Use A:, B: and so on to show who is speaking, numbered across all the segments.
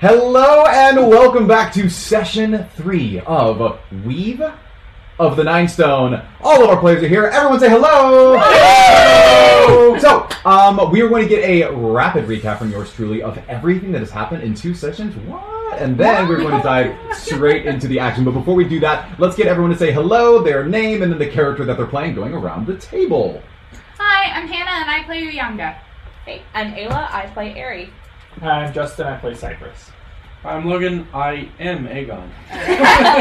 A: Hello and welcome back to session three of Weave of the Nine Stone. All of our players are here. Everyone say hello. Hello. So, um, we are going to get a rapid recap from yours truly of everything that has happened in two sessions. What? And then we're going to dive straight into the action. But before we do that, let's get everyone to say hello, their name, and then the character that they're playing going around the table.
B: Hi, I'm Hannah and I play Uyanga.
C: Hey, I'm Ayla. I play Airy.
D: Hi, I'm Justin. I play Cypress.
E: I'm Logan. I am Aegon.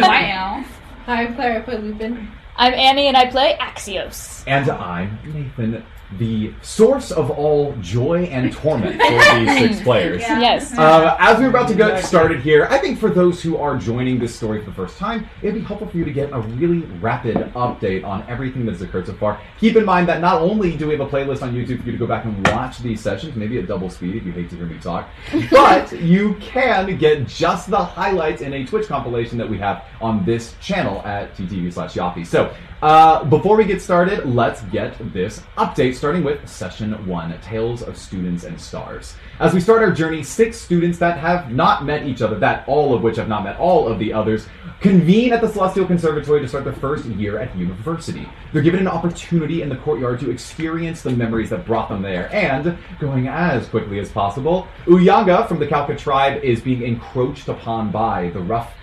B: wow.
F: Hi, Claire. I play Lupin.
C: I'm Annie, and I play Axios.
A: And I'm Nathan, the source of all joy and torment for these six players.
B: Yeah.
C: Yes.
A: Uh, as we're about to get started here, I think for those who are joining this story for the first time, it'd be helpful for you to get a really rapid update on everything that's occurred so far. Keep in mind that not only do we have a playlist on YouTube for you to go back and watch these sessions, maybe at double speed if you hate to hear me talk, but you can get just the highlights in a Twitch compilation that we have on this channel at ttv slash yaffy. So, uh, before we get started, let's get this update, starting with session one Tales of Students and Stars. As we start our journey, six students that have not met each other, that all of which have not met all of the others, convene at the Celestial Conservatory to start their first year at university. They're given an opportunity in the courtyard to experience the memories that brought them there, and going as quickly as possible, Uyanga from the Kalka tribe is being encroached upon by the rough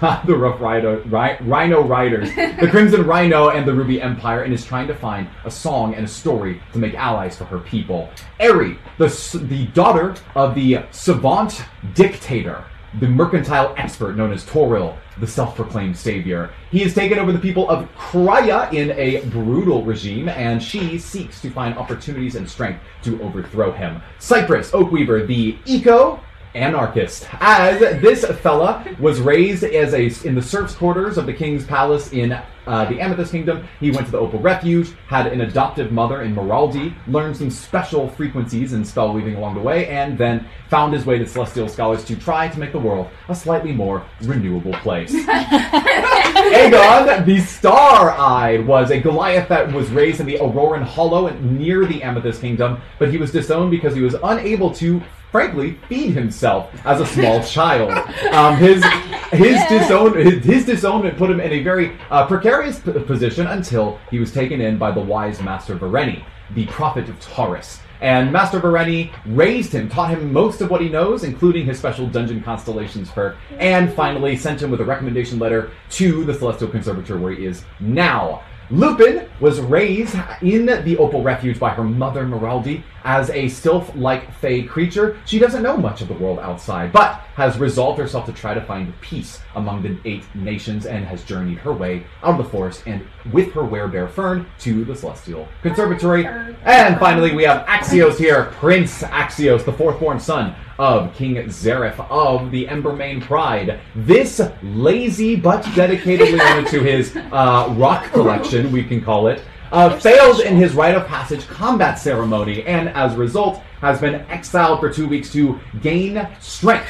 A: the Rough Rider, Ri- Rhino Riders, the Crimson Rhino, and the Ruby Empire, and is trying to find a song and a story to make allies for her people. Eri, the s- the daughter of the savant dictator, the mercantile expert known as Toril, the self-proclaimed savior. He has taken over the people of Kraya in a brutal regime, and she seeks to find opportunities and strength to overthrow him. Cypress, Oakweaver, the eco anarchist as this fella was raised as a in the serfs quarters of the king's palace in uh, the amethyst kingdom he went to the opal refuge had an adoptive mother in Meraldi, learned some special frequencies and spell weaving along the way and then found his way to celestial scholars to try to make the world a slightly more renewable place Aegon, the Star-Eyed, was a Goliath that was raised in the Auroran Hollow and near the Amethyst Kingdom, but he was disowned because he was unable to, frankly, feed himself as a small child. Um, his his disown his, his disownment put him in a very uh, precarious p- position until he was taken in by the wise Master Vareni, the Prophet of Taurus. And Master Vareni raised him, taught him most of what he knows, including his special Dungeon Constellations perk, and finally sent him with a recommendation letter to the Celestial Conservator where he is now. Lupin was raised in the Opal Refuge by her mother, Meraldi, as a sylph like fey creature. She doesn't know much of the world outside, but has resolved herself to try to find peace among the eight nations and has journeyed her way out of the forest and with her werebear Fern to the Celestial Conservatory. And finally, we have Axios here, Prince Axios, the fourth born son of King Zareth of the Embermane Pride. This lazy but dedicatedly owner to his uh, rock collection, we can call it, uh, failed in his rite of passage combat ceremony, and as a result, has been exiled for two weeks to gain strength.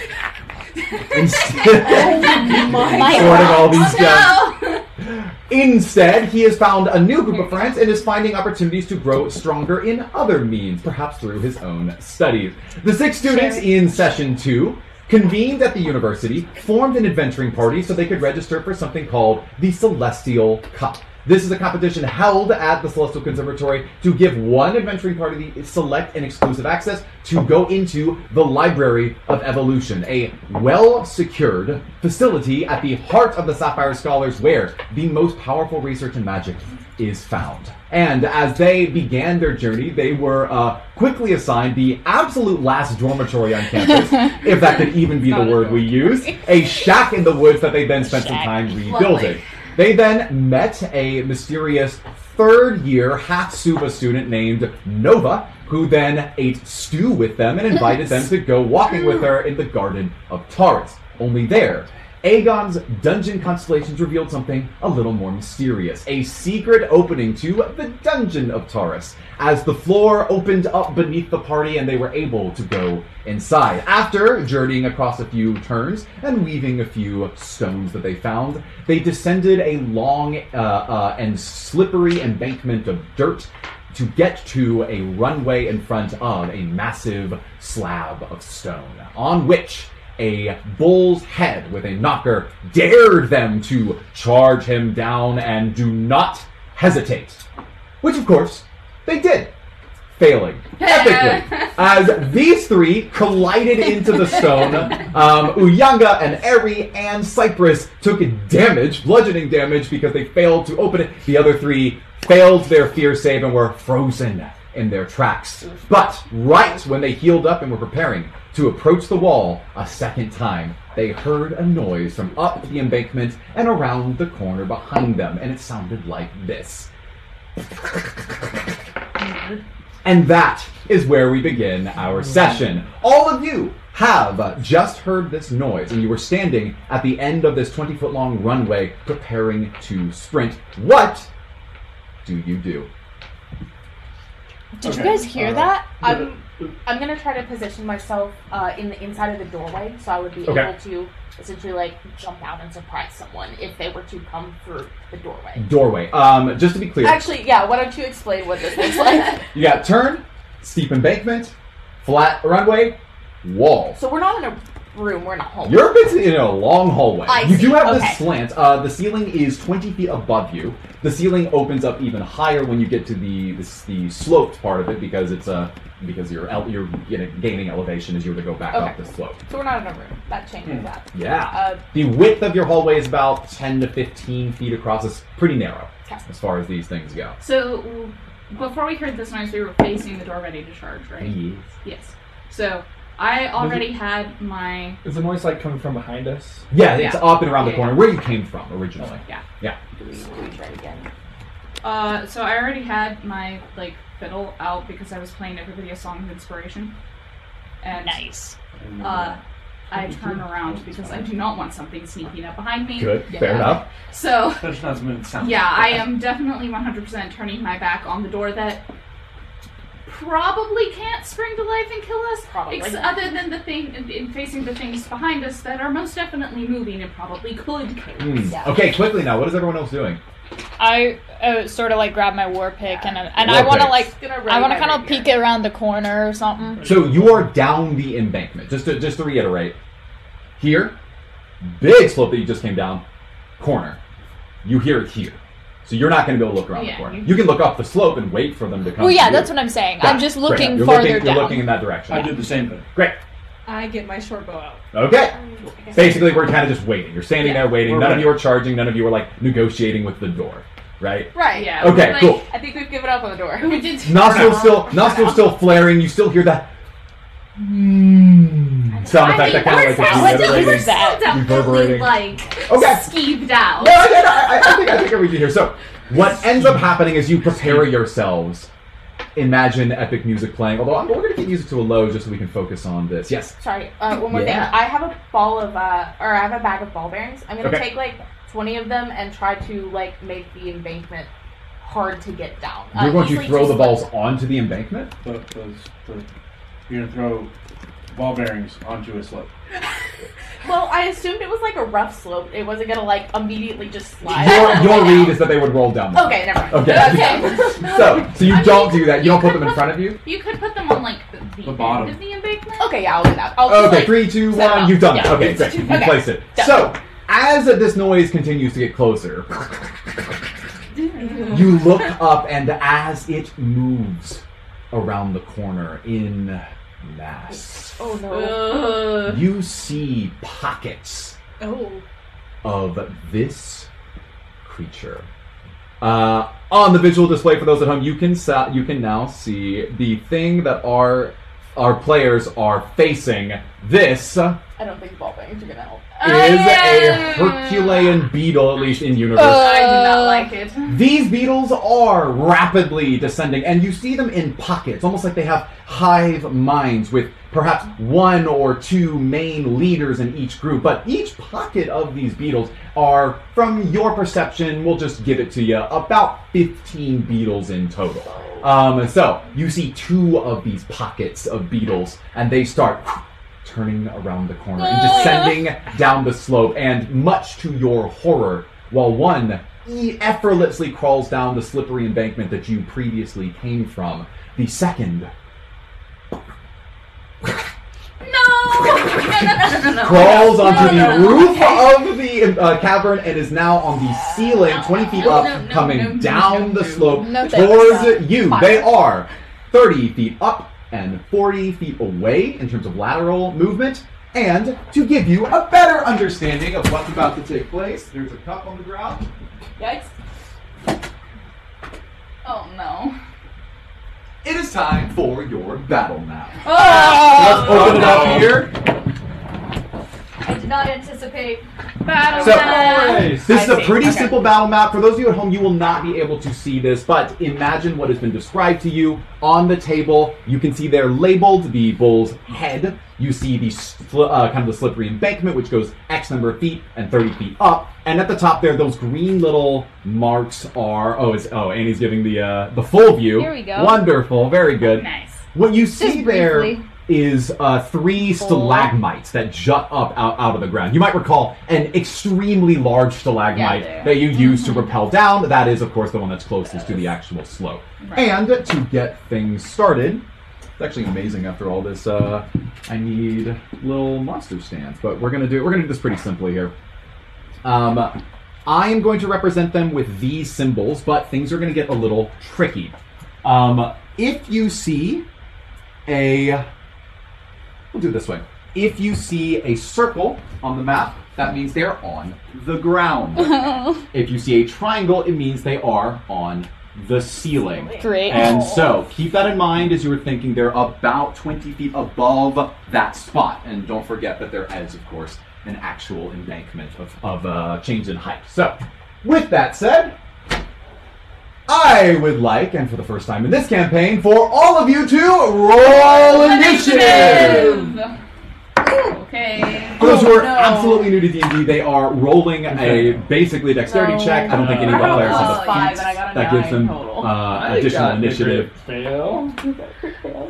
A: Instead, sorting all these guys. Instead, he has found a new group of friends and is finding opportunities to grow stronger in other means, perhaps through his own studies. The six students in session two convened at the university, formed an adventuring party so they could register for something called the Celestial Cup. This is a competition held at the Celestial Conservatory to give one adventuring party the select and exclusive access to go into the Library of Evolution, a well secured facility at the heart of the Sapphire Scholars where the most powerful research and magic is found. And as they began their journey, they were uh, quickly assigned the absolute last dormitory on campus, if that could even be the word we use, a shack in the woods that they then spent some time rebuilding. They then met a mysterious third year Hatsuba student named Nova, who then ate stew with them and invited them to go walking with her in the Garden of Taurus. Only there, Aegon's dungeon constellations revealed something a little more mysterious a secret opening to the Dungeon of Taurus, as the floor opened up beneath the party and they were able to go inside. After journeying across a few turns and weaving a few stones that they found, they descended a long uh, uh, and slippery embankment of dirt to get to a runway in front of a massive slab of stone, on which a bull's head with a knocker, dared them to charge him down and do not hesitate. Which, of course, they did, failing epically as these three collided into the stone. Um, Uyanga and Eri and Cypress took damage, bludgeoning damage, because they failed to open it. The other three failed their fear save and were frozen in their tracks. But right when they healed up and were preparing to approach the wall a second time, they heard a noise from up the embankment and around the corner behind them, and it sounded like this. And that is where we begin our session. All of you have just heard this noise, and you were standing at the end of this 20 foot long runway preparing to sprint. What do you do?
C: Did you
E: Okay.
C: guys hear
E: Uh,
C: that?
E: I'm-
C: I'm I'm gonna try to position myself uh, in the inside of the doorway so I would be
A: Okay.
C: able to essentially like jump out and surprise someone if they were to come through the doorway.
A: Doorway. Um, just to be clear,
C: Actually, yeah. Why don't you explain what this looks like?
A: you got turn, steep embankment, flat runway, wall.
C: so we're not in a room. We're in a home.
A: You're basically in a long hallway.
C: I
A: you do
C: see.
A: have
C: Okay.
A: this slant. Uh, the ceiling is 20 feet above you. The ceiling opens up even higher when you get to the the, the sloped part of it because it's uh, because you're el- you're you know, gaining elevation as you were to go back
C: Okay.
A: up the slope.
C: so we're not in a room. That changes that.
A: Yeah.
C: Uh,
A: The width of your hallway is about 10 to 15 feet across. It's pretty narrow
C: Okay.
A: as far as these things go.
B: So before we heard this noise, we were facing the door, ready to charge, right?
A: Mm.
B: Yes. So I already had my.
D: Is the noise like coming from behind us?
A: Yeah, it's
B: Yeah.
A: up and around the
B: Yeah,
A: corner where you came from originally.
C: do we, do we try it again?
B: Uh, so I already had my like fiddle out because I was playing everybody a song of inspiration. And
C: Nice.
B: uh, I turn around because I do not want something sneaking up behind me.
A: Good,
F: Yeah.
A: fair enough.
B: So
E: That's not something that sounds.
B: Yeah, I am definitely 100% turning my back on the door that probably can't spring to life and kill us.
C: Probably.
B: Ex- other than the thing, in, in facing the things behind us that are most definitely moving and probably could kill us.
A: Hmm.
C: Yeah.
A: Okay, quickly now. What is everyone else doing?
G: I uh, sort of like grab my war pick and I'm- and
A: War
G: I want to
A: pick.
G: like
C: Gonna
G: I
C: ready
G: want to
C: my
G: kind of
C: rapier.
G: peek around the corner or something.
A: So you are down the embankment. Just to just to reiterate, here, big slope that you just came down, corner. You hear it here, so you're not going to be able to look around
B: Yeah,
A: the corner.
B: you-
A: You can look up the slope and wait for them to come.
G: Well,
A: to
G: yeah,
A: you.
G: that's what I'm saying.
A: Got
G: I'm
A: it.
G: just
A: Great.
G: looking
A: You're
G: farther
A: looking,
G: down.
A: You're looking in that direction.
E: I did the same thing.
A: Great.
F: I get my short bow out.
A: Okay. Basically, we're kind of just waiting. You're standing there waiting.
E: We're
A: none of
E: ready.
A: you are charging. None of you are like negotiating with the door, right?
C: Right.
B: Yeah.
A: Okay,
B: like,
A: cool.
C: I think we've given up on the door.
B: We did.
A: Nostril still, nostril still flaring. You still hear that. mm, Sound effect that kind of like
G: What
A: is
G: the heck
A: reverberating.
G: was that?
A: Reverberating.
B: Definitely, like,
A: Okay.
B: skeeved out.
A: No, no, no, I, I think I think I read you here. So, what ends up happening is you prepare yourselves. Imagine epic music playing. Although I'm, we're going to keep music to a low just so we can focus on this. Yes.
C: Sorry, uh, one more
A: Yeah.
C: thing. I have a ball of, uh, or I have a bag of ball bearings. I'm gonna
A: Okay.
C: take like 20 of them and try to like make the embankment hard to get down. Uh,
A: You're going to
C: easily
A: throw
C: just,
A: the
C: like-
A: balls onto the embankment.
E: The, those the, you're gonna throw ball bearings onto a slope.
C: Well, I assumed it was like a rough slope. It wasn't gonna like immediately just slide.
A: Your, your read is that they would roll down. The
C: Okay, never mind.
A: Okay.
C: Oh, Okay.
A: So, so you
B: I mean,
A: don't do that. You don't
B: you
A: put them in
B: could
A: front of you.
B: You could put them on, like, the,
E: The
B: bottom
E: bottom.
B: of the embankment.
G: Oh.
C: okay, yeah, I'll do that. I'll just,
A: Okay,
C: like,
A: three, two,
C: set it
A: one.
C: up.
A: You've done it.
C: Yeah.
A: Okay, great. You
C: Okay.
A: place it.
C: Done.
A: So, as this noise continues to get closer,
B: Mm-hmm.
A: you look up, and as it moves around the corner in mass,
C: Oh no.
B: Uh,
A: you see pockets
F: Oh.
A: of this creature. Uh, on the visual display for those at home, you can sa- you can now see the thing that our our players are facing. This
C: I don't think ball bearings are gonna help.
A: is a Herculean beetle, at least in universe.
G: Uh,
B: I do not like it.
A: These beetles are rapidly descending, and you see them in pockets, almost like they have hive minds with perhaps one or two main leaders in each group. But each pocket of these beetles are, from your perception, we'll just give it to you, about 15 beetles in total. Um, so you see two of these pockets of beetles, and they start turning around the corner and descending down the slope. And much to your horror, while one e- effortlessly crawls down the slippery embankment that you previously came from, the second
B: No!
C: no, no, no, no.
A: crawls onto
C: No,
A: the
C: no, no, no.
A: roof of the uh, cavern and is now on the ceiling, 20 feet
B: no,
A: up,
B: no, no,
A: coming
B: no, no,
A: down
B: no,
A: the
B: no.
A: slope
G: No, thanks,
A: towards you.
C: Fine.
A: They are 30 feet up and 40 feet away in terms of lateral movement. And to give you a better understanding of what's about to take place, there's a cup on the ground.
B: Yikes. Oh no.
A: It is time for your battle map.
G: Oh!
A: Let's open it
E: no.
A: up here.
H: I did not anticipate.
B: Battle
A: So-
B: map.
A: This is
G: I
A: a
G: see.
A: pretty
G: Okay.
A: simple battle map. For those of you at home, you will not be able to see this, but imagine what has been described to you on the table. You can see there labeled the bull's head. You see the sl- uh, kind of the slippery embankment, which goes X number of feet and 30 feet up. And at the top there, those green little marks are. Oh, it's, oh, Annie's giving the uh, the full view.
G: Here we go.
A: Wonderful, very good.
B: Nice.
A: What you see there
G: briefly.
A: is uh, three stalagmites that jut up out, out of the ground. You might recall an extremely large stalagmite
B: Yeah.
A: that you use to rappel down. That is, of course, the one that's closest to the actual slope. And to get things started, it's actually amazing after all this. Uh, I need little monster stands, but we're gonna do we're gonna do this pretty simply here. Um, I am going to represent them with these symbols, but things are going to get a little tricky. Um, if you see a. We'll do it this way. If you see a circle on the map, that means they're on the ground. if you see a triangle, it means they are on the ceiling.
G: Great.
A: And so keep that in mind as you were thinking. They're about 20 feet above that spot. And don't forget that there is, of course, an actual embankment of, of uh, change in height. So, with that said, I would like, and for the first time in this campaign, for all of you to roll initiative!
B: Okay.
A: For those
C: Oh,
A: who are absolutely new to D&D, they are rolling a basically dexterity
G: No.
A: check. I don't think any
E: I
A: of the
E: rolled
A: players
E: a
A: have a
C: five,
A: feat
C: and Oh, I got a
A: that gives
C: nine
A: them
C: total.
A: uh,
D: I
A: additional
D: got a
A: initiative.
D: great Fail.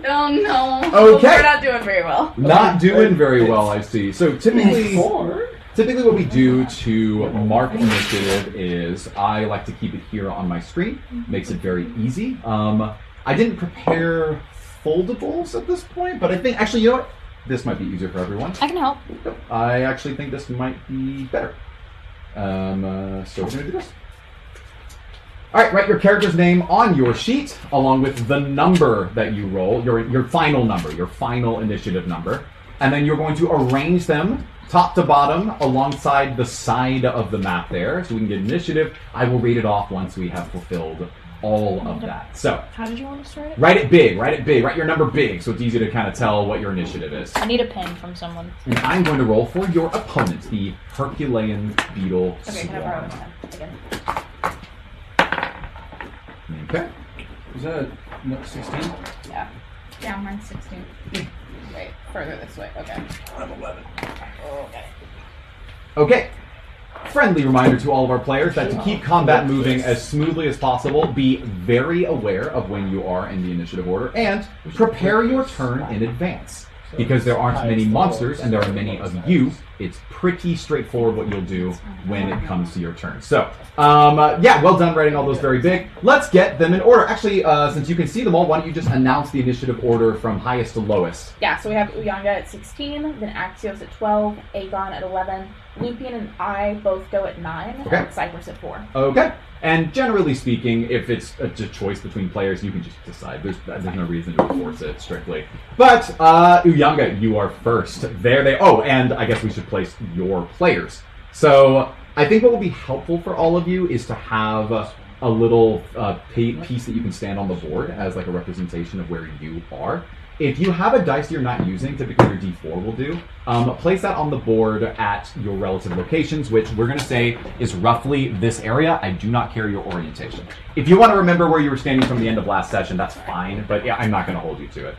B: Oh no.
A: Okay.
C: We're not doing very well.
A: Not doing very well, I see. So typically,
D: Four.
A: typically what we do to mark initiative is I like to keep it here on my screen. Makes it very easy. Um, I didn't prepare foldables at this point, but I think actually, you know what? This might be easier for everyone.
G: I can help.
A: I actually think this might be better. Um, uh, so we're gonna do this. All right, write your character's name on your sheet along with the number that you roll, your your final number, your final initiative number, and then you're going to arrange them top to bottom alongside the side of the map there, so we can get initiative. I will read it off once we have fulfilled all of that. So
G: How did you want to start it?
A: write it big, write it big, write your number big, so it's easy to kind of tell what your initiative is.
G: I need a pin from someone.
A: And I'm going to roll for your opponent, the Herculean Beetle
C: Okay, can I borrow
A: Swarm.
C: this one again?
A: Okay.
E: Is that no, 16?
C: Yeah.
B: Yeah, mine's 16.
C: Wait, further this way. Okay.
E: I'm 11.
C: Okay.
A: Okay. Friendly reminder to all of our players that to keep combat moving as smoothly as possible, be very aware of when you are in the initiative order and prepare your turn in advance. Because there aren't many monsters and there are many of you, it's pretty straightforward what you'll do when it comes to your turn. So, um, uh, yeah, well done writing all those very big. Let's get them in order. Actually, uh, since you can see them all, why don't you just announce the initiative order from highest to lowest?
C: Yeah, so we have Uyanga at 16, then Axios at 12, Aegon at 11, Lupien and I both go at 9,
A: Okay.
C: and Cypress at 4.
A: Okay. And generally speaking, if it's a, a choice between players, you can just decide. There's, there's no reason to enforce it strictly. But uh, Uyanga, you are first. There they. Oh, and I guess we should place your players. So I think what will be helpful for all of you is to have a, a little uh, pa- piece that you can stand on the board as like a representation of where you are. If you have a dice you're not using, typically your D4 will do. Um, place that on the board at your relative locations, which we're going to say is roughly this area. I do not care your orientation. If you want to remember where you were standing from the end of last session, that's fine. But yeah, I'm not going to hold you to it.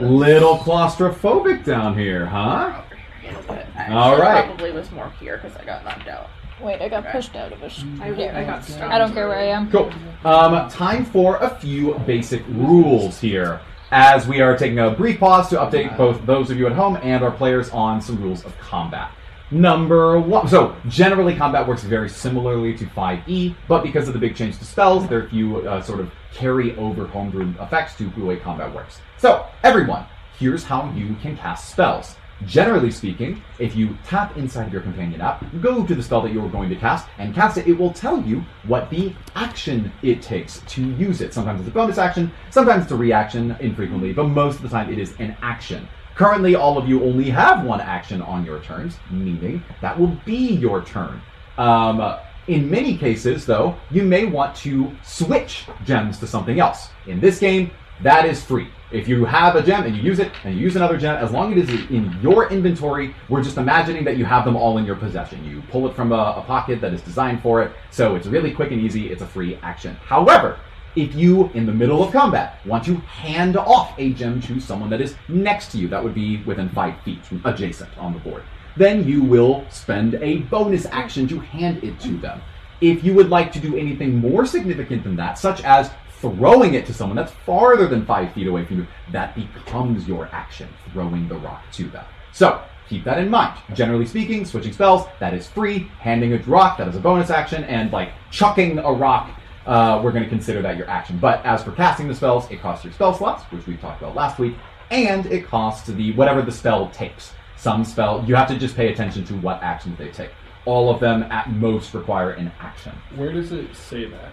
A: Little claustrophobic down here, huh?
C: Over here a little bit. I
A: All
C: actually
A: right.
C: Probably was more here because I got knocked out.
G: Wait, I got pushed out of a. Sh-
F: I,
G: Yeah.
F: I got stuck.
G: I don't care where I am.
A: Cool. Um, time for a few basic rules here. As we are taking a brief pause to update both those of you at home and our players on some rules of combat. Number one. So, generally, combat works very similarly to 5e, but because of the big change to spells, there are a few uh, sort of carry over homebrew effects to the way combat works. So, everyone, here's how you can cast spells. Generally speaking, if you tap inside of your companion app, go to the spell that you were going to cast, and cast it, it will tell you what the action it takes to use it. Sometimes it's a bonus action, sometimes it's a reaction, infrequently, but most of the time it is an action. Currently, all of you only have one action on your turns, meaning that will be your turn. Um, in many cases, though, you may want to switch gems to something else. In this game, that is free. If you have a gem and you use it, and you use another gem, as long as it is in your inventory, we're just imagining that you have them all in your possession. You pull it from a, a pocket that is designed for it, so it's really quick and easy. It's a free action. However, if you, in the middle of combat, want to hand off a gem to someone that is next to you, that would be within five feet, adjacent on the board, then you will spend a bonus action to hand it to them. If you would like to do anything more significant than that, such as throwing it to someone that's farther than five feet away from you, that becomes your action, throwing the rock to them. So, keep that in mind. Generally speaking, switching spells, that is free. Handing a rock, that is a bonus action. And, like, chucking a rock, uh, we're going to consider that your action. But as for casting the spells, it costs your spell slots, which we talked about last week, and it costs the whatever the spell takes. Some spell, you have to just pay attention to what actions they take. All of them at most require an action.
D: Where does it say that?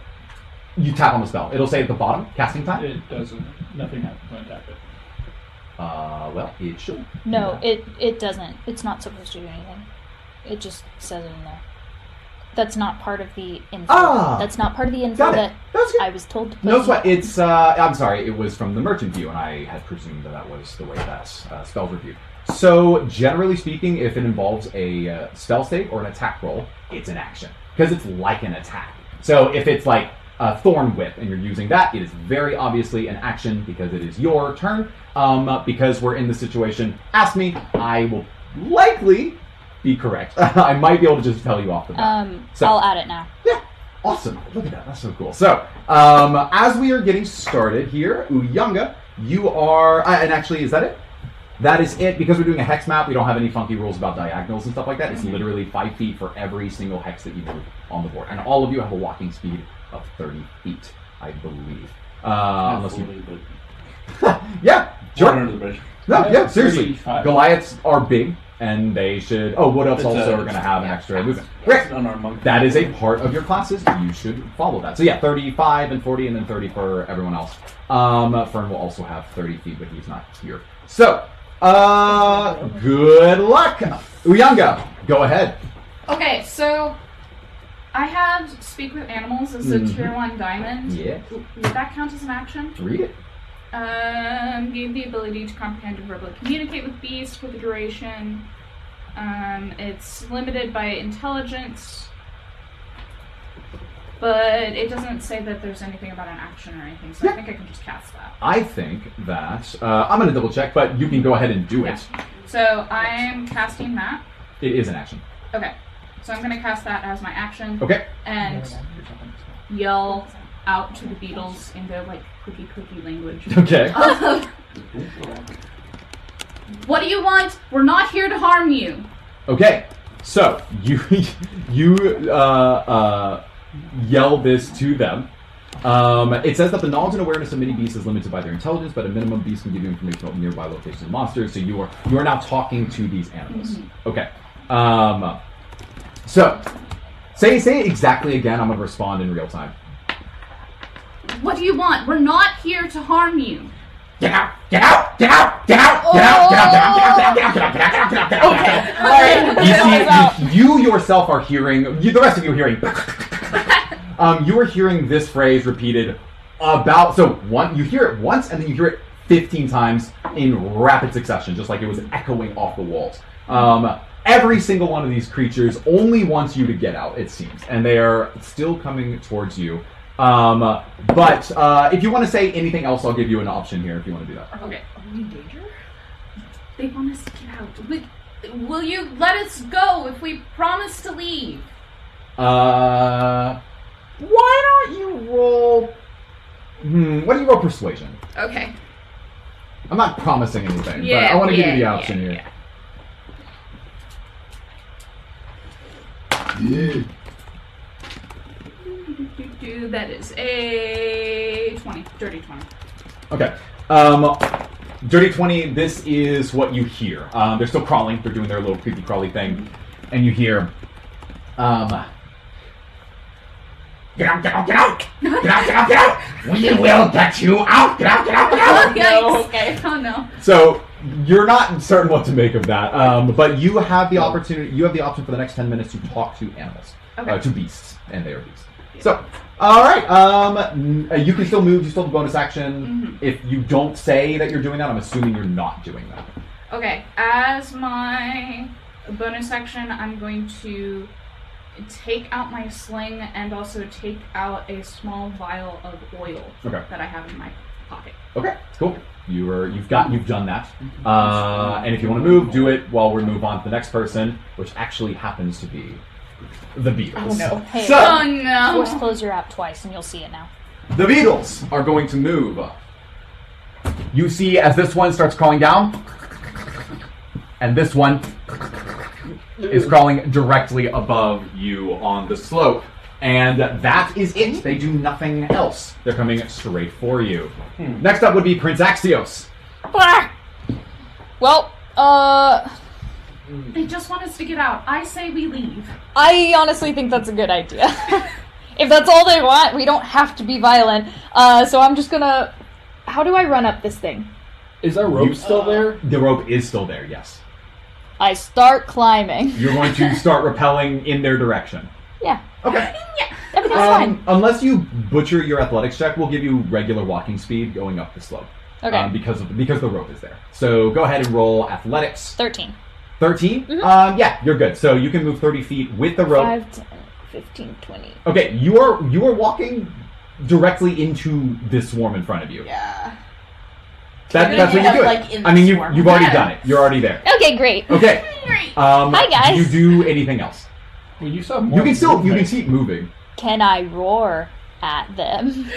A: You tap on the spell. It'll say at the bottom, casting time.
D: It doesn't. Nothing happens when I tap it.
A: Uh, well, it should.
G: No, it it doesn't. It's not supposed to do anything. It just says it in there. That's not part of the info.
A: Ah!
G: That's not part of the info
A: Got it.
G: that
A: That's good.
G: I was told to put.
A: No
G: in.
A: sweat. It's. Uh, I'm sorry. It was from the merchant view, and I had presumed that that was the way that uh, spells were viewed. So, generally speaking, if it involves a uh, spell save or an attack roll, it's an action because it's like an attack. So, if it's like a thorn whip and you're using that, it is very obviously an action because it is your turn. Um, because we're in the situation, ask me. I will likely be correct. I might be able to just tell you off the bat.
G: Um,
A: So-
G: I'll add it now.
A: Awesome. Look at that. That's so cool. So, um, as we are getting started here, Uyanga, you are. Uh, and actually, is that it? That is it. Because we're doing a hex map, we don't have any funky rules about diagonals and stuff like that. It's literally five feet for every single hex that you move on the board. And all of you have a walking speed of 30 feet, I believe. Uh, unless you.
E: Absolutely, but-
A: Yeah, sure.
E: Under the bridge.
A: No, yeah,
D: That's pretty
A: seriously.
D: fine.
A: Goliaths are big, and they should. Oh, what else
E: It's a-
A: also are going to have an extra movement? Great.
E: It's an unarmed monk.
A: That is a part of your classes. You should follow that. So yeah, 35 and 40, and then 30 for everyone else. Um, Fern will also have 30 feet, but he's not here. So, uh, good luck, Uyanga. Go ahead.
B: Okay, so I have Speak with Animals as a
A: Mhm.
B: tier one diamond.
A: Yeah,
B: Would that count as an action?
A: read it.
B: Um, gain the ability to comprehend and verbally communicate with beasts for the duration. Um, it's limited by intelligence, but it doesn't say that there's anything about an action or anything, so I
A: Yeah.
B: think I can just cast that.
A: I think that uh, I'm gonna double check, but you can go ahead and do it.
B: So I'm casting that.
A: It is an action.
B: Okay, so I'm gonna cast that as my action
A: Okay.
B: and yell out to the beetles in their like clicky clicky language. Um,
A: Okay.
B: what do you want? We're not here to harm you.
A: Okay, so you you uh, uh, yell this to them. Um, it says that the knowledge and awareness of many beasts is limited by their intelligence, but a minimum beast can give you information about nearby locations and monsters. So you are you are now talking to these animals. Okay. Um, so say say it exactly again. I'm gonna respond in real time.
B: What do you want? We're not here to harm you.
A: Get out! Get out! Get out! Get out! Get out! Get out! Get out! Get out! Get out! Get out! Get out! Get out! Get out! Get out! Get out! Get out! Get out! Get out!
G: All right.
A: you, see, you, you yourself are hearing, you, the rest of you are hearing, um, you are hearing this phrase repeated about, so one, you hear it once and then you hear it 15 times in rapid succession, just like it was echoing off the walls. Um, every single one of these creatures only wants you to get out, it seems, and they are still coming towards you. Um, but uh, if you want to say anything else, I'll give you an option here if you want to do that.
B: Okay. Are we in danger? They want us to get out. We, will you let us go if we promise to leave?
A: Uh, why don't you roll? Hmm, what do you roll persuasion?
B: Okay.
A: I'm not promising anything, but
B: Yeah,
A: I want to give
B: yeah,
A: you the
B: yeah,
A: option here.
B: That is a 20, dirty 20.
A: Okay. Um, Dirty 20, this is what you hear. Um, they're still crawling, they're doing their little creepy crawly thing. And you hear, um, Get out, get out, get out! Get out, get out, get out! We will get you out! Get out, get out, get out!
B: Yikes. Okay. Oh no.
A: So you're not certain what to make of that, um, but you have the opportunity. You have the option for the next ten minutes to talk to animals,
B: Okay.
A: uh, to beasts, and they are beasts. So, all right. Um, n- uh, you can still move. You still have a bonus action.
B: Mm-hmm.
A: If you don't say that you're doing that, I'm assuming you're not doing that.
B: Okay, as my bonus action, I'm going to take out my sling and also take out a small vial of oil
A: Okay.
B: that I have in my pocket.
A: Okay. Cool. You were. You've got. You've done that.
B: Mm-hmm.
A: Uh, and if you want to move, do it while we move on to the next person, which actually happens to be the Beatles.
C: no.
G: Hey,
A: So-
B: Oh
G: force
B: no!
G: close your app twice and you'll see it now.
A: The Beatles are going to move. You see, as this one starts crawling down, and this one is crawling directly above you on the slope. And that is it. They do nothing else. They're coming straight for you. Next up would be Prince Axios.
G: Ah! Well, uh,
B: They just want us to get out. I say we leave.
G: I honestly think that's a good idea. if that's all they want, we don't have to be violent. Uh, so I'm just gonna. How do I run up this thing?
D: Is our rope
A: You-
D: still there?
A: The rope is still there, yes.
G: I start climbing.
A: You're going to start rappelling in their direction.
G: Yeah,
A: Okay.
G: everything's
A: Um, unless you butcher your athletics check, we'll give you regular walking speed going up the slope.
G: fine. Okay,
A: um, because of, because the rope is there. So go ahead and roll athletics.
G: thirteen.
A: 13
G: Mm-hmm.
A: Um, yeah, you're good. So you can move thirty feet with the rope.
G: 5, 10, 15, 20.
A: Okay, you are you are walking directly into this swarm in front of you.
C: Yeah.
A: That,
C: You're
A: that's what
C: gonna
A: you do.
C: end up,
A: it.
C: like, in
A: I
C: the
A: mean, you
C: swarm.
A: you've already
B: Yeah.
A: done it. You're already there.
G: Okay, great.
A: Okay. Um,
G: Hi, guys.
A: Do you do anything else?
D: Well, you saw more.
A: You can still you can
D: movement.
A: keep moving.
G: Can I roar at them?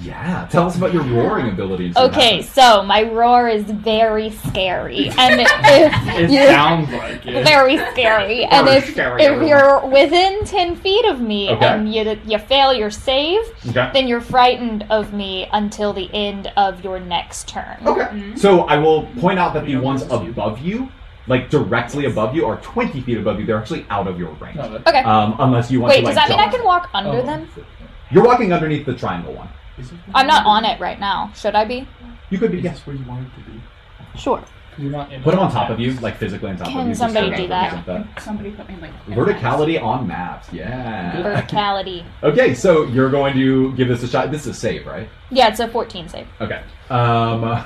A: Yeah. Tell us about your roaring abilities. that
G: Okay,
A: happen.
G: so my roar is very scary, and if
D: It
G: you
D: sounds like it.
G: very scary. And
A: Very
G: if,
A: scary,
G: if
A: everyone.
G: you're within 10 feet of me
A: Okay.
G: and you, you fail your save,
A: Okay.
G: then you're frightened of me until the end of your next turn.
A: Okay.
B: Mhm.
A: So I will point out that the
D: Yeah,
A: ones
D: this is you.
A: above you, like directly above you, are 20 feet above you. They're actually out of your range.
D: No, that-
G: Okay.
A: Um, unless you want
G: Wait,
A: to.
G: does
A: Like,
G: that mean I
A: jump.
G: can walk under
D: oh.
G: them?
A: You're walking underneath the triangle one.
D: Is it-
G: I'm not on it right now. Should I be?
A: You could be.
D: Is
A: Yes.
D: this where you wanted to be?
G: Sure.
D: You're not in
A: Put them on top of you, like physically on top
G: Can
A: of you. just
G: somebody
A: to
G: do
A: represent
B: Somebody put me in, like
A: that. Verticality on maps. Yeah.
G: Verticality.
A: Okay, so you're going to give this a shot. This is a save, right?
G: Yeah, it's a 14 save.
A: Okay. Um, are,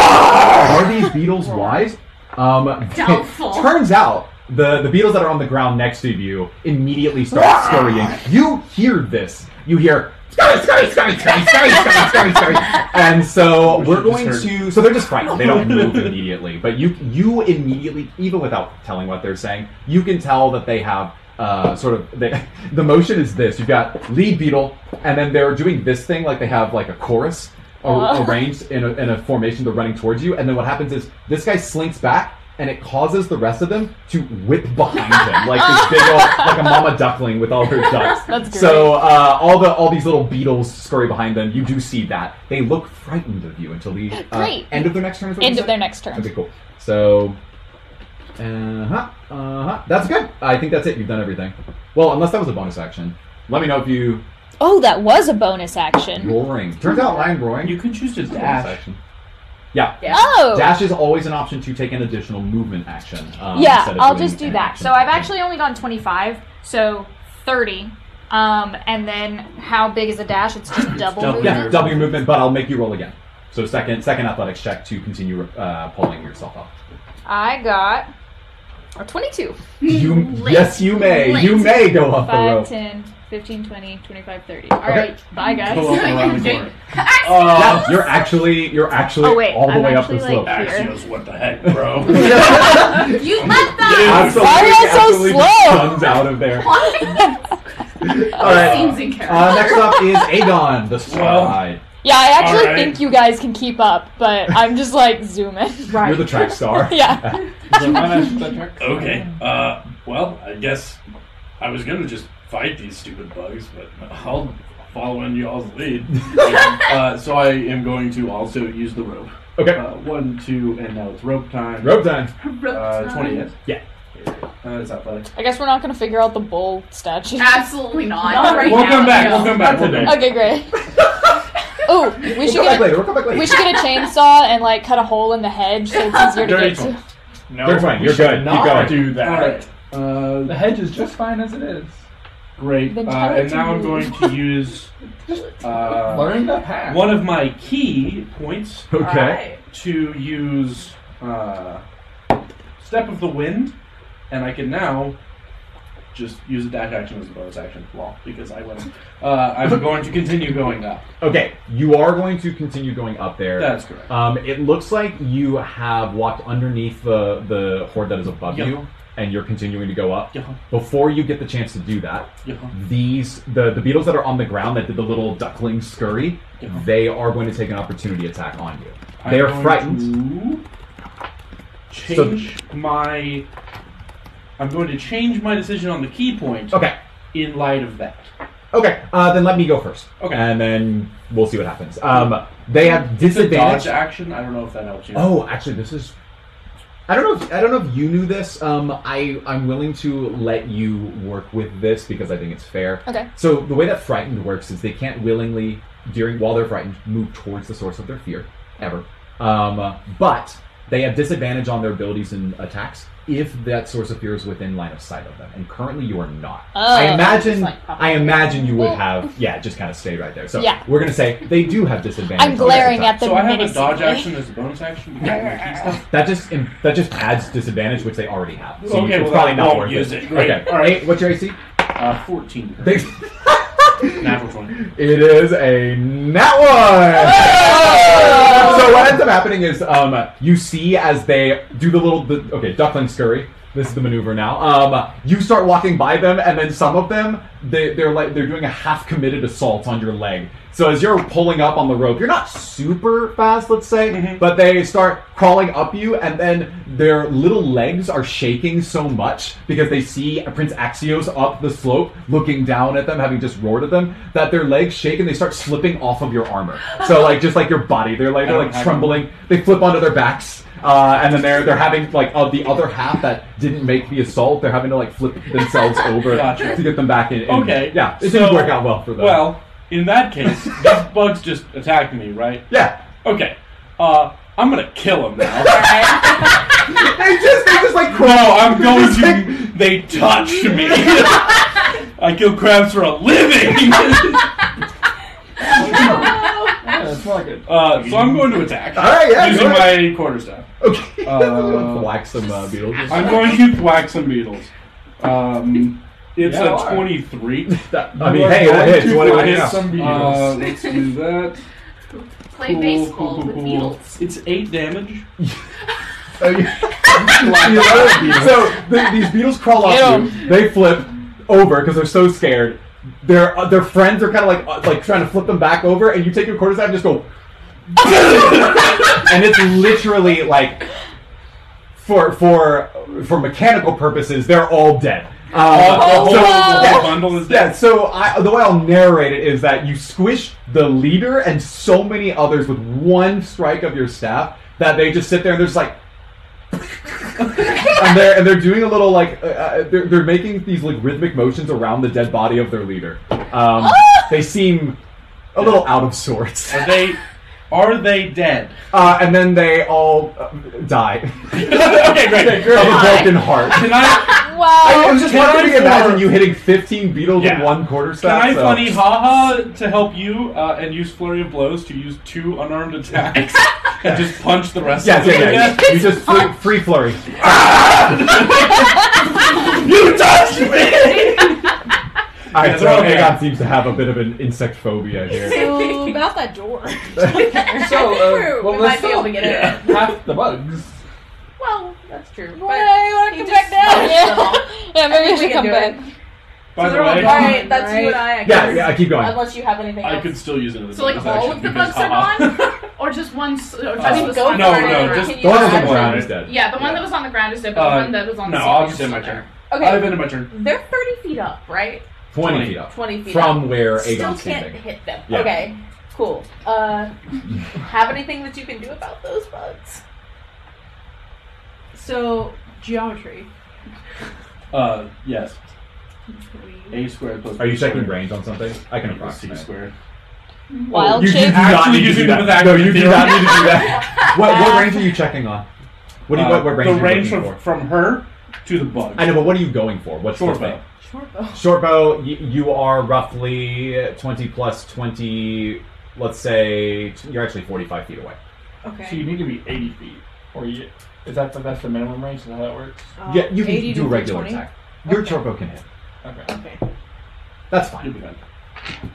A: are these beetles wise? Um,
B: Doubtful.
A: turns out the the beetles that are on the ground next to you immediately start scurrying. You hear this. You hear scurry, scurry, scurry, scurry, scurry, scurry, scurry, scurry. And so
E: Wish
A: we're
E: you just
A: going
E: heard.
A: to. So they're just frightened. They don't move immediately. But you you immediately, even without telling what they're saying, you can tell that they have. Uh, sort of they, the motion is this you've got lead beetle and then they're doing this thing like they have like a chorus a-
G: Oh.
A: arranged in a, in a formation they're running towards you and then what happens is this guy slinks back and it causes the rest of them to whip behind him like this big old, like a mama duckling with all her ducks
G: That's great.
A: so uh, all the all these little beetles scurry behind them you do see that they look frightened of you until the uh,
G: Great.
A: end of their next turn is what
G: End
A: you
G: of
A: said?
G: their next turn.
A: okay cool so uh-huh uh-huh that's good i think that's it you've done everything well unless that was a bonus action let me know if you
G: Oh, that was a bonus action.
A: roaring turns out i'm roaring
E: You can choose to
A: Bonus
E: dash.
A: action. yeah
G: Oh!
A: Dash is always an option to take an additional movement action. Um,
G: yeah,
A: instead of
G: I'll
A: doing
G: just do
A: an
G: that.
A: action.
G: So I've actually only gone 25, so 30. Um, and then how big is a dash? It's just double
E: double.
A: yeah,
G: movement.
A: double your movement, but I'll make you roll again. So second second athletics check to continue uh, pulling yourself up.
G: I got a 22.
A: You
G: Hmm,
A: yes, you may. You may go up the
G: 5,
A: rope.
G: 10, 15, 20, 25, 30. All right, bye guys.
E: Go up around the corner. Oh,
A: Yeah, you're actually you're actually
G: Oh, wait,
A: all the
G: I'm
A: way up the
G: actually,
A: slope.
G: like-
E: Axios, what the heck, bro?
H: You let them!
A: Absolutely,
G: Why are you so
A: absolutely just
G: slow?
A: Comes out of there. all
B: Seems
A: right.
B: in character.
A: Uh, next up is Aegon the Starlight.
G: Yeah, I actually
E: All right.
G: think you guys can keep up, but I'm just like zooming.
A: You're the track star.
G: yeah.
D: Is that my action attack?
E: okay. Uh, well, I guess I was gonna just fight these stupid bugs, but I'll following y'all's lead. uh, so I am going to also use the rope.
A: Okay.
E: Uh, one, two, and now it's rope time.
A: Rope time.
E: Uh, 20, yes?
A: Yeah.
E: Uh, it's athletic.
G: I guess we're not gonna figure out the bull statue.
B: Ah. Absolutely not.
C: Not right
E: We'll
C: now.
E: come back.
C: no.
E: We'll come back today.
G: Okay, great. Oh, we
A: We'll
G: should
A: come back
G: get a,
A: later. We'll come back later.
G: we should get a chainsaw and like cut a hole in the hedge so it's easier to
E: Dirty
G: get to.
D: No,
A: You're fine.
D: we
A: You're
D: should
A: good. Keep
D: Not
A: going.
D: do that.
E: All right. Uh,
D: The hedge is just fine as it is.
E: great. Uh,
G: Then tell it
E: and
G: to
E: now I'm
G: move.
E: going to use uh,
D: Learn the path.
E: one of my key points
A: Okay.
E: to use uh, Step of the Wind, and I can now just use a dash action as a bonus action. Well, because I went. Uh, I'm going to continue going up.
A: Okay. You are going to continue going up there.
E: That's correct.
A: Um, it looks like you have walked underneath the, the horde that is above
E: Yeah.
A: you, and you're continuing to go up.
E: Yeah,
A: Before you get the chance to do that,
E: yeah,
A: these the, the beetles that are on the ground that did the little duckling scurry,
E: yeah.
A: they are going to take an opportunity attack on you.
E: I'm
A: They are
E: going
A: frightened.
E: to Change my. I'm going to change my decision on the key point
A: Okay.
E: in light of that.
A: Okay. Uh, then let me go first.
E: Okay.
A: And then we'll see what happens. Um, they have
E: It's a
A: disadvantage.
E: dodge action. I don't know if that helps you.
A: Oh, actually, this is. I don't know. If, I don't know if you knew this. Um, I I'm willing to let you work with this because I think it's fair.
G: Okay.
A: So the way that frightened works is they can't willingly during while they're frightened move towards the source of their fear ever. Um, but they have disadvantage on their abilities and attacks if that source of fear is within line of sight of them. And currently, you are not.
G: Oh,
A: I imagine.
G: like pop-
A: I imagine you would
G: Well-
A: have. Yeah, just kind of stay right there. So
G: Yeah.
A: we're gonna say they do have disadvantage.
G: I'm
A: on their
G: glaring
A: attacks.
G: at them.
E: So I have a
G: menacingly.
E: dodge action as a bonus action. because of my key stuff.
A: That just im- that just adds disadvantage, which they already have. So
E: Okay,
A: it's
E: well,
A: probably
E: I
A: not
E: won't
A: worth
E: use
A: it.
E: it. Great.
A: Okay.
E: All right.
A: Hey, what's your AC?
E: Uh, 14.
A: They-
E: Natural 20.
A: it is a nat one. so what ends up happening is um, you see as they do the little the, okay duckling scurry. This is the maneuver now. Um, you start walking by them, and then some of them they, they're like they're doing a half committed assault on your leg. So as you're pulling up on the rope, you're not super fast, let's say,
E: Mhm.
A: but they start crawling up you, and then their little legs are shaking so much because they see Prince Axios up the slope, looking down at them, having just roared at them, that their legs shake and they start slipping off of your armor. So like just like your body, they're like they're like trembling. They flip onto their backs. Uh, and then they're they're having like of the other half that didn't make the assault, they're having to like flip themselves over
E: Gotcha.
A: to get them back in. in-
E: Okay,
A: yeah, it
E: so-
A: didn't work out well for them.
E: Well, in that case, these bugs just attacked me, right?
A: yeah,
E: Okay. Uh, I'm gonna kill them now.
A: they just they just like
E: no,
A: crawl.
E: I'm going to. They touched me. I kill crabs for a living.
D: Yeah, that's not good.
E: uh, so I'm going to attack.
A: All right, yeah,
E: using
A: go ahead.
E: my quarterstaff.
A: Okay,
E: Uh,
A: whack some uh, beetles.
E: I'm going to thwack some beetles. Um, it's
D: Yeah, all
E: a
D: right.
E: 23.
A: I mean,
D: You are
A: hey,
D: going
A: it hits.
D: to
A: What do
D: find
A: it is?
D: Some
E: Uh,
D: beetles.
E: let's do that.
H: Play baseball with beetles.
E: It's eight damage.
A: So you- so the, these beetles crawl
G: Ew.
A: off you. They flip over because they're so scared. Their uh, their friends are kind of like uh, like trying to flip them back over, and you take your quarterstaff and just go, and it's literally like for for for mechanical purposes, they're all dead. Um,
E: Uh, the whole,
A: so-
E: the whole
A: yeah.
E: bundle is
A: Yeah,
E: dead.
A: so I, the way I'll narrate it is that you squish the leader and so many others with one strike of your staff that they just sit there and they're just like, and they're and they're doing a little like uh, uh, they're they're making these like rhythmic motions around the dead body of their leader. Um, they seem a little out of sorts,
E: Are they are they dead?
A: uh, and then they all uh, die.
E: okay, great.
A: of a broken heart.
E: Can I
A: I,
G: Wow.
A: was just
E: Can
A: wondering,
E: I
A: imagine
E: for-
A: you hitting 15 beetles
E: Yeah.
A: in one quarter
E: can
A: staff.
E: I
A: so-
E: funny haha to help you uh, and use flurry of blows to use two unarmed attacks and just punch the rest
A: Yes,
E: of them?
A: yes, yes. You just free, free flurry.
E: You touched me.
A: All right,
E: Yes,
A: so
E: okay.
A: Aegon seems to have a bit of an insect phobia here.
F: So about that door.
D: So, uh,
C: True,
D: well,
C: we might
D: that's
C: be able to get
E: Yeah.
C: in.
D: half the bugs.
C: Well, that's true.
G: Why I wanna
C: you
G: come
C: just
G: back down.
C: smashed them all.
G: Yeah, yeah
C: think
G: maybe I
C: we can
G: should come
C: do
G: back.
E: By
B: So
E: the
B: they're all
E: way,
C: All right, that's you and I. I
A: Yeah,
C: guess.
A: yeah, keep going.
C: Unless you have anything
E: I
C: else.
E: could still use it as a
B: So, like,
E: bonus
B: all
E: action
B: of the
E: because
B: bugs are
E: haha.
B: Or just one. s- Or just
E: I
C: mean,
B: this
C: go
B: one
E: no,
B: that's on
E: no,
B: the
E: just
B: ground.
C: Can
A: The one
C: you
A: that's on the
C: imagine?
A: ground is dead.
B: Yeah, the one
E: Yeah.
B: that was on the ground is dead, but
E: Uh,
B: the one that was on the
E: No,
B: ceiling
E: I'll
B: is
E: just end my
B: still
E: turn.
C: Okay,
E: I've ended my turn.
C: they're 30 feet up, right?
A: 20,
E: 20.
A: feet up.
C: 20 feet
A: From
C: up.
A: where
C: Still
A: Aegon's
C: can't
A: standing.
C: hit them.
A: Yeah.
C: Okay, cool. Uh, have anything that you can do about those bugs?
F: So geometry.
E: Uh, yes.
F: It's gonna be-
E: A squared plus.
A: Are you
E: B squared
A: checking range on something? I can
E: equals C
A: approximate.
E: squared.
G: Wild
A: Oh, you do
G: shape.
A: not
E: Actually
A: need to
E: using
A: do
E: the
A: that. No,
E: Pythagorean
A: you do
E: theorem.
A: not need to do that. what, what range are you checking on? What do you, what,
E: Uh,
A: what range?
E: The
A: are you
E: range
A: looking
E: from,
A: for?
E: from her to the bug.
A: I know, but what are you going for? What's
E: Short
A: the thing?
E: bow.
F: Short bow.
A: Shortbow, y- you are roughly 20 plus 20, let's say, you're actually 45 feet away.
E: So
F: Okay.
E: you need to be 80 feet.
D: Or you, is that the, that's the minimum range? Is that how that works?
F: Uh,
A: yeah,
C: Um,
A: you can
F: 80
A: do
F: to
A: a regular
F: 320.
A: attack. Your shortbow can hit.
D: Okay.
F: Okay.
A: That's
E: You'll
A: fine.
E: be fine.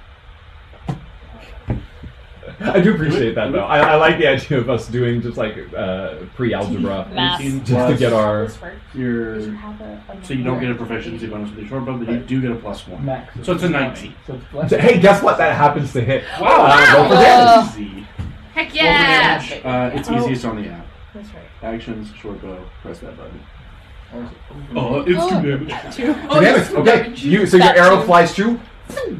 A: I do appreciate that, though. I, I like the idea of us doing just like uh, pre algebra
G: Math.
E: 18
A: just to
E: plus
A: get our.
C: This work.
E: your-
C: You have a- a
E: So you don't get a
C: number.
E: proficiency bonus with your short bow, but you do get a plus one.
D: Max.
E: So it's a 90.
D: So it's less.
A: Hey, guess what? That happens to hit. Uh, roll for
G: Wow.
A: damage.
G: Uh,
E: Easy.
B: Heck
E: Roll for
B: yeah!
E: damage. Uh, it's
F: Oh.
E: easiest on the app.
F: That's right.
E: Actions, short bow, press that button.
D: Or is it-
E: Oh, it's
G: Oh.
E: too damage.
F: Two.
A: Two damage. Okay. You so your
G: That
A: arrow
G: too.
A: flies through,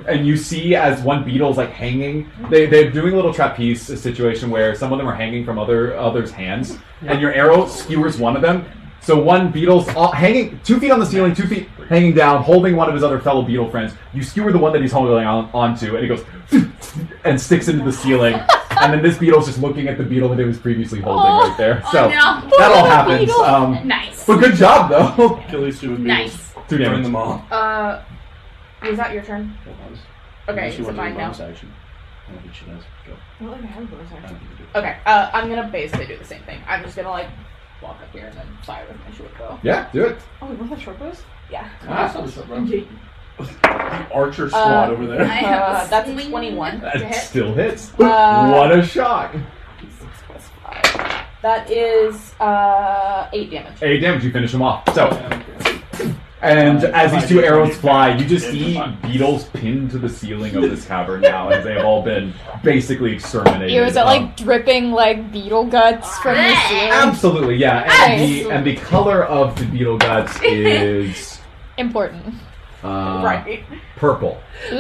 A: and you see as one beetle's like hanging. They they're doing a little trapeze situation where some of them are hanging from other others' hands, and your arrow skewers one of them. So one beetle's all, hanging two feet on the ceiling, two feet hanging down, holding one of his other fellow beetle friends. You skewer the one that he's holding on, onto, and it goes and sticks into the ceiling. And then this beetle's just looking at the beetle that it was previously holding
G: Oh.
A: right there.
B: Oh
A: So
B: no!
A: that all
G: Poor
A: happens.
G: beetle.
A: Um,
B: Nice.
A: but good job though.
E: Kill these stupid beetles.
B: Nice.
A: Two
E: Burn
A: damage.
E: them all.
C: Uh, was that your turn? Okay,
E: Unless you
C: is it
E: want to do
C: mine
E: a
C: now?
E: bonus action. I don't think she does. Go.
F: I don't think I have a bonus
E: I
F: action.
E: don't think you do.
C: Okay, uh, I'm gonna basically do the same thing. I'm just gonna like walk up here and then fire with my short bow.
A: Yeah, do it.
F: Oh, we both have short bows?
C: Yeah.
D: Ah, so it's a rough-
E: Archer squad
C: Uh,
E: over there.
B: I have
C: Uh,
B: a
C: that's a
B: swing.
C: 21 to
A: That
C: hit.
A: still hits.
C: Uh,
A: what a shock!
C: Six plus five. That is uh, eight damage.
A: Eight damage, you finish him off. So,
D: Yeah, okay.
A: and
D: Uh,
A: as these two
D: five,
A: arrows
D: five,
A: fly, you just
D: five,
A: see
D: five.
A: beetles pinned to the ceiling of this cavern now, and they've all been basically exterminated.
G: Ears are
A: Um,
G: like dripping like beetle guts from the
H: Ah.
G: ceiling.
A: absolutely, yeah. And the and the color of the beetle guts is
G: Important.
A: uh,
C: right.
A: purple.
G: Ooh.
B: Oh,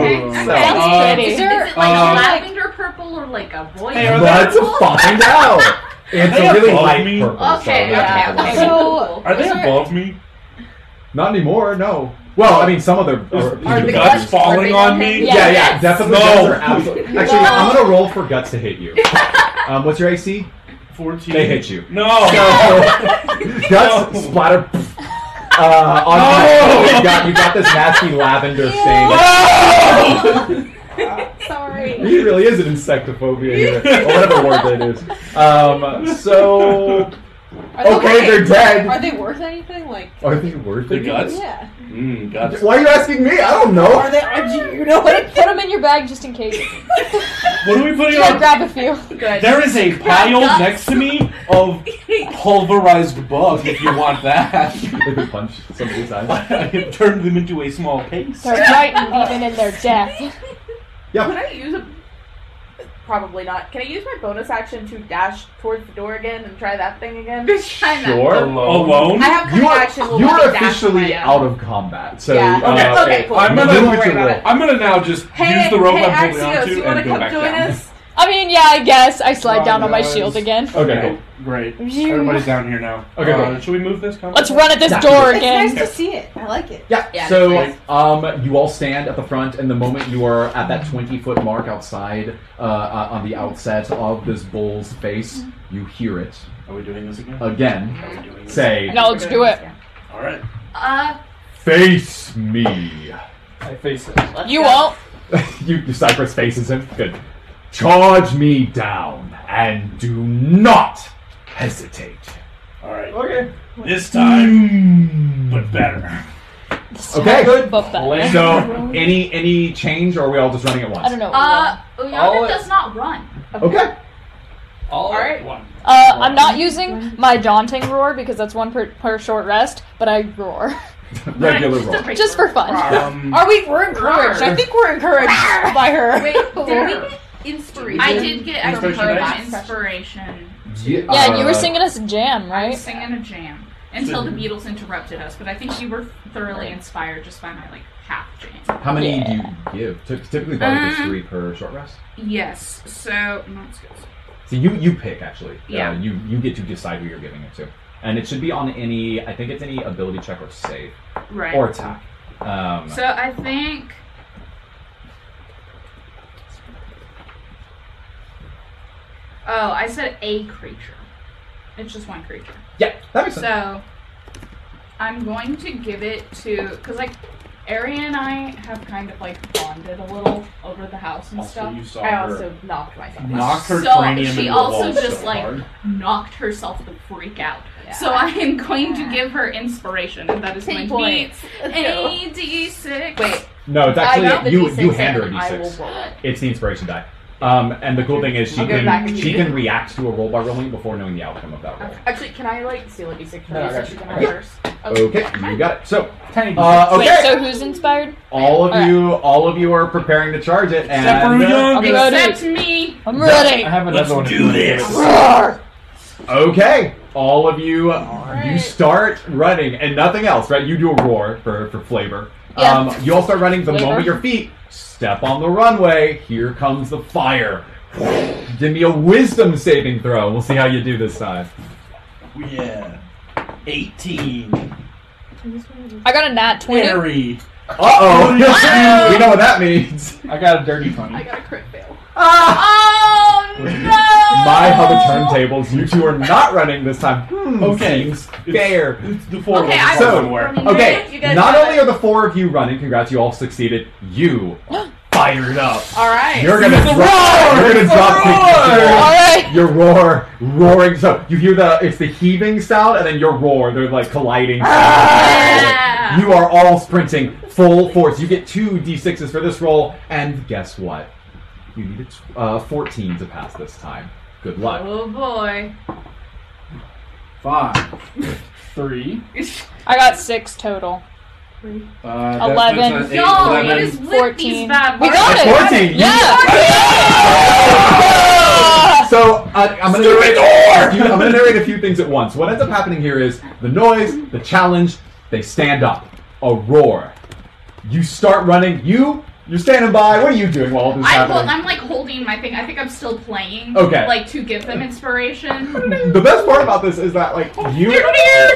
B: okay.
E: Oh.
B: okay.
A: So,
G: That's
A: uh,
G: pretty.
H: Is, there, is it like
E: Uh,
H: lavender purple or like a royal
E: Hey, are there-
A: Let's
H: purple?
A: find out. It's
E: They
A: a really
E: above
A: light
E: me?
A: purple. so
B: Okay,
A: that's
B: okay,
A: not
B: okay.
A: a lot.
G: So,
E: uh, Are they
G: is there-
E: above me?
A: Not anymore. No. Well, I mean, some of them
E: Is-
A: are.
E: is the
A: beetle
E: guts
A: guts.
E: falling on me?
A: Yeah, yeah,
G: Yes.
A: definitely.
E: No.
A: guns are absolutely. Actually, I'm gonna roll for guts to hit you. Um, what's your AC?
E: 14.
A: They hit you.
E: No!
A: So, guts
E: No.
A: splatter. Uh, on
E: No.
A: you, got, you got this nasty lavender stain.
C: Sorry.
A: It really is an insectophobia here, or whatever word that is. Um, so
F: Are they
A: okay, they're
F: Are
A: dead.
F: they worth anything? Like,
A: Are they worth
E: The
A: it?
E: guts?
F: yeah.
E: Mmm, guts.
A: Why are you asking me? I don't know.
F: Are they? Are you, you know what?
G: Put them in your bag just in case.
E: What are we putting
G: Yeah,
E: on?
G: grab a few.
C: Good.
E: There is a pile next to me of pulverized bug if you want that.
A: If it punched somebody's eyes.
E: I have turned them into a small case.
G: They're frightened even in their death.
C: Can I use a? Probably not. Can I use my bonus action to dash towards the door again and try that thing again?
B: Time out.
A: Sure.
E: Alone?
C: I have cunning
A: You are,
C: action. Will
A: you
C: let
A: are
C: me dash my
A: officially
C: own.
A: out of combat. So
C: Yeah.
A: uh,
E: Okay,
C: okay, cool.
E: I'm gonna-
A: you
C: Don't
A: what
C: worry
A: you
C: about
A: roll.
C: it.
E: I'm gonna now just
C: Hey,
E: use the rope
C: hey,
E: I'm holding
C: Axios,
E: onto
C: you wanna
E: and go
C: come
E: back
C: join
E: down.
C: us?
G: I mean, yeah, I guess. I slide
D: Oh,
G: down on my
D: guys.
G: shield again.
A: Okay, cool.
E: great.
G: Phew.
E: Everybody's down here now.
A: Okay,
E: Uh,
A: cool.
E: Should we move this?
G: Let's run at this
A: Yeah.
G: door
F: It's nice
G: again.
F: to see it. I like it.
A: Yeah.
C: Yeah,
A: so
C: nice.
A: um, you all stand at the front, and the moment you are at that twenty foot mark outside, uh, uh, on the outset of this bull's face, you hear it
E: Are we doing this again?
A: again
E: Are we doing this?
A: say,
G: No, let's do it.
E: All right.
B: Uh,
A: "Face me."
D: I face it.
C: Let's
G: You
C: go.
G: won't.
A: you Cypress faces him. Good. Charge me down, and do not hesitate.
E: All right.
D: Okay.
C: Oh.
E: This time, but
G: Mm.
E: better.
A: Okay, good.
G: Buff that.
A: So, any any change, or are we all just running at once?
G: I don't know.
B: uh, Uyana
D: All-
B: does not run.
A: Okay.
D: All
C: right.
D: at once.
G: Uh, I'm not using my daunting roar because that's one per, per short rest, but I roar.
A: Regular
B: Just a
A: roll.
B: break.
G: Just for fun.
E: Um,
G: Are we? We're encouraged. I think we're encouraged by her.
H: Wait, did we get inspiration?
B: I did get I
E: Inspiration
B: heard
E: dice?
B: inspiration.
G: yeah, and you were
A: uh,
G: singing us a jam,
B: I
G: right?
B: was singing a jam until the Beatles interrupted us, but I think you were thoroughly inspired just by my like half chain.
A: How many do you give? Ty- Typically, body gives
C: Uh-huh.
B: Um,
A: three per short rest.
B: Yes. So no, it's good.
A: So you you pick actually.
B: Yeah.
A: Uh, you you get to decide who you're giving it to, and it should be on any. I think it's any ability check or save
B: Right.
A: or attack. Um,
B: So I think. Oh, I said a creature. It's just one creature.
A: yeah, that makes sense.
B: So I'm going to give it to because like Ari and I have kind of like bonded a little over the house and
E: Also,
B: stuff.
E: you saw
C: I
E: her
C: also knocked myself.
E: knock her
B: So,
E: cranium
B: she
E: into
B: also
E: the wall
B: just,
E: so
B: like,
E: hard.
B: Knocked herself the freak out.
C: Yeah.
B: So I am going to give her inspiration, and that is going
C: Ten
B: to be
C: points. Let's go.
B: a d6.
C: Wait,
A: no, it's
C: I got
A: actually
C: the
A: you
C: D6
A: you hand her a
C: and I will
A: d6.
C: roll it.
A: It's the inspiration die. Um, and the cool thing is she
C: I'll go back
A: can
C: and
A: she
C: use it.
A: can react to a roll by rolling before knowing the outcome of that roll.
C: Actually, can I like steal a d6 from
D: No,
C: you
D: I
C: so
D: got
C: she
D: you.
C: can
D: I
C: have
D: got
C: hers?
A: Okay, you got it. So
D: Tiny
A: Uh,
D: D6.
A: okay.
G: Wait, so who's inspired?
A: all of
G: Alright.
A: you all of you are preparing to charge it, and
E: Except for Uyan.
G: I'm
B: Except
G: ready.
B: me.
G: I'm ready.
D: I have another
E: Let's
D: one. if
E: do
D: you wanna
E: this.
D: give it to-
G: Roar.
A: Okay, all of you, you
F: Alright.
A: start running and nothing else, right? You do a roar for, for flavor.
G: Yeah.
A: Um, you all start running the
G: Flavor.
A: moment your feet step on the runway. Here comes the fire. Give me a wisdom saving throw. We'll see how you do this time.
E: Yeah. 18.
G: I got a nat twenty.
E: Harry.
A: Uh oh. we know what that means.
D: I got a dirty twenty.
C: got a crit fail.
G: Ah!
B: Oh no!
A: My hub of turntables. You two are not running this time. Hmm,
E: Okay.
A: seems
E: It's-
A: fair.
E: It's the four
B: Okay,
E: of
B: I
E: us
A: was
E: somewhere.
B: running.
A: Okay,
C: You guys
A: not
C: got
A: only
C: it.
A: are the four of you running, congrats, you all succeeded. You are fired up.
C: All right.
A: You're gonna drop, you're gonna drop
G: All
A: the
G: right.
A: your roar, roaring. So you hear the it's the heaving sound, and then your roar. They're like colliding.
C: Ah!
B: Yeah.
A: You are all sprinting full force. You get two d6s for this roll, and guess what? You need a t- uh, 14 to pass this time. Good luck.
B: Oh boy.
E: Five. Uh,
D: Three.
G: I got six total.
E: Uh, that
G: Eleven.
E: puts us at
B: Yo,
E: eight,
B: it
E: 11.
B: is with these
G: 14.
B: bad
G: We
B: boys.
G: got it.
A: It's 14.
G: Yeah.
C: Oh!
A: So uh, I'm gonna narrate. a few- I'm gonna narrate a few things at once. What ends up happening here is the noise, the challenge. They stand up. A roar. You start running. You you're standing by. What are you doing while all this is
B: I
A: happening?
B: hold, I'm like holding my thing. I think I'm still playing.
A: Okay.
B: Like to give them inspiration.
A: the best part about this is that like you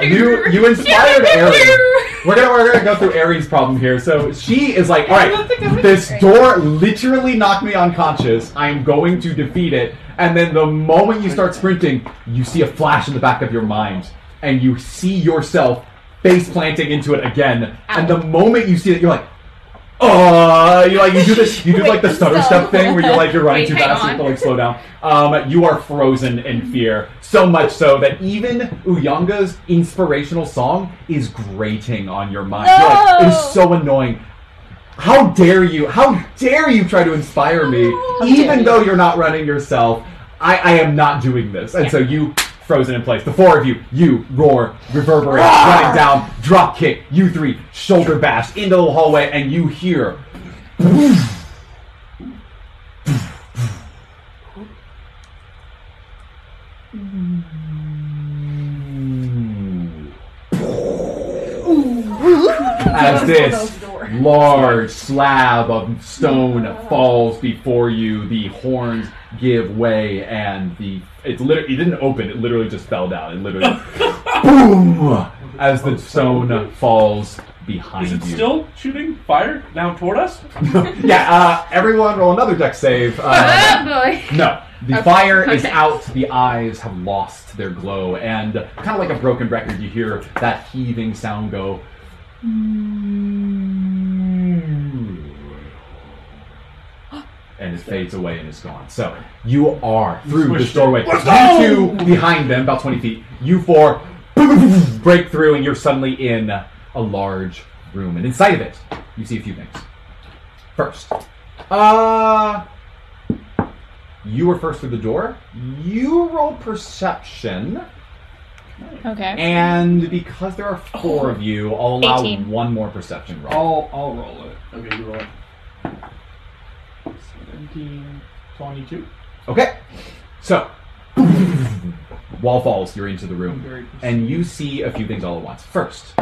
A: you you inspired Aries. We're gonna we're gonna go through Aries' problem here. So she is like, all right, this door literally knocked me unconscious. I am going to defeat it. And then the moment you start sprinting, you see a flash in the back of your mind, and you see yourself face planting into it again. And the moment you see it, you're like. Uh, you like you do this, you do like the stutter step thing where you're like you're running
B: Wait,
A: too
B: hang
A: fast, you
B: on.
A: have to like slow down. Um, you are frozen in fear, so much so that even Uyanga's inspirational song is grating on your mind. You're like, it is so annoying. How dare you? How dare you try to inspire me, even though you're not running yourself? I, I am not doing this. And so you frozen in place. The four of you, you roar, reverberate,
B: Ah!
A: running down, drop kick, you three, shoulder bash into the hallway, and you hear as this large slab of stone falls before you, the horns give way, and the it's literally it didn't open; it literally just fell down. It literally boom as the stone falls behind
E: Is it
A: you.
E: still shooting fire now toward us?
A: yeah, uh, everyone roll another deck save. Uh,
B: Oh boy.
A: no. The fire is
B: Okay.
A: out, the eyes have lost their glow, and kind of like a broken record, you hear that heaving sound go. And it fades away and is gone. So you are through this doorway. You two behind them, about 20 feet. You four break through, and you're suddenly in a large room. And inside of it, you see a few things. First, uh, you were first through the door. You roll perception,
G: Okay.
A: and because there are four of you, I'll allow
G: 18.
A: one more perception roll.
D: I'll I'll roll it.
E: Okay, you roll it.
D: 17, 22.
A: Okay, so wall falls. You're into the room,
D: Very
A: and you see a few things all at once. First,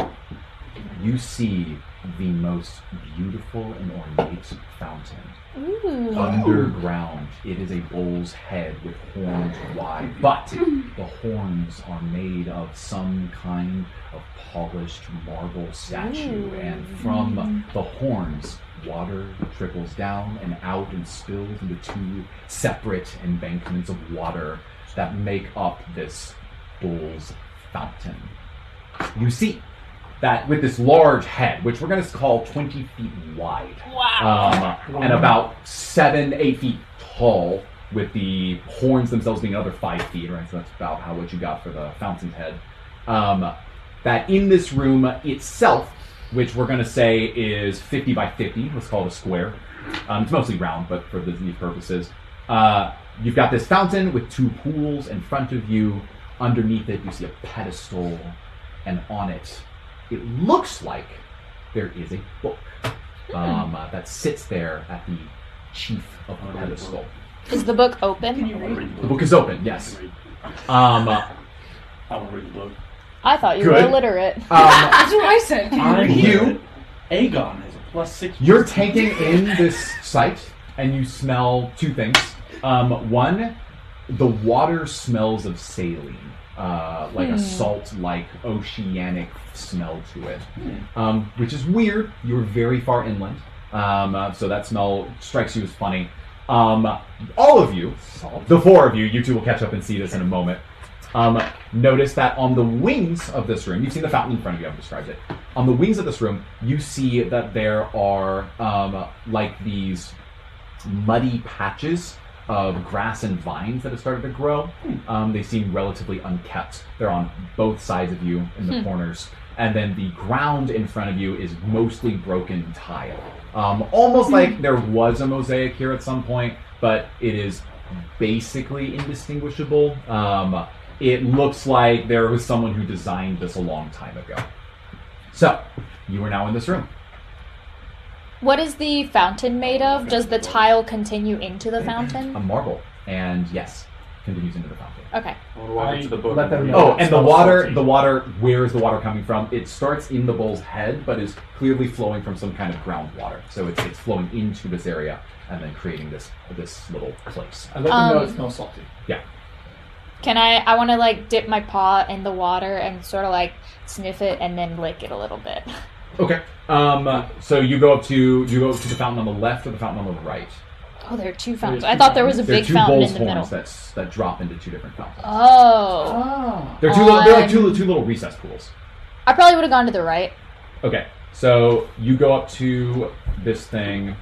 A: you see the most beautiful and ornate fountain.
G: Ooh.
A: Underground, it is a bull's head with horns wide, but the horns are made of some kind of polished marble statue, and from the horns, water trickles down and out and spills into two separate embankments of water that make up this bull's fountain. You see that with this large head, which we're going to call 20 feet wide, um, and about seven, eight feet tall, with the horns themselves being another five feet, right? So that's about how what you got for the fountain's head. Um, that in this room itself, which we're going to say is 50 by 50, let's call it a square. Um, it's mostly round, but for these purposes, uh, you've got this fountain with two pools in front of you. Underneath it, you see a pedestal, and on it, it looks like there is a book um, uh, that sits there at the chief of the pedestal.
G: Is the book open?
E: I want to read the
A: The
E: book.
A: book is open, yes. Um, uh,
E: I want to read the book.
G: I thought you
A: Good.
G: were illiterate.
A: um,
B: That's what I said.
E: I'm
A: You-
E: you. Aegon has a plus six.
A: You're taking in this sight, and you smell two things. Um, one, the water smells of saline, uh, like a salt-like oceanic smell to it, um, which is weird. You're very far inland, um, uh, so that smell strikes you as funny. Um, all of you, the four of you, you two will catch up and see this in a moment. Um, notice that on the wings of this room, you've seen the fountain in front of you. I've described it. On the wings of this room, you see that there are um, like these muddy patches of grass and vines that have started to grow. Um, they seem relatively unkept. They're on both sides of you in the corners. And then the ground in front of you is mostly broken tile. Um, almost like there was a mosaic here at some point, but it is basically indistinguishable. Um, it looks like there was someone who designed this a long time ago. So, you are now in this room.
G: What is the fountain made of? Does the tile continue into the
A: A
G: fountain?
A: marble. And yes, continues into the fountain.
G: Okay.
E: I want to walk up to the book.
D: Let
E: and
D: them
E: read
D: know.
E: it.
A: Oh, and the
D: Smells
A: water,
D: salty.
A: the water, where is the water coming from? It starts in the bull's head, but is clearly flowing from some kind of groundwater. So it's, it's flowing into this area and then creating this this little place.
D: I let them know
G: Um,
D: it smells salty.
G: Can I? I want to like dip my paw in the water and sort of like sniff it and then lick it a little bit.
A: Okay. Um so you go up to you go up to the fountain on the left or the fountain on the right.
G: Oh, there are two fountains.
D: There's
G: I
D: two
G: thought there was a
A: There are
G: big
A: two
G: fountain
A: bull's
G: in the middle.
A: horns that s- that drop into two different fountains.
G: Oh,
D: Ah.
A: they're two little, they're like two,
G: on-
A: two little recess pools.
G: I probably would have gone to the right.
A: Okay, so you go up to this thing,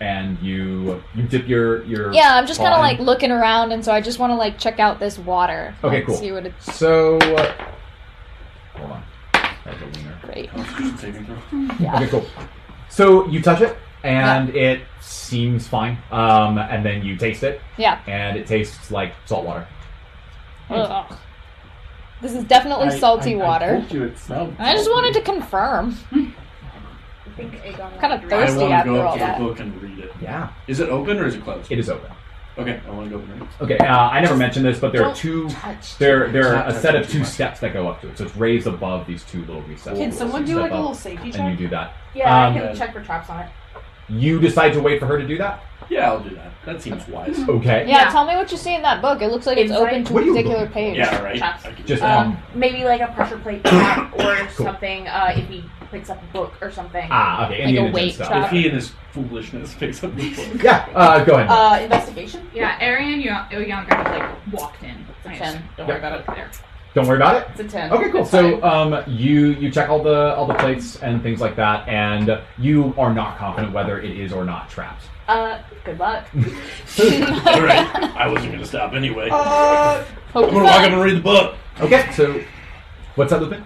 A: and you you dip your your.
G: Yeah, I'm just kind of
A: paw in.
G: like looking around, and so I just want to like check out this water.
A: Okay,
G: Like,
A: cool.
G: See what it's
A: So, uh, hold on. That's a wiener.
G: great.
E: Constitution saving throw.
A: Okay, cool. So you touch it, and it seems fine. Um, and then you taste it,
G: Yeah.
A: and it tastes like salt water.
G: Ugh. This is definitely
D: I-
G: salty
D: I- I
G: water.
D: told you it smelled.
G: I, just wanted to confirm.
C: I think Aegon
G: Kinda
C: wants to read.
G: thirst-
E: I
G: Thirsty
E: want to
G: after
E: go
G: all
E: up to
G: that.
E: the book and read it.
A: Yeah,
E: Is it open or is it closed?
A: it is open.
E: Okay, I want to go open it.
A: Okay, uh, I never mentioned this, but there are two. There, there are a set of two
E: Touch.
A: steps that go up to it, so it's raised above these two little recesses.
F: Can someone do like a little safety
A: And you
F: check?
A: do that.
C: Yeah,
A: Um,
C: I can check for traps on it.
A: You decide to wait for her to do that.
E: Yeah, I'll do that. That seems wise.
A: Okay.
G: Yeah,
B: Yeah.
G: tell me what you see in that book. It looks like it's
C: Inside-
G: open to
A: What
G: a
A: are you
G: particular
A: looking
G: page.
E: Yeah, right.
C: Traps.
E: I can do
A: Just
E: that.
A: um.
C: Um, maybe like a pressure plate trap or
A: Cool.
C: something. Uh, if he picks up a book or something.
A: Ah, okay. Indiana Jones
G: weight
A: style.
G: trap.
E: if he and his foolishness picks up the book.
A: Yeah. Uh, go ahead.
C: Uh, investigation.
B: Yeah, Arian Younger like walked in.
C: It's a ten. Don't worry about it.
B: There.
A: Don't worry about it.
C: It's a ten.
A: Okay, cool.
C: It's
A: So
C: fine.
A: um, you you check all the all the plates and things like that, and you are not confident whether it is or not trapped.
C: uh, good luck.
E: All right, I wasn't gonna stop anyway.
A: Uh,
G: Hope
E: I'm
G: you
E: gonna walk up and read the book.
A: Okay. So what's that, Lupin?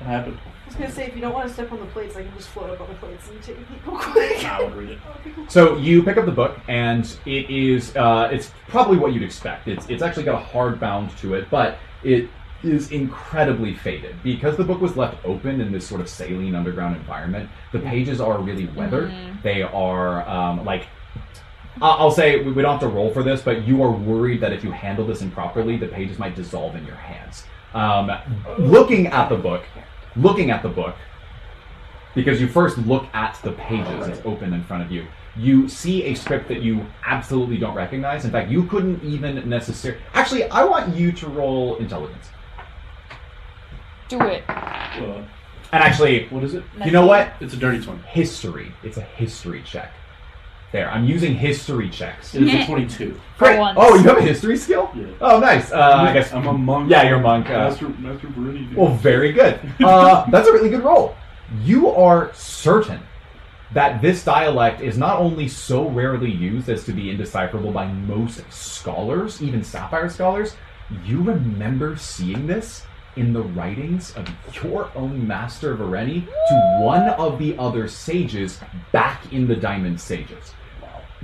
E: What happened?
F: I was gonna say if you don't want to step on the plates, I can just float up on the plates and take people quick.
E: Nah, I would read it.
A: So you pick up the book, and it is uh, it's probably what you'd expect. It's it's actually got a hard bound to it, but it is incredibly faded because the book was left open in this sort of saline underground environment. The pages are really weathered. They are um, like. I- I'll say we we don't have to roll for this, but you are worried that if you handle this improperly, the pages might dissolve in your hands. Um, looking at the book, looking at the book, because you first look at the pages that's open in front of you. You see a script that you absolutely don't recognize. In fact, you couldn't even necessarily. Actually, I want you to roll intelligence.
G: Do it.
E: Uh,
A: And actually,
E: what is it?
A: you know what?
E: It's a dirty twenty.
A: History. It's a history check. There, I'm using history checks.
E: It is
B: Meh.
E: a twenty-two.
G: For
A: Great.
G: once.
A: Oh, you have a history skill?
E: Yeah.
A: Oh, nice. Uh, I guess
E: I'm a monk.
A: Yeah, you're a monk. Uh, Oh,
E: Master, master Bruni. dude.
A: Well, very good. Uh, that's a really good roll. You are certain that this dialect is not only so rarely used as to be indecipherable by most scholars, even sapphire scholars, you remember seeing this in the writings of your own master Vareni to one of the other sages back in the Diamond Sages.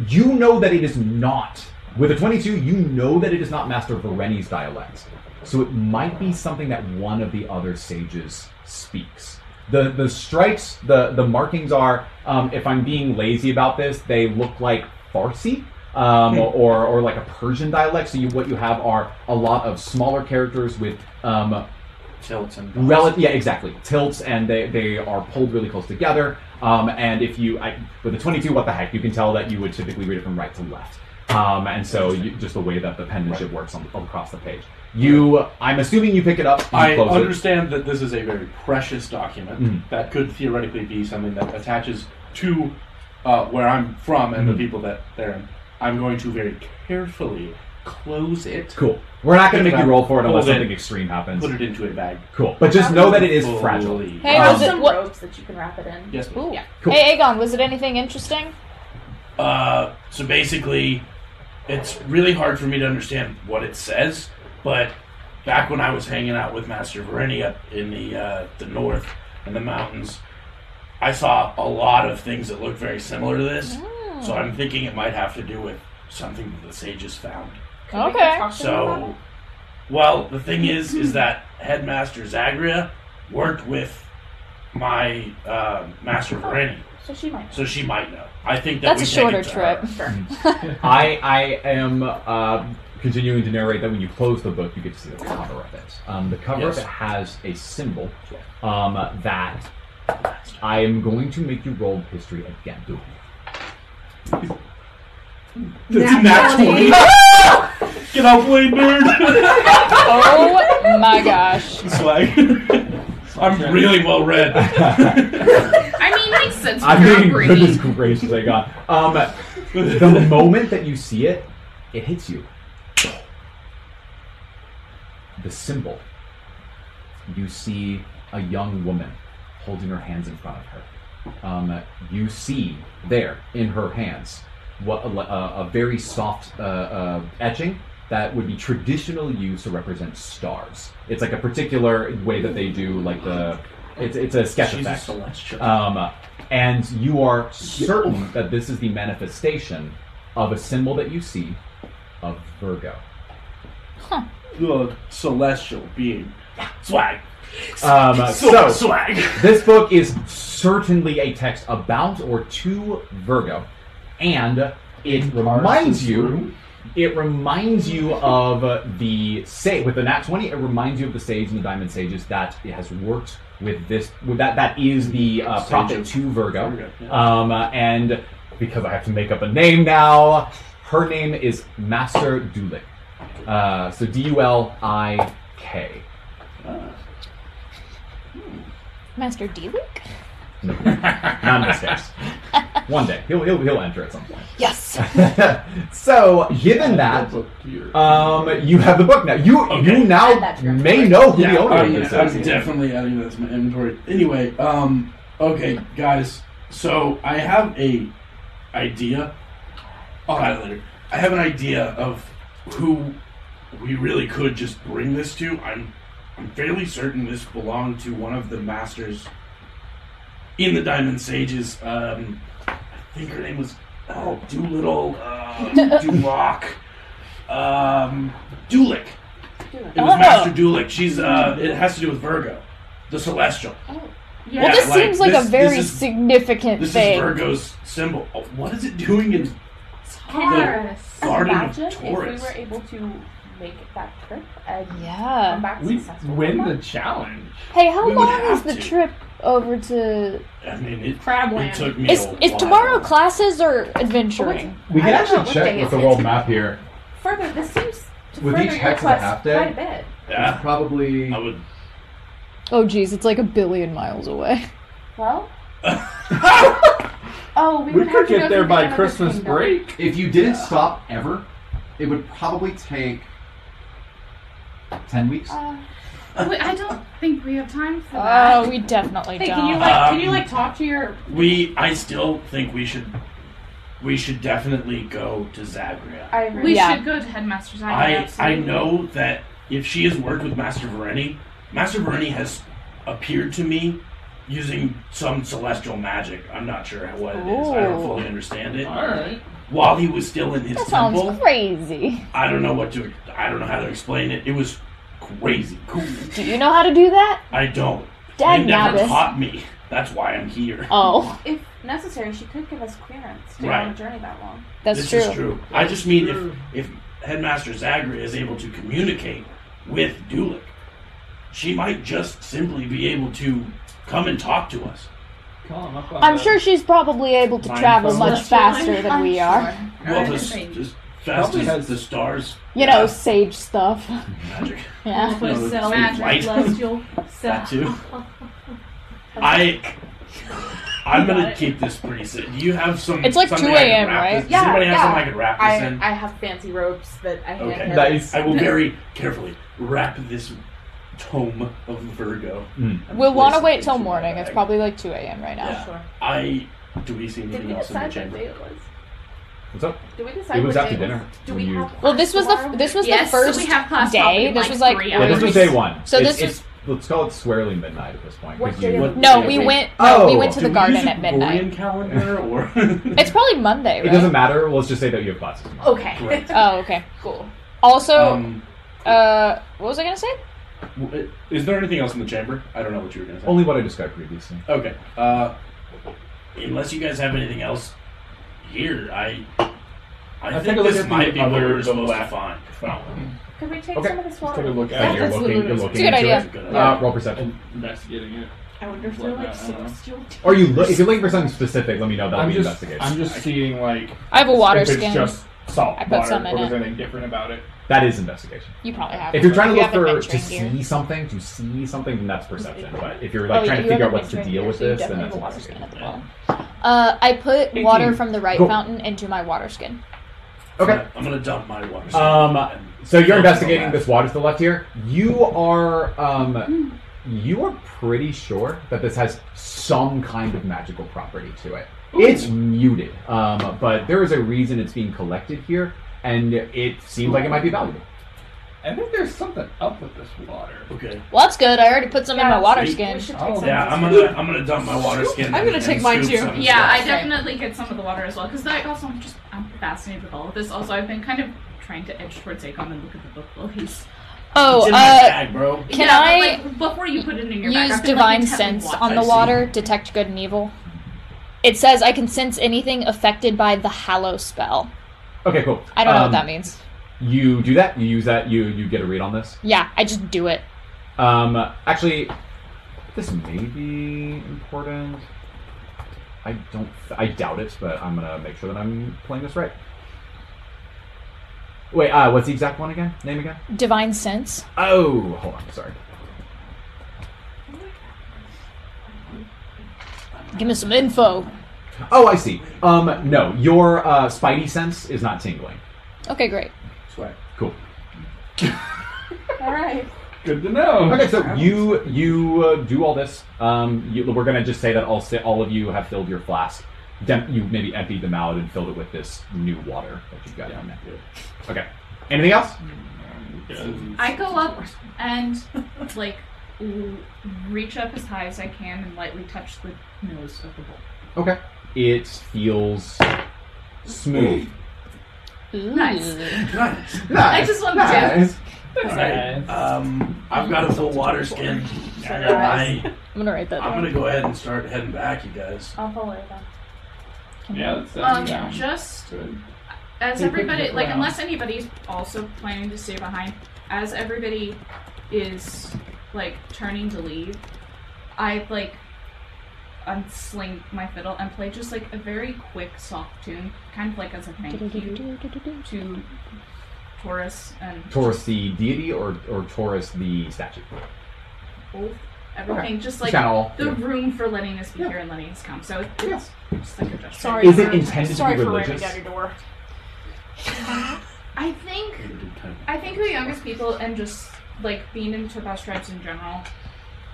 A: You know that it is not, with a 22, you know that it is not Master Vareni's dialect. So it might be something that one of the other sages speaks. The the strikes, the the markings are. Um, if I'm being lazy about this, they look like Farsi. Um, or, or like a Persian dialect. So you, what you have are a lot of smaller characters with um,
E: tilts and
A: Rel- yeah, exactly. Tilts, and they, they are pulled really close together. Um, and if you, I, with a 22, what the heck, you can tell that you would typically read it from right to left. Um, and so you, just the way that the penmanship works on, across the page. You, I'm assuming you pick it up. And you
E: I
A: close it.
E: understand that this is a very precious document
A: Mhm.
E: that could theoretically be something that attaches to uh, where I'm from and
A: Mhm.
E: the people that they're in. I'm going to very carefully close it,
A: Cool. We're not going to make you roll for it unless
E: Hold it.
A: something extreme happens.
E: put it into a bag.
A: Cool. But just know that it is fragile.
E: Fully.
G: Hey,
A: Um,
G: was it
C: some
G: what?
C: ropes that you can wrap it in.
E: Yes, please.
G: Ooh.
A: Cool.
G: Hey, Aegon, was it anything interesting?
E: Uh, so basically, it's really hard for me to understand what it says, but back when I was hanging out with Master Vereni up in the, uh, the north and the mountains, I saw a lot of things that looked very similar to this.
G: Mm.
E: So I'm thinking it might have to do with something that the sages found.
B: Can we
G: Okay.
B: talk to them about it?
E: So, well, the thing is, is that Headmaster Zagria worked with my uh, Master Vereni,
C: So she might.
E: so she might know. I think that
G: That's
E: we
G: a
E: take it
G: shorter
E: to
G: trip.
E: her.
A: I, I am uh, continuing to narrate that when you close the book, you get to see the cover of it. Um, the cover
E: Yes.
A: of it has a symbol um, that I am going to make you roll history again.
E: That's a nat 20. Get off way, nerd.
G: Oh my gosh.
E: Swag. I'm really well read.
B: I mean, makes sense.
A: I
B: You're
A: mean,
B: upbringing.
A: goodness gracious, I got. Um, the moment that you see it, it hits you. The symbol. You see a young woman holding her hands in front of her. Um, you see there in her hands what a, a, a very soft uh, uh, etching that would be traditionally used to represent stars. It's like a particular way that they do, like the. It's, it's a sketch
E: She's a
A: effect.
E: celestial.
A: Um, and you are certain that this is the manifestation of a symbol that you see of Virgo.
E: the Uh, celestial being. Swag.
A: Um,
E: So,
A: so,
E: swag.
A: this book is certainly a text about or to Virgo, and it reminds you. It reminds you of uh, the sage with the nat twenty. It reminds you of the sage and the diamond sages that it has worked with this. With that, that is the uh,
E: Sage
A: prophet
E: of
A: to Virgo.
E: Virgo, yeah.
A: Um, uh, and because I have to make up a name now, her name is Master Dulik. Uh, so D U L I K.
G: Master Delik?
A: No, not in this case. One day he'll he'll he'll enter at some point.
G: Yes.
A: so given that. Um, you have the book now. You
E: Okay.
A: you
C: Add
A: now
C: that to your
A: may
C: inventory.
A: know who
E: Yeah,
A: the owner
E: oh,
A: of
E: yeah,
A: this
E: I'm
A: is.
E: definitely adding that to my inventory. Anyway, um, okay, guys. So I have a idea. I'll add it later. I have an idea of who we really could just bring this to. I'm, I'm fairly certain this belonged to one of the masters in the Diamond Sages. Um, I think her name was oh Doolittle uh, Duloc, um, Dulick. It was
G: Oh.
E: Master Dulick. She's uh, it has to do with Virgo, the celestial.
H: Oh,
B: Yeah.
G: well, this
E: like,
G: seems like
E: this-
G: a very
E: this is-
G: significant
E: This
G: thing.
E: is Virgo's symbol. Oh, what is it doing in
C: Can
E: Garden of
C: imagine if we
E: Taurus?
C: were able to make that trip and come
G: Yeah.
C: back
D: We
C: successful.
D: win the challenge.
G: Hey, how
E: We would
G: long is
E: have
G: the
E: to.
G: trip over to?
E: I mean, it, it
H: Crabland.
E: took me.
G: Is
E: a
G: is
E: while.
G: tomorrow classes or adventuring?
A: We can
C: I don't
A: actually
C: know what
A: check
C: day
A: with
C: it
A: the
C: is.
A: world map here.
C: Further, this seems to
A: With
C: further
A: each
C: your
A: hex of a
C: quest
A: half day?
C: quite a bit.
A: It's
E: Yeah,
A: probably.
E: I would.
G: Oh, geez, it's like a billion miles away.
C: Well, oh, we,
D: We
C: would have
D: could
C: to go
D: get there
C: through
D: by
C: Dynamite
D: Christmas
C: Kingdom.
D: break.
A: If you didn't stop ever, it would probably take ten weeks.
C: Uh,
B: Wait, I don't think we have time for that.
G: Oh, we definitely
H: Hey, can you
G: don't.
H: like
E: Um,
H: can you like talk to your
E: We. I still think we should. We should definitely go to Zagria.
C: I agree.
B: we
G: Yeah.
B: should go to Headmaster's Island.
E: I I
B: absolutely.
E: know that if she has worked with Master Vereni, Master Vereni has appeared to me using some celestial magic. I'm not sure what it is. I don't
G: Ooh.
E: fully understand it.
D: Alright.
E: While he was still in his
G: Oh. That
E: temple,
G: sounds crazy.
E: I don't know what to. I don't know how to explain it. It was crazy cool.
G: Do you know how to do that?
E: I don't.
G: Dag
E: they never
G: nabbit.
E: taught me. That's why I'm here.
G: Oh,
C: If necessary, she could give us clearance to go on a
E: Right.
C: journey that long.
G: that's
E: this
G: true.
E: is true. I just mean if if Headmaster Zagri is able to communicate with Dulik, she might just simply be able to come and talk to us.
D: Call him up on
G: I'm
D: the-
G: sure she's probably able to
D: Mindful.
G: travel much
D: That's
G: faster than we are.
E: Well,
B: I
E: the, s-
B: agree.
E: just fast
D: Probably
E: as
D: has-
E: the stars
G: You know, sage stuff.
E: magic.
G: Yeah.
E: No, it's
H: cell
E: magic, light.
H: celestial cell.
E: That too. I. I'm gonna keep this pretty simple. You have some.
G: It's like
E: something
G: 2
E: I can
G: a.m.,
E: wrap
G: right?
E: This.
C: Yeah,
E: Does anybody have
C: yeah.
E: something I could wrap this in?
C: I, I have fancy ropes that I hand
E: Okay.
C: him.
A: Nice.
E: I will very carefully wrap this tome of Virgo.
A: Mm.
E: and
G: We'll want to
E: place it
G: wait till
E: into my
G: morning. It's
E: bag.
G: probably like 2 a.m. right now.
E: Yeah.
C: Sure.
E: I do we see
C: Did
E: anything
C: we
E: else in the
C: decide what day
E: chamber?
C: it was?
A: What's up?
C: Did we decide
A: It was
C: what
A: after
C: day it was?
A: dinner.
C: Do
A: when
C: we
A: you-
C: have
G: Well, this was the
C: tomorrow?
G: this was
B: yes,
G: the first
B: so we have class
G: day.
B: probably
G: This
B: like
G: was like
B: three
G: Yeah,
A: Yeah,
B: hours.
A: this was day one.
G: So
A: It's-
G: this
A: it's- let's call it squarely midnight at this point. 'cause
C: What day
A: you-
C: of the
G: No,
C: week?
G: we
E: Wait.
G: went. No, we
A: Oh.
G: went to
E: Do
G: the
E: we
G: garden
E: use a
G: at midnight.
E: Gregorian calendar or
G: It's probably Monday,
A: It
G: right?
A: doesn't matter. Let's just say that you have classes. tomorrow.
C: Okay.
E: Correct.
G: Oh, okay, cool. Also,
E: um,
G: uh, what was I gonna say?
E: w- is there anything else in the chamber? I don't know what you were gonna say.
A: Only what I described previously.
E: okay. Uh, unless you guys have anything else here, I I,
D: I
E: think
D: take a look
E: this
D: at the
E: might be what
D: other-
E: we're
D: the
E: supposed to
D: left.
E: find. Well,
C: Could we take
A: Okay.
C: some of this
D: Let's take a
C: water?
D: look
A: Yeah,
D: at
A: you're
D: it.
A: looking, you're
G: It's
A: looking
G: a good
A: into
G: idea.
E: that's a good idea.
A: Uh, roll perception.
D: Investigating it.
F: I wonder if they're like celestial.
A: Or you, look, if you're looking for something specific, let me know. That'll
D: I'm
A: be
D: just,
A: investigated.
D: I'm just seeing like
G: I have a water
D: if it's
G: skin.
D: just salt
G: I put
D: water
G: some in
D: or
G: it.
D: there's anything different about it.
A: That is investigation.
G: You probably have.
A: If you're trying to
G: You
A: look
G: have
A: for to
G: adventuring gear.
A: see something, to see something, then that's perception. But if you're
G: Oh,
A: like
G: yeah,
A: trying to
G: you have
A: figure out what's to
G: adventuring
A: deal
G: gear,
A: with
G: so you
A: this, then
G: definitely
A: that's
G: have a water skin
A: investigating.
G: at the bottom. Uh, I put water
E: 18.
G: from the right
A: Cool.
G: fountain into my water skin.
A: Okay.
E: I'm gonna dump my water.
A: Um,
E: and-
A: So you're investigating this water to the left here. You are, um, you are pretty sure that this has some kind of magical property to it. It's muted, um, but there is a reason it's being collected here, and it seems like it might be valuable.
D: I think there's something up with this water.
E: Okay.
G: Well, that's good. I already put some in
C: Yeah,
G: my water
E: sweet.
C: We
G: skin.
C: should take
D: Oh,
C: some
E: Yeah,
C: of this
E: I'm gonna I'm gonna dump my water skin.
F: I'm gonna
E: and-
F: take
E: and
F: mine
E: scoop
F: too.
E: some as
B: Yeah,
E: well.
B: I definitely get some of the water as well because I also I'm just I'm fascinated with all of this. Also, I've been kind of trying to edge towards Akon and look at the book while he's.
G: Oh,
E: It's in my
G: uh,
E: bag, bro.
G: Can
B: yeah,
G: I
B: but, like, before you put it in your bag,
G: use
B: I've been, like,
G: divine
B: intently
G: sense
B: watching.
G: on the
E: I see.
G: water, detect good and evil. It says I can sense anything affected by the hallow spell.
A: Okay, cool.
G: I don't know
A: Um,
G: what that means.
A: You do that. You use that. You you get a read on this.
G: Yeah, I just do it.
A: Um, actually, this may be important. I don't. I doubt it, but I'm gonna make sure that I'm playing this right. Wait, uh, what's the exact one again? Name again?
G: Divine sense.
A: Oh, hold on. Sorry.
G: Give me some info.
A: Oh, I see. Um, no, your uh, spidey sense is not tingling.
G: Okay, great.
E: Swag.
A: Cool.
C: All right.
D: Good to know.
A: Okay, so you you uh, do all this. Um, you, we're gonna just say that all si- all of you have filled your flask. Dem- you maybe emptied them out and filled it with this new water that you've got down there. Okay. Anything else?
B: I go up and like l- reach up as high as I can and lightly touch the nose of the bowl.
A: Okay. It feels smooth.
G: Ooh.
B: Nice.
E: Nice.
B: I just wanted to.
E: All right. Um, I've got a full water skin, and I
G: I'm gonna write that
E: I'm
G: down.
E: gonna go ahead and start heading back, you guys.
C: I'll follow it then.
D: Yeah, that's
B: Um,
D: sounds
B: just
D: good.
B: as
E: Hey, quick,
B: everybody
E: look
B: like
E: around.
B: unless anybody's also planning to stay behind as everybody is like turning to leave i like unsling my fiddle and play just like a very quick soft tune kind of like as a thank you to taurus and
A: Taurus the deity or or Taurus the statue?
B: both everything just like
A: Channel.
B: the
A: yeah.
B: room for letting us be
A: Yeah.
B: here and letting us come so it's just like a gesture
F: Sorry.
A: Is it
F: for-
A: intended to
F: sorry
A: be
F: for
A: religious?
F: ramming down your door.
B: i think I think the youngest people and just like being into bus drives in general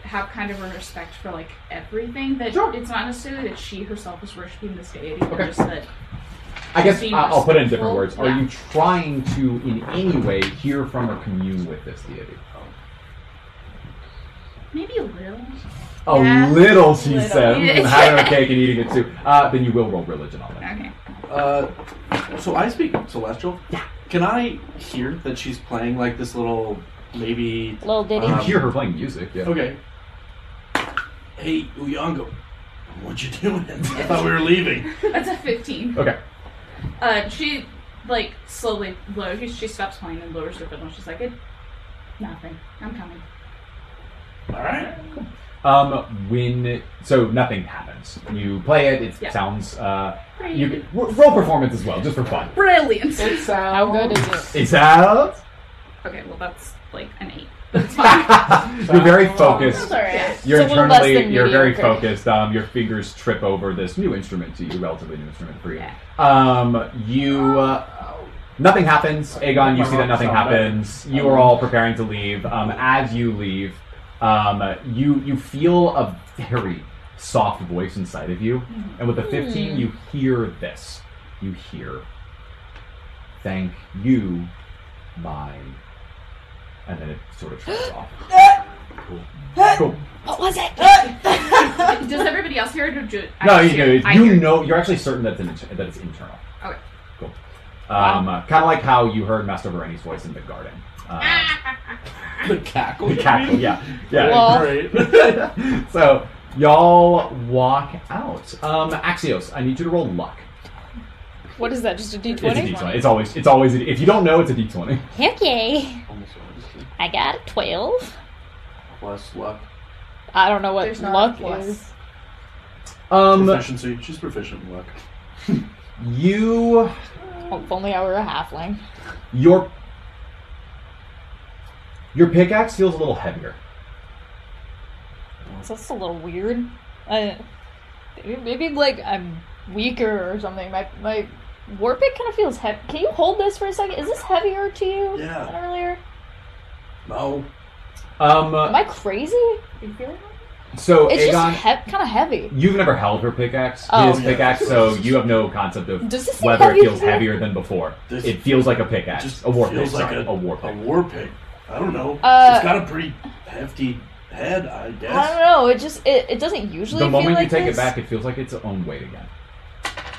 B: have kind of a respect for like everything that
A: Sure.
B: it's not necessarily that she herself is worshiping this deity,
A: Okay.
B: but just that
A: I guess
B: Being
A: I- I'll put it in different
B: respectful,
A: words. Are
B: yeah.
A: you trying to, in any way, hear from or commune with this deity?
B: maybe a little.
A: A
B: Yeah.
A: little, she
B: Little.
A: said. Mm, having a cake and eating it too. Uh, then you will roll religion on that.
B: Okay.
E: Uh, so I speak celestial. Yeah. Can I hear that she's playing like this little maybe?
G: Little ditty.
A: You
E: Um,
A: hear her playing music. Yeah.
E: Okay. Hey, Uyango, what you doing? I thought we were leaving.
B: That's a fifteen.
A: Okay.
B: Uh she like slowly lowers she stops playing and lowers her fiddle. She's like it nothing. I'm coming.
E: All right.
A: Um, when so nothing happens. You play it. It
B: Yeah.
A: sounds. Uh, you can- r- roll performance as well, just for fun.
B: Brilliant.
D: It sounds.
G: How good is it?
A: It's out.
B: Okay, well that's like an eight. But it's fine.
A: You're very
B: Oh,
C: That's
A: focused.
C: alright.
A: You're
G: It's a little less
A: internally,
G: than
A: you're very
G: mediocre.
A: focused. Um, your fingers trip over this new instrument to you, relatively new instrument for you.
B: Yeah.
A: Um, you, uh, nothing happens. Aegon, you see that nothing happens. You are all preparing to leave. Um, as you leave, um, you you feel a very soft voice inside of you,
G: Mm-hmm.
A: and with the fifteen, you hear this. You hear, "Thank you, my," and then it sort of shuts off. Cool. Cool.
G: What was it?
B: Does everybody else hear it or do I
A: No,
B: just
A: you
B: hear
A: know,
B: it? I hear
A: you
B: it.
A: know, you're actually certain that's an, inter- that it's internal.
B: Okay.
A: Cool. Um, Kind of like how you heard Master Bernie's voice in the garden. Uh,
E: The cackle.
A: the
E: you
A: cackle,
E: mean?
A: yeah, yeah.
G: Lol.
E: Great.
A: so y'all walk out. Um, Axios, I need you to roll luck.
G: What is that? Just a D
A: It's a
G: twenty?
A: d20. It's always, it's always. If you don't know, it's a d20.
G: Heck yay!
E: Almost always.
G: I got a twelve.
E: Plus luck,
G: I don't know what
C: There's not
G: luck
C: a plus.
G: is.
A: Um,
E: proficiency. She's proficient in luck.
A: you,
G: Oh, if only I were a halfling.
A: your, your pickaxe feels a little heavier.
G: So that's a little weird. I, maybe, maybe like I'm weaker or something. My my war pick kind of feels heavy. Can you hold this for a second? Is this heavier to you
E: Yeah.
G: than earlier?
E: No.
A: Um,
G: Am I crazy?
A: so
G: It's
A: Aegon,
G: just he- kind of heavy.
A: You've never held her pickaxe,
G: Oh.
A: his pickaxe, so you have no concept of
G: Does this seem
A: whether it
G: heavy
A: feels
G: to you?
A: heavier than before.
E: This
A: it feels like a pickaxe,
E: just
A: a war
E: feels
A: pick,
E: like
A: sorry,
E: a-
A: a, war
E: A
A: pick.
E: war pig. I don't know.
G: Uh,
E: it's got a pretty hefty head, I guess.
G: I don't know. It just it, it doesn't usually
A: The moment
G: feel like
A: you take
G: this.
A: it back, it feels like its own weight again.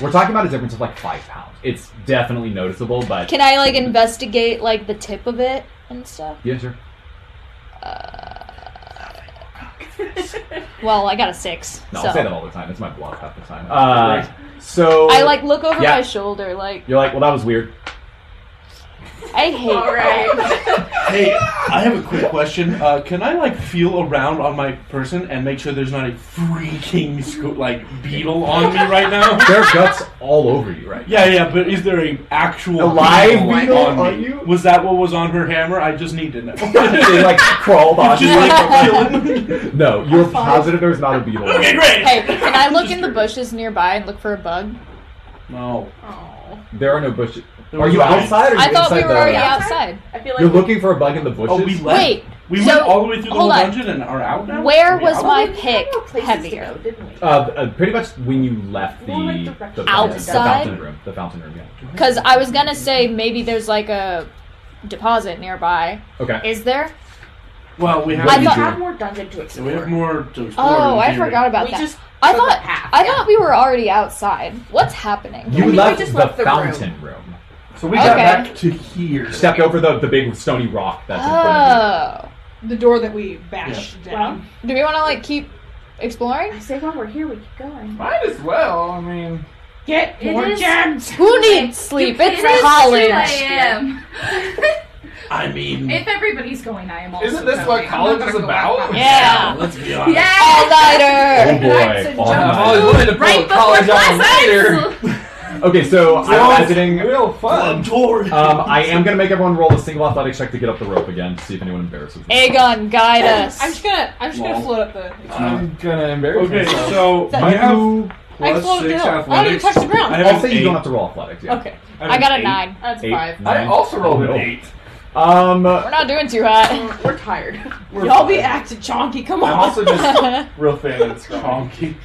A: We're talking about a difference of like five pounds. It's definitely noticeable, but
G: Can I like investigate like the tip of it and stuff?
A: yeah, sure.
G: Well, I got a six.
A: No,
G: so
A: I say that all the time. It's my blood half the time. Uh, so
G: I like look over
A: Yeah.
G: my shoulder. Like
A: You're like, well, that was weird.
G: I hate.
C: All right.
E: Hey, I have a quick question. Uh, can I like feel around on my person and make sure there's not a freaking sco- like beetle on me right now?
A: There are guts all over you, right?
E: Yeah, yeah, but is there a actual
A: A live beetle
E: on
A: on
E: me?
A: you?
E: Was that what was on her hammer? I just need to know. Just
A: they like crawled on you.
E: like killing.
A: no, you're positive there's not a beetle.
E: Okay, great.
G: Hey, can I look in the bushes nearby and look for a bug?
E: No.
A: There are no bushes.
E: There
A: Are
E: was
A: you
E: mine.
A: outside or are
G: I
A: you
G: thought we
A: inside
G: were
A: the-
G: already
C: Yeah.
G: outside.
C: I feel like
A: You're looking for a bug in the bushes?
E: Oh, we left.
G: Wait,
E: we
G: so-
E: went all the way through the whole
G: hold on.
E: dungeon and are out now. Are
G: where
E: we
G: was
E: out?
G: my
C: we
G: pick
C: had no places to
G: heavier?
C: go, didn't we?
A: Uh, uh, pretty much when you left the,
C: More like
A: the,
C: direction.
A: fountain- the
G: Outside?
A: fountain room. The fountain room, yeah.
G: Because I was gonna say maybe there's like a deposit nearby.
A: Okay.
G: Is there?
E: Well, we have.
G: I
C: we
G: thought-
C: have more dungeon to
E: we have
C: explore.
E: more to explore.
G: Oh,
E: in
G: I
E: theory.
G: forgot about
C: we
G: that.
C: just
G: I
C: took a
G: thought
C: path,
G: I
C: yeah.
G: thought we were already outside. What's happening?
A: You
C: think we
A: left
C: just
A: the
C: left the room.
A: fountain room.
D: So we got
G: Okay.
D: back to here.
A: Stepped over the, the big stony rock that's in front of
G: Oh,
F: The door that we bashed down.
G: do we want to like keep exploring?
C: I say when we're here, we keep going.
D: Might as well. I mean, Get
H: It more is-
D: gems!
G: Who needs sleep?
H: You
G: It's
H: can't-
G: college.
H: It's 2 a.m.
E: I mean,
B: if everybody's going, I am also
D: Isn't this
B: going.
D: what college
B: I'm not
D: is
B: gonna go
D: about?
B: out.
G: Yeah.
E: let's be honest.
H: Yeah.
G: All nighter.
A: Oh boy. All
E: I've
A: night.
E: always wanted to pull
H: Right
E: a
H: before
E: college on
H: class
E: later.
H: ends.
A: Okay, so I'm visiting.
D: Real fun.
E: Torrid.
A: Um, I am going to make everyone roll a single athletics check to get up the rope again to see if anyone embarrasses me.
G: Aegon, guide us.
F: I'm just gonna I'm just
E: Lol.
F: gonna float up the.
D: I'm gonna embarrass
E: Okay,
D: myself.
E: so
F: That-
E: I have
A: You-
F: I
E: plus
F: floated
E: six
F: up. I don't even
E: athletics.
F: touch the ground.
E: I have
A: I'll
E: an
A: say you
E: eight.
A: don't have to roll athletics. Yeah.
F: okay,
E: have
G: I
E: an
G: got a
E: eight.
G: nine.
F: that's
A: Eight,
F: five.
D: I
A: nine.
D: also rolled an
A: Oh, no.
D: eight.
G: We're
A: Um,
G: not doing too hot.
C: We're, we're tired.
E: We're
F: Y'all
E: fine.
F: be acting chonky. Come on.
E: I'm also just
D: Real thin and strong.
E: chonky.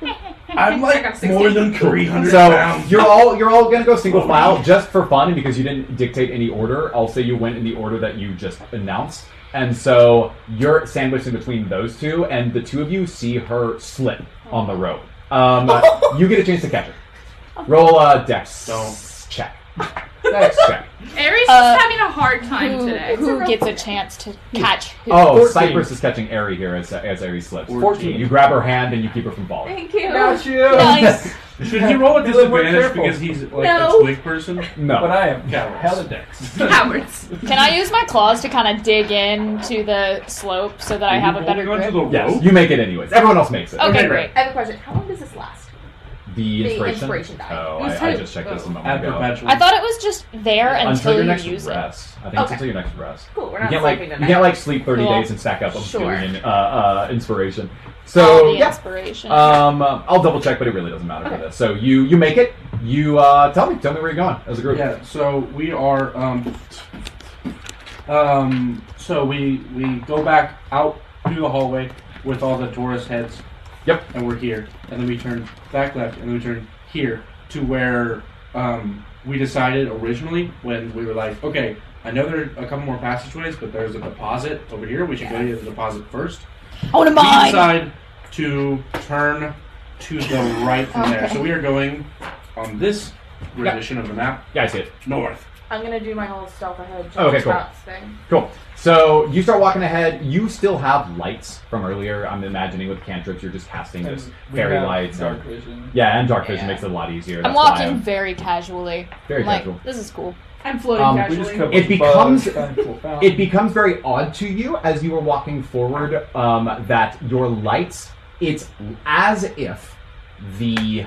E: I'm like more than 300
A: so
E: pounds.
A: you're all you're all gonna go single file just for fun and because you didn't dictate any order. I'll say you went in the order that you just announced, and so you're sandwiched in between those two, and the two of you see her slip on the rope. Um, you get a chance to catch her. Roll a dex
E: Don't.
A: check. Dex check.
B: Aries
G: Uh,
B: is having a hard time
G: Who,
B: today.
G: who gets a chance to catch who?
A: Oh,
E: 14.
A: Cypress is catching Aerie here as as Aerie slips.
E: 14.
A: You grab her hand and you keep her from falling.
C: Thank you.
D: Got you!
G: Nice.
E: Should he roll a
D: Because we're
E: disadvantage
D: careful.
E: because he's like
C: No.
E: a twig person?
D: But
A: No.
D: I am
E: Cowards.
D: hella dex.
B: Cowards.
G: Can I use my claws to kind of dig into the slope so that I
E: Are
G: have
E: you
G: a better
E: holding
G: grip?
E: onto the rope?
A: Yes, you make it anyways. Everyone else makes it.
G: Okay,
E: Okay,
G: great.
E: great.
C: I have a question. How long does this last?
A: The
C: The
A: inspiration.
C: inspiration die.
A: Oh,
F: It was
A: I, I
F: who?
A: just checked this a moment
E: At
A: ago.
E: perpetual.
G: I thought it was just there until,
A: until your
G: you
A: next
G: use
A: rest. I think it's
C: Okay.
A: until your next rest.
C: Cool. We're
A: You
C: not
A: can't like
C: sleeping
A: you
C: tonight.
A: can't like sleep thirty
G: Cool.
A: days and stack up
C: Sure.
A: obscuring uh, uh, inspiration.
G: it. All
A: So
G: the
A: yeah.
G: inspiration.
A: Um, uh, I'll double check, but it really doesn't matter for
C: Okay.
A: this. So you you make it. You uh, tell me tell me where you're going as a group.
E: Yeah, so we are um um so we we go back out through the hallway with all the tourist heads.
A: Yep.
E: And we're here. And then we turn back left and then we turn here to where um we decided originally when we were like, okay, I know there are a couple more passageways, but there's a deposit over here. We should go to the deposit first.
G: I want to
E: We
G: mine.
E: decide to turn to the right from there.
G: Okay.
E: So we are going on this rendition of the map
A: Yeah, I see it.
E: north.
C: I'm gonna do my whole stealth ahead.
A: Oh, okay, cool.
C: shots Thing.
A: Cool. So you start walking ahead. You still have lights from earlier. I'm imagining with cantrips, you're just casting just
D: We
A: fairy
D: have
A: lights.
D: Dark
A: And,
D: vision.
A: yeah, and dark vision
G: Yeah.
A: makes it a lot easier.
G: I'm
A: That's why
G: walking very casually.
A: very
G: I'm like,
A: casual.
G: this is cool.
F: I'm floating
A: Um, we
D: We
F: casually.
D: just covered
A: It
D: the
A: becomes-
D: bugs, trying to pull out.
A: It becomes very odd to you as you are walking forward um, that your lights. It's as if the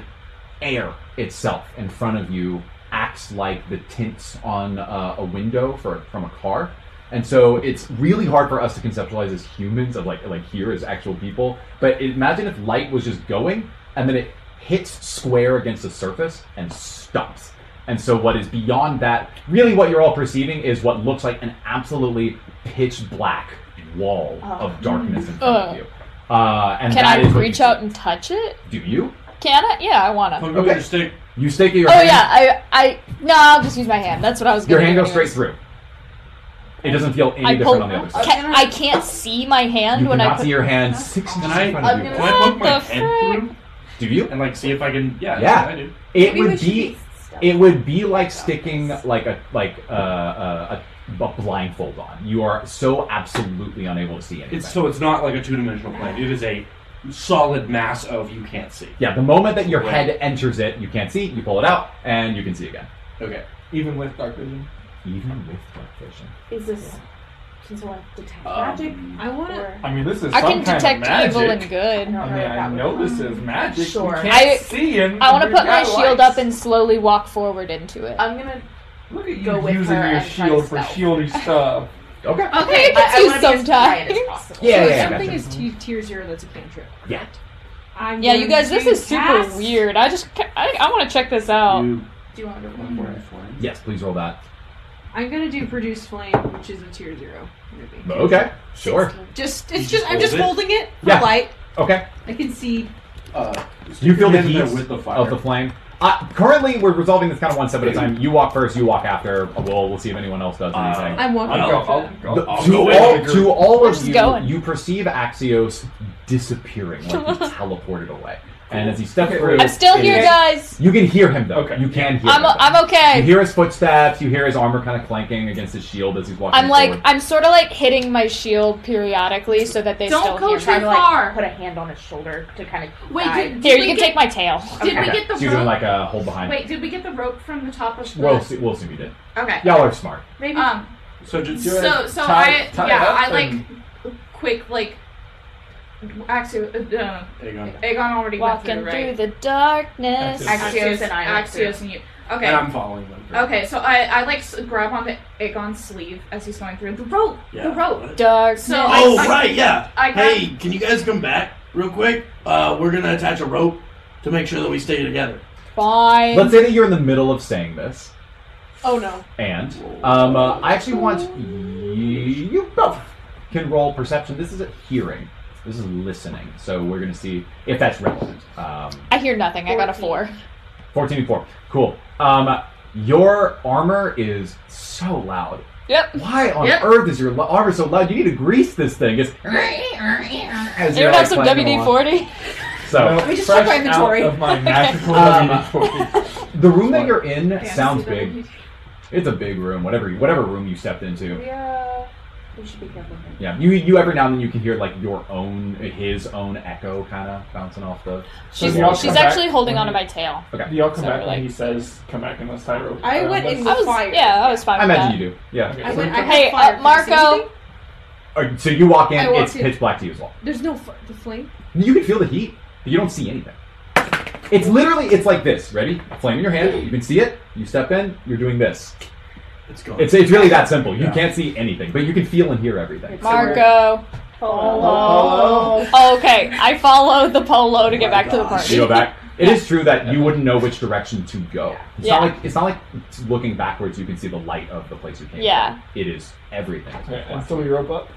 A: air itself in front of you acts like the tints on uh, a window for, from a car. And so it's really hard for us to conceptualize as humans of like like here as actual people. But imagine if light was just going and then it hits square against the surface and stops. And so what is beyond that, really what you're all perceiving is what looks like an absolutely pitch black wall of darkness in front of
G: Ugh.
A: you. Uh, and
G: Can
A: that
G: I
A: is what you
G: reach
A: see.
G: out and touch it?
A: Do you?
G: Can I? Yeah, I want to.
E: Punk okay.
A: Okay.
E: your stick.
A: You stake your
G: Oh
A: hand.
G: yeah, I, I, no, I'll just use my hand. That's what I was.
A: Your
G: gonna
A: hand
G: do
A: goes straight through.
G: anyways.
A: It doesn't feel any
G: I
A: different
G: pull.
A: on the other side.
G: Can, I can't see my hand
A: You
G: when
A: cannot
G: I put.
A: see your hand six
E: Can
A: inches
E: I,
A: in front of you.
E: can I poke my
G: What the
E: head
G: frick?
E: through
A: Do you?
E: and like see if I can? Yeah,
A: Yeah.
E: I do.
A: It
C: Maybe we
A: would
C: should
A: be.
C: stealthy.
A: It would be like sticking like a like uh, uh, a, a blindfold on. You are so absolutely unable to see anything.
E: It's so it's not like a two-dimensional plane. It is a solid mass of you can't see.
A: yeah, the moment that your
E: Right.
A: head enters it, you can't see. You pull it out, and you can see again.
E: Okay.
D: even with dark vision.
A: Even with dark vision,
C: Is this? Can someone detect
E: Um,
C: magic?
F: I want to.
C: Or
D: I mean, this is
G: I
D: some
G: can
D: kind of
G: detect
D: magic.
G: evil and
C: I don't
G: good.
C: know.
D: I
C: if
D: mean, I
C: that would
D: know
C: work.
D: this is magic.
C: Sure.
D: You can't
G: I-
D: see and
G: I want to
D: we've
G: put my
D: got
G: shield
D: lights.
G: up and slowly walk forward into it.
C: I'm gonna.
D: Look at you
C: go with
D: using
C: her
D: your
C: and try
D: shield
C: to
D: for
C: stealth.
D: shieldy stuff.
A: okay.
B: Okay.
G: I-
C: I,
G: do
C: want to be as quiet as
G: sometimes.
C: possible.
A: Yeah,
F: so
A: yeah, yeah,
F: something
A: gotcha.
F: is t- tier zero. That's a cantrip.
A: Yeah.
F: I'm
G: yeah,
F: going
G: you guys,
F: to
G: this is super
F: cast-
G: weird. I just, ca- I, I want to check this out.
E: You
C: Do you want to?
E: get one more flame.
A: Yes, please roll that.
F: I'm gonna do produce flame, which is a tier zero. Maybe.
A: Okay, sure.
F: Just
E: You
F: it's
E: just
F: just I'm just
E: hold
F: holding it for
A: Yeah.
F: light.
A: Okay,
F: I can see.
E: Uh,
A: you feel the
E: hand in
A: heat
E: there with the fire.
A: of the flame. Uh, currently, we're resolving this kind of one step at a time. You walk first, you walk after. We'll, we'll see if anyone else does anything.
E: Uh,
F: I'm
E: I'll
F: walking.
D: I'll
E: go,
D: go.
F: over
D: I'll
F: that.
D: go.
A: The-
E: I'll
A: to,
E: go
A: all,
E: in with the
A: to all
G: We're
A: of
G: just
A: you,
G: going.
A: you perceive Axios disappearing, like be teleported away. And as you step
D: Okay,
A: through,
G: I'm still
A: it
G: here,
A: is-
G: guys.
A: You can hear him though.
E: Okay.
A: You can hear.
G: I'm
A: him, though.
G: I'm
A: You
G: okay.
A: hear his footsteps. You hear his armor kind of clanking against his shield as he's walking.
G: I'm like
A: forward.
G: I'm sort of like hitting my shield periodically so that they
B: Don't
G: still
B: go
G: hear.
B: too
C: Trying to like
B: far.
C: put a hand on his shoulder to kind of
B: Wait,
C: guide.
B: did, did
G: Here,
B: we
G: you can
B: get,
G: take my tail.
B: Did we
A: Okay.
B: get the
A: She's doing
B: rope?
A: like a hold behind.
B: Wait, did we get the rope from the top of the?
A: We'll see. We'll see. if We did.
B: Okay.
A: Y'all are smart.
C: maybe
B: Um.
E: So just
D: Do it.
B: So so
D: Tie-
B: I
D: tie it
B: yeah
D: up
B: I like
D: and-
B: quick like actually uh,
E: Aegon.
B: Aegon already
G: Walking
B: went through right.
G: through the darkness.
E: That's it.
C: Axios and I went
B: Axios and you. Okay.
E: And I'm following them.
B: Okay, so I, I like s- grab onto Aegon's sleeve as he's going through the rope, the rope.
G: Darkness.
B: So I-
E: Oh
B: I-
E: right, yeah.
B: I grab,
E: Hey, can you guys come back real quick? Uh, we're gonna attach a rope to make sure that we stay together.
G: Fine.
A: Let's say that you're in the middle of saying this,
F: Oh no.
A: and um, uh, I actually want you, you both can roll perception. This isn't hearing. This is listening. So we're gonna see if that's relevant. Um,
G: I hear nothing. I got a four.
A: 14
B: Fourteen.
A: and 4. Cool. Um, your armor is so loud.
G: Yep.
A: Why on
B: Yep.
A: earth is your lo- armor so loud? You need to grease this thing. It's as
G: Anyone
A: you're,
G: have
A: like,
G: some
A: playing
G: WD
A: along.
G: forty?
D: Oh.
A: So
F: Let me just check my
D: Fresh
F: inventory.
D: Out of my magical
A: Um,
D: inventory.
A: the room that you're in
B: Fantasy
A: sounds
B: double
A: big.
B: D-
A: It's a big room. Whatever whatever room you stepped into.
C: we, uh, we should be careful. here.
A: Yeah. You you every now and then you can hear like your own his own echo kind of bouncing off the.
G: She's
A: do y'all
G: she's
A: come back
G: actually holding
D: when
G: onto
D: you-
G: my tail.
D: Do y'all come
G: So
D: back
G: we're
D: when
G: like-
D: he says, come back and let's tie rope?
F: I
D: Uh,
F: went
D: let's-
F: in-
G: I was
F: Fire.
G: yeah, I was fine.
A: I
G: with
A: imagine
G: that.
A: you do. Yeah.
D: Okay,
F: I
D: so-
F: went. I got
G: Hey,
F: fired.
G: uh,
F: Did you see
G: Marco.
F: anything?
A: Uh, So you walk in.
F: I walk
A: it's
F: in.
A: pitch black to you as well.
F: There's no f- the flame.
A: You can feel the heat, but you don't see anything. It's literally, it's like this. Ready? Flame in your hand. You can see it. You step in. You're doing this.
E: It's gone.
A: It's it's really that simple. You
E: Yeah.
A: can't see anything, but you can feel and hear everything.
G: Marco.
D: Hello.
G: Oh, okay, I follow the polo to
E: Oh
G: get
E: my
G: back to the
E: gosh.
A: You go
G: party.
A: back. It is true that you wouldn't know which direction to go. It's not
G: Yeah.
A: like it's not like looking backwards. You can see the light of the place you came
G: Yeah.
A: from. It is everything.
D: Okay, and so we rope up.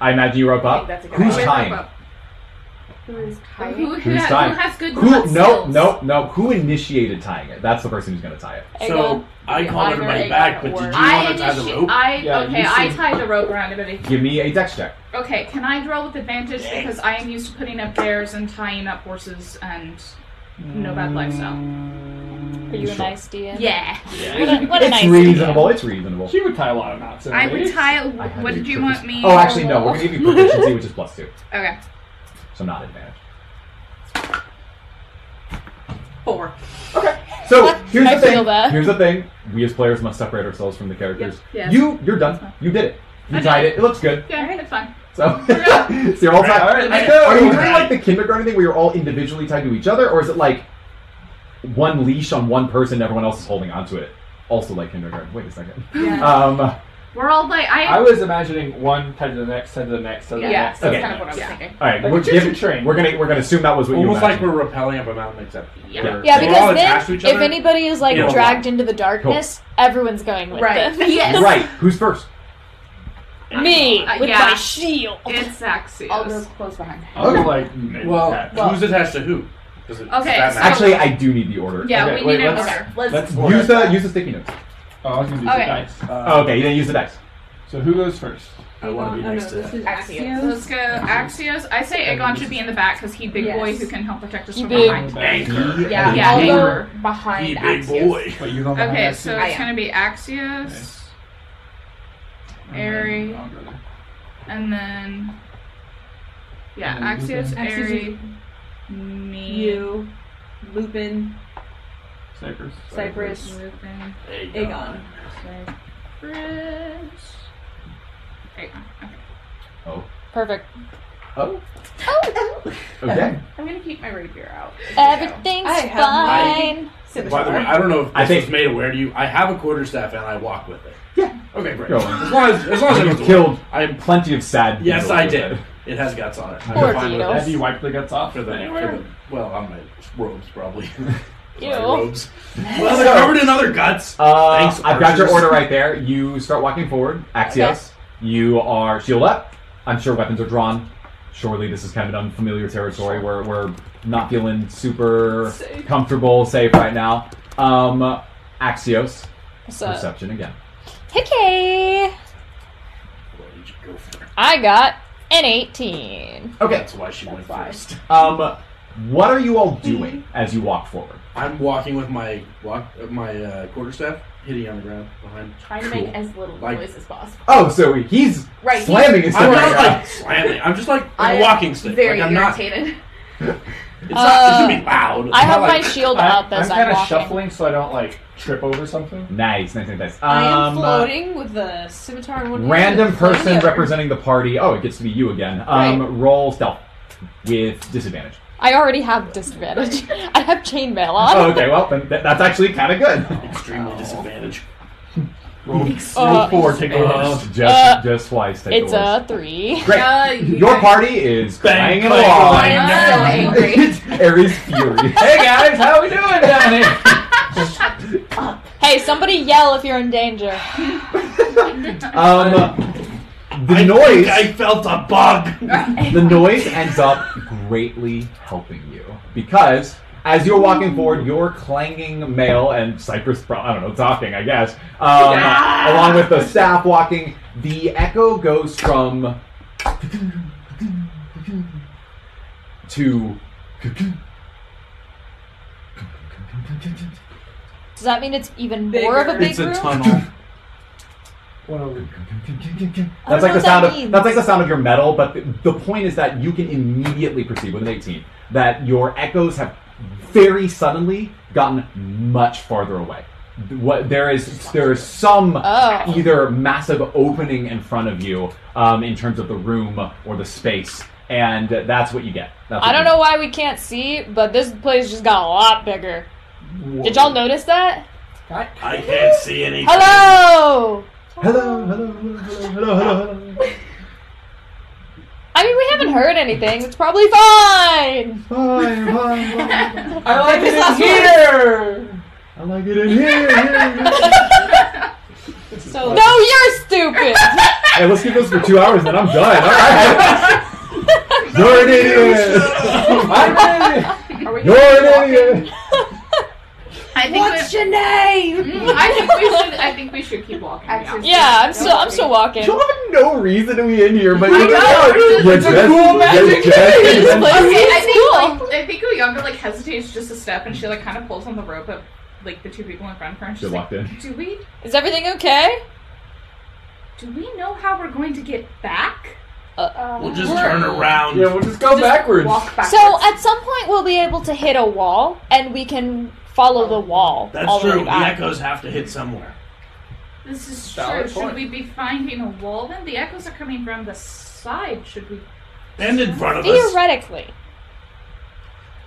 A: I imagine you rope
C: I think
A: up.
C: that's a good
A: Who's
C: idea.
A: tying?
C: Who is
B: Who,
C: tying?
B: who,
A: Who's
B: ha-
A: dying?
B: who has good
A: Who?
B: blood
A: No,
B: skills?
A: no, no. Who initiated tying it? That's the person who's going to tie it.
G: Aegon.
E: So I called
C: Either
E: everybody
C: Aegon
E: back, but did
C: or-
E: you
B: I
E: want to tie the
B: initiate.
E: rope?
B: I
D: Yeah, you
B: okay. I
D: see-
B: tied the rope around everybody.
A: Give me a dex check.
B: Okay, can I roll with advantage
E: Yes.
B: because I am used to putting up bears and tying up horses and no bad lifestyle.
G: Are you a
A: Sure.
G: nice DM?
B: Yeah,
G: What a, what a
A: it's
G: nice
A: reasonable. It's reasonable.
D: She would tie a lot of knots.
B: I would
D: anyways.
B: tie.
A: I had
B: What
A: a
B: did you
A: proficiency-
B: want me?
A: Oh, actually, no. We're gonna give you proficiency, which is plus two,
B: Okay.
A: so not advantage.
H: Four.
A: So here's
G: I
A: the thing.
G: feel that.
A: Here's the thing. We as players must separate ourselves from the characters.
B: Yes.
A: You, you're done.
B: fine.
A: You did it. You
B: I did
A: tied
B: it.
A: it. It looks good.
B: Yeah, it's fine.
A: So,
B: Yeah.
A: so you're all tied.
D: All right, let's
A: Are you
D: go.
A: doing like the kindergarten thing where you're all individually tied to each other, or is it like one leash on one person, and everyone else is holding onto it? Also like kindergarten. Wait a second.
B: Yeah.
A: Um,
B: We're all like I.
D: I was imagining one tied to the next, tied to the next, tied to the
C: Yeah,
D: next.
C: that's
A: Okay.
C: kind of what I was
B: Yeah.
C: thinking.
A: all right,
D: Like
A: we're,
D: a choo-choo
A: giving-
D: train.
A: we're gonna we're gonna assume that was what
E: Almost
A: you
E: like
A: imagined.
E: we're rappelling up a mountain, except
B: Yeah.
E: we're-
G: Yeah,
E: we're
G: because
E: all
G: then,
E: attached to each
G: If
E: other.
G: anybody is like
E: Yeah.
G: dragged into the darkness, everyone's going with
C: Right.
G: them.
B: Yes.
A: right. Who's first?
G: Me
B: Uh,
G: with
B: yeah.
G: my shield.
B: It's Axios.
C: I'll go close behind.
D: I was like, maybe
E: Well,
D: that.
E: who's attached to who? Does it- does
B: Okay,
E: that
B: so-
E: matter?
A: Actually, I do need the order.
B: Yeah,
D: Okay,
B: we
D: wait,
B: need an
D: let's-
B: order.
C: Let's
D: Let's
A: Use the use the sticky notes.
D: Oh, I was gonna do
B: Okay.
D: the dice.
E: Uh,
A: Oh, Okay, then use the dice.
D: So who goes first?
E: I want to be
F: Oh, no,
E: next to
F: this
E: that.
F: is
C: Axios.
B: So let's go Axios. I say Aegon should be in the back because he big
C: Yes.
B: boy who can help protect us
G: You
B: from
G: big-
B: behind.
E: Anchor.
C: Yeah,
B: Yeah,
C: I'll
B: yeah.
C: go behind
E: He big
C: Axios.
E: boy.
D: But you're going behind
B: Okay,
D: us
B: so
C: I
B: it's
C: am.
B: gonna be Axios,
D: too?
B: Airy.
D: I'll go there.
B: and then yeah,
D: And then
B: Axios,
D: Lupin.
B: Airy, me,
F: You, Lupin,
D: Cypress.
F: Cypress,
B: Lupin,
F: Aegon.
B: Cypress. Aegon. Okay.
G: Perfect.
A: Oh.
G: Oh,
A: Okay.
C: I'm gonna keep my rapier out.
G: everything's
F: I have my-
G: fine.
E: By the way, I don't know if this
A: I think-
E: was made aware to you. I have a quarterstaff and I walk with it.
A: Yeah.
E: Okay, great.
A: Go on.
E: As long as, as long as I
A: you
E: don't
A: killed
E: I am.
A: plenty of sad. people
E: Yes, I
A: with
E: did.
A: it.
E: It has guts on it.
D: I'm
G: Poor
D: fine with
G: Dinos.
D: that. Have you wiped the guts off
E: For the, for the well, on my robes probably.
G: Ew.
E: My robes. Well, they're covered in other guts.
A: Uh,
E: Thanks,
A: I've got your
E: archers.
A: order right there. You start walking forward. Axios, you are shield up. I'm sure weapons are drawn. Surely this is kind of an unfamiliar territory where we're not feeling super
F: Safe.
A: comfortable, safe right now. Um, Axios,
G: What's up?
A: perception again.
G: Hickey.
E: Well, you should go for it.
G: I got an 18.
A: Okay.
E: That's why she went
C: That's why.
E: first.
A: Um, What are you all doing as you walk forward?
E: I'm walking with my walk, uh, my uh, quarterstaff, hitting on the ground behind.
C: Trying to
E: Cool.
C: make as little
E: Like-
C: noise as possible.
A: Oh, so he's
C: Right, he-
A: slamming his
E: I'm
A: door.
E: not like slamming. I'm just like
C: I
E: a
C: am
E: walking stick.
C: Very
E: like, I'm not.
C: irritated.
E: It's not. It should be
G: Uh,
E: loud. It's
G: I have
E: not
G: my
E: like,
G: shield
D: I-
G: up as
D: I'm
G: I'm,
D: kinda
G: walking.
D: shuffling so I don't like trip over something.
A: nice, nice, nice, nice.
F: I am
A: Um, uh,
F: floating with the scimitar in one hand
A: Random
F: and the
A: person
F: other.
A: representing the party. Oh, it gets to be you again. Um, Roll stealth with disadvantage.
G: I already have disadvantage. I have chainmail on.
A: Oh, okay. Well, then th- that's actually kind of good.
C: Oh.
E: extremely disadvantaged. Roll,
G: Uh,
E: roll four. Take a
A: Uh,
E: loss.
A: just,
G: Uh,
A: just twice. Take
G: it's
A: the worst.
G: a three.
A: Great. Your party is
E: Bang,
A: banging
E: bang,
A: along.
E: bang,
C: I'm so bang. angry.
A: Aries furious.
D: Hey guys, how we doing down here?
G: Hey, somebody yell if you're in danger.
A: Um, the
E: I
A: noise,
E: think uh, I felt a bug.
A: the noise ends up greatly helping you because as you're walking forward, your clanging mail and cypress, pro- I don't know, talking, I guess, um, along with the staff walking, the echo goes from to
G: Does that mean it's even
F: Bigger.
G: more of a big
E: It's a
G: room?
E: tunnel.
G: I don't
A: That's like
G: know
A: the
G: what
A: sound
G: that
A: of
G: means.
A: that's like the sound of your metal, but the, the point is that you can immediately perceive with an 18 that your echoes have very suddenly gotten much farther away. What there is there is some
G: Oh.
A: either massive opening in front of you um, in terms of the room or the space, and that's what you get. That's what
G: I don't
A: you-
G: know why we can't see, but this place just got a lot bigger. Did y'all notice that?
E: I can't see anything.
G: Hello!
A: Hello, hello, hello, hello, hello, hello.
G: I mean, we haven't heard anything. It's probably fine!
A: Fine, fine, fine.
D: I like it in here.
A: I like it in here. here, here.
F: So
G: No, you're stupid!
A: Hey, let's keep this for two hours, then I'm done. All right. You're an idiot. I'm
C: Are we
A: an idiot. You're an idiot.
B: I think
F: what's your name?
B: we, Mm, I think we should. I think we should keep walking.
C: Actually,
B: Yeah.
G: yeah, I'm still, I'm still walking.
A: You have no reason to be in here, but you
B: know.
A: are. You're
D: It's a
A: just-
D: cool
A: you're
D: magic
A: just-
G: This
A: you're
G: place
A: just-
B: Okay, I
G: is
B: think
G: cool.
B: like, I think Uyanga like hesitates just a step, and she like kind of pulls on the rope of like the two people in front of her. And
A: She
B: she's like,
A: walked in.
B: "Do we
G: Is everything okay?
B: do we know how we're going to get back?"
C: uh,
E: We'll just turn around.
D: Yeah, we'll just go backwards.
C: walk back?
G: So at some point we'll be able to hit a wall, and we can follow the wall all
E: That's
G: the
E: true.
G: way
E: The
G: back.
E: echoes have to hit somewhere.
B: This is
D: Valid
B: true. Should
D: point.
B: we be finding a wall? Then the echoes are coming from the side. Should we?
E: And in front of us.
G: Theoretically,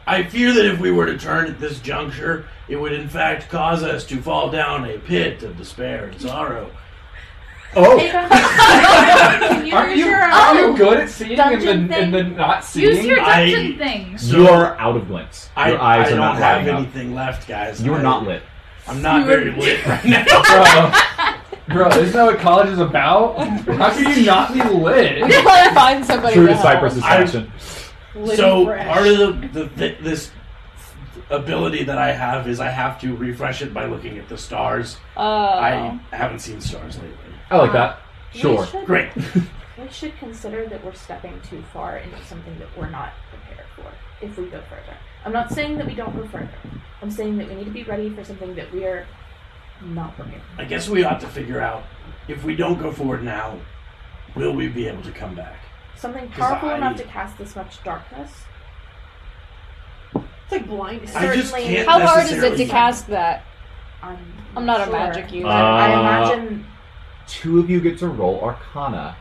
E: I fear that if we were to turn at this juncture, it would in fact cause us to fall down a pit of despair and sorrow.
A: Oh,
B: Can you
D: Aren't
B: use
D: you,
B: your
D: are you good at seeing and
B: Dungeon
D: then, and
B: thing?
D: then not seeing?
B: use your
E: I-
B: dungeon things?
E: So-
A: you are out of glints.
E: I,
A: Your eyes
E: I
A: are
E: don't
A: not
E: have
A: lighting up.
E: anything left, guys.
A: You are
E: I-
A: not lit.
E: I'm not very lit right now.
D: bro, bro, isn't that what college is about? How can you not be
G: we
D: lit?
G: gotta find somebody.
A: True to
G: help.
A: Cypress's
E: I-
A: fashion.
F: Living
E: so
F: fresh.
E: part of the, the th- this ability that I have is I have to refresh it by looking at the stars.
G: Uh,
E: I haven't seen stars lately.
A: I like that. Sure.
C: We should,
E: Great.
C: we should consider that we're stepping too far into something that we're not prepared for if we go further. I'm not saying that we don't go further. I'm saying that we need to be ready for something that we are not prepared.
E: I guess we ought to figure out if we don't go forward now, will we be able to come back?
C: for. Something
E: 'Cause
C: powerful
E: I-
C: enough to cast this much darkness.
F: it's like blindness.
E: I just
C: Certainly.
E: can't.
G: how hard is it to
E: necessarily-
G: cast that?
C: I'm,
G: I'm not a
C: sure.
G: magic user.
A: Uh,
C: I imagine
A: Two of you get to roll Arcana.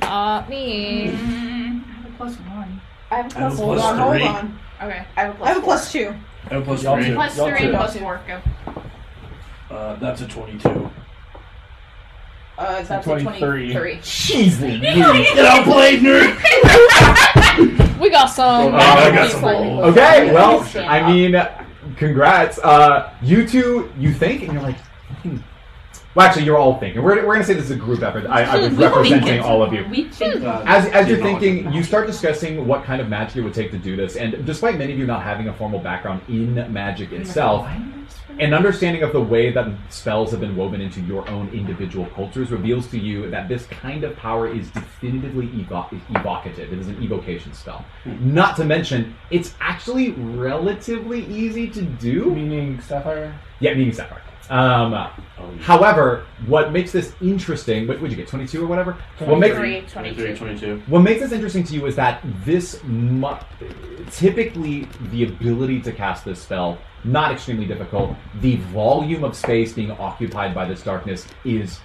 G: Not me.
B: Mm, I have a plus one.
C: I have a
E: I have
C: plus,
E: a
F: Hold
E: plus
F: on, hold
E: three.
F: on.
B: Okay.
C: I have a plus.
F: I have a
C: four.
F: plus two.
E: I have a plus
D: Y'all
E: three.
D: too.
B: Plus
D: Y'all
B: three,
D: too.
B: plus four. Go.
E: Uh, that's a 22.
F: Uh,
D: a
F: that's a
D: 23.
F: 23.
A: Jeez
E: Get out, played nerd!
G: We got some.
A: Oh, I got
E: some
A: Okay, well,
C: Stand
A: I
C: up.
A: mean, congrats. Uh, you two, you think, and you're like, hmm. well, actually, you're all thinking. We're, we're going to say this is a group effort. I, I was
D: Hmm.
A: representing all of you.
B: We think
E: Uh,
A: As, as you're thinking, you start discussing what kind of magic it would take to do this, and despite many of you not having a formal background in magic itself, An understanding of the way that spells have been woven into your own individual cultures reveals to you that this kind of power is definitively evo- evocative. It is an evocation spell. Not to mention, it's actually relatively easy to do.
D: Meaning sapphire.
A: Yeah, meaning sapphire. Um, however, what makes this interesting? What would you get? Twenty-two or whatever. What
D: Hmm.
A: makes
C: 23,
E: 23,
C: 22.
E: 22.
A: what makes this interesting to you is that this mu- typically the ability to cast this spell not extremely difficult. The volume of space being occupied by this darkness is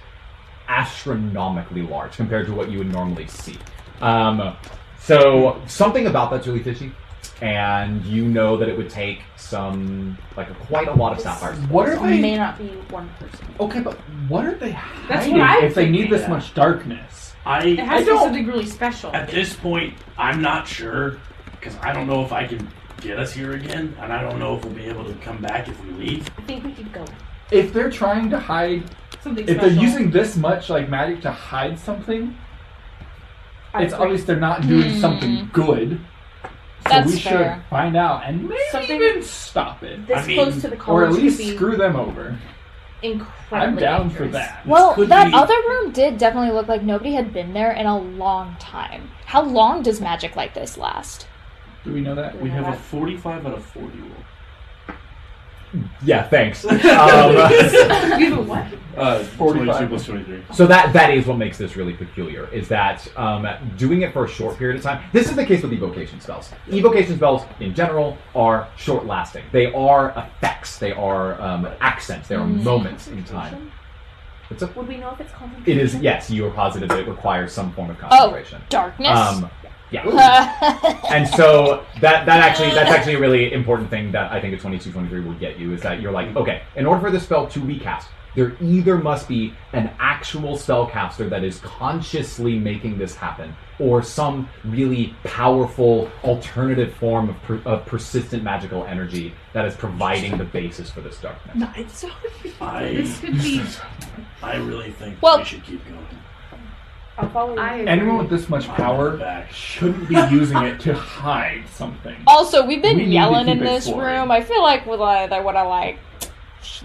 A: astronomically large compared to what you would normally see. Um, so something about that's really fishy, and you know that it would take some like quite a lot of sapphires.
D: What are
C: So it may
D: they?
C: not be one person.
D: Okay, but what are they
B: That's
D: hiding
B: what I'm
D: if they need this
E: thinking.
D: much darkness?
E: I,
B: It
E: I
B: has to be
E: don't.
B: something really special.
E: At this point, I'm not sure because I don't know if I can get us here again, and I don't know if we'll be able to come back if we leave.
C: I think we could go.
D: If they're trying to hide,
B: Something
D: if
B: special.
D: they're using this much like magic to hide something,
C: I
D: it's
C: agree.
D: obvious they're not doing
G: Hmm.
D: something good. So
G: That's
D: we
G: fair.
D: should find out and maybe
C: Something-
D: even stop it,
C: This
E: I mean,
C: close to the
D: or
C: college
D: at least
C: could be
D: screw them over.
C: incredibly
D: I'm down
C: dangerous.
D: for that.
G: Well,
E: could
G: that
E: be-
G: other room did definitely look like nobody had been there in a long time. How long does magic like this last?
D: Do we know that?
E: We have a 45 out of 40 roll.
A: Yeah, thanks. Um,
B: You know what?
E: Uh,
D: 45.
E: 22 plus 23.
A: So that that is what makes this really peculiar. Is that um, doing it for a short period of time? This is the case with evocation spells. Evocation spells in general are short lasting. They are effects. They are um, accents. They are moments in time. It's a,
C: Would we know if it's concentration?
A: it is yes. You are positive that it requires some form of concentration.
G: Darkness? Uh,
A: Um, yeah. And so that that actually that's actually a really important thing that I think a 22 23 will get you is that you're like, okay, in order for the spell to be cast, there either must be an actual spellcaster that is consciously making this happen or some really powerful alternative form of, per- of persistent magical energy that is providing the basis for this darkness.
E: I,
B: This could be.
E: I really think
G: Well-
E: we should keep going.
C: I'll follow you.
B: I
D: Anyone with this much
E: I'm
D: power
E: back.
D: shouldn't be using it to hide something.
G: also, we've been
D: We need to
G: yelling in
D: keep
G: this
D: exploring.
G: room. I feel like with, uh, they would have, like,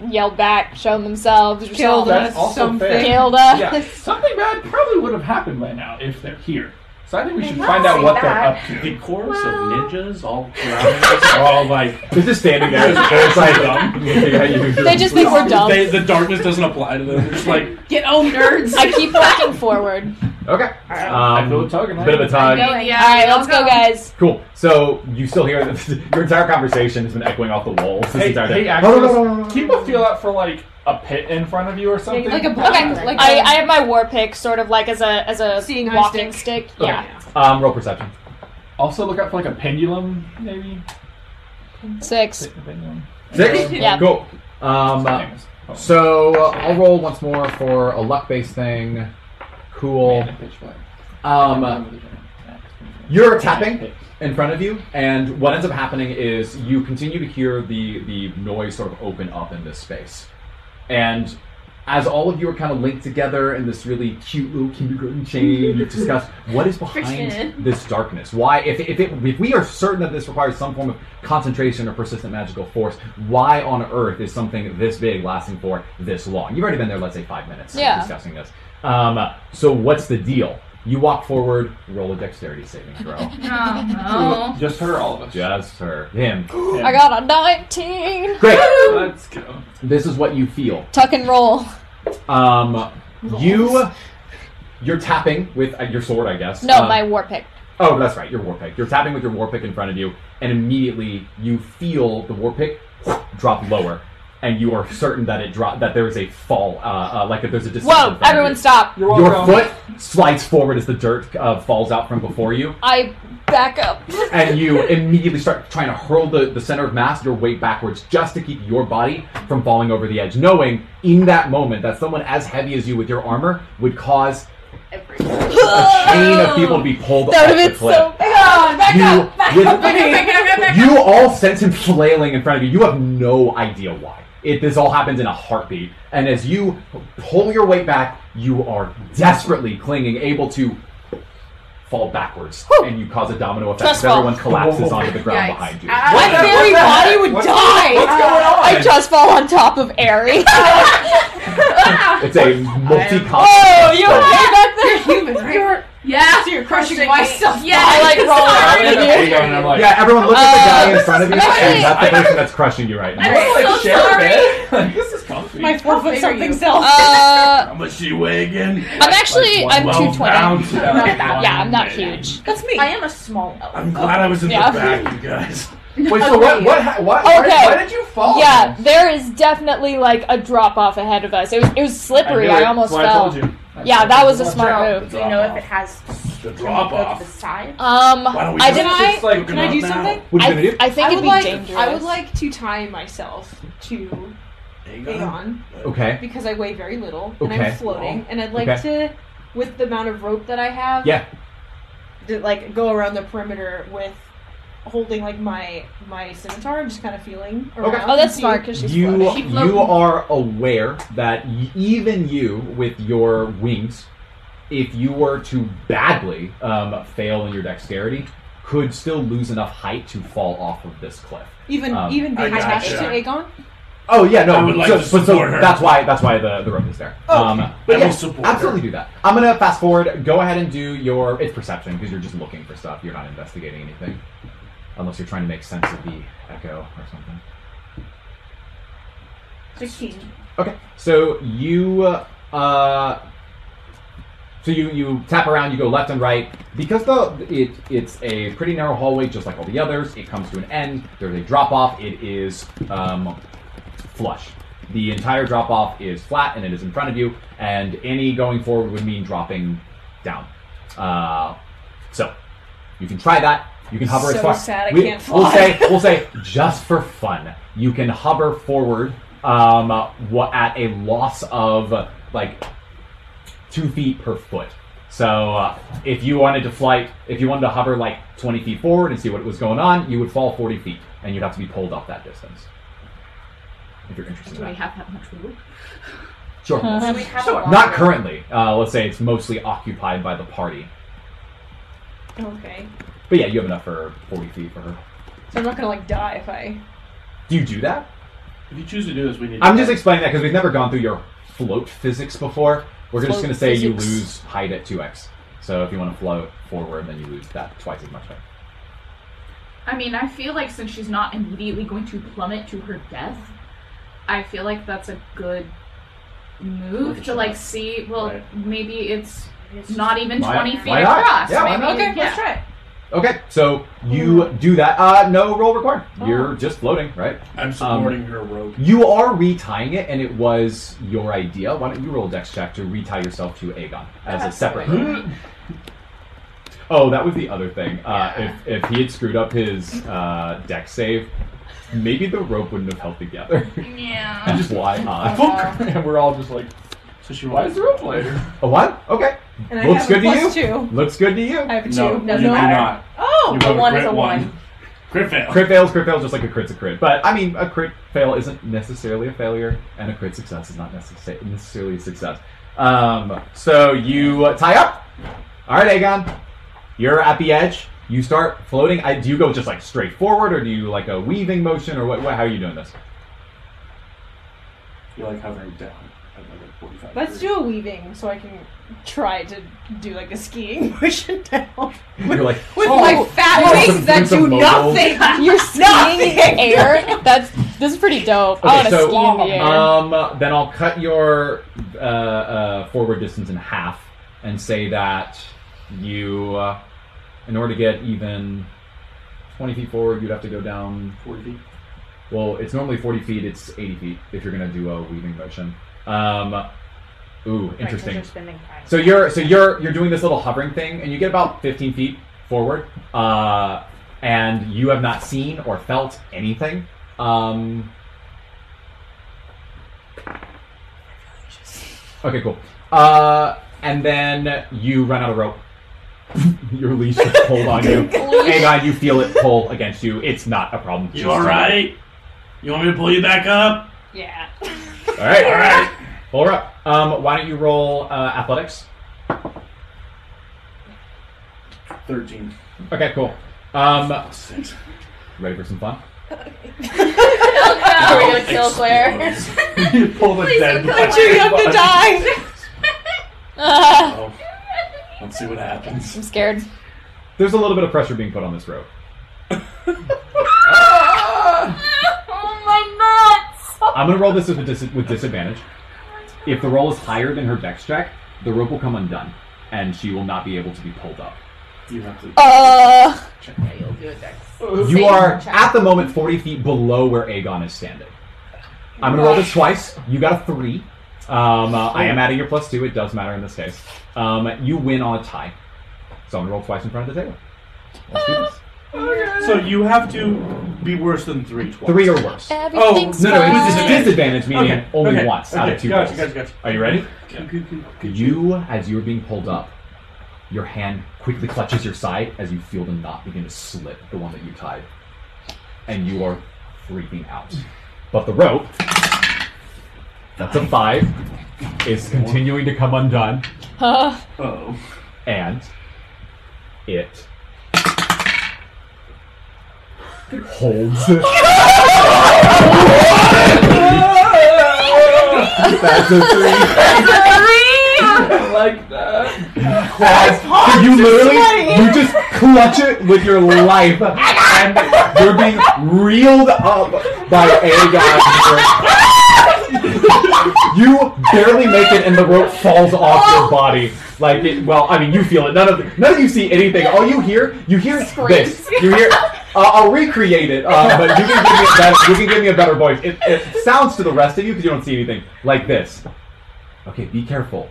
G: yelled back, shown themselves, or
B: Killed
G: Oh, something.
B: us. something.
G: Killed us.
D: Yeah, something bad probably would have happened by now if they're here. So I think we should
C: Well,
D: find out
C: say
D: what they're up
C: that.
E: The
D: to.
E: chorus of ninjas all around us are all like,
A: They're just standing there, it's like, looking at you.
G: They just think we're dumb.
E: they, the darkness doesn't apply to them. They're just like,
B: Get
F: Oh,
B: owned, nerds.
G: I keep walking forward.
A: Okay.
D: I feel a
A: Um,
D: tug in my
A: bit of a tug.
B: Yeah, yeah,
G: All right, let's go, guys.
A: Cool. So you still hear your entire conversation has been echoing off the walls this
D: Hey,
A: entire
D: hey,
A: day.
D: Axel,
A: No, no, no, no, no,
D: keep
A: no.
D: a feel out for like a pit in front of you or something.
B: Like a
G: Okay,
B: okay. Like
G: I,
B: a-
G: I have my war pick sort of like as a as a
F: Seeing eye
G: walking stick.
A: Okay.
G: Yeah.
A: Um, roll perception.
D: also look out for like a pendulum, maybe.
G: Six.
D: Pit- pendulum.
A: Six.
G: Yeah.
A: Cool. Um,
D: so
A: so uh, I'll roll once more for a luck-based thing. Cool. Um, you're tapping in front of you, and what ends up happening is you continue to hear the the noise sort of open up in this space, and as all of you are kind of linked together in this really cute little kindergarten chain, you discuss what is behind
C: Christian.
A: this darkness. Why, if if, it, if we are certain that this requires some form of concentration or persistent magical force, why on earth is something this big lasting for this long? You've already been there, let's say, five minutes
G: Yeah.
A: discussing this. Um, so what's the deal? You walk forward, roll a dexterity saving throw.
B: Oh,
D: Just her, all of us.
A: Just her, him.
G: I got a nineteen.
A: Great.
D: Let's go.
A: This is what you feel.
G: Tuck and roll.
A: Um, you, you're tapping with uh, your sword, I guess.
G: No,
A: Um,
G: my war pick.
A: Oh, that's right, your war pick. You're tapping with your war pick in front of you, and immediately you feel the war pick drop lower, and you are certain that it drop that there is a fall, uh, uh, like that there's a descent. in
G: Whoa!
A: front of
G: Everyone,
A: you.
G: stop.
D: You're
A: Your
D: welcome.
A: foot slides forward as the dirt uh, falls out from before you,
G: I back up.
A: and you immediately start trying to hurl the, the center of mass, your weight backwards, just to keep your body from falling over the edge, knowing in that moment that someone as heavy as you with your armor would cause a chain of people to be pulled
G: That
A: off
G: would have
A: the
G: been
A: cliff.
G: so. God, back
A: you,
G: up. Back
A: with-
G: up. Back up. Back up. Back up.
A: you all sense him flailing in front of you. You have no idea why. It, this all happens in a heartbeat. And as you pull your weight back, you are desperately clinging, able to fall backwards,
G: Whew.
A: and you cause a domino effect.
G: Trust
A: as everyone
G: fall.
A: collapses
E: Whoa.
A: onto the ground
B: Yikes.
A: behind you.
B: Ah.
G: My
B: What
E: the-
G: very
E: what the
G: body
E: heck?
G: would
E: What's-
G: die.
E: what's going on?
G: Oh, I just fall on top of Airy.
A: It's a multi.
G: oh, you okay back there?
F: Human, right?
C: You're
B: Yeah.
F: so you're crushing
C: Crushing
F: myself.
B: Yeah.
G: I like roll
D: I
G: around
D: end up
G: in here.
D: being on and I'm like,
A: Yeah, everyone, look at the
G: Uh,
A: guy in front of you,
G: this is
A: and that's the
D: amazing.
A: person that's crushing you right
B: I'm
A: now.
B: so
D: share
B: sorry.
D: it. Like, this is comfy.
F: My four foot
C: big are
F: something
C: you?
F: self.
G: Uh,
E: How much do you weigh again?
G: I'm actually
D: Like
G: I'm
E: 12
G: 220.
E: pounds.
D: Yeah,
C: Not that-
G: Yeah, I'm not
D: man.
G: huge.
F: That's me.
C: I am a small elf.
E: I'm glad I was in
G: Yeah.
E: the back, you guys.
D: Wait, so what? What? ha- What? Why, did,
G: Okay.
D: why did you fall?
G: Yeah, there is definitely like a drop off ahead of us. It was it was slippery. I, almost
D: Well, I
G: fell.
D: told you.
G: Yeah, that was a
D: Watch
G: smart
D: out.
G: move.
C: Do you know if it has
E: The
C: can
E: drop
C: we go to
E: off.
C: the side?
G: Um,
E: Why don't we
G: I
E: just-
G: didn't.
F: I-
E: it's like,
F: can I do
E: now.
F: something?
A: What are you
G: I,
A: gonna do?
G: I think
F: I
G: it'd
F: would
G: be
F: like.
G: dangerous.
F: I would like to tie myself to
E: Hang on.
F: Aegon
A: Okay.
F: because I weigh very little and
A: Uh-huh. Okay.
F: I'm floating, and I'd like to, with the amount of rope that I have,
A: Yeah.
F: to, like go around the perimeter with holding like my my scimitar, and just kind of feeling around.
A: Okay.
G: Oh, that's
F: to-
G: smart because she's
A: you
G: floating.
A: you are aware that y- even you with your wings if you were to badly um, fail in your dexterity could still lose enough height to fall off of this cliff
F: Even
A: Um,
F: even being
E: I
F: attached
E: gotcha.
F: to Aegon.
A: oh yeah no
E: I would like
A: so-
E: to
A: but so
E: support her.
A: that's why that's why the, the rope is there um,
E: I
A: yeah,
E: will support her.
A: absolutely do that i'm gonna fast forward go ahead and do your it's perception because you're just looking for stuff you're not investigating anything unless you're trying to make sense of the echo or something
C: 16.
A: Okay, so you, uh, so you you tap around, you go left and right because the it it's a pretty narrow hallway, just like all the others. It comes to an end. There's a drop off. It is um, flush. The entire drop off is flat, and it is in front of you. And any going forward would mean dropping down. Uh, so you can try that. You can hover as
F: So
A: far.
F: sad I
A: we,
F: can't
A: We'll
F: fly.
A: say we'll say just for fun. You can hover forward um, what at a loss of like two feet per foot. So uh, if you wanted to flight, if you wanted to hover like 20 feet forward and see what was going on, you would fall 40 feet, and you'd have to be pulled up that distance. If you're interested
B: Do
A: in
B: we
A: that,
B: have that much room?
A: sure.
C: So we have a
A: Not
C: longer-
A: currently. Uh, let's say it's mostly occupied by the party.
F: Okay,
A: But yeah, you have enough for 40 feet for her.
F: so I'm not gonna like die if I.
A: Do you do that?
E: If you choose to do this, we need.
A: I'm just explaining that because we've never gone through your float physics before. We're just
G: Float
A: going to say you
G: physics.
A: lose height at 2x. So if you want to float forward, then you lose that twice as much height.
B: I mean, I feel like since she's not immediately going to plummet to her death, I feel like that's a good move to like see. Well,
E: Right.
B: maybe it's not even
A: Why-
B: twenty
A: why
B: feet
A: not?
B: across.
A: Yeah, why
B: maybe,
A: not?
B: okay, yeah.
F: let's try it.
A: Okay, so you do that. Uh, no roll required. You're just floating, right?
E: I'm supporting her rope.
A: You are retying it, and it was your idea. Why don't you roll a dex check to retie yourself to Aegon as a separate rope? Oh, that was the other thing. Uh, if, if he had screwed up his uh, deck save, maybe the rope wouldn't have held together.
B: Yeah.
A: Just why not?
F: Uh,
D: and we're all just like,
E: So she
D: why is the rope lighter?
A: A what? Okay.
F: And I
A: Looks
F: have a
A: good to
F: plus two.
A: Looks good to you.
F: I have a two.
E: No, you
C: doesn't
E: do
C: matter.
E: not.
F: Oh,
E: You have
C: one
E: crit
C: is a one.
E: Crit fail.
A: Crit fails, crit fails, just like a crit's a crit. But I mean, a crit fail isn't necessarily a failure, and a crit success is not necessa- necessarily a success. Um, so you uh, tie up. All right, Aegon, you're at the edge. You start floating. I, do you go just like straight forward, or do you do, like a weaving motion, or what, what? How are you doing this?
E: You're like hovering down. at like a 45
F: Let's
E: degree.
F: do a weaving so I can try to do like a skiing motion down
A: You're like
F: with
G: Oh,
F: my fat
A: doing some-
F: wings that
A: doing
F: do
A: some moguls.
F: nothing.
G: You're skiing in the air. That's this is pretty dope. I
A: Okay,
G: want to
A: so-
G: ski in the air.
A: Um, then I'll cut your uh, uh, forward distance in half and say that you, uh, in order to get even 20 feet forward, you'd have to go down.
E: 40 feet.
A: Well, it's normally 40 feet, it's 80 feet if you're going to do a weaving motion. Um, ooh,
C: Right, 'cause
A: interesting.
C: you're spending time.
A: So you're so you're you're doing this little hovering thing, and you get about 15 feet forward, uh, and you have not seen or felt anything. Um, okay, cool. Uh, and then you run out of rope. Your leash is pulled on you. Hang on, you feel it pull against you. It's not a problem.
E: You
A: Just-
E: all right? You want me to pull you back up?
F: Yeah.
A: All right,
E: All
A: all right.
E: right.
A: Pull her up. Um, why don't you roll uh, athletics?
E: Thirteen. Oh,
A: Okay, cool. Um,
E: Six.
A: ready for some fun?
G: Now we're gonna kill Claire.
E: you pull the dead body.
F: Too young to die.
G: Ah,
E: Oh. Let's see what happens.
G: I'm scared.
A: There's a little bit of pressure being put on this rope.
B: Oh my nuts!
A: I'm gonna roll this with, a dis- with disadvantage. If the roll is higher than her dex check, the rope will come undone, and she will not be able to be pulled up.
E: You have to
G: Uh,
E: check.
C: Yeah, you'll do it next.
A: You are at the moment 40 feet below where Aegon is standing. I'm gonna roll this twice. You got a three. Um, uh, I am adding your plus two. It does matter in this case. Um, you win on a tie. So I'm gonna roll twice in front of the table. Let's do this.
E: So you have to be worse than three twice.
A: Three or worse. No,
G: everything's
A: Oh, no, it was
G: fine.
E: disadvantage.
A: disadvantage, meaning
E: Okay,
A: only
E: okay,
A: once out of
E: okay,
A: two
E: gotcha,
A: rolls.
E: gotcha, gotcha.
A: Are you ready?
E: Good, good, good, good.
A: You, as you are being pulled up, your hand quickly clutches your side as you feel the knot begin to slip, the one that you tied. And you are freaking out. But the rope, that's a five, is continuing to come undone,
G: Huh.
E: Oh.
A: and it holds. that's a three.
D: I like that.
A: As you literally, you just clutch it with your life, and you're being reeled up by Aegon. you barely make it, and the rope falls off your body. Like, it, well, I mean, you feel it. None of none of you see anything. All you hear, you hear this. You hear. Uh, I'll recreate it, uh, but you can give me a better. You can give me a better voice. It, it sounds to the rest of you because you don't see anything like this. Okay, be careful.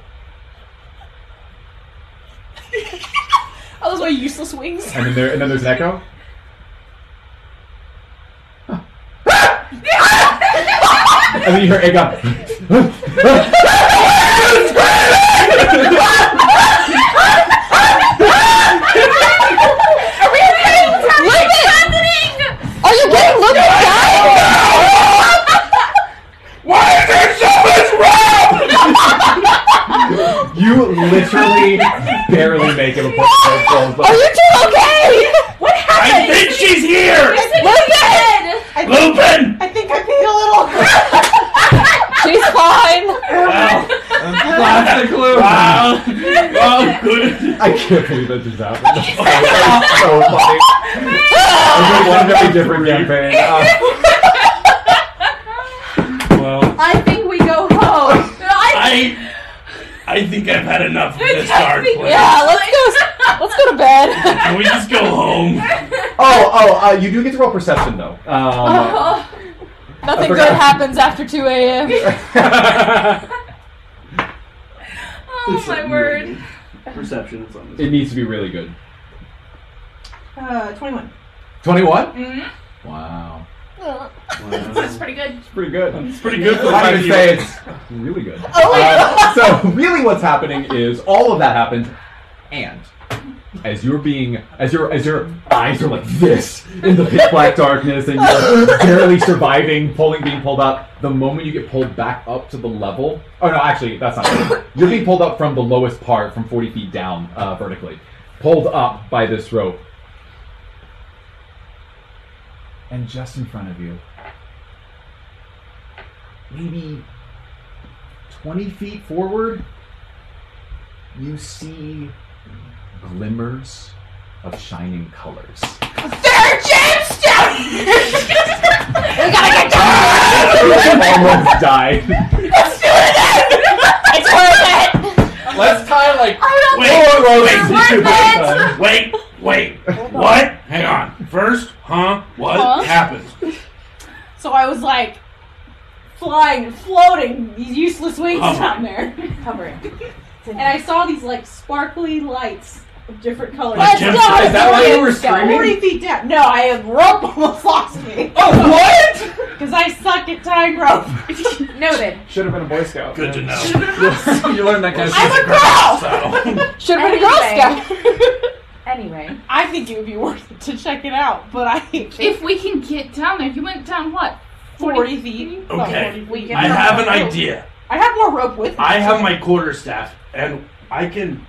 F: Oh, those are useless wings.
A: And then there, and then there's an echo. and then you hear Aegon.
G: Are you getting looked at?
A: you literally barely make it before the phone calls.
G: Are you two okay?
E: I think she's here! Lupin!
F: I think I paid a little.
G: She's fine.
E: Wow.
D: Classic Lou.
E: Wow. Wow, good.
A: I can't believe that just happened. That's so so funny. I'm doing one very different campaign. Uh,
E: Well,
F: I think we go home.
E: I. I think I've had enough of this dark place.
G: Yeah, let's go. Let's go to bed.
E: Can we just go home?
A: oh, oh, uh, you do get to roll perception though. Um,
G: Nothing good
A: forgot.
G: happens after 2 a.m.
A: Uh-huh.
B: Oh my word.
E: Perception is on this.
A: it needs to be really good.
F: Uh, 21.
A: 21?
B: Mhm.
A: Wow.
B: That's pretty good.
A: It's pretty good.
E: It's pretty good for the
A: I
E: fact
A: would
E: that
A: say
E: you-
A: it's really good. Uh, so really, what's happening is all of that happened, and as you're being, as your as your eyes are like this in the pitch black darkness, and you're barely surviving, pulling, being pulled up. The moment you get pulled back up to the level, oh no, actually that's not. True. You're being pulled up from the lowest part, from 40 feet down uh, vertically, pulled up by this rope. And just in front of you, maybe 20 feet forward, you see glimmers of shining colors.
G: We gotta get down.
A: Almost died.
G: It's worth it.
D: Let's tie like
E: Oh, Wait, wait, wait, wait. What? Hang on. First, huh? What
G: Huh?
E: happened?
F: So I was like flying, floating, these useless wings
E: Oh.
F: down there, hovering. and I saw these like sparkly lights of different colors.
G: Let's
E: Jim,
G: go.
E: is
D: that why you were
G: Let's go.
D: screaming?
F: 40 feet down. No, I have rope almost lost me.
D: Oh what?
F: Because I suck at tying rope.
B: Noted.
D: Should have been a Boy Scout.
E: Good to know.
D: you learned that kind of
F: I'm
D: stuff.
F: a girl!
E: So,
G: Should have been a Girl Scout.
H: Anyway,
F: I think it would be worth it to check it out, but I
B: If we can get down there, you went down what?
F: 40, feet. Well,
E: Okay.
F: 40 feet.
E: I have an idea.
F: I have more rope with me.
E: I have my quarterstaff, and I can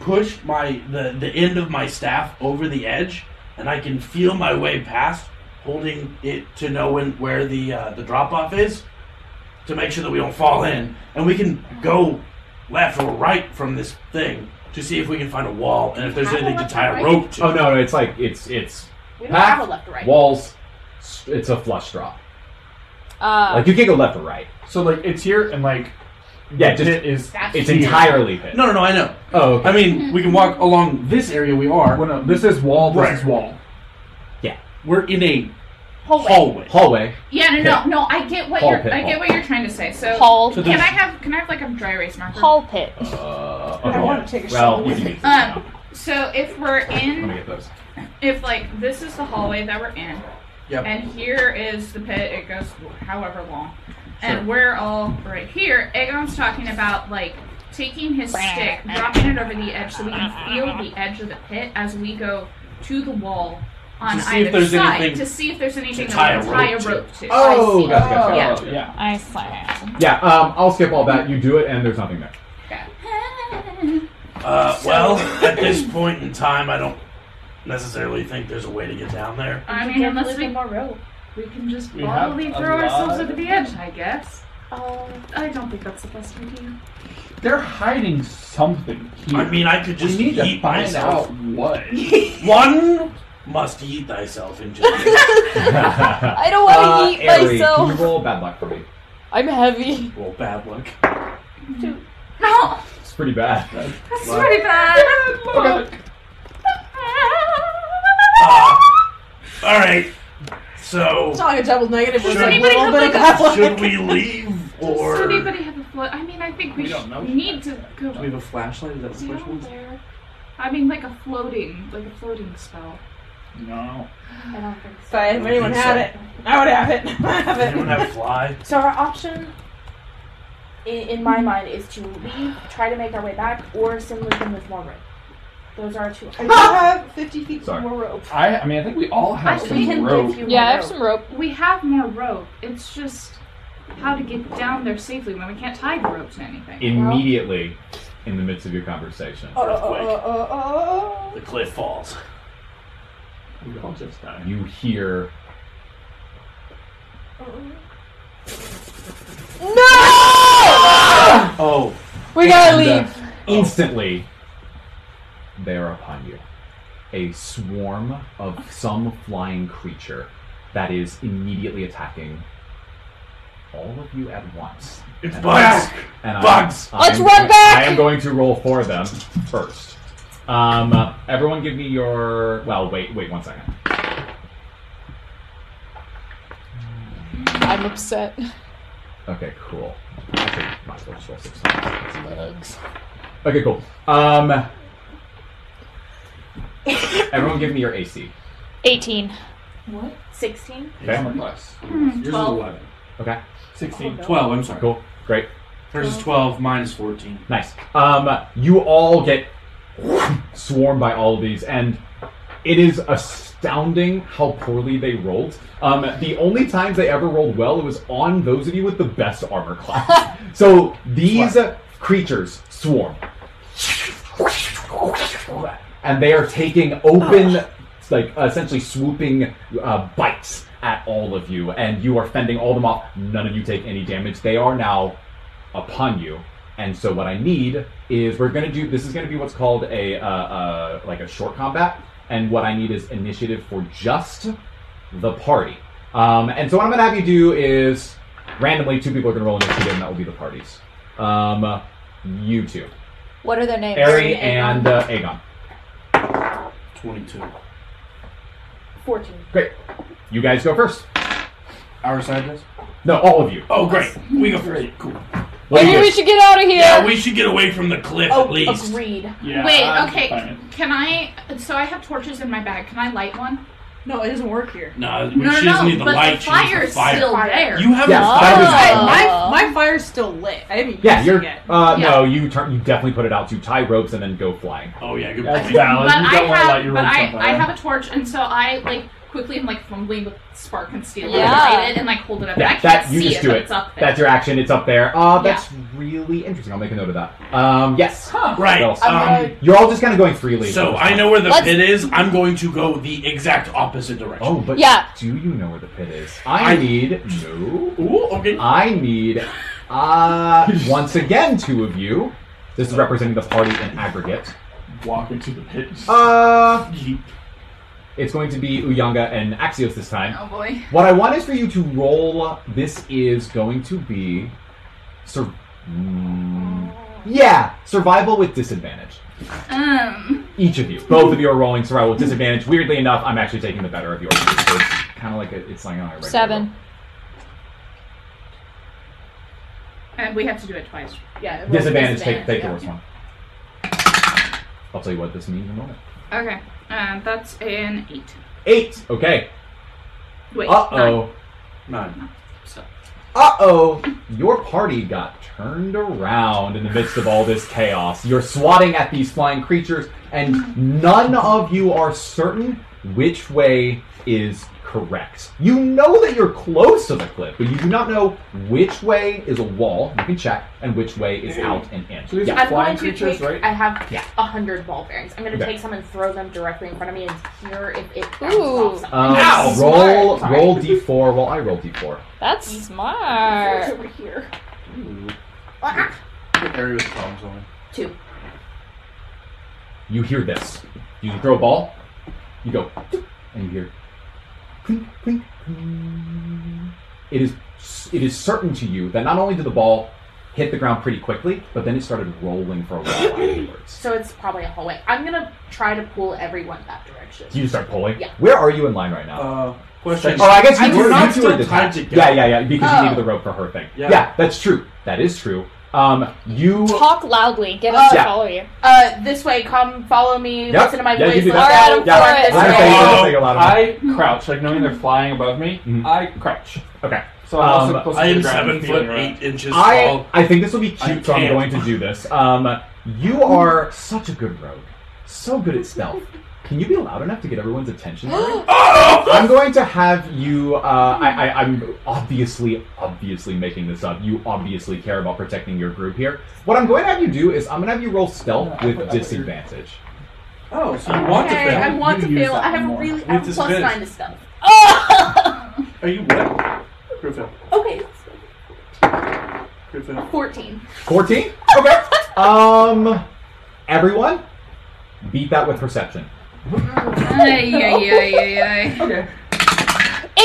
E: push my the, the end of my staff over the edge, and I can feel my way past, holding it to know when where the uh, the drop off is, to make sure that we don't fall in, and we can go left or right from this thing to see if we can find a wall and if there's
C: Have a
E: anything to
C: left or
E: tie a
C: right?
E: rope to.
A: Oh no, no, it's like it's it's
C: We don't
A: Path,
C: have a left or right.
A: walls. s- It's a flush drop.
G: Uh,
A: Like you can't go left or right.
D: So like it's here and like
A: Yeah,
D: the
A: just
D: pit is
C: That's
A: it's
D: here.
A: entirely pit.
E: No, no, no, I know.
A: Oh, okay.
E: I mean, we can walk along this area we are.
D: Well, no, uh, this is wall. This is
E: Right.
D: wall.
E: We're in a
C: Hallway.
E: hallway.
A: hallway.
B: Yeah, no, no, no. I get what
A: Paul
B: you're.
A: pit,
B: I
A: Paul.
B: get what you're trying to say. So,
G: Paul,
E: So
B: can
E: there's-
B: I have? Can I have like a dry erase marker?
G: Paul pit.
A: Uh,
F: I
A: okay.
F: want to take a
A: well,
F: shot.
A: you can use this
B: Um,
A: now.
B: so if we're
A: Let me
B: in,
A: get those.
B: if like this is the hallway that we're in,
E: Yep.
B: and here is the pit. It goes however long, and we're all right here. Aegon's talking about like taking his stick, dropping it over the edge, so we can feel the edge of the pit as we go to the wall on
E: To see if
B: either
E: there's
B: side
E: anything
B: to see if there's anything
E: to
B: that we
E: tie
B: can
E: a
B: tie a
E: rope
B: rope to.
A: Oh, gotcha, gotcha,
B: Yeah.
A: gotcha.
D: yeah.
G: I slam.
A: Yeah, um, I'll skip all that. You do it, and there's nothing there.
E: Uh, well, at this point in time, I don't necessarily think there's a way to get down there.
B: I
C: We
B: mean,
C: can
B: unless
C: live
B: we
C: in more rope.
B: We can just
D: We have
B: bodily
D: a
B: throw ourselves
D: lot
B: over
D: of
B: the edge, I guess.
C: Oh,
B: I don't think that's the best idea.
D: They're hiding something here.
E: I mean, I could
D: we
E: just
D: need to
E: eat
D: find
E: myself.
D: out what.
E: One must eat thyself in judgment.
G: I don't want to
A: Uh,
G: eat
A: Aerie,
G: myself.
A: Can you roll bad luck for me?
G: I'm heavy.
E: well, bad luck.
B: No,
A: It's pretty bad.
B: that's
E: Wow.
B: pretty bad.
E: Uh, all right. So,
F: It's not a double negative. Was
E: Should
F: like a
B: anybody have,
F: little bit
B: like,
F: of
B: a-
F: that one.
E: should we leave
B: Does
E: or do
B: anybody have a flood? I mean, I think we,
D: We don't
B: sh-
D: know.
B: need to go
E: we have a flashlight? Is that the
B: down
E: flashlight?
B: there. I mean, like a floating, like a floating spell.
D: No.
C: I don't think
F: If
C: so.
F: I- if anyone had it, I would have it. I have
E: Does
F: it.
E: anyone have fly?
C: So our option, in, in my mind, is to leave, try to make our way back, or send Lincoln with more rope. Those are our two
F: I
C: options.
F: do have 50 feet
A: Sorry.
F: more rope.
D: I. I mean, I think we all have
C: I- we
D: some
C: can
D: rope.
C: give you
G: Yeah, I
C: more
G: have
C: rope.
G: some rope.
B: We have more rope. It's just how to get down there safely when we can't tie the rope to anything.
A: Immediately, in the midst of your conversation,
F: Oh, oh, oh, oh, oh, oh,
E: The cliff falls. We all just die.
A: you hear
G: No!
E: Oh,
G: We gotta
A: And, uh,
G: leave.
A: instantly they are upon you. A swarm of some flying creature that is immediately attacking all of you at once.
E: it's bugs.
A: And I-
E: Bugs.
A: I
G: Let's
A: am-
G: run back!
A: I am going to roll for them first. Um, uh, everyone, give me your. Well, wait, wait one second.
G: I'm upset.
A: Okay, cool. Actually, might as well just roll six times.
G: Bugs.
A: Okay, cool. Um, everyone, give me your AC.
G: 18.
F: What?
C: Sixteen.
A: Okay.
D: How much less?
E: Yours is
B: Twelve.
E: 11.
A: Okay,
D: 16.
E: Twelve. I'm sorry.
A: cool, great.
E: Hers is twelve. Mine is fourteen.
A: Nice. Um, you all get swarmed by all of these, and it is astounding how poorly they rolled. Um, the only times they ever rolled well, it was on those of you with the best armor class. so these creatures swarm, and they are taking open, like essentially swooping uh, bites at all of you, and you are fending all of them off. None of you take any damage. They are now upon you. And so what I need is we're gonna do this is gonna be what's called a uh, uh, like a short combat, and what I need is initiative for just the party. Um, and so what I'm gonna have you do is randomly two people are gonna roll initiative, and that will be the parties. Um, you two,
G: What are their names?
A: Ari and uh, Aegon.
E: Twenty-two.
C: Fourteen.
A: Great, you guys go first.
E: Our side does.
A: No, all of you.
E: Oh, great. We go first. Cool.
A: What do
G: Maybe
A: you
G: we
A: do?
G: should get out of here.
E: Yeah, we should get away from the cliff
C: Oh,
E: at least.
C: agreed.
D: Yeah,
B: Wait,
D: I'm
B: okay.
D: fine.
B: Can I? So I have torches in my bag. Can I light one?
F: No, it doesn't work here.
E: No,
B: No, no,
E: she doesn't
B: no.
E: need the
B: but
E: light.
B: the
E: she needs
B: fire is
E: fire.
B: still
C: Fire.
B: there.
E: You have
A: Yeah,
E: the
A: fire is
E: fire.
G: Oh.
A: on.
G: Uh,
F: my, my fire's still lit. I haven't
A: Yeah,
F: used
A: you're.
F: it yet.
A: Uh,
B: Yeah.
A: No, you turn. You definitely put it out to tie ropes and then go flying.
E: Oh yeah, good
D: That's
E: point.
D: valid.
B: but
D: you
B: I
D: don't want to
B: have,
D: let your
B: but
D: rope
B: I,
D: on
B: I
D: fire.
B: have a torch, and so I like quickly am like fumbling with spark and steel
G: Yeah.
B: yeah. and like hold it up.
A: Yeah,
B: I can't
A: that- you
B: see
A: just
B: it,
A: do
B: but
A: it.
B: it's up there.
A: That's your action. It's up there. Uh, that's really interesting. I'll make a note of that. Um, yes.
B: Oh,
E: Right.
A: What else?
E: Um,
A: You're all just kind of going freely.
E: so I know where the
G: Let's-
E: pit is. I'm going to go the exact opposite direction.
A: Oh, but
G: Yeah.
A: do you know where the pit is? I
E: I-
A: need no.
E: Ooh, okay.
A: I need uh once again two of you. This is representing the party in aggregate.
E: Walk into the pit.
D: Oh.
A: Uh,
E: Yeet.
A: it's going to be Uyanga and Axios this time.
B: Oh boy.
A: What I want is for you to roll. This is going to be, sur- mm, yeah, survival with disadvantage.
B: Um.
A: Each of you, both of you are rolling survival with disadvantage. Weirdly enough, I'm actually taking the better of yours. So it's kind of like a, it's like on a regular
G: Seven.
A: roll.
B: And we have to do it twice.
C: Yeah.
A: Disadvantage. Take take the worst one. I'll tell you what this means in a moment.
B: Okay. Um. That's an eight.
A: Eight. Okay.
B: Wait.
A: Uh
B: nine.
A: oh.
E: Nine.
B: So-
A: Uh oh. Your party got turned around in the midst of all this chaos. You're swatting at these flying creatures, and none of you are certain which way is correct. You know that you're close to the cliff, but you do not know which way is a wall. You can check, and which way is out and in.
D: So these
A: Yeah.
D: are
C: I'm going
D: flying
C: to
D: creatures,
C: take,
D: right?
C: I have a
A: Yeah.
C: hundred ball bearings. I'm going to
A: Okay.
C: take some and throw them directly in front of me and hear if it bounces
G: Ooh.
C: off something.
A: Um,
G: Ow!
A: roll
C: Smart.
A: roll d4 while I roll d4.
G: That's
C: It's
G: smart.
C: over here.
E: Ah. What area was the problem zone?
C: Two.
A: you hear this. You throw a ball, you go, and you hear. clink, clink, clink. It is it is certain to you that not only did the ball hit the ground pretty quickly, but then it started rolling for a while afterwards.
C: So it's probably a hallway. I'm going to try to pull everyone that direction.
A: You start pulling.
C: Yeah.
A: Where are you in line right now?
E: Uh, question.
A: Oh, I guess you
E: I
A: were
E: was not
A: you two are
E: still tied
A: detached.
E: together.
A: Yeah, yeah, yeah. Because you
C: Oh.
A: needed the rope for her thing.
E: Yeah.
A: that's true. That is true. Um, you.
G: Talk loudly. Get us
A: Yeah.
G: to follow you.
C: Uh, this way. Come follow me.
A: Yep.
C: Listen to my
A: Yeah, you
C: voice.
A: do
C: Let's
G: that.
C: go. Run
G: Alright, I'm for it.
A: I
C: this
A: think
C: way.
A: it'll
D: Oh,
A: take a lot of
D: I crouch, like knowing they're flying above me.
A: Mhm.
D: I crouch.
A: Okay.
D: So I'm also
A: Um,
D: close to
E: I
D: the
E: am
D: ground
E: seven
D: and
E: foot
D: feeling around.
E: eight inches
A: I,
E: tall.
A: I think this will be
E: I
A: cute, so I'm
E: can't.
A: going to do this. Um, you are such a good rogue, so good at stealth. Can you be loud enough to get everyone's attention? Larry? I'm going to have you. Uh, I, I, I'm obviously, obviously making this up. You obviously care about protecting your group here. What I'm going to have you do is I'm going to have you roll stealth with disadvantage.
E: Oh, so you want
C: Okay,
E: to fail?
C: I want
D: You
C: to
D: use
C: fail.
D: that
C: I have
D: more.
C: a really.
E: With
C: I have plus
E: disadvantage.
C: nine to stealth.
E: Are you what? Crew fail.
C: Okay.
E: Crew fail.
C: 14.
A: 14. Okay. Um, everyone, beat that with perception.
B: Ay, ay, ay, ay, ay.
D: Okay.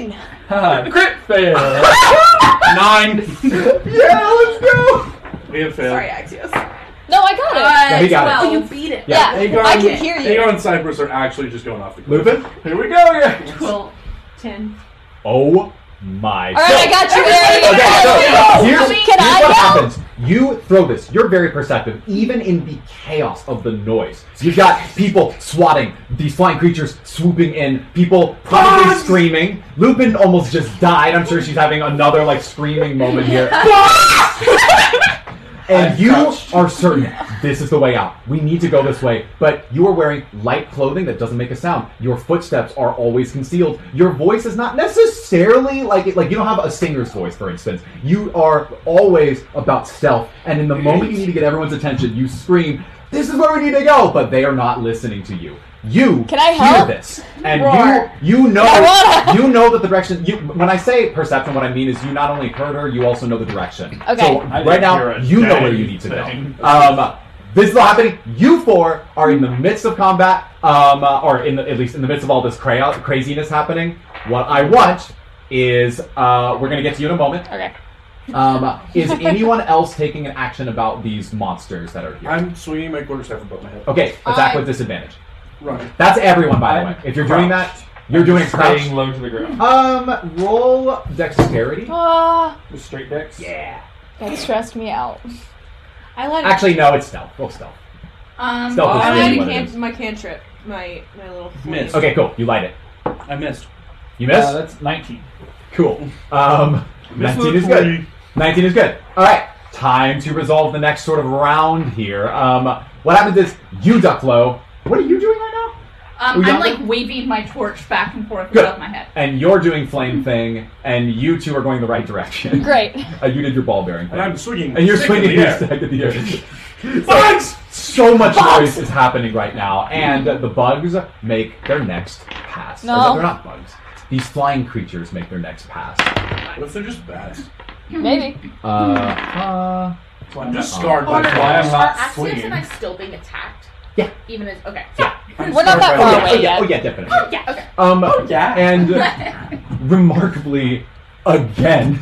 G: 18!
D: Ha, Ah, Crit fail. Nine.
A: Yeah, let's go.
E: We have failed.
C: Sorry, Axios.
G: No, I got it.
A: Yeah, he got it.
C: Oh, you beat it.
G: yeah,
E: there you go.
G: I can hear you.
E: Aegon and Cypress are actually just going off the cliff.
A: Lupin.
D: Here we go again.
B: Well,
F: Ten.
A: Oh my.
G: Alright, I got you
A: Okay,
G: there.
A: so here's,
G: Can
A: here's
G: I
A: what
G: go?
A: happens. You throw this. You're very perceptive, even in the chaos of the noise. You've got people swatting, these flying creatures swooping in, people probably screaming. Lupin almost just died. I'm sure she's having another like screaming moment here. and you are certain this is the way out. We need to go this way. But you are wearing light clothing that doesn't make a sound. Your footsteps are always concealed. Your voice is not necessarily like like you don't have a singer's voice, for instance. You are always about stealth. And in the moment you need to get everyone's attention, you scream, "This is where we need to go!" But they are not listening to you. You
G: Can I
A: hear
G: help?
A: this, and
G: Roar.
A: you you know
G: I wanna-
A: you know that the direction. You, when I say perception, what I mean is you not only heard her, you also know the direction.
G: Okay.
A: So
D: I
A: right
D: didn't hear
A: now,
D: a
A: you know
D: dang
A: where you need to
D: thing.
A: go. Um, this is all happening. You four are in the midst of combat, um, uh, or in the, at least in the midst of all this cra- craziness happening. What I want is uh, we're gonna get to you in a moment.
G: Okay.
A: Um, is anyone else taking an action about these monsters that are here?
E: I'm swinging my quarterstaff above my head.
A: okay, attack
F: I-
A: with disadvantage.
E: Run.
A: That's everyone, by the
D: I'm
A: way. If you're doing that, you're doing crouch.
D: Staying low to the ground.
A: Um, roll dexterity.
G: Ah,
D: With straight decks.
A: Yeah.
G: that Uh, stressed me out.
F: I like.
A: Actually, oh, no, it's stealth. Roll stealth.
B: um,
A: Stealth
C: Oh,
A: is
F: I
A: really
F: had
A: what
F: a
A: it
F: can-
A: is.
F: my cantrip. My my little.
E: Miss.
A: Okay, cool. You light it.
E: I missed.
A: You
D: Yeah,
A: miss?
D: Uh, that's 19.
A: cool. Um, 19 is good. 19 is good. All right. Time to resolve the next sort of round here. Um, what happens is you duck low. What are you doing right now?
B: Um,
A: Uyama?
B: I'm like waving my torch back and forth
A: Good.
B: above my head.
A: And you're doing flame thing, and you two are going the right direction.
G: Great.
A: Uh, you did your ball bearing thing.
E: And I'm swinging.
A: And you're
E: sick in
A: swinging
E: the
A: your
E: air.
A: stag at the air. bugs! So much noise is happening right now, and the bugs make their next pass. Or
G: No.
A: they're not bugs. These flying creatures make their next pass.
E: What if they're just bats?
G: Maybe.
A: Uh,
G: Hmm.
A: uh,
E: I'm just scarred
C: Are-
E: by
D: why I'm
E: flies.
D: not
C: are Axios
D: swinging.
C: and I still being attacked?
A: Yeah.
C: Even as okay.
E: I'm
G: We're not
E: scarred
G: that far
E: by flies.
A: oh,
G: away
A: yeah,
G: yet. Oh,
A: oh, yeah, definitely.
C: Yeah. Okay.
A: Um,
E: yeah.
A: And remarkably, again,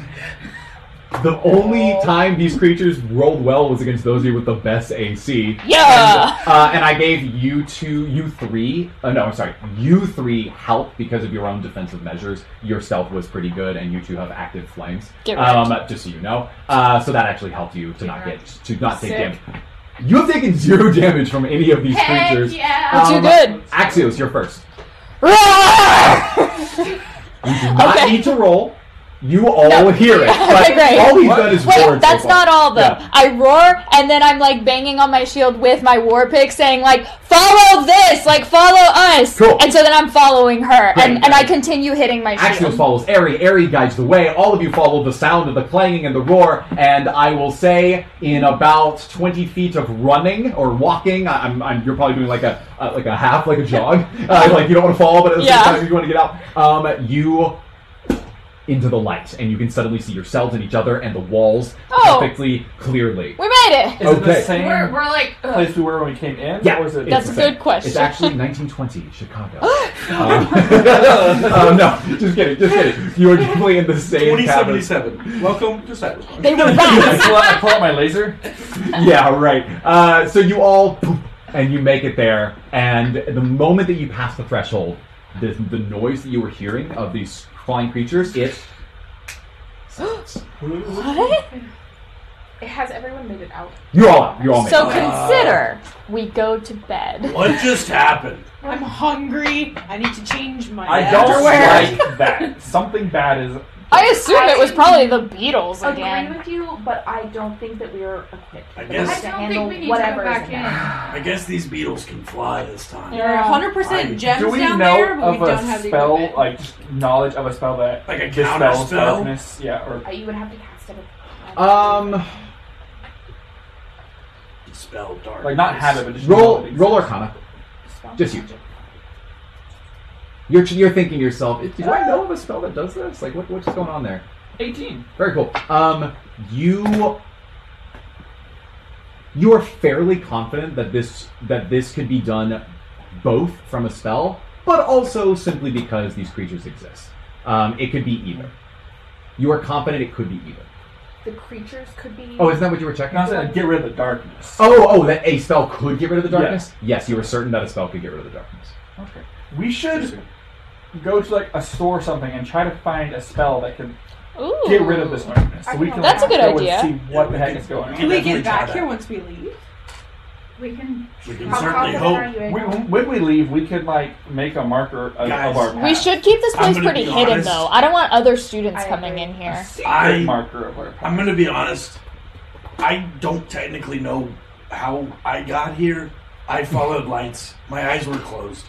A: the only time these creatures rolled well was against those of you with the best AC.
G: Yeah.
A: And, uh, and I gave you two, you three, uh, no, I'm sorry, you three help because of your own defensive measures. Your stealth was pretty good, and you two have active flames.
G: Get
A: Um, just so you know, uh, so that actually helped you to not get to not take damage. You have taken zero damage from any of these
B: Heck
A: creatures.
B: yeah!
G: That's too
A: Um,
G: good.
A: Axios, you're first.
G: Roar!
A: You do not
G: Okay.
A: need to roll. You all
G: No.
A: hear it. But
G: Okay, great.
A: All he's done is
G: Wait,
A: roared so
G: that's
A: far.
G: not all though.
A: Yeah.
G: I roar and then I'm like banging on my shield with my war pick saying like follow this, like follow us.
A: Cool.
G: And so then I'm following her
A: Great.
G: and, and I continue hitting my
A: Axios
G: shield.
A: follows Airy. Airy guides the way. All of you follow the sound of the clanging and the roar. And I will say, in about 20 feet of running or walking, I- I'm, I'm, you're probably doing like a uh, like a half, like a jog. Uh, like you don't want to fall, but at the
G: Yeah.
A: same time you want to get out. Um, you into the light, and you can suddenly see yourselves and each other and the walls
G: Oh.
A: perfectly clearly.
G: We made it.
D: Is it
A: Okay.
D: the same
B: We're, we're like, ugh.
D: place we were when we came in?
A: Yeah,
D: Or is it
A: it's
G: That's
A: the
G: a
A: same.
G: good question.
A: It's actually 1920 Chicago. um, no, just kidding, just kidding. You are definitely in the same cabin.
E: 2077. Welcome to Cyberpunk.
G: They were
D: I
G: rats.
D: pull, out, I pull out my laser.
A: Yeah, right. Uh, so you all poof, and you make it there, and the moment that you pass the threshold, the, the noise that you were hearing of these flying creatures, it
G: What?
C: It has everyone made it out.
A: you're all out. You're all made.
G: So
A: it.
G: consider we go to bed.
E: What just happened?
F: I'm hungry. I need to change my
D: I don't
G: Underwear.
D: like that. Something bad is.
G: I assume it was probably the Beatles
C: Agree
G: again.
C: with you, but I don't think that we are equipped
E: I
C: enough
E: guess-
C: to
B: I don't
C: handle
B: think we need to
C: whatever
B: go back
C: is
B: in.
C: in. there.
E: I guess these beetles can fly this time.
F: There are 100% gems
D: do we
F: down
D: know
F: there, but
D: of
F: we
D: a
F: don't have the
D: spell,
F: equipment.
D: like knowledge of a spell that
E: Like a counter
D: dispels
E: spell?
D: darkness? Yeah, or
C: Uh, You would have to cast it. with-
A: Um,
E: Spell dark.
D: like not habit, but just
A: roll,
D: knowledge.
A: roll Arcana.
C: Spell
A: Just you.
C: magic.
A: You're, you're thinking to yourself, do I know of a spell that does this? Like, what, what's going on there?
D: Eighteen.
A: Very cool. Um, you you are fairly confident that this that this could be done both from a spell, but also simply because these creatures exist. Um, it could be either. You are confident it could be either.
C: The creatures could be.
A: Oh, isn't that what you were checking?
D: No, I said get rid of the darkness.
A: Oh, oh, that a spell could get rid of the darkness. Yes, you were certain that a spell could get rid of the darkness.
D: Okay. We should go to like a store or something and try to find a spell that can
G: Ooh.
D: get rid of this darkness. So we can
G: That's
D: like,
G: a good
D: go
G: idea.
D: And see what the heck is going
F: Can
D: on.
F: we
E: Definitely
F: get
E: try
F: back
E: that.
F: here once we leave?
B: we can.
E: We can
C: How
E: certainly
C: confident
E: hope.
C: are you? in
D: We,
C: it?
D: when we leave, we could like make a marker of, of
E: Guys.
D: our.
G: We
D: path.
G: should keep this
E: I'm
G: place
E: gonna
G: pretty
E: be
G: hidden,
E: honest.
G: though. I don't want other students
C: I
G: coming
C: agree.
G: in
D: A
G: here.
D: secret
E: I-
D: marker of our. path.
E: I'm gonna be honest. I don't technically know how I got here. I followed lights. My eyes were closed.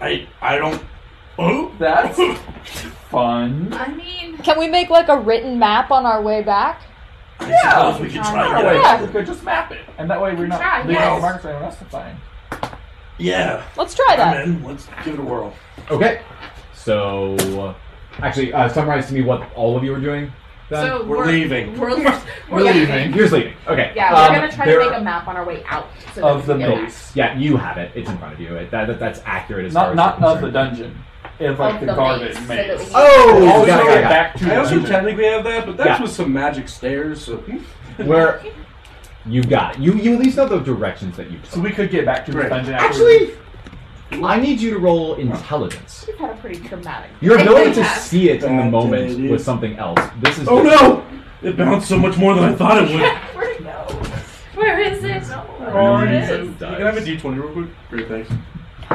E: I I don't. Oh,
D: That's fun.
B: I mean,
G: Can we make like a written map on our way back?
E: I
D: Yeah,
E: suppose we could
C: try.
E: try.
D: That
E: and
D: way,
E: get
G: Yeah.
E: out
D: we
E: of it.
D: could just map it, and that way we're not
B: Try,
D: leaving
E: yes.
D: marks for anyone else to find.
E: Yeah,
G: Let's try
E: I'm
G: that.
E: in. Let's give it a whirl.
A: Okay. So, actually, uh, summarize to me what all of you are doing. Then.
B: so
E: We're leaving.
B: We're, we're,
D: We're leaving
A: You're sleeping. Okay.
C: Yeah, we're
A: Um,
C: gonna try
A: there-
C: to make a map on our way out. So that
D: of
C: we
D: the
C: can go back.
D: base,
A: Yeah, you have it. It's in front of you. It, that, that- that's accurate as
D: not
A: far as
D: not
A: you're
D: of the
A: concerned.
D: dungeon, of like
C: Of
D: the,
C: the
D: garden
C: maze, so that we
D: maze.
C: can-
A: Oh, got it,
D: Also
A: got it,
D: get
A: got
D: back to the
E: I also
D: dungeon.
E: technically have that, but that's
A: Yeah.
E: with some magic stairs. So,
A: it. Where you got it. You you at least know the directions that you took.
D: so we could get back to the
E: Great.
D: dungeon. after we-
A: Actually, I need you to roll intelligence.
C: We've had a pretty traumatic.
A: Your ability to
B: Yeah.
A: see it in the
E: Bad
A: moment
E: idea.
A: was something else. This is.
E: oh no! It bounced so much more than I thought it would.
C: Where to go?
B: Where is it?
E: Oh,
A: Jesus
E: You can have a d20 real quick. Great, thanks.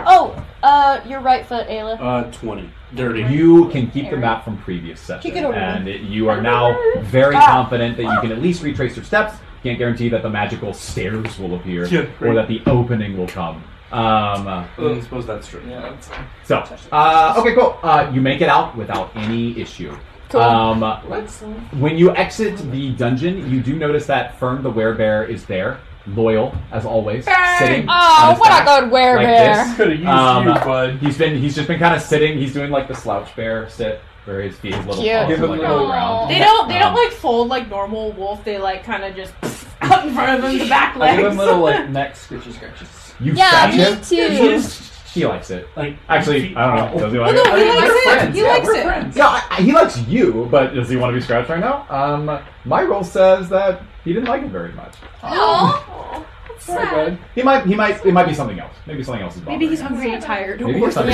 G: Oh, uh, your right foot, Ayla.
E: Uh, 20. Dirty.
A: You can keep the map from previous session,
F: Kick it over.
A: and it- you are now very
G: Ah.
A: confident that you can at least retrace your steps. Can't guarantee that the magical stairs will appear
E: Yeah,
A: or
E: great.
A: that the opening will come, Um, uh,
E: I don't suppose that's true.
D: Yeah, that's
A: so, uh, okay, cool. Uh, you make it out without any issue.
G: Cool.
A: Um, when you exit the dungeon, you do notice that Fern the Werebear is there, loyal as always, sitting. on
G: oh,
A: his
G: what
A: back.
G: a good werebear!
A: this.
D: could have used
A: Um,
D: you, bud.
A: He's been he's just been kind of sitting. He's doing like the slouch bear sit, where his feet, his little
G: Cute.
A: paws
D: Give
A: are
D: him
A: like
D: the-
A: all around.
F: They don't. They
A: Um,
F: don't like fold like normal wolf. They like kind of just out in front of them, the back
D: I
F: legs.
D: give him little like neck scratches, scratches.
A: You
G: yeah,
A: fetch
G: me
A: him.
G: too.
A: He likes it.
D: Like
A: Actually, I don't know. Does he like
F: Well,
A: it?
F: no, he likes
D: Oh. we're
F: it.
D: friends.
F: He
D: yeah,
F: likes
D: we're
F: it.
D: Friends.
A: No, I, I- he likes you, but does he want to be scratched right now? Um, my roll says that he didn't like him very much.
B: Oh, that's
D: Sorry,
B: sad.
D: bud.
A: He might, he might, it might be something else. Maybe something else is bothering
F: Maybe he's
A: him.
F: hungry and tired.
A: Maybe
C: Oh.
A: he's hungry.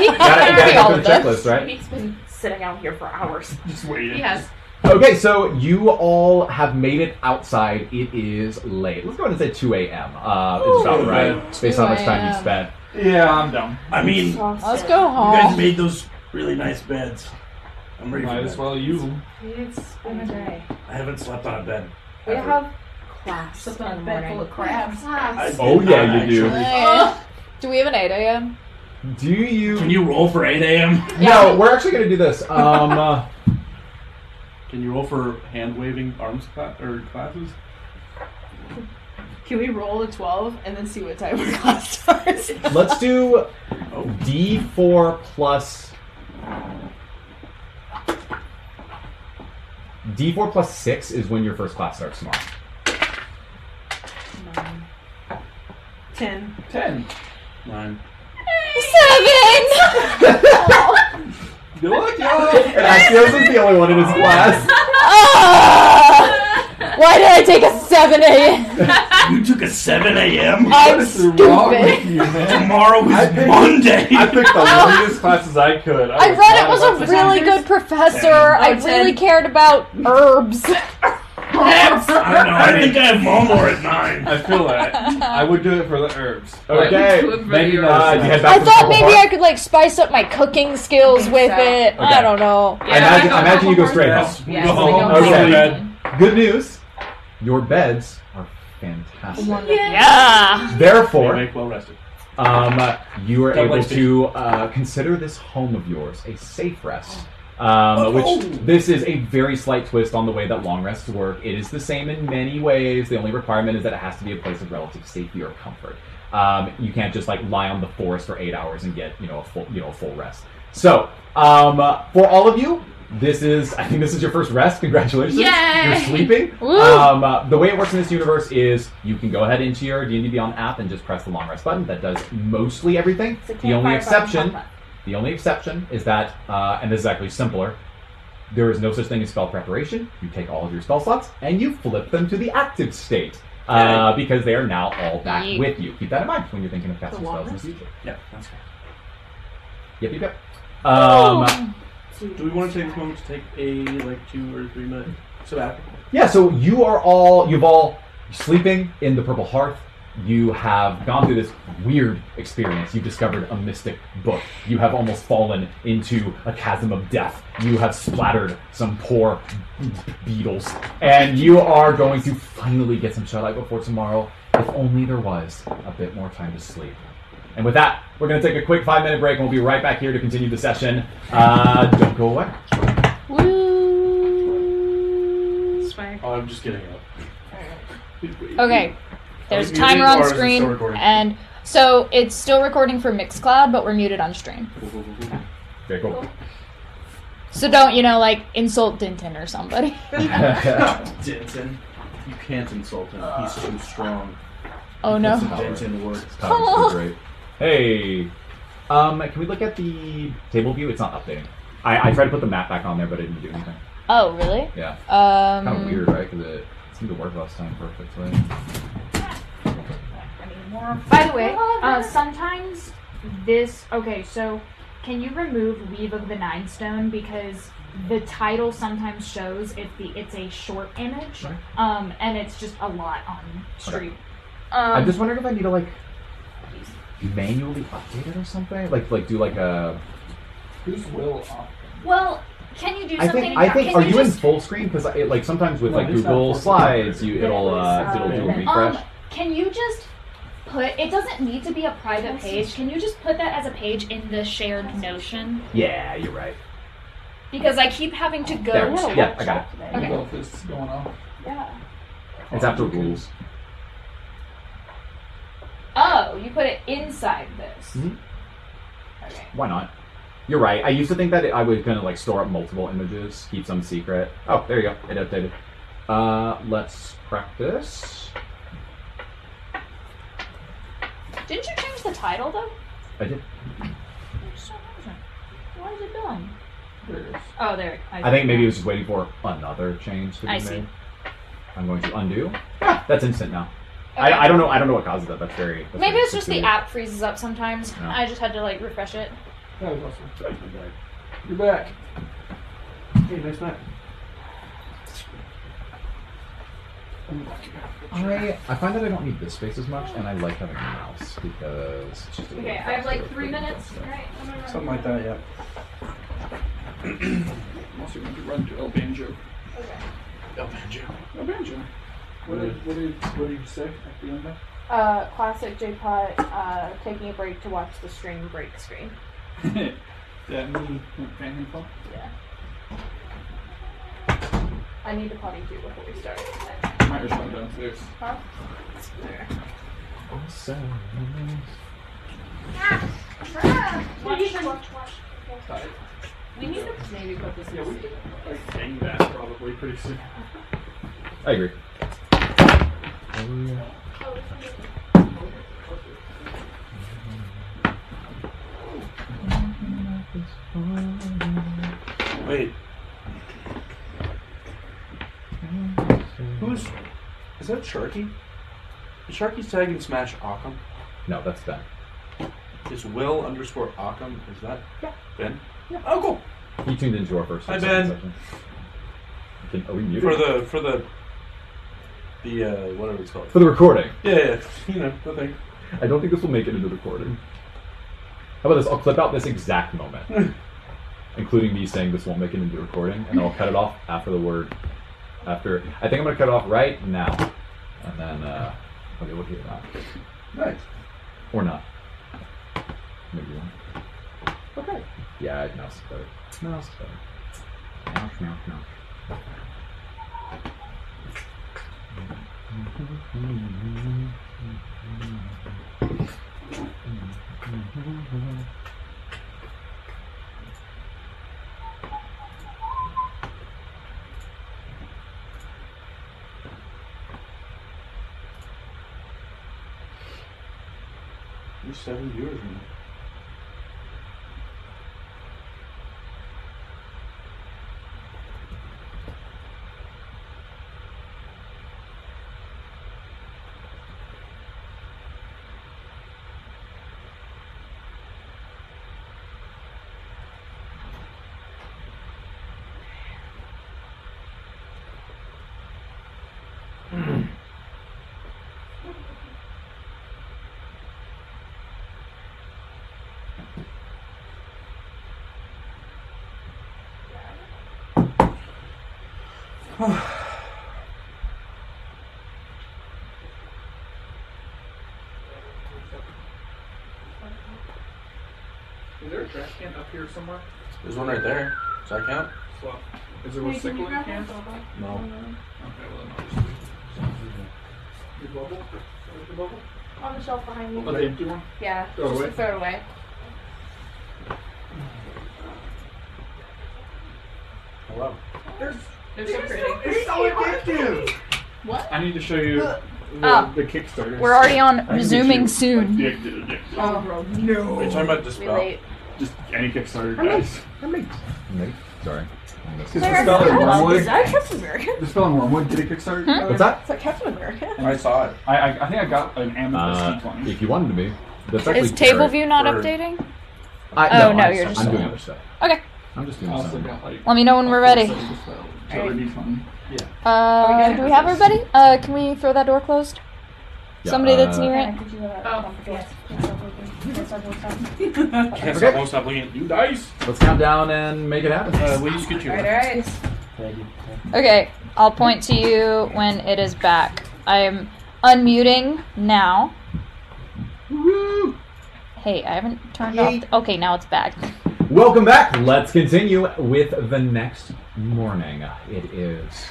G: he
A: Gotta,
G: can
A: gotta
G: carry
A: go
G: all
A: through
G: of
A: the
G: this.
A: checklist, right?
C: He's been sitting out here for hours.
D: Just waiting.
B: Yes.
A: Okay, so you all have made it outside. It is late. Let's go ahead and say 2 a.m. Uh, it's about
E: Ooh.
A: right, based on how much
G: 2
A: time you
G: a.m..
A: spent.
D: Yeah, I'm dumb.
E: I mean, you
G: Let's go
E: guys
G: home.
E: made those really nice beds. I'm ready
D: Might
E: for
D: as
E: bed.
D: well use them.
C: It's been a day.
E: I haven't slept on a bed.
C: We
E: ever.
C: have class in
F: Something
C: the
F: on a bed full
C: morning.
F: of crabs.
E: I did
A: Oh, yeah,
E: not
A: you do.
E: actually.
C: Oh.
G: Hey. Do we have an 8 a.m.?
A: Do you?
E: Can you roll for 8 a.m.?
A: No, we're actually gonna do this. Um, uh,
E: Can you roll for hand waving arms cla- or classes?
F: Can we roll a twelve and then see what time our class starts?
A: let's do D4 plus. D4 plus six is when your first class starts tomorrow.
F: Ten.
D: Ten.
E: Nine.
G: Seven!
D: Good luck, y'all.
A: And Axios is the only one in his class.
G: Ah! Why did I take a 7 a.m.?
E: You took a 7 a.m.?
D: What
G: I'm
D: is wrong with
G: stupid.
D: you, man?
E: Tomorrow
D: I
E: is
D: picked-
E: Monday.
D: I picked the longest classes I could. I,
G: I
D: was
G: read it
D: Oh, not
G: was
D: about
G: a
D: to-
G: really good professor. I really cared about herbs.
E: I don't know. I think I have Momor at 9.
D: I feel that. I would do it for the herbs.
A: Okay.
B: Do it for
D: Maybe
B: your-
D: not.
A: Uh, you head back
G: I
A: to
G: thought
A: Purple
G: maybe
A: Heart?
G: I could like spice up my cooking skills
B: think
G: with
B: so.
G: it. I
A: Okay.
G: don't know.
A: I imagine,
B: Yeah,
A: I imagine you go straight
D: Yes.
A: home.
B: Yeah,
E: Go
B: so they
E: home.
B: go
A: Okay.
B: home.
E: Bed.
A: Good news. Your beds are fantastic.
G: Yeah.
E: You
A: Therefore,
E: make well rested.
A: um, uh, you are
E: Don't
A: able
E: waste it.
A: to uh, consider this home of yours a safe rest. Um, which this is a very slight twist on the way that long rests work. It is the same in many ways. The only requirement is that it has to be a place of relative safety or comfort. Um, you can't just like lie on the forest for eight hours and get you know a full you know a full rest. So um, uh, for all of you, this is I think this is your first rest. Congratulations!
B: Yay!
A: You're sleeping.
G: Woo!
A: Um, uh, the way it works in this universe is you can go ahead into your D&D Beyond app and just press the long rest button. That does mostly everything.
C: It's a
A: The only
C: campfire
A: exception
C: bonfire.
A: the only exception is that, uh, and this is actually simpler, there is no such thing as spell preparation. You take all of your spell slots and you flip them to the active state uh, because they are now all back
G: Yeet.
A: with you. Keep that in mind when you're thinking of casting
C: The
A: spells in the
C: walrus?
A: future.
E: Yeah, that's fine.
A: Yep, yep, yep. Um,
E: Do we want to take this moment to take a, like, two or three minute sabbatical?
A: yeah, so you are all, you've all sleeping in the Purple Hearth. You have gone through this weird experience. You've discovered a mystic book. You have almost fallen into a chasm of death. You have splattered some poor b- beetles. And you are going to finally get some shut eye before tomorrow. If only there was a bit more time to sleep. And with that, we're going to take a quick five minute break and we'll be right back here to continue the session. Uh, don't go away.
B: Swag.
E: Oh, I'm just getting up.
G: Okay. There's
E: Are we muted
G: timer on
E: or is it
G: screen
E: still recording?
G: and so it's still recording for Mixcloud, but we're muted on stream. Uh,
A: Okay, cool.
G: So don't, you know, like insult Dinton or somebody.
E: Denton. You can't insult him. He's too strong.
G: Oh no.
E: Denton works.
A: Power's so great. Hey, um, can we look at the table view? It's not updating. I, I tried to put the map back on there, but it didn't do anything.
G: Oh really?
A: Yeah,
G: Um
A: kind of weird, right? Because it seemed to work last time perfectly.
I: By the way, uh, sometimes this. Okay, so can you remove Weave of the Nine Stone because the title sometimes shows if the it's a short image,
A: Right.
I: um, and it's just a lot on stream.
A: I'm
C: Um,
A: just wondering if I need to like manually update it or something. Like, like do like a.
D: Who's will off?
I: Well, can you do
A: I
I: something?
A: think I think.
I: can
A: Are you in
I: just-
A: full screen? Because like sometimes with
D: No,
A: like
D: it's not
A: Google
D: full screen.
A: Slides, you it'll uh,
I: Yeah,
A: it'll do a
I: Um,
A: refresh.
I: can you just put it doesn't need to be a private page. Can you just put that as a page in the shared Notion?
A: Yeah, you're right.
I: Because I keep having to go
A: There,
I: to
A: yeah, I got
D: I don't know if this is going on.
C: Yeah.
A: It's after rules.
G: Oh, you put it inside this.
A: Mhm.
G: Okay.
A: Why not? You're right. I used to think that I was gonna like store up multiple images, keep some secret. Oh, there you go. It updated. Uh, let's practice.
G: Didn't you change the title though?
A: I did.
G: What is it doing?
D: There it is.
G: Oh, there.
A: I think maybe it was just waiting for another change to be
G: I
A: made.
G: see.
A: I'm going to undo. Ah, that's instant now. I, I don't know. I don't know what causes that. That's very. That's
G: Maybe
A: very
G: it's just the
A: peculiar.
G: app freezes up sometimes.
A: No.
G: I just had to like refresh it.
D: That was awesome. You're back.
E: Hey, nice map.
A: I, I find that I don't need this space as much, and I like having a mouse because. It's just a little
B: Okay, I have like
A: faster
B: three
A: for doing
B: minutes.
A: stuff.
B: Alright, I'm gonna run.
E: Something like that, yeah.
D: Unless you want to run to El Banjo.
E: El Banjo.
D: El Banjo. What did what did what did you say at the end? there?
C: Uh, classic J-pop. Uh, taking a break to watch the stream break screen.
D: that me went bang and fall.
C: Yeah. I need to potty too before we start.
D: Might just run downstairs. Tired.
H: We need to maybe put this.
D: Yeah, we could like hang that probably pretty soon.
A: I agree.
E: Wait. Who's. Is that Sharky? Is Sharky's tag in Smash Occam?
A: No, that's Ben.
E: Is Will underscore Occam? Is that Ben? Yeah. Oh, cool.
A: He tuned into our first.
E: Hi,
A: or
E: Ben.
A: second session. Can, are we muted?
E: For the. For the. The, uh, whatever it's called.
A: for the recording.
E: Yeah, yeah. You know, the thing.
A: I don't think this will make it into the recording. How about this? I'll clip out this exact moment, including me saying this won't make it into the recording, and I'll cut it off after the word. After I think I'm gonna cut it off right now, and then uh, I'll be able to hear that,
E: Nice.
A: or not. Maybe one. Okay. Yeah, it mouse is better. Mouse is better. Mouse, mouse, mouse.
E: You seven viewers now.
D: Is there a trash can up here somewhere?
E: There's one right there. Does that count?
D: Swap. Is there a recycling can?
E: No.
D: Okay, well then I'll just leave. Your bubble? Where's your bubble?
C: On the shelf behind
D: Oh,
C: you.
D: the empty one?
C: Yeah.
D: Throw it
C: just
D: away.
C: throw it away.
E: Hello.
B: They're so pretty.
E: It's so addictive!
D: I need to show you
C: Uh,
D: the,
C: oh.
G: Ah.
D: the Kickstarter.
G: We're already on
D: I need to show you,
G: resuming
D: like,
G: soon.
D: the addicted- addicted-
E: Are you talking about Dispel?
C: Relate.
D: Just any Kickstarter,
A: I'm
D: guys.
A: Maybe. Sorry. I missed it.
D: Is the spell in
F: Is
D: Wormwood?
F: that Captain America?
D: The spell in Wormwood did a Kickstarter?
A: What's that?
F: Is that Captain America?
E: I saw it.
D: I, I, I think I got an amethyst
A: Uh,
D: one.
A: if you wanted to be. That's actually
G: Is table
A: Garrett.
G: view not
E: Or-
G: updating?
A: I,
G: Oh, no,
A: I'm,
G: you're
A: I'm
G: just-
A: doing other stuff.
G: Okay.
A: I'm just
D: I
A: doing
D: also
A: something.
D: got like.
G: Let me know when we're ready. Uh, do we have everybody? Uh, can we throw that door closed?
A: Yeah,
G: Somebody that's
A: uh,
G: near it.
B: Oh,
E: Can't
A: Okay.
E: stop, won't stop looking at you dice.
A: Let's count down and make it happen.
E: Uh, we just get you.
C: All right.
E: Thank you.
G: Okay, I'll point to you when it is back. I'm unmuting now. Hey, I haven't turned
A: Yay.
G: off. Okay, now it's back.
A: Welcome back. Let's continue with the next morning. It is.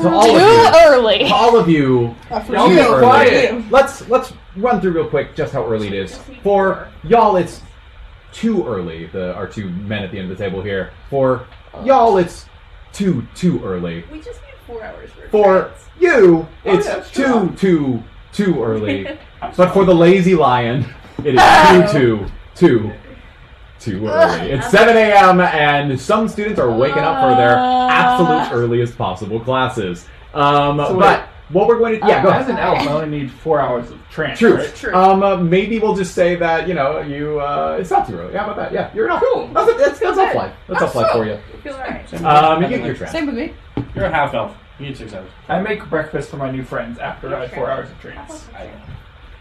A: So all of
G: Too
A: you,
G: early.
A: all of you
E: Y'all
A: Too
E: be
A: early.
E: quiet.
A: Let's let's run through real quick just how early it is. For y'all, it's too early. The our two men at the end of the table here. For y'all, it's too too early.
H: We just need four hours worth.
A: For you,
E: Oh,
A: it's
E: yeah, it's
A: too
E: true.
A: too too early. but for the lazy lion, it is too too too too early. It's 7 a.m. and some students are waking up for their absolute earliest possible classes. Um,
D: So wait. Uh,
A: but what we're going to yeah go ahead.
D: As an elf, I only need four hours of trance.
A: True.
D: Right?
H: True.
A: Um, uh, maybe we'll just say that you know you. Uh, it's not too early. How about that? Yeah, you're not cool. That's that's that's up life. That's up life for you.
H: Feel alright.
A: Um, you get your trance.
F: Same with me.
E: You're a half elf. You need six hours.
D: I make breakfast for my new friends after I have four hours of trance.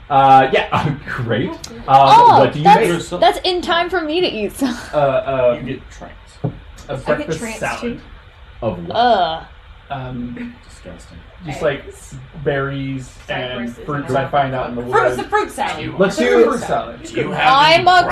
A: Uh, yeah, great. Um,
G: oh,
A: what do you make?
G: that's,
E: make?
G: that's in time for me to eat. so-
D: Uh, uh,
E: You get trance.
D: a
F: I get
D: breakfast
F: trance
D: salad.
F: too.
A: Of what?
G: Ugh.
D: Um,
E: Disgusting.
D: just like berries and
C: Cypresses.
D: fruits I find out in the
H: Fruit is the
D: woods.
H: fruit salad.
A: Let's
D: Fruit
A: do.
D: salad.
E: You have
G: I'm a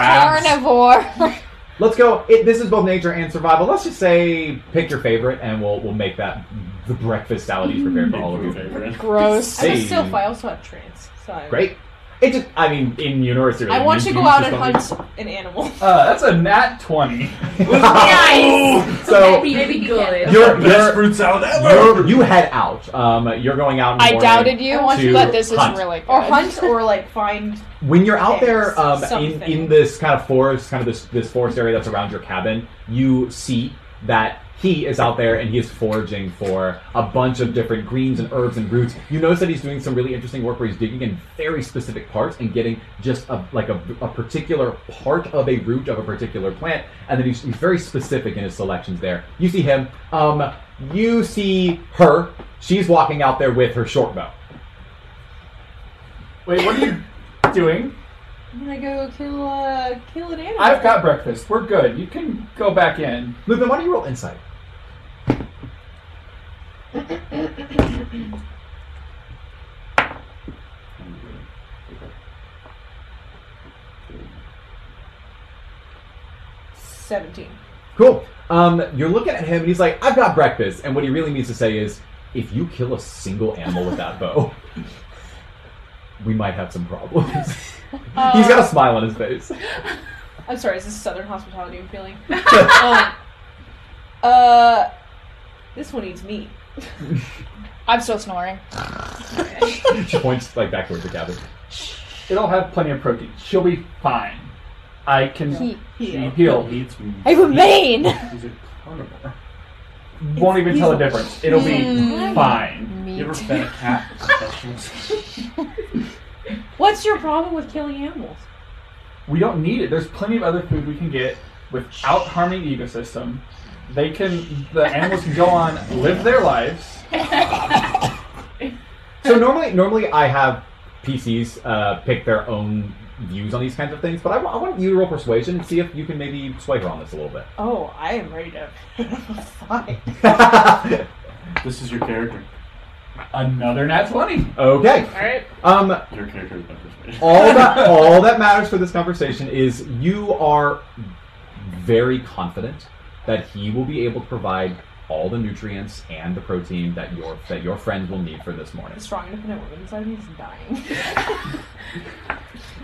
G: carnivore.
A: Let's go. It, this is both nature and survival. Let's just say pick your favorite, and we'll we'll make that the breakfast salad he's prepared for all of you.
E: favorite.
G: Gross.
A: Hey.
F: I'm still I also have trance. So I,
A: Great. It just. I mean, in university.
F: I want to go out and hunt an animal.
D: Uh, that's a nat twenty.
A: nice. so.
H: Maybe, maybe good.
A: You're,
E: Best
A: you're,
E: fruit salad ever.
A: you're, you head out. Um, you're going out. In the
G: I
A: morning.
G: doubted you,
F: I want
A: to
G: but this
A: hunt.
G: is really good.
F: or hunt or like find
A: When you're out there um,
F: Eggs,
A: in,
F: something.
A: in this kind of forest, kind of this, this forest area that's around your cabin, you see that he is out there and he is foraging for a bunch of different greens and herbs and roots. You notice that he's doing some really interesting work where he's digging in very specific parts and getting just a, like a, a particular part of a root of a particular plant, and then he's, he's very specific in his selections there. You see him. Um, you see her. She's walking out there with her short bow.
D: Wait, what are you doing?
F: I'm gonna go kill uh kill an animal.
D: I've got breakfast. We're good. You can go back in.
A: Lupin, why do you roll insight?
F: seventeen.
A: Cool. Um, you're looking at him, and he's like, "I've got breakfast." And what he really means to say is, if you kill a single animal with that bow, we might have some problems. he's got a smile on his face.
F: I'm sorry, is this southern hospitality I'm feeling? um, uh this one eats meat.
G: I'm still snoring.
A: she points like back towards the cabin.
D: It'll have plenty of protein. She'll be fine. I can
G: He-
D: heal.
E: eats meat.
G: I remain.
E: He's a carnivore.
D: Won't even tell the difference. It'll be
G: Mm.
D: fine.
E: You ever
G: Meat.
E: fed a cat?
F: What's your problem with killing animals?
D: We don't need it. There's plenty of other food we can get without harming the ecosystem. They can, the animals can go on, live their lives.
A: So normally, normally I have PCs uh, pick their own views on these kinds of things, but I, wa- I want you to roll persuasion and see if you can maybe sway her on this a little bit.
F: Oh, I am ready to fine.
E: This is your character.
D: Another nat 20.
A: okay.
C: All right.
A: Um,
E: Your character is better.
A: all that all that matters for this conversation is you are very confident that he will be able to provide all the nutrients and the protein that your that your friend will need for this morning.
F: The strong independent woman inside me is dying.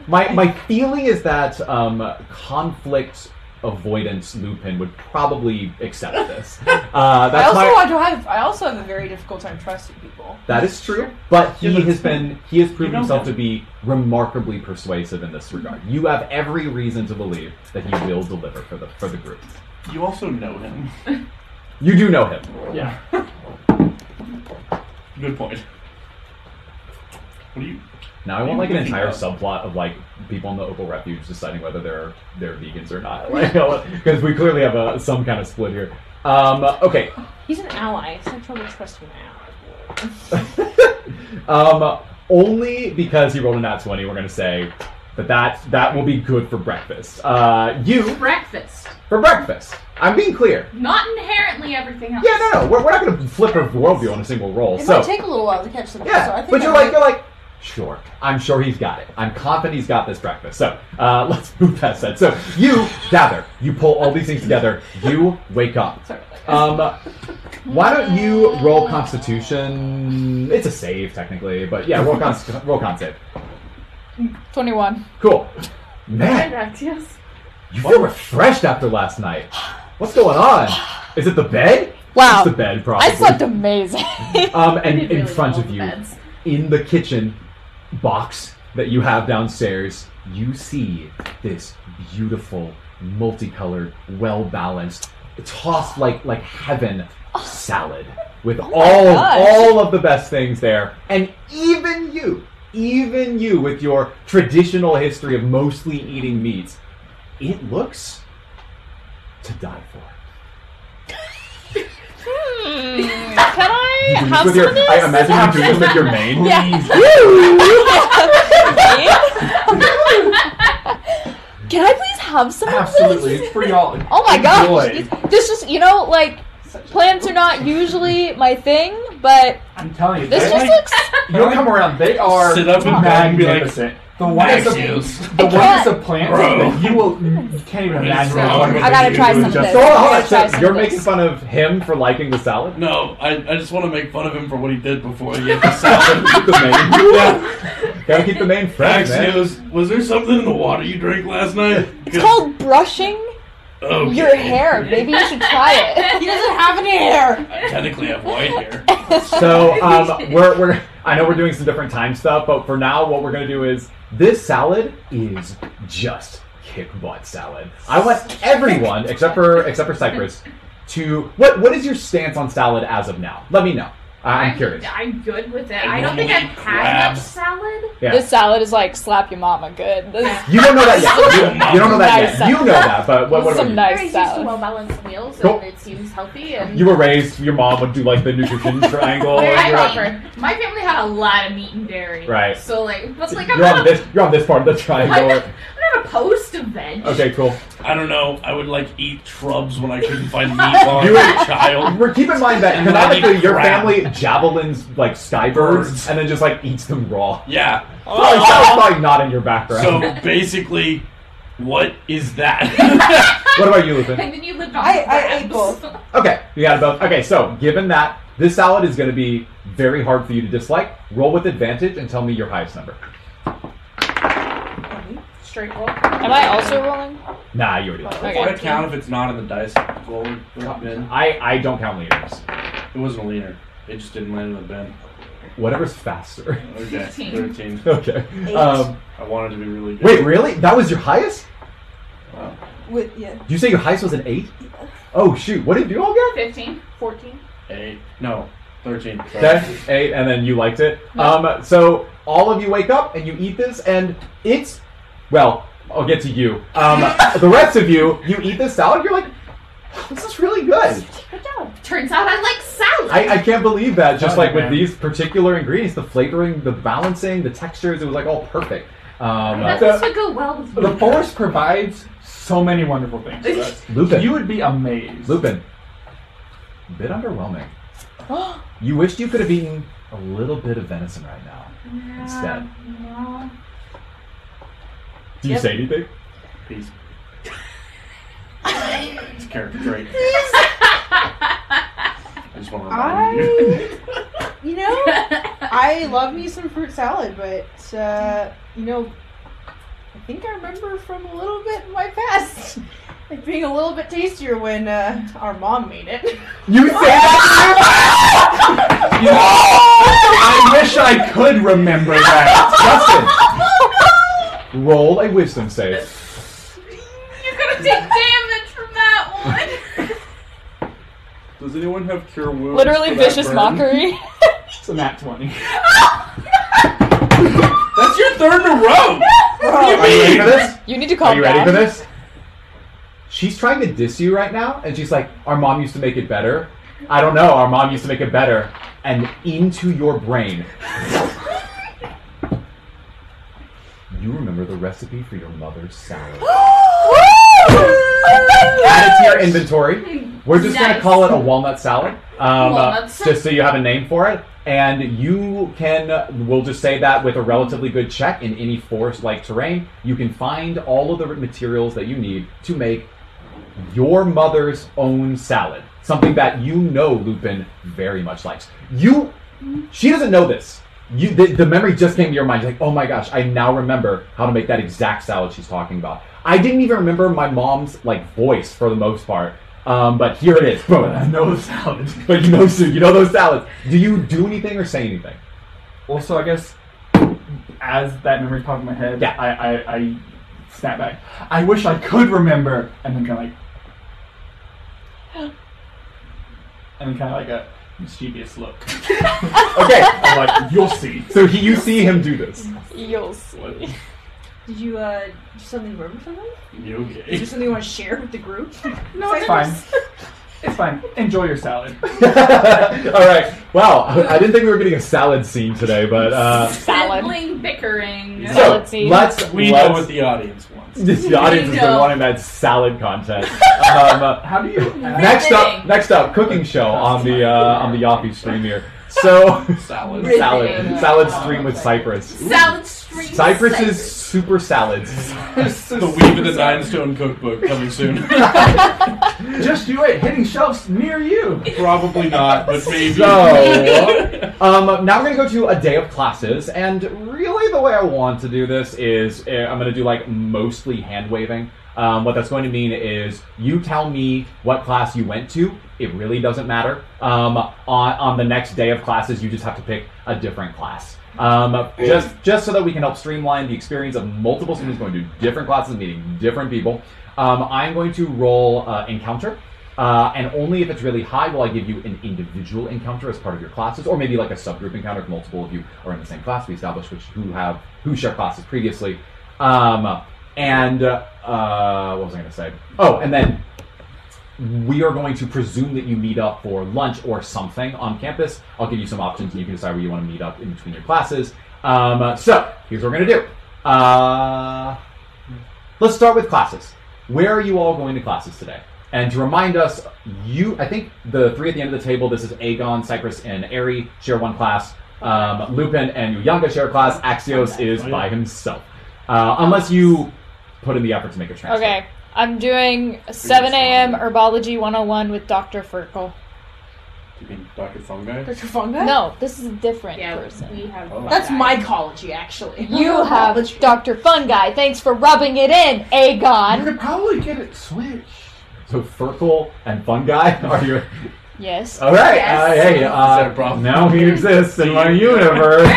A: My my feeling is that um, conflict avoidance Lupin would probably accept this. Uh,
F: I
A: that's
F: also
A: my,
F: want to have I also have a very difficult time trusting people.
A: that is true, but he
E: Yeah, but-
A: has been he has proven
E: know
A: himself
E: him.
A: to be remarkably persuasive in this regard. You have every reason to believe that he will deliver for the for the group.
E: You also know him.
A: You do know him.
D: Yeah.
E: Good point. What do you?
A: Now I want like an entire subplot of like people in the Opal Refuge deciding whether they're they're vegans or not, because we clearly have a, some kind of split here. Um, okay,
F: He's an ally. It's not trouble trusting an ally.
A: um, only because he rolled a nat twenty, we're gonna say that that, that will be good for breakfast. Uh, you
B: Breakfast.
A: for breakfast. I'm being clear.
B: Not inherently everything else.
A: Yeah, no, no, we're, we're not gonna flip her worldview on a single roll.
F: It
A: so
F: might take a little while to catch them up, so I
A: yeah,
F: think
A: but
F: I
A: you're
F: might-
A: like you're like Sure. I'm sure he's got it. I'm confident he's got this breakfast. So uh, let's move past that. So you gather, you pull all these things together, you wake up.
F: Sorry about that.
A: Um, why don't you roll Constitution? It's a save technically, but yeah, roll con roll con save.
G: 21.
A: Cool. Man,
C: Correct, yes.
A: you feel refreshed after last night. What's going on? Is it the bed?
G: Wow.
A: It's the bed, probably.
G: I slept amazing.
A: Um, and
C: did
A: in
C: really
A: front
C: well
A: of
C: with
A: you,
C: beds.
A: in the kitchen box that you have downstairs, you see this beautiful, multicolored, well balanced, tossed like like heaven salad with all
G: Oh. gosh.
A: all of the best things there, and even you, even you with your traditional history of mostly eating meats, it looks to die for.
G: Hmm, Can I
A: You do this
G: have
A: with
G: some
A: your,
G: of this?
A: I imagine you do this with your mane.
G: Can I please have some of
D: Absolutely,
G: this?
D: it's for y'all.
G: Oh my gosh.
D: Enjoy.
G: This- This just, you know, like, plants are not usually my thing, but
D: I'm telling you,
G: this
D: they-
G: just looks.
D: you don't come around. They are
E: Sit up in bed and be like,
D: magnificent. The whiteness of
E: Juice.
D: the
G: I
D: whiteness
G: can't-
D: of plants
E: Bro.
D: that you will you can't even
E: What is
D: imagine.
E: wrong
D: what
E: with
D: you're
G: I gotta
D: doing.
G: try some of
D: Just-
G: this.
A: So hold on, hold on.
G: Try
A: So
G: some
A: you're
G: of
A: making
G: this.
A: fun of him for liking the salad?
E: No, I, I just want to make fun of him for what he did before he ate the salad.
A: Keep the main.
E: yeah.
A: Gotta keep the main fresh,
E: Max
A: man.
E: News, was there something in the water you drank last night?
G: It's called brushing
E: oh,
G: your hair. Maybe you should try it. He doesn't have any hair.
E: I technically have white hair.
A: So um, we're, we're I know we're doing some different time stuff, but for now, what we're gonna do is this salad is just kick butt salad. I want everyone except for except for Cypress to what what is your stance on salad as of now? Let me know. I- I'm curious.
B: I'm good with it.
E: I
B: I don't think I've
E: normally eat
B: had much
E: crabs.
B: salad.
A: Yeah.
G: This salad is like slap your mama good. This is
A: You don't know that yet. You, you don't know that
G: Nice
A: yet. You know that, but what, what
G: some
A: about you?
G: nice
C: Very used to
G: salad.
C: well balanced meals,
A: Cool.
C: and it seems healthy and
A: You were raised. Your mom would do like the nutrition triangle.
B: Where
A: and
B: I
A: you're
B: come
A: on-
B: from, my family had a lot of meat and dairy.
A: Right.
B: So like, but like I'm
A: you're on
B: not, a,
A: this. You're on this part of the
B: I'm,
A: triangle.
B: not, I'm not opposed to veg.
A: Okay, cool.
E: I don't know. I would like eat shrubs when I couldn't find meat while I
A: You
E: was
A: would-
E: a child.
A: We're keep in mind that
E: And then
A: canonically
E: they
A: your
E: grab.
A: family javelins like skybirds
E: Birds.
A: and then just like eats them raw.
E: Yeah.
A: Probably, that's probably not in your background.
E: So basically, what is that?
A: what about you, Lupin?
B: And then you lived on
F: I- I
B: crabs.
F: ate both.
A: Okay, you got it both. Okay, so given that this salad is going to be very hard for you to dislike, roll with advantage and tell me your highest number.
C: straight roll.
G: Am I also rolling?
A: Nah, you already. did.
E: Does that count if it's not in the dice roll or bin?
A: I I don't count leaders.
E: It wasn't a leaner. It just didn't land in the bin.
A: Whatever's faster.
E: Okay,
B: Fifteen.
E: 13.
A: okay.
F: Eight.
A: Um,
E: I wanted to be really good.
A: wait, really? That was your highest?
F: With, yeah.
A: You say your highest was an eight? Oh shoot! What did you all get?
B: Fifteen.
C: 14.
E: Eight. No, 13. Sorry.
A: Okay, eight, and then you liked it. Um, so all of you wake up and you eat this, and it's well. I'll get to you. Um, the rest of you, you eat this salad. You're like, this is really good.
C: Good job.
B: Turns out I like salad.
A: I, I can't believe that. Just
D: Oh,
A: like with
D: man.
A: these particular ingredients, the flavoring, the balancing, the textures, it was like all perfect. Um,
B: that
D: the-
B: this would go well with
D: The
B: me.
D: forest provides so many wonderful things. to us.
A: Lupin,
D: You would be amazed.
A: Lupin, a bit underwhelming. You wished you could have eaten a little bit of venison right now. Instead.
B: No.
A: Do you say anything?
E: Peace. it's a character trait. I just want to remind you.
F: I, you know, I love me some fruit salad, but uh, you know, I think I remember from a little bit in my past, it being a little bit tastier when uh, our mom made it.
A: You say that? You- I wish I could remember that. Justin, roll a wisdom save.
B: You're gonna take damage from that one.
E: Does anyone have cure wounds?
G: Literally
E: for that
G: vicious
E: burn?
G: mockery.
D: It's a nat 20.
E: That's your third in a row!
A: Are you ready for this?
G: You need to
A: Are
G: calm
A: you
G: down.
A: ready for this? She's trying to diss you right now, and she's like, "Our mom used to make it better." I don't know. Our mom used to make it better, and into your brain, you remember the recipe for your mother's salad. Add it to your inventory. We're just gonna
B: Nice.
A: call it a walnut salad, um, uh,
B: Walnuts.
A: just so you have a name for it. And you can, we'll just say that with a relatively good check in any forest like terrain, you can find all of the materials that you need to make your mother's own salad. Something that you know Lupin very much likes. You, she doesn't know this. You, the, the memory just came to your mind. You're like, oh my gosh, I now remember how to make that exact salad she's talking about. I didn't even remember my mom's like voice for the most part, um, but here it is. Boom.
D: I know the salad.
A: But you know, so you know those salads. Do you do anything or say anything?
D: Also, I guess as that memory popped in my head,
A: Yeah.
D: I, I, I snap back. I wish I could remember, and then kind of like, and then kind of like a mischievous look.
A: Okay,
D: I'm like, you'll see.
A: so he, you see him do this.
G: You'll see.
J: Did you uh, do something you remember something?
E: You
J: Is there
E: okay?
J: something you want to share with the group?
D: No, it's fine. It's fine. Enjoy your salad.
A: All right. Wow, I didn't think we were getting a salad scene today, but uh,
G: Salad.
B: Sibling bickering.
E: Yeah.
A: so
G: Salad scene.
A: let's
E: We
A: let's,
E: know what the audience wants.
A: the audience has been
J: know.
A: wanting that salad content. Um, uh,
D: How do you?
A: next up, next up, cooking show on the uh, on the Yaffe stream here. So
E: Salad.
A: salad salad stream
D: Oh,
A: with Cypress.
B: Salad stream.
A: Cypress's super salads.
E: The Weave of the Nine Stone Cookbook coming soon.
D: Just you wait. Hitting shelves near you.
E: Probably not, but maybe.
A: So, um, now we're going to go to a day of classes, and really the way I want to do this is uh, I'm going to do like mostly hand waving. Um, what that's going to mean is you tell me what class you went to. It really doesn't matter. Um, on, on the next day of classes, you just have to pick a different class. Um, just just so that we can help streamline the experience of multiple students going to different classes, meeting different people. Um, I'm going to roll uh, encounter. Uh, and only if it's really high will I give you an individual encounter as part of your classes, or maybe like a subgroup encounter if multiple of you are in the same class. We established which who have who share classes previously. Um, and uh, what was I going to say? Oh, and then we are going to presume that you meet up for lunch or something on campus. I'll give you some options, and you can decide where you want to meet up in between your classes. Um, uh, so here's what we're going to do. Uh, let's start with classes. Where are you all going to classes today? And to remind us, you, I think the three at the end of the table, this is Aegon, Cypress, and Eri share one class. Um, Lupin and Uyanga share a class. Axios is by himself. Uh, unless you put in the effort to make a transfer.
G: Okay, I'm doing 7 a.m. Herbology 101 with Dr. Ferkel.
E: You mean Dr. Fungi?
J: Dr. Funga?
G: No, this is a different
C: Yeah,
G: person.
C: we have.
E: Oh.
J: That's my mycology, actually.
G: You have Dr. Fun Guy. Thanks for rubbing it in, Aegon.
D: could probably get it switched.
A: So Ferkel and Fungi are your.
G: Yes.
A: All right.
C: Yes.
A: Uh, hey, uh,
E: that a problem?
A: now he exists in my universe.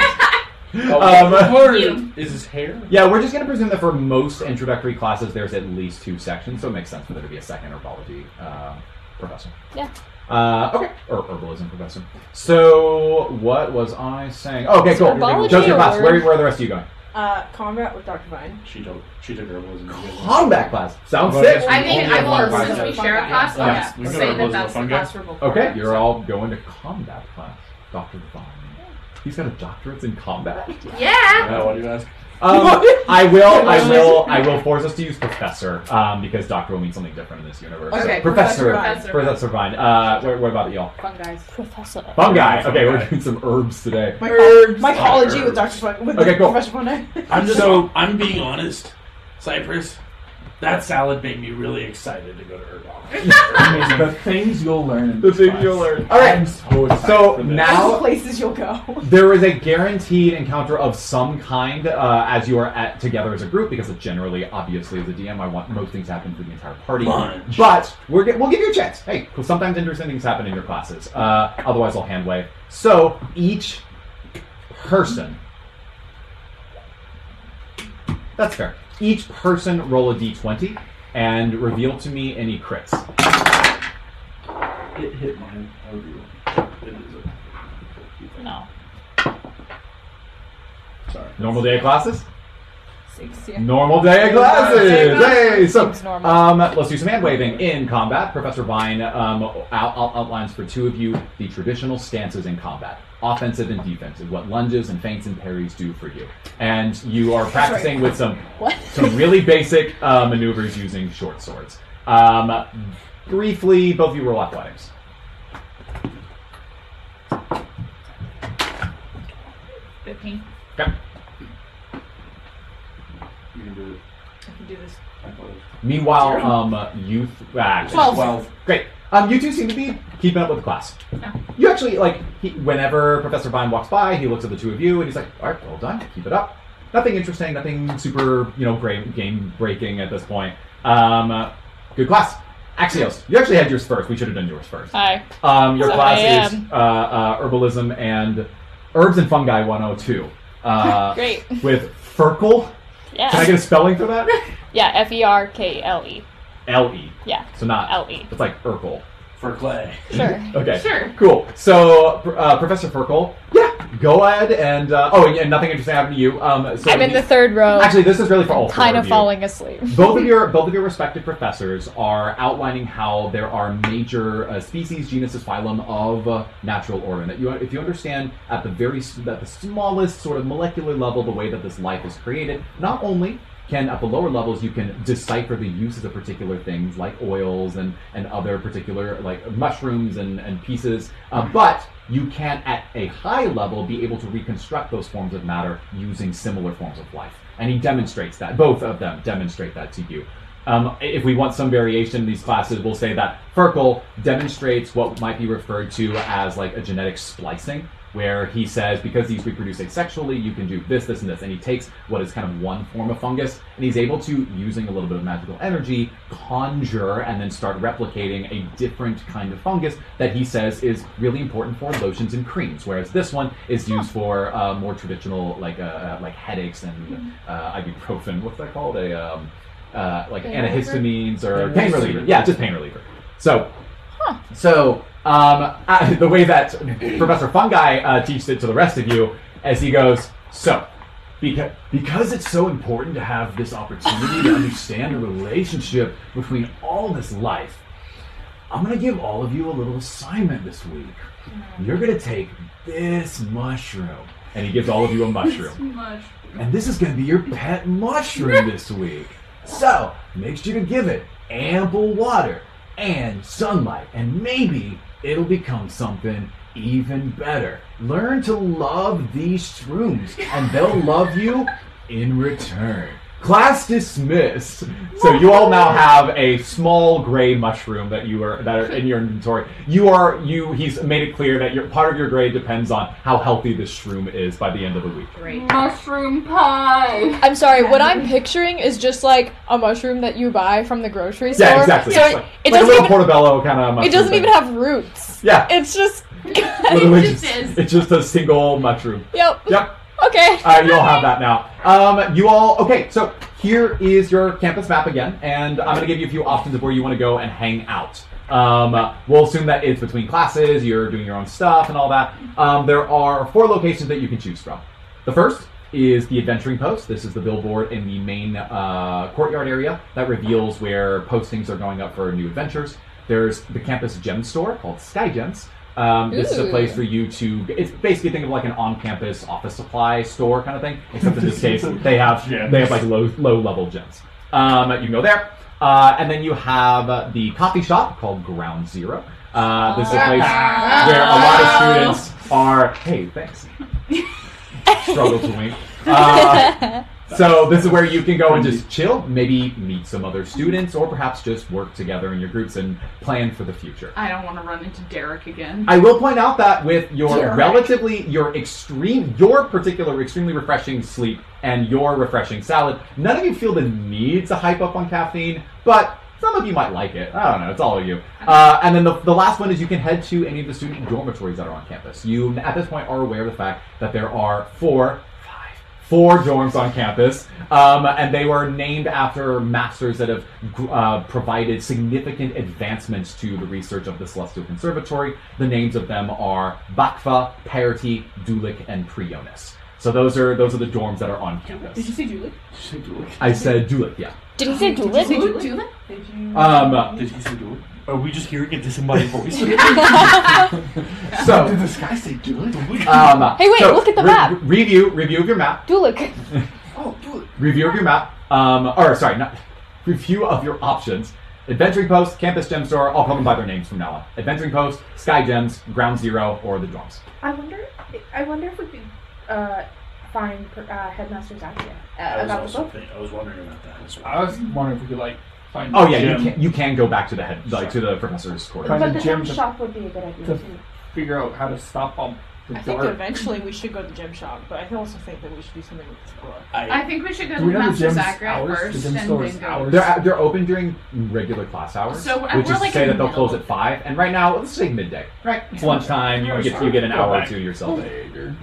E: Um,
A: um,
E: or
B: You.
E: is his hair?
A: yeah, we're just going to presume that for most introductory classes, there's at least two sections, so it makes sense for there to be a second herbology uh, professor.
G: Yeah.
A: Uh, okay, or herbalism professor. So, what was I saying? Oh, okay,
G: Is
A: cool.
G: herbology
A: Joseph
G: or-
A: class. Where, where are the rest of you going?
F: Uh, combat with Dr. Vine.
E: She took, she took herbalism.
A: Combat class. Sounds
E: Well,
A: sick.
E: yes.
B: I think
E: Only
B: I
E: one
B: will,
E: class.
B: since we share a class,
A: Yeah.
B: yeah.
E: Yes, we've got
B: say
E: our
B: that
E: both
B: that's
E: of
B: the
E: them.
B: class we're both
A: Okay,
B: in.
A: you're all going to combat class. Dr. Vaughn. He's got a doctorate in combat.
B: Yeah!
E: Uh, what do you ask?
A: Um, I will, I will, I will force us to use professor um, because doctor will mean something different in this universe.
F: Okay,
A: professor,
F: Professor Vine.
A: professor, Vine. Uh, what, what about y'all?
C: Fun guys.
G: Professor.
A: Fungi.
E: Fungi.
A: Okay, we're doing some herbs today.
F: My
A: Herbs.
F: Mycology with Dr. Fun- with
A: Okay, cool.
F: Professor Fungi.
E: I'm just.
A: So-
E: I'm being honest, Cypress. That salad made me really excited to go to Erdogan.
D: Amazing. the things you'll learn. in
A: The
D: this
A: things
D: class.
A: you'll learn.
D: All right. I'm so excited
A: So
D: for this.
A: now-
F: All the places you'll go.
A: There is a guaranteed encounter of some kind uh, as you are at, together as a group, because generally, obviously, as a DM, I want most things to happen for the entire party.
E: Lunch.
A: But we're, gi- we'll give you a chance. Hey, 'cause sometimes interesting things happen in your classes. Uh, otherwise, I'll hand wave. So each person. That's fair. Each person roll a d20 and reveal to me any crits.
E: it hit mine. I would be It is a.
G: No.
E: Sorry.
A: Normal day of classes?
J: Six, yeah.
A: Normal day of classes! Hey! So
G: Seems normal.
A: Um, let's do some hand waving in combat. Professor Vine um, out, out- outlines for two of you the traditional stances in combat, offensive and defensive, what lunges and feints and parries do for you, and you are practicing with some
G: What?
A: some really basic uh, maneuvers using short swords. Um, briefly, both of you roll athletics.
B: Fifteen.
E: You can do it.
J: I can do this.
E: I thought it was
A: Meanwhile, um, youth. Ah,
F: Twelve.
E: Twelve.
A: Great. Um, you two seem to be keeping up with the class.
J: Oh.
B: Yeah.
A: You actually like he, whenever Professor Vine walks by, he looks at the two of you and he's like, "All right, well done. Keep it up. Nothing interesting. Nothing super, you know, gra- game breaking at this point. Um, uh, good class. Axios, you actually had yours first. We should have done yours first.
G: Hi.
A: Um, your
G: So
A: class
G: I
A: is uh, uh, herbalism and herbs and fungi 102. Uh,
G: Great.
A: with Ferkel. Can I
G: Yeah.
A: get a spelling for that?
G: Yeah. F E R K L E.
A: L E.
G: Yeah.
A: So not
G: L E.
A: It's like Urkel.
E: for Clay.
G: Sure.
A: Okay.
B: Sure.
A: Cool. So, uh, Professor Ferkel, yeah, go ahead and uh, oh, and, and nothing interesting happened to you. Um, so
G: I'm in
A: you-
G: the third row,
A: Actually, this is really for all. four
G: kind of
A: you.
G: falling asleep.
A: Both of your both of your respective professors are outlining how there are major uh, species, genuses, phylum of uh, natural origin. That you, if you understand at the very s- at the smallest sort of molecular level, the way that this life is created, not only can at the lower levels you can decipher the uses of particular things like oils and and other particular like mushrooms and and pieces, uh, but you can at a high level be able to reconstruct those forms of matter using similar forms of life and he demonstrates that both of them demonstrate that to you um, if we want some variation in these classes we'll say that ferkel demonstrates what might be referred to as like a genetic splicing where he says because these reproduce asexually you can do this this and this and he takes what is kind of one form of fungus and he's able to using a little bit of magical energy conjure and then start replicating a different kind of fungus that he says is really important for lotions and creams whereas this one is used for uh, more traditional like uh, uh, like headaches and uh, ibuprofen what's that called a um, uh, like
G: Pain reliever?
A: antihistamines or
E: Pain
A: pain
E: reliever.
A: reliever yeah just pain reliever so so um, uh, the way that Professor Fungi uh, teaches it to the rest of you, as he goes, so because because it's so important to have this opportunity to understand the relationship between all this life, I'm gonna give all of you a little assignment this week.
G: Mm-hmm.
A: You're gonna take this mushroom, and he gives all of you a mushroom.
B: Much.
A: And this is going to be your pet mushroom this week. So make sure to give it ample water and sunlight, and maybe it'll become something even better. Learn to love these shrooms, and they'll love you in return. Class dismissed. So you all now have a small gray mushroom that you are that are in your inventory. You are you. He's made it clear that your part of your grade depends on how healthy this shroom is by the end of the week.
J: Great.
B: Mushroom pie.
G: I'm sorry. What I'm picturing is just like a mushroom that you buy from the grocery store.
A: Yeah, exactly.
G: So
A: It's
G: it,
A: like, like
G: it
A: a
G: doesn't
A: little
G: even
A: portobello kind of.
G: it doesn't even have roots.
A: Yeah,
G: It's just
A: literally
B: just is.
A: it's just a single mushroom.
G: yep.
A: Yep.
G: Okay.
A: All right, you all have that now. Um, you all okay? So here is your campus map again, and I'm going to give you a few options of where you want to go and hang out. Um, uh, we'll assume that it's between classes, you're doing your own stuff, and all that. Um, there are four locations that you can choose from. The first is the Adventuring Post. This is the billboard in the main uh, courtyard area that reveals where postings are going up for new adventures. There's the campus gem store called Sky Gems. Um, this is a
G: Ooh.
A: place for you to. It's basically think of like an on-campus office supply store kind of thing, except in this case they have
E: Gems.
A: they have like low low level gems. Um, you can go there, uh, and then you have uh, the coffee shop called Ground Zero. Uh, this is a place where a lot of students are. Hey, thanks. Struggle to wink. Uh, so this is where you can go and just chill, maybe meet some other students, or perhaps just work together in your groups and plan for the future.
B: I don't want to run into Derek again.
A: I will point out that with your
G: Derek.
A: relatively your extreme your particular extremely refreshing sleep and your refreshing salad, none of you feel the need to hype up on caffeine, but some of you might like it. I don't know. It's all of you. Uh, and then the, the last one is you can head to any of the student dormitories that are on campus. You at this point are aware of the fact that there are four four dorms on campus, um, and they were named after masters that have gr- uh, provided significant advancements to the research of the Celestial Conservatory. The names of them are Bakfa, Parity, Dulic, and Prionis. So those are those are the dorms that are on
J: Did you
A: campus.
J: see Julie?
A: I said Dulic, yeah.
G: Did he say
J: Did you
G: Dulit?
J: see Julie? Did you?
A: Um,
E: Did he say do it? Are we just hearing a disembodied voice?
C: Uh,
A: so.
E: this guy say do it?
A: Um,
G: Hey, wait,
A: so
G: look at the
A: re-
G: map.
A: re- review, review of your map.
G: Dulik.
E: oh, do it.
A: review of your map, um, or sorry, not review of your options. Adventuring Post, Campus Gem Store, I'll call them by their names from now on. Adventuring Post, Sky Gems, Ground Zero, or the Drums.
H: I wonder. I wonder if we could
C: uh, find per, uh, Headmaster Zakia
J: I
C: uh,
J: was
C: about the
J: also
C: book.
J: think- I was wondering about that as well.
E: Uh,
D: I was wondering if we could like find.
A: Oh yeah,
D: Jim
A: you can, you can go back to the head, like to the professor's quarters.
D: Find a
C: But the
D: gem
C: gem
D: to-
C: shop would be a good idea
D: to-
C: too.
D: figure out how to stop all the
J: I think
D: dark.
J: eventually we should go to the gym shop, but I also think that we should do something with this book.
B: I think we should go
D: Do
B: to
D: we know the
B: Master
D: gym's
B: Zachary
D: hours?
B: first
D: The gym
B: and
D: store
B: then
D: is
B: go.
D: hours?
A: They're uh, they're open during regular class hours,
B: So, uh,
A: which
B: we're
A: is to
B: like
A: say
B: in
A: that
B: the
A: they'll close
B: middle.
A: at five. And right now, let's say midday. Right, it's lunchtime. You get you get an hour or two yourself.
D: Later.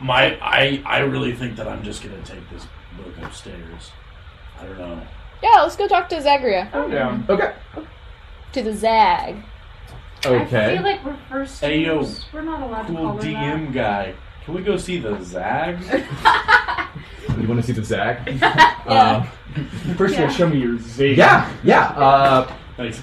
J: My, I, I really think that I'm just gonna take this book upstairs. I don't know.
G: Yeah, let's go talk to Zagria.
C: Oh,
D: I'm down.
A: Okay.
G: To the Zag.
B: I
A: Okay.
B: feel like we're first.
E: Hey, yo,
B: years. we're not allowed to
E: Cool
B: call her
E: DM guy. Can we go see the Zag?
A: You want to see the Zag?
G: Yeah.
D: First, you
B: Yeah.
D: gotta show me your Z.
A: Um, yeah. Yeah. Uh,
E: nice.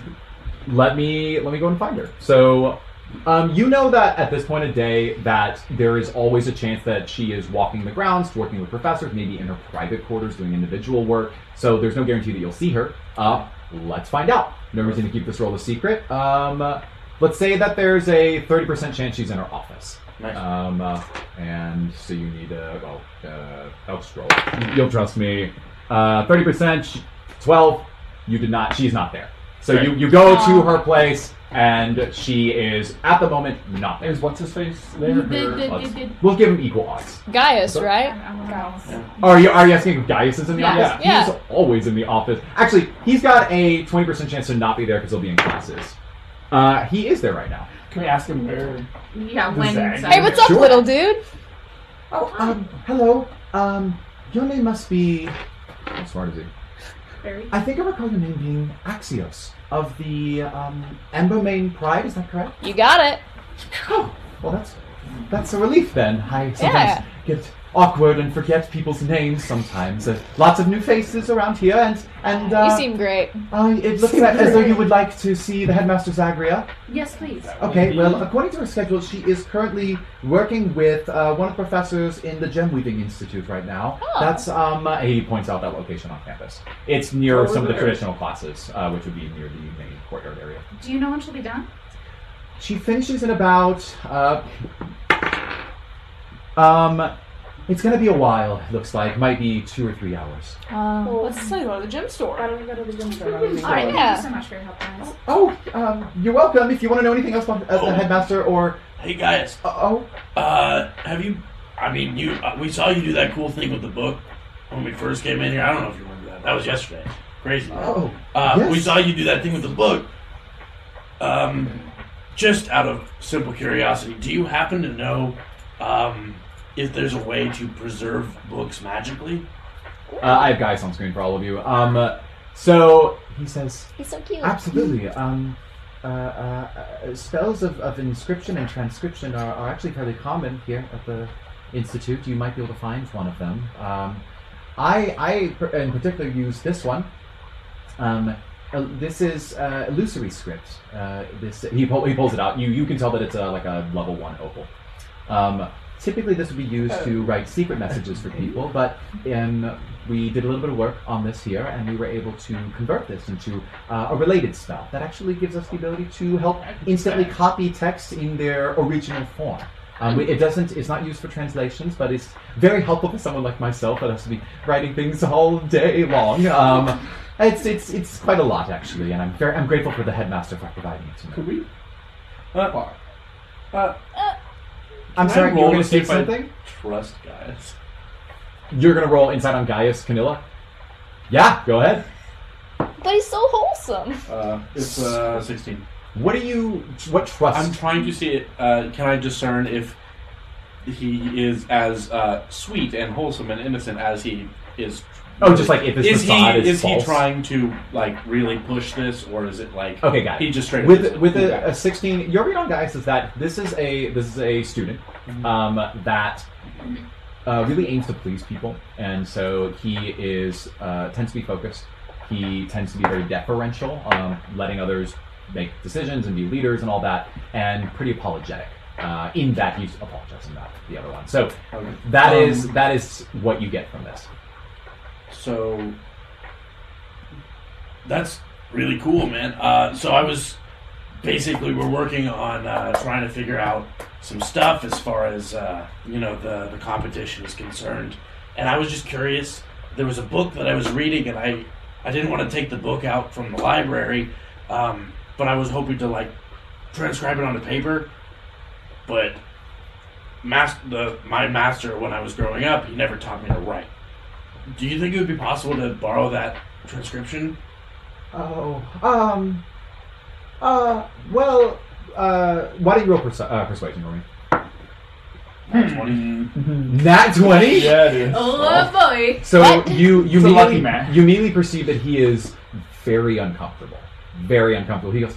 A: let me let me go and find her. So, um, you know that at this point of day that there is always a chance that she is walking the grounds, working with professors, maybe in her private quarters doing individual work. So there's no guarantee that you'll see her. Uh, let's find out. No reason to keep this role a secret. Um, uh, let's say that there's a 30% chance she's in her office.
E: Nice.
A: Um, uh, and so you need a well, uh, I'll scroll. You'll trust me. Uh, Thirty percent, twelve. You did not. She's not there. So you, you go to her place, and she is at the moment not there.
D: Is what's his face there?
B: That.
D: Her-
A: Let's- We'll give him equal odds.
G: Gaius,
A: So-
G: right?
B: Guys.
A: Are you are you asking if Gaius is in the
G: Yeah.
A: office?
G: Yeah.
A: He's always in the office. Actually, he's got a twenty percent chance to not be there because he'll be in classes. Uh, he is there right now.
D: Can we ask him where?
B: Yeah,
D: The
B: when.
D: Zag.
B: Zach-
G: Hey, what's up,
A: Sure.
G: little dude?
A: Oh, um, hello. Um, your name must be. How smart is he?
B: Very.
A: I think I recall your name being Axios of the um, Embermane Pride. Is that correct?
G: You got it.
A: Oh, well, that's that's a relief then. I sometimes
G: Yeah.
A: get awkward and forget people's names sometimes. Uh, lots of new faces around here, and and uh,
G: you seem great.
A: uh, it looks like as though you would like to see the headmaster Zagria.
B: Yes, please.
A: Okay, well, according to her schedule, she is currently working with uh, one of the professors in the Gem Weaving Institute right now.
G: Oh.
A: That's, um, uh, he points out that location on campus. It's near
D: Oh,
A: some of the
D: there.
A: traditional classes, uh, which would be near the main courtyard area.
B: Do you know when she'll be done?
A: She finishes in about, uh, um, it's gonna be a while, it looks like. Might be two or three hours.
G: Um,
J: Let's say go to the gym
C: Why
J: store.
C: don't we go to the gym store?
B: All right.
G: Yeah.
B: Thank you so much for your help, guys.
A: Oh, um, you're welcome. If you want to know anything else about uh, the
J: Oh.
A: headmaster or,
J: Hey, guys.
A: uh, oh,
J: Uh, have you? I mean, you. Uh, we saw you do that cool thing with the book when we first came in here. I don't know if you remember that. That was yesterday. Crazy.
A: oh,
J: Uh, We
A: yes.
J: saw you do that thing with the book. Um, just out of simple curiosity, do you happen to know um, if there's a way to preserve books magically?
A: Uh, I have guys on screen for all of you. Um, uh, so he says,
G: he's so cute.
A: absolutely. Um, uh, uh, uh, spells of, of inscription and transcription are, are actually fairly common here at the institute. You might be able to find one of them. Um, I, I per- in particular use this one. Um, uh, this is uh, illusory script. Uh, this he, pull, he pulls it out. You you can tell that it's a, like a level one opal. Um, typically, this would be used
G: Oh.
A: to write secret messages for people, but um, we did a little bit of work on this here, and we were able to convert this into uh, a related spell that actually gives us the ability to help uh, instantly copy text in their original form. Um, we- it doesn't. It's not used for translations, but it's very helpful for someone like myself that has to be writing things all day long. Um, it's it's it's quite a lot actually, and I'm very I'm grateful for the headmaster for providing it to me.
D: Could we?
E: Uh, uh,
A: I'm
E: Can I
A: sorry, you
E: roll
A: were going to
E: to see
A: say
E: if I-
A: something.
E: trust guys.
A: You're gonna roll inside on Gaius Canilla. Yeah, go ahead.
G: But he's so wholesome.
E: Uh, it's uh, 16.
A: What do you? What trust?
E: I'm trying to see it. Uh, can I discern if he is as uh, sweet and wholesome and innocent as he is?
A: oh, just like if his
E: is he
A: facade
E: is,
A: is,
E: he
A: false.
E: trying to like really push this, or is it like
A: Okay, got it.
E: he just straight up is
A: With
E: like,
A: with
E: "Ooh,
A: a,
E: guys."
A: a 16, your read on Gaius is that this is a this is a student
E: Mm-hmm.
A: um, that uh, really aims to please people, and so he is uh, tends to be focused. He tends to be very deferential, um, letting others make decisions and be leaders and all that, and pretty apologetic. Uh, in that he's apologizing about the other one. So
E: Okay.
A: that
E: Um,
A: is that is what you get from this.
E: so
J: That's really cool, man. Uh, so I was basically we're working on uh, trying to figure out
E: some stuff as far as uh, you know the the competition is concerned, and I was just curious. There was a book that I was reading, and I I didn't want to take the book out from the library, um, but I was hoping to like transcribe it onto paper. But mas- the, my master, when I was growing up, he never taught me to write. Do you think it would be possible to borrow that transcription?
A: Oh, um, uh, well, uh, why don't you roll persu- uh, persuasion for me? Nat twenty.
D: Yeah, it is.
F: Oh boy.
A: So you you
D: It's a lucky
A: immediately,
D: man.
A: you immediately perceive that he is very uncomfortable, very uncomfortable. He goes,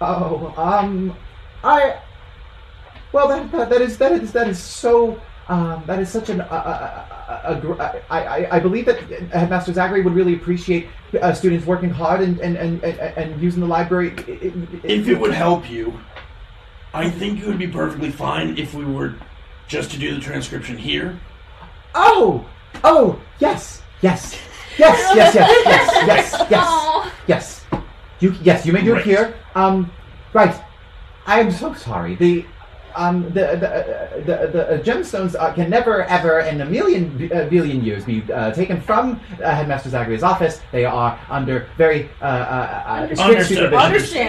A: "Oh, um, I, well, that that, that is that is that is so." Um, that is such an. Uh, uh, uh, uh, gr- I, I, I believe that Headmaster Zachary would really appreciate uh, students working hard and, and, and, and, and using the library.
E: If it would help you, I think it would be perfectly fine if we were just to do the transcription here.
A: Oh! Oh! Yes! Yes! Yes! Yes! Yes! Yes! Yes! Yes! Yes! You yes, you may do it
E: Right.
A: here. Um, right. I am so sorry. The um the the uh, the, the uh, gemstones uh, can never ever in a million b- uh, billion years be uh, taken from uh, Headmaster Zachary's office. They are under very uh, uh, uh, strict
E: Understood.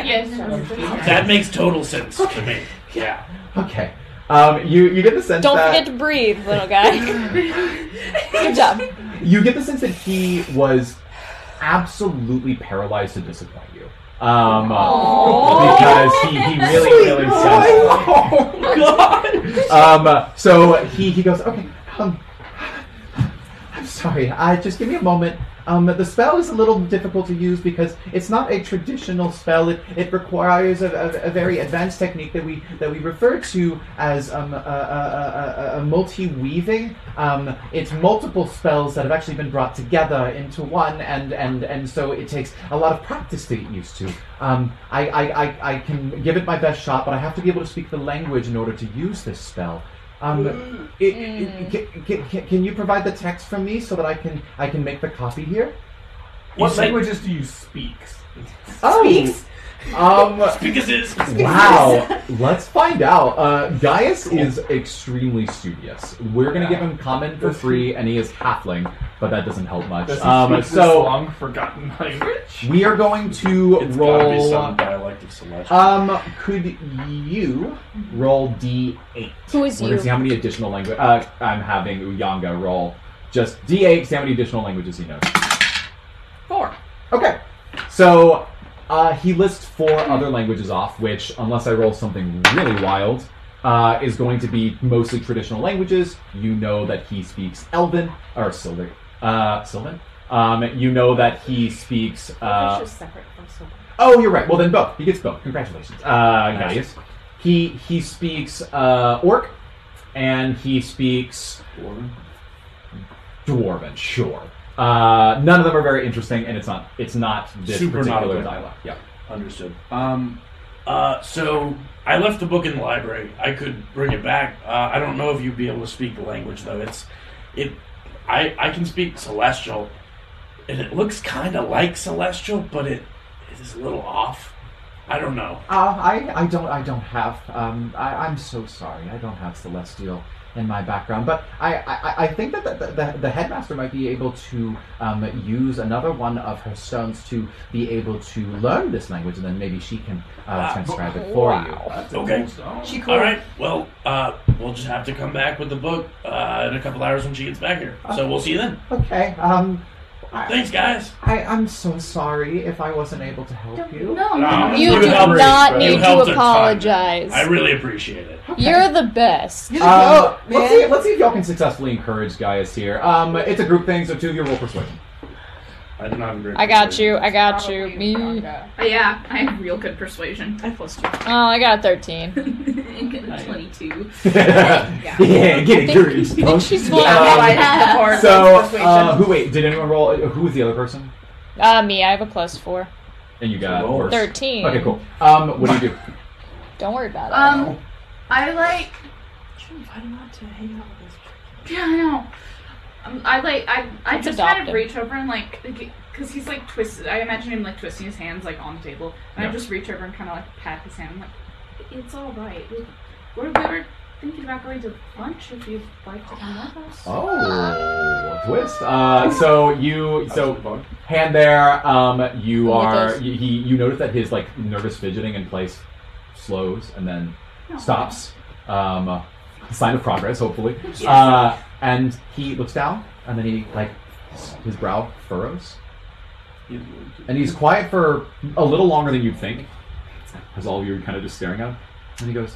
A: supervision.
C: Understand.
E: That makes total sense to me. Yeah.
A: Okay. Um, you you get the sense
G: Don't
A: that
G: forget to breathe, little guy. Good job.
A: you get the sense that he was absolutely paralyzed to disappoint you. Um,
G: Aww.
A: because he, he really, really
E: Oh God!
A: sensed. Um, so he, he goes, okay, um, I'm sorry, I, just give me a moment. Um, the spell is a little difficult to use because it's not a traditional spell. It, it requires a, a, a very advanced technique that we that we refer to as um, a, a, a, a- a multi-weaving. Um, it's multiple spells that have actually been brought together into one, and and, and so it takes a lot of practice to get used to. Um, I, I, I, I can give it my best shot, but I have to be able to speak the language in order to use this spell.
K: Mm.
A: Um, i i can, can, can you provide the text for me so that I can I can make the copy here?
D: What
E: said-
D: languages do you speak?
A: Oh, um,
E: Because it's
A: wow. Let's find out. Uh, Gaius is extremely studious. We're gonna give him common for free, and he is halfling, but that doesn't help much.
D: Does he
A: Um,
D: speak this
A: so
D: long forgotten language.
A: we are going to
K: It's gotta be
A: roll.
K: some dialect of Celestial.
A: Um, could you roll D eight?
G: Who is
A: We're gonna
G: you?
A: see how many additional language. Uh, I'm having Uyanga roll just D8. See how many additional languages he knows.
B: Four.
A: Okay. So uh, he lists four other languages off, which, unless I roll something really wild, uh, is going to be mostly traditional languages. You know that he speaks Elven or Sylvan. Uh, Sylvan. Um, you know that he speaks. Uh,
L: That's just separate from Sylvan.
A: oh, you're right. Well, then both. He gets both. Congratulations, uh, Gaius. He he speaks uh, Orc, and he speaks Dwarven. Sure. Uh, none of them are very interesting, and it's not it's not this
K: Super
A: particular
K: nautical.
A: dialect. Yeah.
K: Understood. Um,
E: Uh, so I left the book in the library. I could bring it back. Uh, I don't know if you'd be able to speak the language though. It's it. I I can speak celestial, and it looks kind of like celestial, but it it is a little off. I don't know.
A: Uh, I, I don't I don't have um, I, I'm so sorry I don't have celestial in my background but I, I, I think that the, the, the headmaster might be able to um, use another one of her stones to be able to learn this language and then maybe she can uh,
E: Wow.
A: transcribe it for
E: Okay.
L: She cool.
E: All right. Well, uh, we'll just have to come back with the book uh, in a couple hours when she gets back here. So we'll see you then.
A: you okay um I,
E: Thanks, guys.
A: I I'm so sorry if I wasn't able to help you
E: No,
G: You
E: you
G: do
E: helped-
G: not
E: you
G: need to
E: helped a ton.
G: apologize.
E: I really appreciate it.
G: You're the best.
C: You're the
A: Um,
C: goat,
A: let's,
C: man.
A: see, let's see if y'all can successfully encourage Gaius here. Um, it's a group thing, so two of you roll persuasion.
K: I did not have a great
G: I got
K: persuasion.
G: you. I got you.
C: Probably
G: Me. Oh,
C: Uganda.
B: Uh, yeah, I have real good persuasion. I have plus two.
G: I got a thirteen.
B: and get a twenty-two.
A: yeah, get it, curious. punk.
G: she's
A: Um,
G: full.
C: Or
A: so,
C: persuasion.
A: uh, who? Wait, did anyone roll? uh, Who was the other person?
G: Uh, me. I have a plus four.
A: And you got
K: Roll.
G: Thirteen.
A: Okay, cool. Um, what do you do?
G: Don't worry about it.
C: Uh,
B: Um, I like.
F: I don't want to hang out with this.
B: Yeah, I know. Um, I like. I I
G: Let's
B: just
G: adopt
B: kind of
G: him.
B: reach over and like, because he's like twisted. I imagine him like twisting his hands like on the table, and
A: Yeah.
B: I just reach over and kind of like pat his hand. I'm like, it's all right. We'll, We're, we were thinking about going to lunch if you'd like to come with us.
A: Oh, twist. Uh, so you so hand there. Um, you
G: What
A: are
G: does-
A: you, he. You notice that his like nervous fidgeting in place slows and then stops. Um, a sign of progress, hopefully. Uh, and he looks down, and then he like his brow furrows, and he's quiet for a little longer than you'd think, as all of you are kind of just staring at him. And he goes,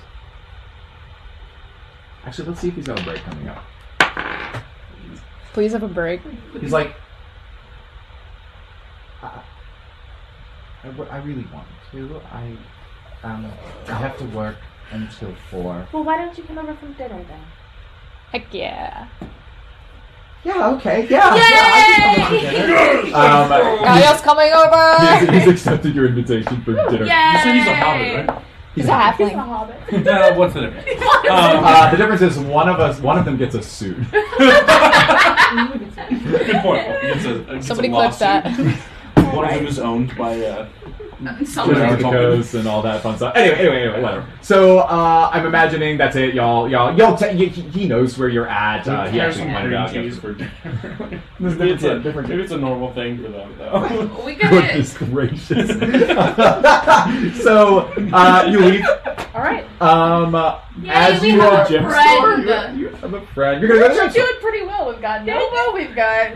A: "Actually, let's see if he's got a break coming up."
G: Please have a break.
A: He's like, I, I, wa- I really want to. I, um, I have to work until four.
C: Well, why don't you come over from dinner then?
G: Heck yeah.
A: Yeah. Okay. Yeah. Yeah. I can come over for dinner. Um,
G: Gaya's coming
A: he's,
G: over!
A: he's accepted your invitation for dinner.
B: Yay!
E: You said he's a hobbit, right?
G: He's a halfling.
C: hobbit.
E: Uh, what's the difference? Um,
A: Uh, the difference is one of us, one of them gets a suit.
E: Good point. It's a, it's
G: Somebody
E: a
G: clip
E: lawsuit.
G: that.
E: One of them is owned by. Uh,
B: Someone-
A: Just the ghosts and all that fun stuff. Anyway, anyway, anyway whatever. So uh, I'm imagining that's it, y'all. Y'all, y'all. T- he, he knows where you're at. Uh, he
E: there's
A: actually
E: some
A: pointed
E: green
A: out.
E: teas
A: yesterday.
E: for dinner.
A: There's
E: maybe, it's a,
A: different- different-
E: maybe it's a normal thing for them, though.
B: we could
A: Goodness gracious. so uh, you leave.
C: All right.
A: Um, uh,
B: Yay,
A: as
B: we
A: you
B: have
A: are
B: a
A: gem
B: friend.
A: store, you, you have a friend. You're gonna go to
F: We're
A: the
F: doing pretty well. We've got Nova. We've got.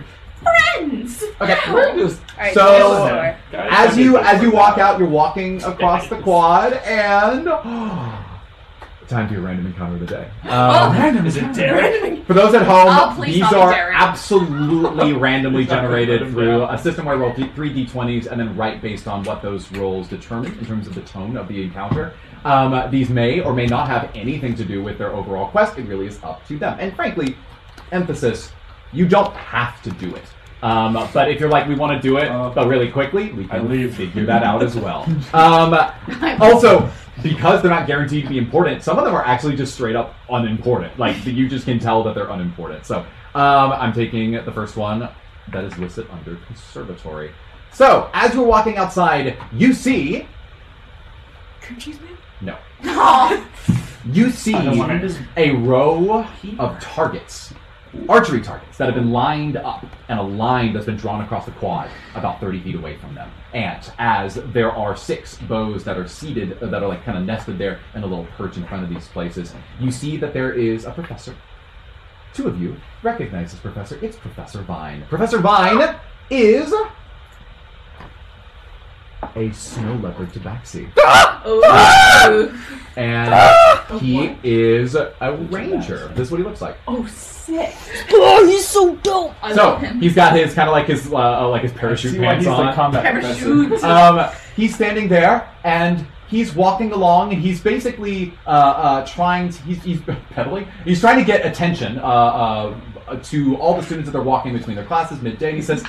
B: friends.
A: Okay, we're just
F: All right,
A: So-
F: Nova store.
E: Guys,
A: as
E: I
A: you
E: need this
A: as you
E: for
A: walk
E: that.
A: out, you're walking across the quad, and time to your random encounter of the day. Um,
E: Is it Darren?
A: For those at home,
B: Oh, please
A: these
B: not be
A: are
B: daring.
A: absolutely randomly
E: Please not be
A: generated
E: random,
A: through
E: yeah.
A: a system where I roll th- three d20s and then write based on what those rolls determine in terms of the tone of the encounter. Um, uh, these may or may not have anything to do with their overall quest. It really is up to them. And frankly, emphasis, you don't have to do it. Um, but if you're like, we want to do it,
E: Uh,
A: but really quickly, we
E: I
A: can
E: leave.
A: figure that out as well. Um, also, because they're not guaranteed to be important, some of them are actually just straight up unimportant. Like that you just can tell that they're unimportant. So um, I'm taking the first one that is listed under conservatory. So as you're walking outside, you see
H: Cream cheese man?
A: no, you see a row of targets, archery targets that have been lined up, and a line that's been drawn across the quad about 30 feet away from them. And as there are six bows that are seated, that are like kind of nested there in a little perch in front of these places, you see that there is a professor. Two of you recognize this professor. It's Professor Vine. Professor Vine is a snow leopard tabaxi.
D: Ah!
B: Oh.
A: And he is a ranger. This is what he looks like.
H: Oh, sick.
G: Oh, he's so dope!
B: I
A: so
B: love him.
A: he's got his kind of like his uh, like his parachute
D: See why
A: pants
D: he's the
A: on.
D: combat professor.
A: Um, he's standing there and he's walking along and he's basically uh, uh, trying to he's, he's pedaling. He's trying to get attention uh, uh, to all the students that they're walking between their classes midday. And he says,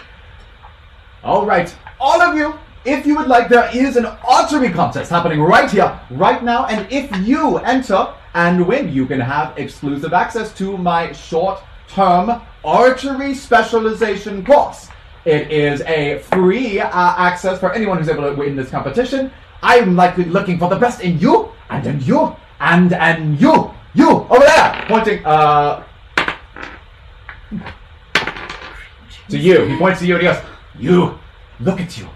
A: "All right, all of you." If you would like, there is an archery contest happening right here, right now, and if you enter and win, you can have exclusive access to my short-term archery specialization course. It is a free uh, access for anyone who's able to win this competition. I'm likely looking for the best in you, and in you, and and you, you over there, pointing uh to you. He points to you and he goes, "You, look at you.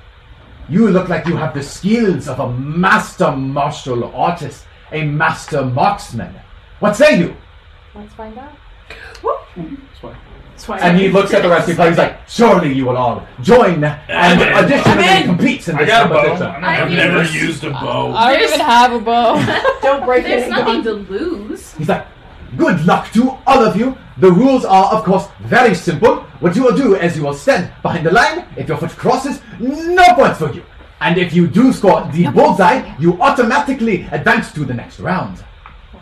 A: You look like you have the skills of a master martial artist, a master marksman. What say you?"
C: Let's find out.
H: That's why
A: And he looks at the rest of the players like, "Surely you will all join and
J: I'm in.
A: audition and compete in
E: I
A: this
E: got a bow.
A: competition."
E: I'm
B: I
J: I've
B: mean-
J: never used a bow.
G: I don't even have a bow.
F: Don't break
B: There's
F: it.
B: nothing to lose.
A: He's like, good luck to all of you. The rules are, of course, very simple. What you will do is you will stand behind the line. If your foot crosses, no points for you. And if you do score the bullseye, you automatically advance to the next round.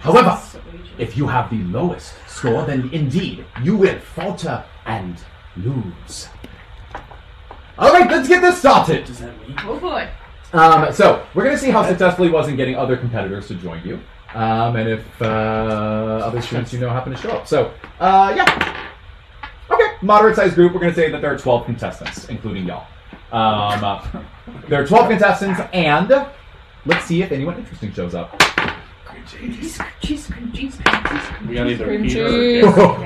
A: However, if you have the lowest score, then indeed you will falter and lose. All right, let's get this started.
J: Does that mean?
B: Oh boy.
A: Um, so we're gonna see how successful he was in getting other competitors to join you, um, and if uh, other students you know happen to show up. So uh, yeah, okay, moderate-sized group. We're gonna say that there are twelve contestants, including y'all. Um, uh, there are twelve contestants, and let's see if anyone interesting shows up.
J: Cream
H: Cheese, cheese, cream cheese, cream cheese.
E: We got either
G: Cream
E: Peter
G: cheese.
E: or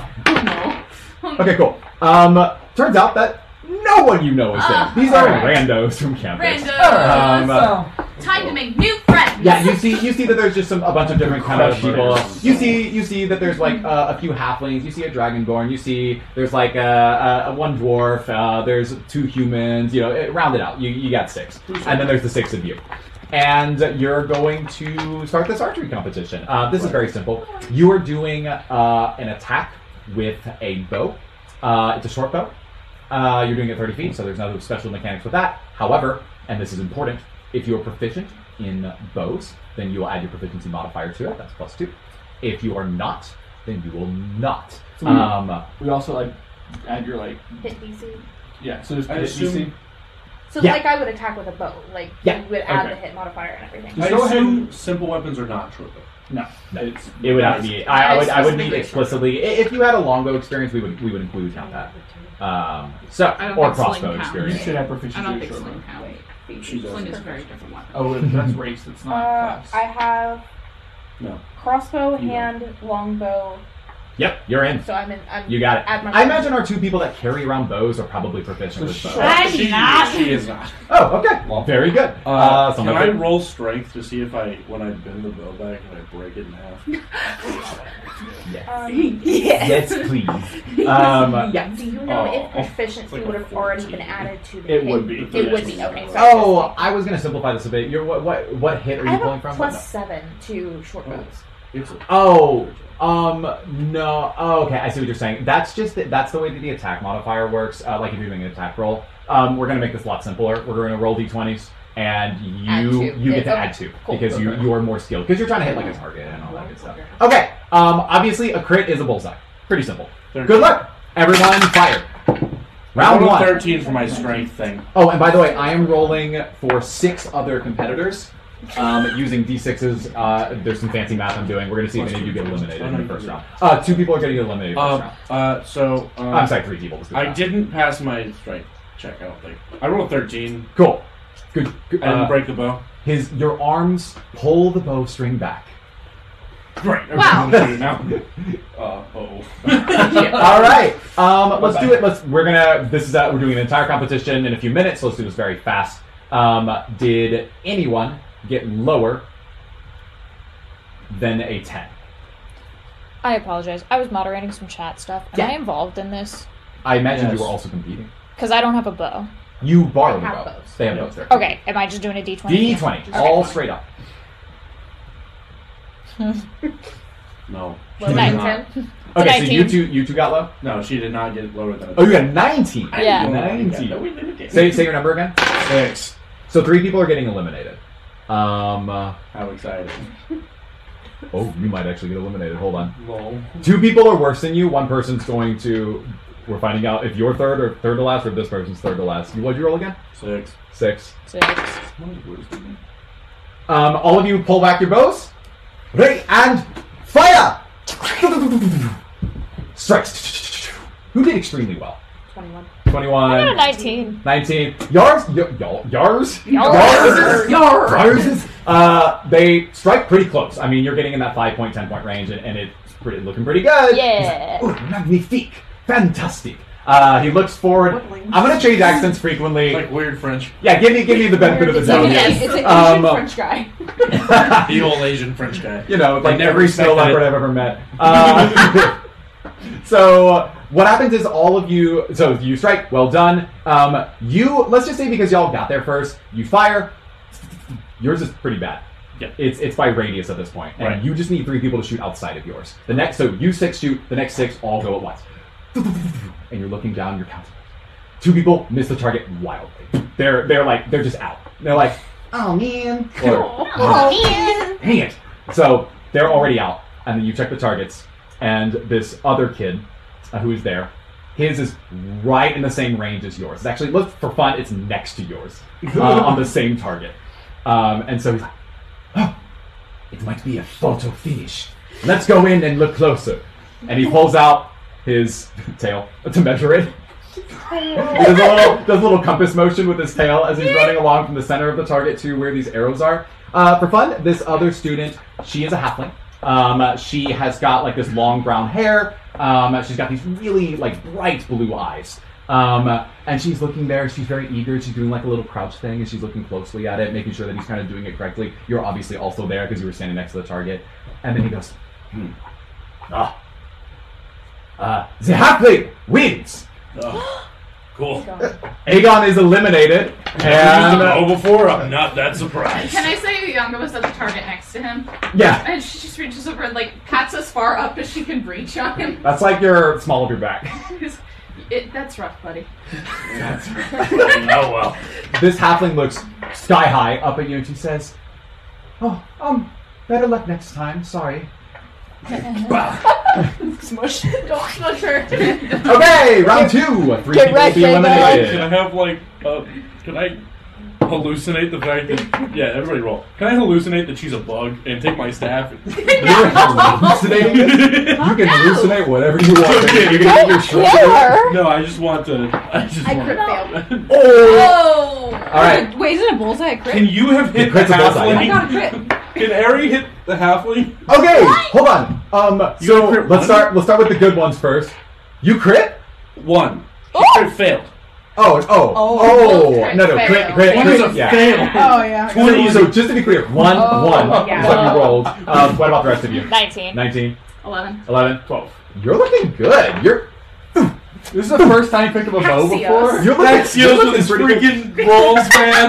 B: Oh,
A: okay, cool. Um, turns out that no one you know is there. These are randos from campus.
B: Rando.
A: Um,
B: Time to make new friends.
A: Yeah, you see, you see that there's just some a bunch of different kind of people.
J: Crushers.
A: You see, you see that there's like uh, a few halflings. You see a dragonborn. You see there's like a, a one dwarf. Uh, there's two humans. You know, it, round it out. You you got six, and then there's the six of you. And you're going to start this archery competition. Uh, this is very simple. You are doing uh, an attack with a bow. Uh, it's a short bow. Uh, you're doing it 30 feet, so there's no special mechanics with that. However, and this is important, if you are proficient in bows, then you will add your proficiency modifier to it. That's plus two. If you are not, then you will not.
D: So we-
A: Um,
D: We also like add your like
C: Hit DC.
D: yeah. So just
E: I
D: hit
E: assume-
D: DC.
C: So
A: Yeah.
C: like I would attack with a bow. Like
A: Yeah,
C: you would add
D: okay.
C: the hit modifier and everything.
D: Just
E: I
D: go ahead
E: assume simple weapons are not short though.
D: No, it's
A: it would have to be. I, I would. I would need explicitly. i- If you had a longbow experience, we would. We would include count that. Um, so
B: I don't
A: or
B: think sling
A: crossbow
B: counts.
D: You
A: experience.
D: should have
B: I
D: proficiency
B: don't
D: in
B: think
D: short
B: Sling
D: bow.
B: counts.
E: She does.
B: Sling is a very different one.
D: Oh, and that's race. That's not
C: Uh,
D: class.
C: I have
E: No.
C: crossbow,
E: You don't.
C: hand, longbow.
A: Yep, you're in.
C: So I'm in. I'm
A: You got it.
C: Add my
A: I imagine our two people that carry around bows are probably proficient with
E: So
A: bows.
E: she-
I: I'm
E: she,
I: not.
E: She is not.
A: Oh, okay. Well, very good.
E: Uh,
A: Uh,
E: can
A: someone-
E: I roll strength to see if I, when I bend the bow back, and I break it in half?
A: Yes.
C: Um,
A: yes, please. Um,
C: yeah. Do you know if
E: Oh.
C: proficiency
E: It's like
C: would have already been
E: 14.
C: added to the?
D: It
C: hit?
D: would be.
C: It would be okay. So
A: oh, I was gonna simplify this a bit. You're what? What? What hit are
C: I
A: you
C: have
A: pulling
C: a
A: from?
C: plus seven to short bows.
E: It's a,
A: Oh, um, no. Oh, okay, I see what you're saying. That's just the, that's the way that the attack modifier works. Uh, like if you're doing an attack roll, um, we're gonna make this a lot simpler. We're gonna roll d20s, and
C: Add
A: you
C: two.
A: you get to
C: Okay,
A: add two
C: cool.
A: because you
D: Okay.
A: you are more skilled because you're trying to hit like a target and all that good stuff. Okay. Um, obviously a crit is a bullseye. Pretty simple. Good luck, everyone. Fire. Round
E: rolled a
A: one.
E: Thirteen for my strength thing.
A: Oh, and by the way, I am rolling for six other competitors um, using d6s. Uh, there's some fancy math I'm doing. We're going to see if any of you get eliminated in the first round. Uh, two people are getting eliminated first
E: Uh,
A: round.
E: uh, so um,
A: I'm sorry, three people. Let's do
E: I
A: that.
E: didn't pass my strength check. I don't think I rolled a thirteen.
A: Cool. Good. good
E: I didn't
A: uh,
E: break the bow.
A: his your arms pull the bowstring back.
E: Great.
B: Wow.
E: Okay, now. Uh, oh.
A: All right. Um, let's do it. Let's. We're gonna. This is. Uh, we're doing an entire competition in a few minutes. So let's do this very fast. Um, did anyone get lower than a ten?
G: I apologize. I was moderating some chat stuff. Am
A: Yeah.
G: I involved in this?
A: I imagine you
E: Yes.
A: were also competing.
G: Because I don't have a bow.
A: You borrowed
C: They
A: a bow.
C: have bows.
A: They have bows there.
G: Okay, am I just doing a d20?
A: D twenty, all straight up.
E: no.
C: Well,
E: She
G: Nice.
E: did not.
A: Okay, so you
G: 19.
A: two, you two got low.
E: No, she did not get lower than.
A: Oh, you got nineteen.
G: Yeah.
A: Nineteen. Say say your number again.
E: Six.
A: So three people are getting eliminated. Um. uh,
E: How exciting.
A: oh, you might actually get eliminated. Hold on.
E: Lol.
A: Two people are worse than you. One person's going to. We're finding out if you're third or third to last, or if this person's third to last. You What'd you roll again?
E: Six.
A: Six.
G: Six.
A: Um, all of you pull back your bows. Ready and fire! Strikes. Who did extremely well?
C: Twenty-one.
A: 21,
G: Oh, 19.
A: 19. Yars, y- y- yars, yars,
G: Yars.
A: yars. Uh, they strike pretty close. I mean, you're getting in that five point, ten point range, and, and it's pretty looking pretty good.
G: Yeah.
A: Ooh, magnifique, fantastic. Uh, he looks forward. I'm gonna change accents frequently.
E: It's like weird French.
A: yeah, give me give me the benefit of the
C: It's like
A: doubt.
C: an
G: Yes.
C: it's an Asian
A: Um,
C: French guy.
E: The old Asian French guy.
A: you know,
E: They
A: like
E: never
A: every snow
E: expected
A: leopard
E: it.
A: I've ever met. Uh, so what happens is all of you. So you strike. Well done. Um, you let's just say because y'all got there first. You fire. Yours is pretty bad.
E: Yeah.
A: It's it's by radius at this point, and
E: Right.
A: you just need three people to shoot outside of yours. The next, so you six shoot. The next six all go at once, and you're looking down. You're counting. Two people miss the target wildly. They're they're like they're just out. They're like, oh man, or Hang it. So they're already out, and then you check the targets, and this other kid uh, who is there, his is right in the same range as yours. It's actually, look for fun, it's next to yours uh, on the same target. Um, and so he's like, oh, it might be a photo finish. Let's go in and look closer. And he pulls out his tail to measure it. He does a little does a little compass motion with his tail as he's running along from the center of the target to where these arrows are. Uh, for fun, this other student, she is a halfling. Um, uh, she has got like this long brown hair. Um, she's got these really like bright blue eyes. Um, uh, and she's looking there. She's very eager. She's doing like a little crouch thing, and she's looking closely at it, making sure that he's kind of doing it correctly. You're obviously also there because you were standing next to the target. And then he goes, "Hmm, ah, uh, the halfling wins."
J: Oh, cool.
A: Aegon is eliminated, and uh,
J: oh, before I'm not that surprised.
B: Can I say Yanga was at the target next to him?
A: yeah,
B: And she just reaches over and like pats as far up as she can reach on him.
A: that's like your small of your back.
B: it, that's rough, buddy.
J: oh well.
A: This halfling looks sky high up at you and she says, Oh, um, better luck next time. Sorry.
F: Smush.
B: Don't smush her.
A: Okay, round two. Three
G: Get
A: people will
G: wrecked,
A: be
G: Aegon.
E: Can I
A: eliminated.
E: have like? Uh, can I hallucinate the fact that? Yeah, everybody roll. Can I hallucinate that she's a bug and take my staff? And,
A: You're hallucinating. You can hallucinate whatever you want. You can eat your shrimp.
G: Kill her!
E: no, I just want to. I just
F: I
E: want.
F: crit failed.
A: Oh!
G: Oh!
A: Alright.
G: Wait, is it a bullseye a crit?
E: Can you have hit the
A: Crit's a bullseye.
E: halfling?
A: I
G: got a crit.
E: Can Harry hit the halfling?
A: Okay, hold on. Um,
E: You
A: so
E: got a crit one?
A: let's start. Let's start with the good ones first. You crit?
E: One.
G: Oh!
E: failed.
A: Oh, oh,
F: Oh,
A: oh!
B: both
A: No, no,
B: crits
A: crit,
B: fail.
A: crit,
E: One
A: crit.
E: is a
A: yeah.
E: fail.
F: Oh yeah.
A: So, so just to be clear, one,
G: Oh,
A: one
G: yeah.
A: is what you rolled. Um, what about the rest of you?
G: 19.
A: 19.
B: 11.
A: 11, 12. You're looking good. You're
D: This is the first time you picked up a bow before.
A: you're looking,
E: That's
A: you're
E: yours
A: looking
E: with his
A: pretty good.
E: freaking rolls, man.
G: I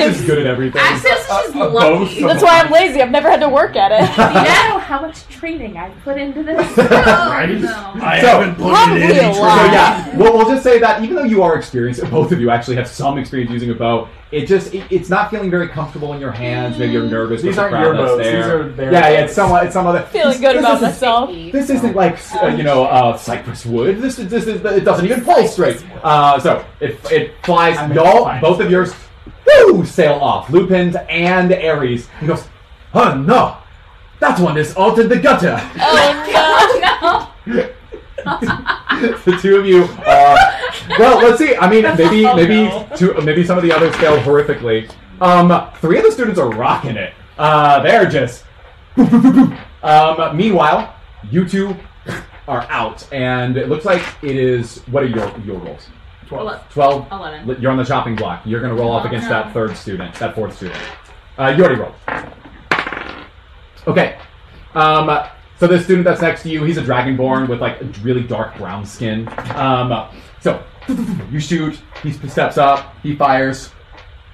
G: know,
A: Axis is
G: guys!
A: good at everything.
B: Access is just
E: a
B: lucky.
E: both.
G: That's why I'm lazy. I've never had to work at it.
C: Do you know how much training I put into this?
B: Oh, no.
J: I
A: So,
J: haven't put
G: probably
J: in any
G: a
J: training.
A: So
G: lot.
A: yeah, well, we'll just say that even though you are experienced, both of you actually have some experience using a bow. It just it, it's not feeling very comfortable in your hands. Maybe you're nervous.
D: These
A: with
D: aren't
A: the
D: your
A: crowd that's
D: bows. These
A: there.
D: are their.
A: yeah, yeah, it's some it's some other
G: Feeling good
A: this
G: about
A: isn't-
G: myself.
A: This isn't like uh, you know uh, cypress wood. This is this is it doesn't even fall straight. Uh, so it it flies.
D: I'm
A: Y'all,
D: fine.
A: both of yours, woo, sail off. Lupin's and Ares. He goes, oh no, that one is out in the gutter.
G: Oh no!
A: the two of you are. Well, let's see. I mean, maybe maybe two, maybe some of the others failed horrifically. Um, three of the students are rocking it. Uh, they're just. um, meanwhile, you two are out, and it looks like it is. What are your your rolls?
B: Ele-
A: Twelve.
B: 11.
A: Li- You're on the chopping block. You're gonna roll up
B: Oh,
A: against
B: no.
A: that third student, that fourth student. Uh, you already rolled. Okay. Um, so the student that's next to you, he's a dragonborn with like a really dark brown skin. Um, so you shoot. He steps up. He fires,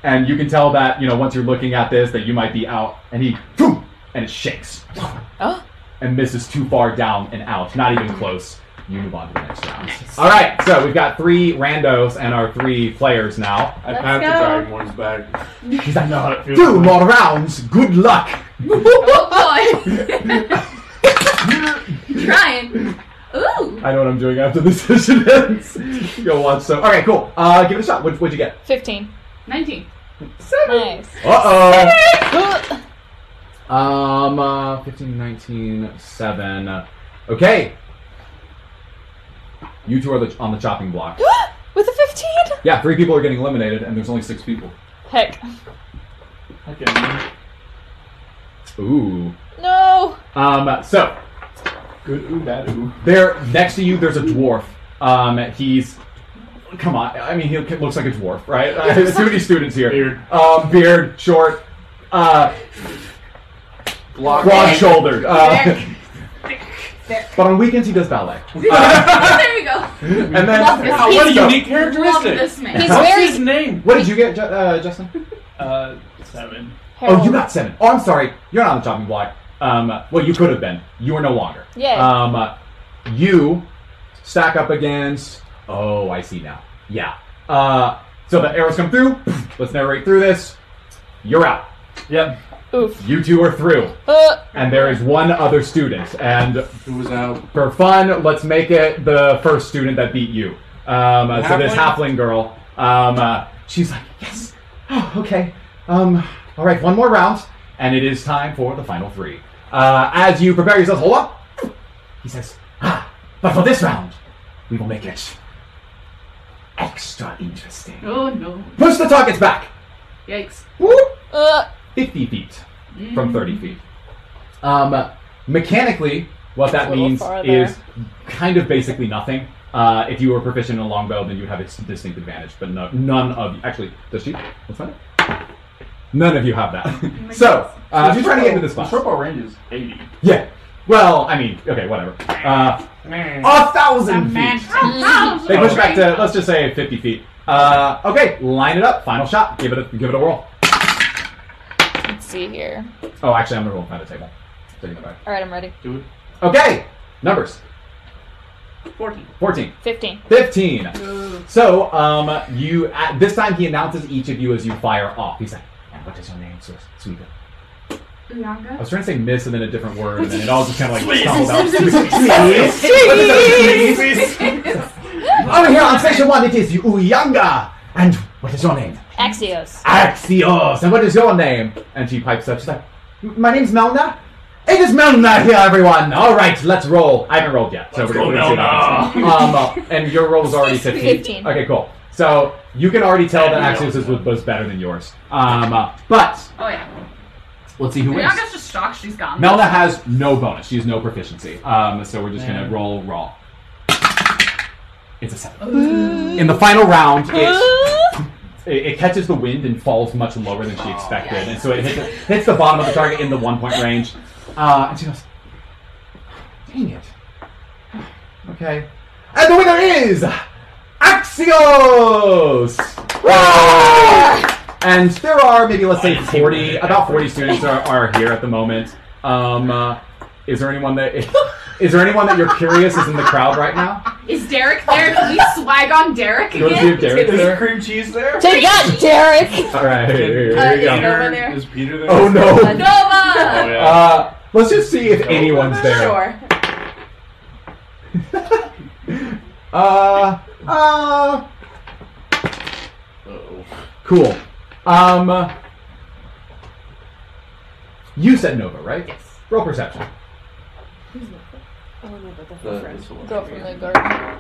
A: and you can tell that you know once you're looking at this that you might be out. And he phew, and it shakes
G: Oh.
A: and misses too far down and out. Not even close. You move on to the next round. All right, so we've got three randos and our three players now.
E: I pat the dragon one's back.
A: He's like,
E: Know how it feels.
A: two more rounds. Good luck.
B: Oh, boy. Trying. Ooh.
A: I know what I'm doing after this session ends. Go watch some. All right, cool. Uh, give it a shot. What, what'd you get?
G: 15.
B: 19.
G: Nice.
A: Uh oh. Um, uh, 15, 19, 7. Okay. You two are the, on the chopping block.
G: With a 15?
A: Yeah, three people are getting eliminated, and there's only six people.
G: Heck.
D: Okay.
A: Ooh.
G: No!
A: Um, so
D: Good ooh, bad ooh.
A: There, next to you, there's a dwarf. Um, he's, come on, I mean, he looks like a dwarf, right? Uh, there's too many students here.
E: Beard.
A: um, beard, short, uh,
D: Block.
A: broad-shouldered. Uh, but on weekends, he does ballet. Uh,
B: there you go.
A: and then,
G: Love this.
A: Wow,
E: What
A: what,
E: a
A: a-
E: unique
B: Love
E: characteristic.
B: this man.
G: He's
A: What's
G: very.
E: His name.
A: what did you get, Ju- uh, Justin?
D: Uh, seven.
A: Oh, you got seven. Oh, I'm sorry. You're not on the chopping block. Um, well, you could have been. You are no longer.
G: Yay.
A: Um, uh, you stack up against. Oh, I see now. Yeah. Uh, so the arrows come through. Let's narrate through this. You're out.
D: Yep.
G: Oof.
A: You two are through.
G: Uh,
A: And there is one other student. And
E: Who was out?
A: for fun, let's make it the first student that beat you. Um, uh, so this
E: Halfling?
A: halfling girl, um, uh, she's like, yes, Oh, okay, um, all right, one more round, and it is time for the final three. Uh, as you prepare yourselves, hold up. He says, ah, but for this round, we will make it extra interesting.
H: Oh no.
A: Push the targets back.
H: Yikes.
A: Whoop.
G: Uh,
A: 50 feet from 30
G: Mm.
A: feet. Um, mechanically, what that
G: a little
A: means
G: farther.
A: is kind of basically nothing. Uh, if you were proficient in a longbow, then you would have a s- distinct advantage, but no, none of actually does she? What's that? None of you have that. so uh, you're trying to get into this
D: The
A: spot.
D: short bow range is 80.
A: Yeah. Well, I mean, okay, whatever. Uh,
E: Oh!
A: a thousand feet. They push back to let's just say fifty feet. Uh, okay, line it up. Final shot. Give it a give it a roll.
G: let's see here.
A: Oh, actually, I'm gonna roll find a table. Taking it back.
G: All right, I'm ready.
A: Okay, numbers.
E: 14.
A: 14.
G: 15.
A: 15. So, um, you at this time he announces each of you as you fire off. He's like, "And what is your name, sweet- sweetie?" I
H: Uyanga?
A: was trying to say miss and then a different word, and then it all just kind of like stumbled out. Over here on station one, it is Uyanga. And what is your name?
G: Axios.
A: Axios. And what is your name? And she pipes up. She's like, my name's Melna. It is Melna here, everyone. All right, let's roll. I haven't rolled yet, so
J: Let's
A: we're
J: go,
A: gonna see about this. Um, uh, and your roll was already 15.
G: 15.
A: Okay, cool. So you can already tell that
J: Yeah, we
A: Axios'
J: know.
A: was, was better than yours. Um, uh, but
H: Oh yeah.
A: let's see who wins.
H: Uyanga's just shocked she's gone.
A: Melna has no bonus. She has no proficiency. Um, so we're just gonna roll raw. It's a seven. In the final round, it, it it catches the wind and falls much lower than she expected, and so it hits, it hits the bottom of the target in the one point range. Uh, and she goes, "Dang it!" Okay, and the winner is Axios. And there are maybe let's say forty, about forty students are, are here at the moment. Um, uh, is there anyone that is there anyone that you're curious is in the crowd right now?
H: Is Derek there? Can we swag on Derek
A: Do you want to see if
H: again?
A: Derek's
D: Is
A: there?
D: cream cheese there?
G: Take that, Derek!
A: All right, here, here,
C: Uh,
A: here you go.
C: Nova there?
E: Is Peter there? Oh,
A: Oh no.
H: Nova!
A: Uh, let's just see if anyone's there.
C: Sure.
A: Uh, uh, cool. Um, you said Nova, right? Yes. Roll perception.
C: Oh no, but the
E: The-
C: first round.
E: this one.
G: Girl from the garden.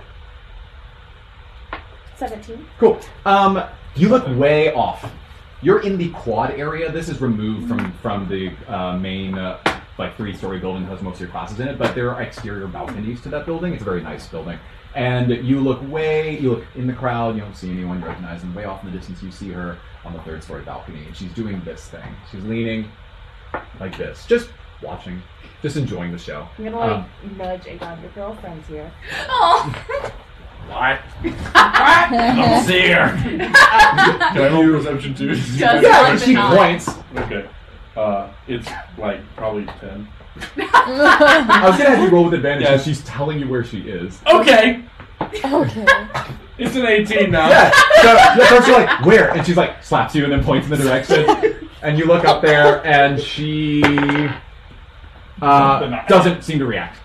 C: Seventeen.
A: Cool. Um, you look way off. You're in the quad area. This is removed from from the uh, main uh, like three story building that has most of your classes in it, but there are exterior balconies to that building. It's a very nice building. And you look way, you look in the crowd, you don't see anyone you recognize, and way off in the distance you see her on the third story balcony, and she's doing this thing. She's leaning like this, just watching, just enjoying the show. Um,
C: I'm gonna like nudge and grab your girlfriend's here.
J: What? Don't see her.
E: Can I roll perception too?
H: Does
A: Yeah,
H: one
A: and she
H: deny.
A: points.
E: Okay. Uh, it's like probably 10.
A: I was gonna have you roll with advantage,
E: Yeah.
A: and she's telling you where she is.
E: Okay.
G: okay.
E: It's an 18 now.
A: Yeah. So, yeah, so she's like, where? And she's like, slaps you and then points in the direction. And you look up there, and she uh, doesn't seem to react.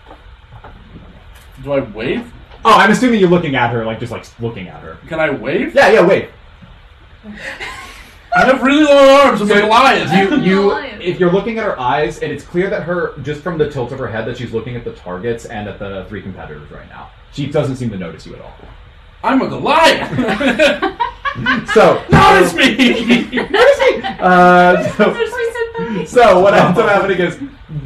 E: Do I wave?
A: Oh, I'm assuming you're looking at her, like just like looking at her.
E: Can I wave?
A: Yeah, yeah. Wait.
E: I have really long arms. I'm like a lion.
A: You, you,
H: Lion.
A: if you're looking at her eyes, and it's clear that her, just from the tilt of her head, that she's looking at the targets and at the three competitors right now. She doesn't seem to notice you at all.
E: I'm a Goliath.
A: So
E: Notice me.
A: Uh, so,
H: She said
A: So what ends up happening is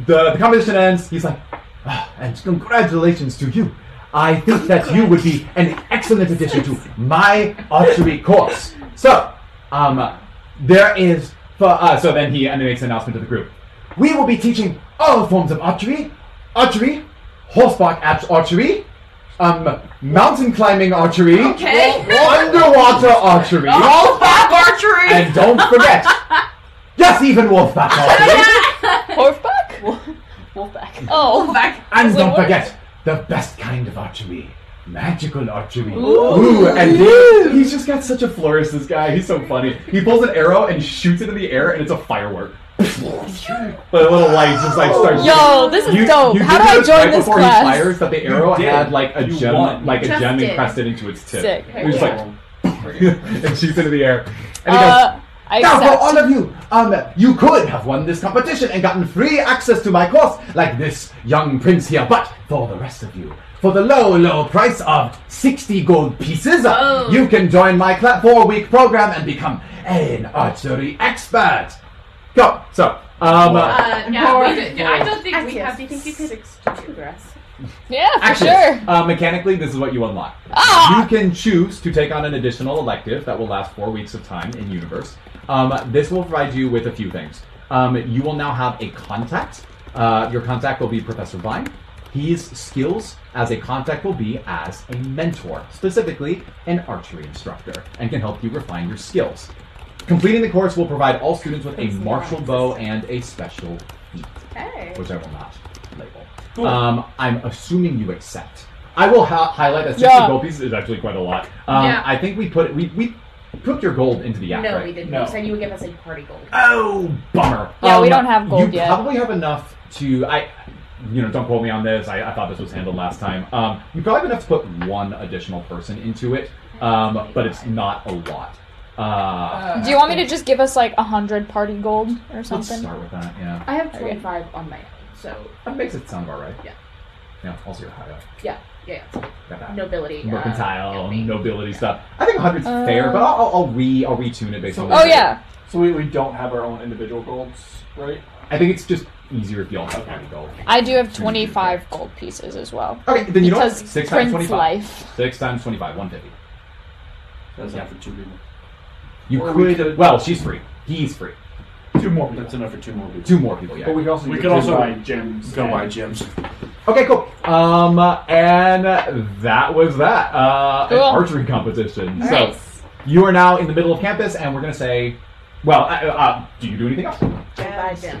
A: the, the competition ends. He's like, "Ah, and congratulations to you. I think that you would be an excellent addition to my archery course. So, um, there is for uh, so then he and he makes an announcement to the group. We will be teaching all forms of archery, archery, horseback abs archery, um, mountain climbing archery,
H: Okay.
A: underwater archery,
H: Wolfpack archery!
A: and don't forget, yes, even wolfback archery.
G: Horfback? Wolfback. Oh.
H: Back.
A: And
G: Is it
A: don't
G: worth
A: forget the best kind of archery. Magical archery. Ooh, and he- he's just got such a flourish, this guy. He's so funny. He pulls an arrow and shoots it in the air, and it's a firework. but a little light just like starts.
G: Yo, this is
A: You-
G: dope.
A: you
G: How do
A: did
G: I
A: right
G: join this
A: before
G: class?
A: He fires that the arrow
E: did.
A: had like a
E: You
A: gem,
E: won.
A: like a
I: Just
A: gem
I: did.
A: encrusted into its tip.
G: Sick.
A: It was like and shoots into the air. And he goes,
G: Uh, I
A: now,
G: accept.
A: for all of you, um, you could have won this competition and gotten free access to my course, like this young prince here. But for the rest of you, for the low, low price of 60 gold pieces, uh,
H: Oh.
A: you can join my cla- four-week program and become an archery expert. Go. So, um,
B: Uh, yeah, we did, yeah, I don't think we
C: Actually,
B: have.
C: do you think you could progress?
G: yeah, for
A: Actually,
G: sure.
A: uh, mechanically, this is what you unlock. You can choose to take on an additional elective that will last four weeks of time in universe. Um, this will provide you with a few things. Um, you will now have a contact. Uh, your contact will be Professor Vine. His skills as a contact will be as a mentor, specifically an archery instructor, and can help you refine your skills. Completing the course will provide all students with a martial bow and a special feat
C: Okay.
A: which I will not label. Um, I'm assuming you accept. I will ha- highlight that 60
G: Yeah.
A: gold pieces is actually quite a lot. Um,
B: Yeah.
A: I think we put we, we put your gold into the app,
C: no,
A: right?
C: we didn't.
D: No.
C: You said you would give us a party gold.
A: Oh, bummer.
G: Yeah, we don't have gold
A: you
G: yet.
A: probably have enough to I. You know, don't quote me on this. I, I thought this was handled last time. Um, you probably have enough to put one additional person into it, um, but it's not a lot. Uh,
G: Do you want me to just give us like a hundred party gold or
A: let's
G: something?
A: start with that. Yeah,
C: I have
G: Okay.
C: 25 on my own, so
A: that makes it sound about right.
C: Yeah.
A: Yeah. Also, you're high up.
C: yeah, yeah, yeah.
A: Got that.
C: Nobility. uh,
A: mercantile
C: yeah, me.
A: nobility stuff. I think 100's fair,
G: Uh,
A: but I'll, I'll, I'll re I'll retune it based
D: So-
A: on.
G: Oh
A: what-
G: yeah.
D: So we, we don't have our own individual golds, right?
G: uh,
A: I think it's just easier if y'all have one gold.
G: I do have twenty five gold pieces as well.
A: Okay, then you know what?
G: because
A: Six times
G: Prince
A: twenty-five.
G: life.
A: Six times twenty-five, one fifty.
E: That's enough for two people.
A: You
D: Or
A: could,
D: we could-
A: Well, she's free. He's free.
D: Two more people.
E: That's enough for two more people.
A: Two more people. Yeah.
D: But we could also
E: We
D: use
E: could
D: it to
E: also
D: buy gems.
E: Go
D: and-
E: buy gems.
A: Okay, cool. Um, and that was that. Uh,
G: Cool.
A: an archery competition. So
G: Nice.
A: you are now in the middle of campus, and we're gonna say, well, uh, uh, do you do anything else?
C: Goodbye, Jim.
A: Can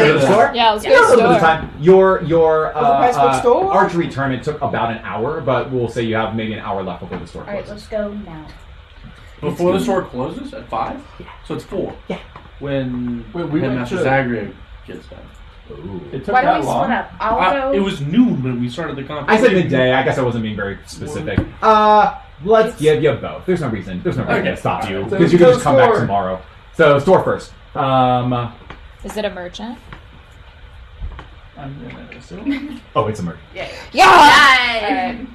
A: you go to the
F: Yes.
A: store?
G: Yeah, let's
A: Yeah,
G: go
A: a little bit
G: to
A: of time. Your your uh,
F: Overpriced
A: uh,
F: bookstore?
A: archery tournament took about an hour, but we'll say you have maybe an hour left before the store
C: All right,
A: closes.
C: let's go now.
E: Before the store closes at five, so it's four. Yeah. When
D: Wait, we went
E: Headmaster
D: to-
E: Zagrev gets done.
A: Ooh.
D: It took
C: Why
D: that
C: don't we
D: long.
C: split up? I'll
E: Uh,
C: go.
E: it was noon when we started the
A: I
E: competition.
A: said midday. I guess I wasn't being very specific. Uh, let's give you both. There's no reason. There's no reason
E: Okay.
A: to stop you
D: Alright, so
A: because you
D: go
A: can just come back
D: store.
A: tomorrow. So store first. Um,
G: Is it a merchant?
D: I'm gonna assume.
A: oh, it's a merchant.
G: Yeah.
H: Alright.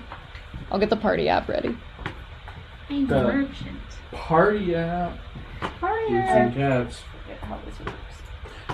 G: I'll get the party app ready.
D: Party app.
E: Using cats.
C: How this works.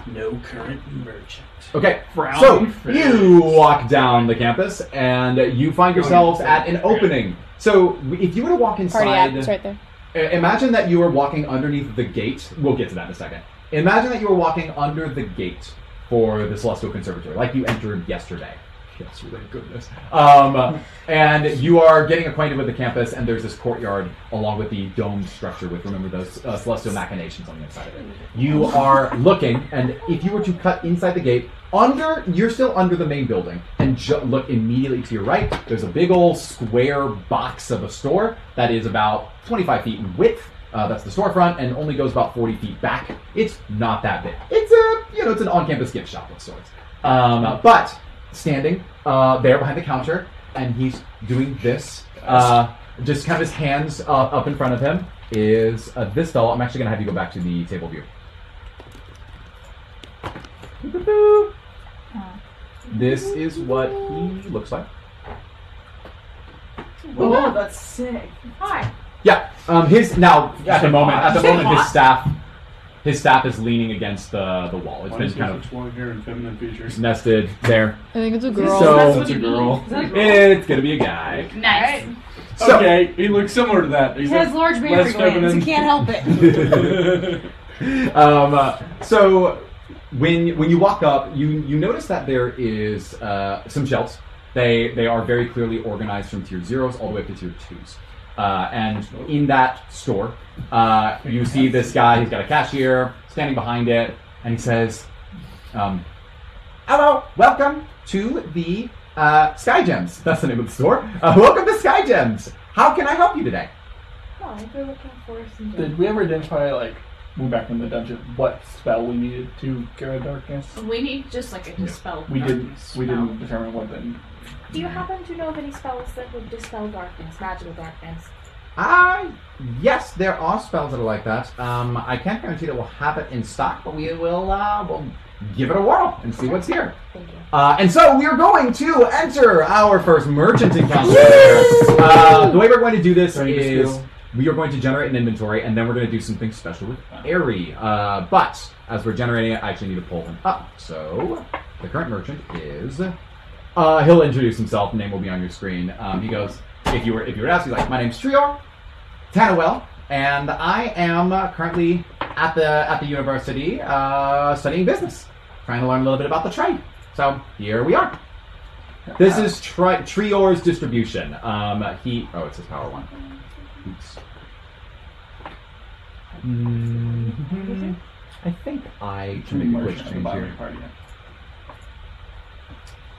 E: No current merchant.
A: Okay,
D: Brown
A: so
D: fish.
A: you walk down the campus and you find yourselves at an opening. So if you were to walk
G: Party
A: inside,
G: app is right there.
A: I- Imagine that you were walking underneath the gate. We'll get to that in a second. Imagine that you were walking under the gate for the Celestial Conservatory, like you entered yesterday. Yesterday, goodness. Um, and you are getting acquainted with the campus, and there's this courtyard along with the domed structure with, remember, those uh, Celestial machinations on the inside of it. You are looking, and if you were to cut inside the gate, under you're still under the main building and ju- look immediately to your right there's a big old square box of a store that is about 25 feet in width uh, that's the storefront and only goes about 40 feet back it's not that big it's a you know it's an on-campus gift shop of sorts um, but standing uh, there behind the counter and he's doing this uh, just kind of his hands uh, up in front of him is uh, this fellow i'm actually going to have you go back to the table view This is what he looks like.
F: Oh, that's sick.
B: Hi.
A: Yeah. Um. His now at the moment at the moment his staff his staff is leaning against the the wall. It's
E: Why
A: been
E: is
A: kind of
E: this long hair and feminine features?
A: nested there.
G: I think it's a
A: girl.
G: girl.
A: So-
B: That's
E: That's
B: what
E: a
B: it
E: girl.
B: means. That's what-
A: It's gonna be a guy.
H: Nice.
A: So
E: okay, he looks similar to that.
F: He
E: He's
F: has large
E: less
F: mammary glands.
E: feminine.
F: He can't help it.
A: um, uh, so when when you walk up, you you notice that there is uh, some shelves. They they are very clearly organized from tier zeros all the way up to tier twos. Uh, and in that store, uh, you see this guy. He's got a cashier standing behind it, and he says, um, "Hello, welcome to the uh, Sky Gems. That's the name of the store. Uh, welcome to Sky Gems. How can I help you today?"
C: Oh, I are looking for some.
D: Did we ever identify, like, when back from the dungeon, what spell we needed to get out of darkness?
B: We need just like a dispel.
D: We didn't.
B: darkness
D: We
B: spell.
D: didn't determine what then.
C: Do you happen to know of any spells that would dispel darkness, magical darkness?
A: Ah, yes, there are spells that are like that. Um, I can't guarantee that we'll have it in stock, but we will uh, we'll give it a whirl and see what's here.
C: Thank you.
A: Uh, and so we are going to enter our first merchant encounter. uh, the way we're going to do this
D: Ready to
A: is
D: steal.
A: we are going to generate an inventory, and then we're going to do something special with Airy. Uh, but as we're generating it, I actually need to pull him up. So the current merchant is. Uh, he'll introduce himself. Name will be on your screen. Um, he goes, if you were if you were asked, he's like, my name's Trior Tanawell, and I am uh, currently at the at the university uh, studying business, trying to learn a little bit about the trade. So here we are. This is tri- Trior's distribution. Um, he oh, it's his power one. Oops. Mm, I think I can make a quick
D: Merchant
A: change
D: buying
A: here.
D: party.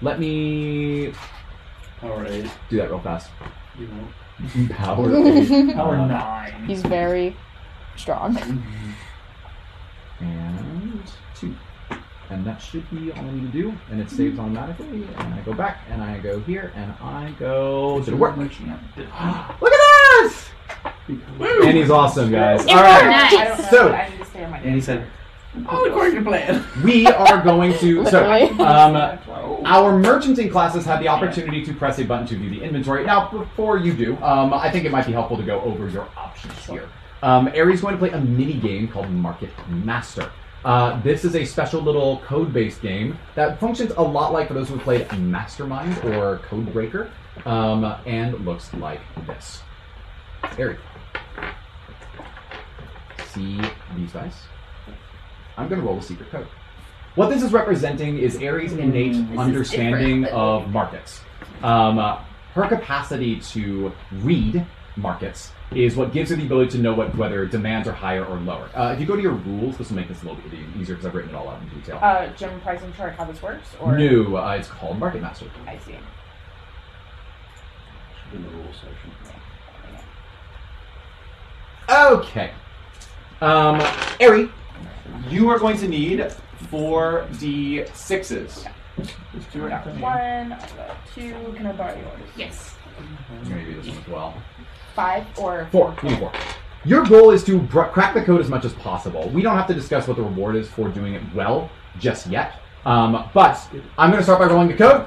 A: Let me
E: Power eight,
A: do that real fast.
E: you know.
A: Power. eight.
D: Power nine.
G: He's very strong.
A: and two. And that should be all I need to do, and it saves automatically. And I go back, and I go here, and I go to the work. Look at this! And he's awesome, guys. All right.
C: I don't know,
A: So-
C: but I need to stay on my
E: And he said, "All according to plan."
A: We are going to. So,
G: Literally.
A: um, our merchanting classes have the opportunity to press a button to view the inventory. Now, before you do, um, I think it might be helpful to go over your options here. Um, Aries is going to play a mini game called Market Master. Uh, this is a special little code based game that functions a lot like for those who have played Mastermind or Codebreaker um, and looks like this. Aries. See these dice? I'm going to roll a secret code. What this is representing is Aries'
D: Mm,
A: innate understanding of markets. Um, uh, her capacity to read markets is what gives her the ability to know what whether demands are higher or lower. Uh, if you go to your rules, this will make this a little bit easier because I've written it all out in detail.
C: Uh, general pricing chart, how this works? Or
A: New, uh, it's called Market Master.
C: I see.
E: In the rules section.
A: Okay. Um, Aerie, you are going to need four d6s.
D: Just do it for me.
C: One, uh, two, can I borrow yours?
B: Yes.
A: Maybe this one as well.
C: Five or
A: Four. You need four. Your goal is to br- crack the code as much as possible. We don't have to discuss what the reward is for doing it well just yet. Um, but I'm going to start by rolling the code.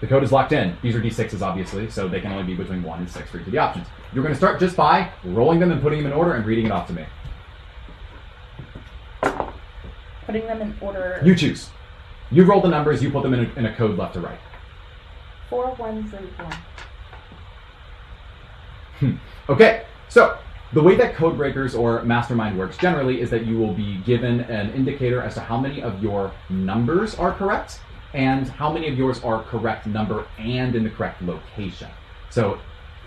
A: The code is locked in. These are d6s, obviously, so they can only be between 1 and 6 for each of the options. You're going to start just by rolling them and putting them in order and reading it off to me.
C: putting them in order.
A: You choose. You roll the numbers, you put them in a, in a code left to right.
C: Four, one, three, one.
A: Okay, so the way that code breakers or mastermind works generally is that you will be given an indicator as to how many of your numbers are correct and how many of yours are correct number and in the correct location. So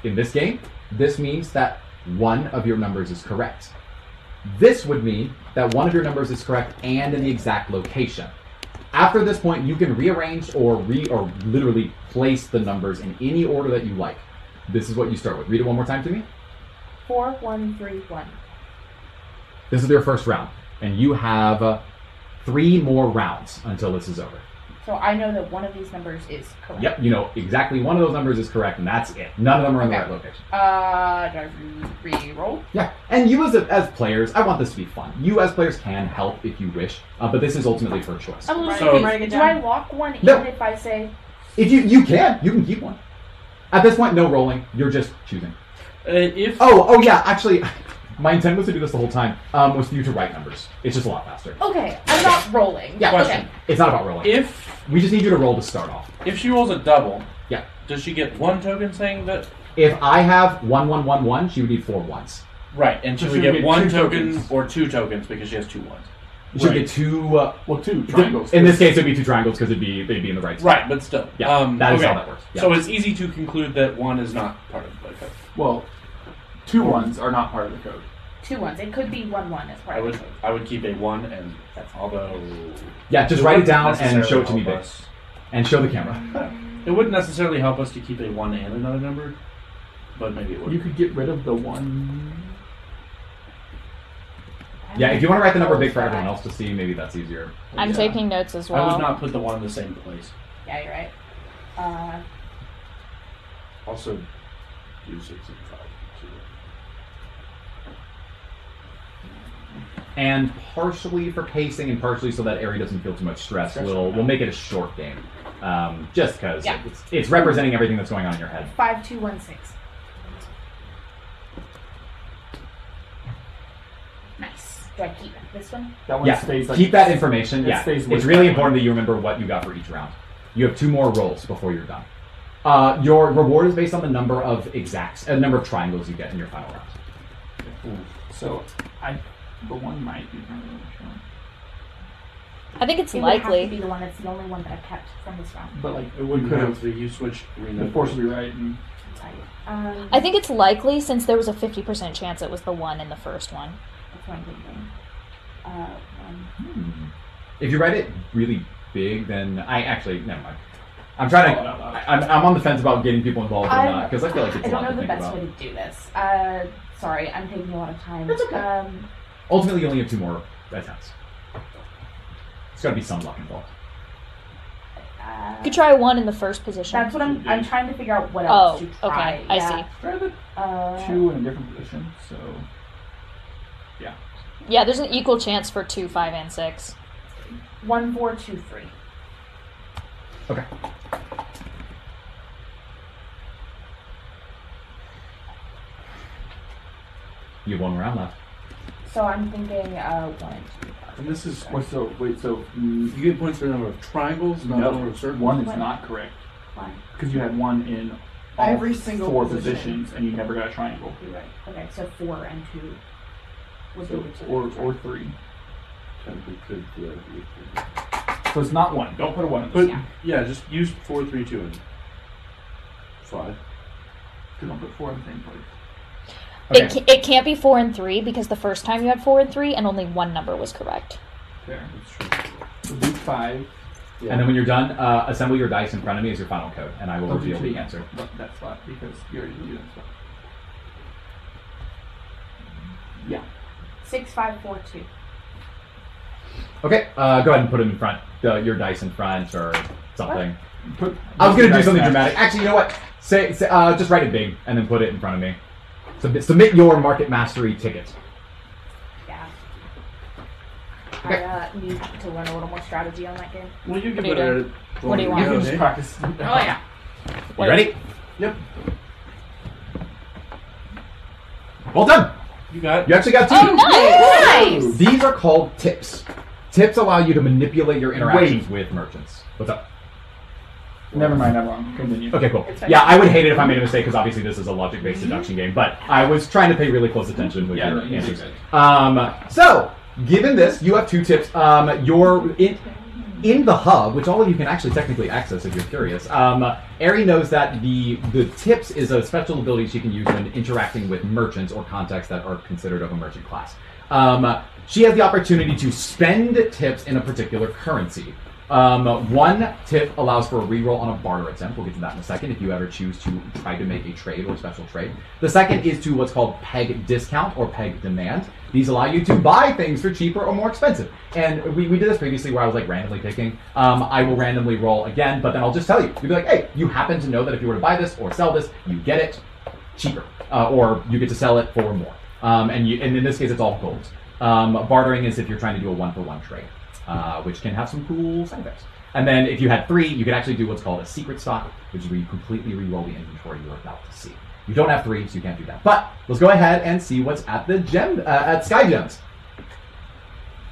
A: in this game, this means that one of your numbers is correct. This would mean that one of your numbers is correct and in the exact location. After this point, you can rearrange or re or literally place the numbers in any order that you like. This is what you start with. Read it one more time to me.
C: Four, one, three, one.
A: This is their first round, and you have uh, three more rounds until this is over.
C: So I know that one of these numbers is correct.
A: Yep, you know exactly one of those numbers is correct, and that's it. None of them are in the
C: Okay.
A: right location.
C: Uh, do I re- re-roll?
A: Yeah, and you as a, as players, I want this to be fun. You as players can help if you wish, uh, but this is ultimately her choice.
C: I'm a little
E: So-
C: confused.
F: Writing it
C: do
F: down.
C: I lock one
A: No.
C: even if I say
A: If you you can, you can keep one. At this point, no rolling. You're just choosing.
E: Uh, if
A: Oh, oh yeah. Actually, my intent was to do this the whole time. Um, was for you to write numbers. It's just a lot faster.
G: Oh.
C: okay? I'm not rolling.
A: Yeah.
C: Okay.
A: It's not about rolling.
E: if
A: We just need you to roll to start off.
E: if she rolls a double,
A: Yeah.
E: does she get one token saying that?
A: If I have one one one one, she would need four ones.
E: Right, and she
D: So
E: would
D: she
E: get
D: would get
E: one
D: two
E: token
D: tokens.
E: or two tokens because she has two ones.
A: It should
D: Right.
A: be two. Uh,
D: Well, two triangles.
A: in this case, it'd be two triangles because it'd be they'd be in the right. spot.
E: Right, but still.
A: Yeah,
E: um,
A: that is
E: okay.
A: how that works. Yeah.
E: So it's easy to conclude that one is not part of the play code.
D: Well, two ones are not part of the code.
C: Two ones. It could be one one as part
E: I
C: of
E: would
C: it.
E: I would keep a one and although
A: yeah, just
E: It
A: write it
E: wouldn't
A: down and
E: necessarily
A: show it to me,
E: help
A: babe.
E: us.
A: and show the camera.
E: It wouldn't necessarily help us to keep a one and another number, but maybe it would.
D: You could get rid of the one.
A: Yeah, if you want to write the number big for everyone else to see, maybe that's easier.
G: I'm
E: Yeah.
G: taking notes as
E: I would
G: well.
E: not put the one in the same place.
C: Yeah, you're right. Uh,
E: Also, two six and five. Two.
A: and partially for pacing and partially so that Ari doesn't feel too much stress.
D: Stress
A: We'll
D: right now.
A: we'll make it a short game, um, just because
C: Yeah.
A: it's, it's representing everything that's going on in your head.
C: Five two one six.
B: Nice.
C: Do I keep this one?
D: That one
A: yeah,
D: stays like
A: keep that information.
D: it
A: yeah,
D: stays with
A: it's really
D: that
A: important that you remember what you got for each round. You have two more rolls before you're done. Uh, your reward is based on the number of exacts, uh, number of triangles you get in your final round.
D: So I the one might be my other one.
G: I think it's
C: It would have to
G: likely.
C: be the one that's the only one that I kept from this round.
D: But like
E: It wouldn't
D: Could've-
E: have to. You switched three.
D: the force will be right and
C: Sorry. Um,
G: I think it's likely since there was a 50% chance it was the one in the first one.
C: that's what I'm thinking. Uh, one.
A: Mm-hmm. If you write it really big, then I actually never mind. I'm trying to. I- I'm, I'm on the fence about getting people involved or
C: I'm-
A: not because I feel like it's
C: I
A: a
C: don't
A: lot to
C: know the
A: think
C: best
A: about.
C: way to do this. Uh, sorry, I'm taking a lot of time.
A: That's okay.
C: Um,
A: Ultimately, you only have two more attempts. It's got to be some luck involved.
C: uh,
G: You could try one in the first position.
C: That's what I'm. I'm trying to figure out what
G: oh,
C: else
G: okay.
C: to try.
G: I
C: yeah.
G: see.
D: try the
C: Uh,
D: two in a different position. So
G: Yeah, there's an equal chance for two, five, and six.
C: One four two three.
A: Okay. You have one more round left.
C: So I'm thinking uh, one and two.
E: And this is
D: what's so wait so
E: you
D: mm,
E: get points for the number of triangles, not the number
D: no
E: of circles.
D: one is not correct
C: Why?
D: because you had one in all
F: Every single
D: four
F: position.
D: positions and you never got a triangle
C: You're right. Okay, so four and two. Was
D: so,
C: the two.
D: or or three.
E: Technically could theoretically be three.
D: So it's not one. Don't put a one in
E: But
D: this.
E: yeah. just use four, three, two, and five.
D: Because don't put four in the same place.
A: Okay.
G: It, ca- it can't be four and three because the first time you had four and three and only one number was correct.
D: There.
E: That's true.
D: So do five.
E: Yeah.
A: And then when you're done, uh, assemble your dice in front of me as your final code, and I will
C: Oh,
D: Don't do
A: reveal
D: two.
A: the answer.
D: Look, that spot because you already do that spot. Yeah.
C: Six five four two.
A: Okay, uh, go ahead and put them in front, uh, your dice in front or something.
D: Put,
A: I was gonna do
D: Nice
A: something
D: match.
A: dramatic. Actually, you know what? Say, say uh, just write it big and then put it in front of me. Submit, submit your market mastery ticket.
C: Yeah.
A: Okay.
C: I uh, need to learn a little more strategy on that game.
E: Well, you give
G: do you
E: it a.
G: What do you
E: well,
G: want?
D: You can just
E: okay.
D: practice.
H: Oh yeah.
A: You ready?
E: Yep.
A: Well done.
E: You got.
A: You actually got two.
G: Oh, nice!
E: Nice.
A: These are called tips. Tips allow you to manipulate your interactions with merchants. What's up?
D: Never mind. I'm wrong. Continue.
A: Okay, cool.
C: It's fine.
A: Yeah, I would hate it if I made a mistake because obviously this is a logic-based deduction game. But I was trying to pay really close attention with your
D: Mm-hmm. Yeah, no, you did
A: answers.
D: good.
A: Um, so, given this, you have two tips. Um, you're in, in the hub, which all of you can actually technically access if you're curious. Um, Ari knows that the the tips is a special ability she can use when interacting with merchants or contacts that are considered of a merchant class. Um, she has the opportunity to spend tips in a particular currency. Um, one tip allows for a reroll on a barter attempt. We'll get to that in a second if you ever choose to try to make a trade or special trade. The second is to what's called peg discount or peg demand. These allow you to buy things for cheaper or more expensive. And we, we did this previously where I was like randomly picking. Um, I will randomly roll again, but then I'll just tell you. You'll be like, hey, you happen to know that if you were to buy this or sell this, you get it cheaper, uh, or you get to sell it for more. Um, and, you, and in this case, it's all gold. Um, bartering is if you're trying to do a one for one trade, uh, which can have some cool side effects. And then if you had three, you could actually do what's called a secret stock, which is where you completely reroll the inventory you're about to see. You don't have three, so you can't do that. But let's go ahead and see what's at the gem uh, at Sky Gems.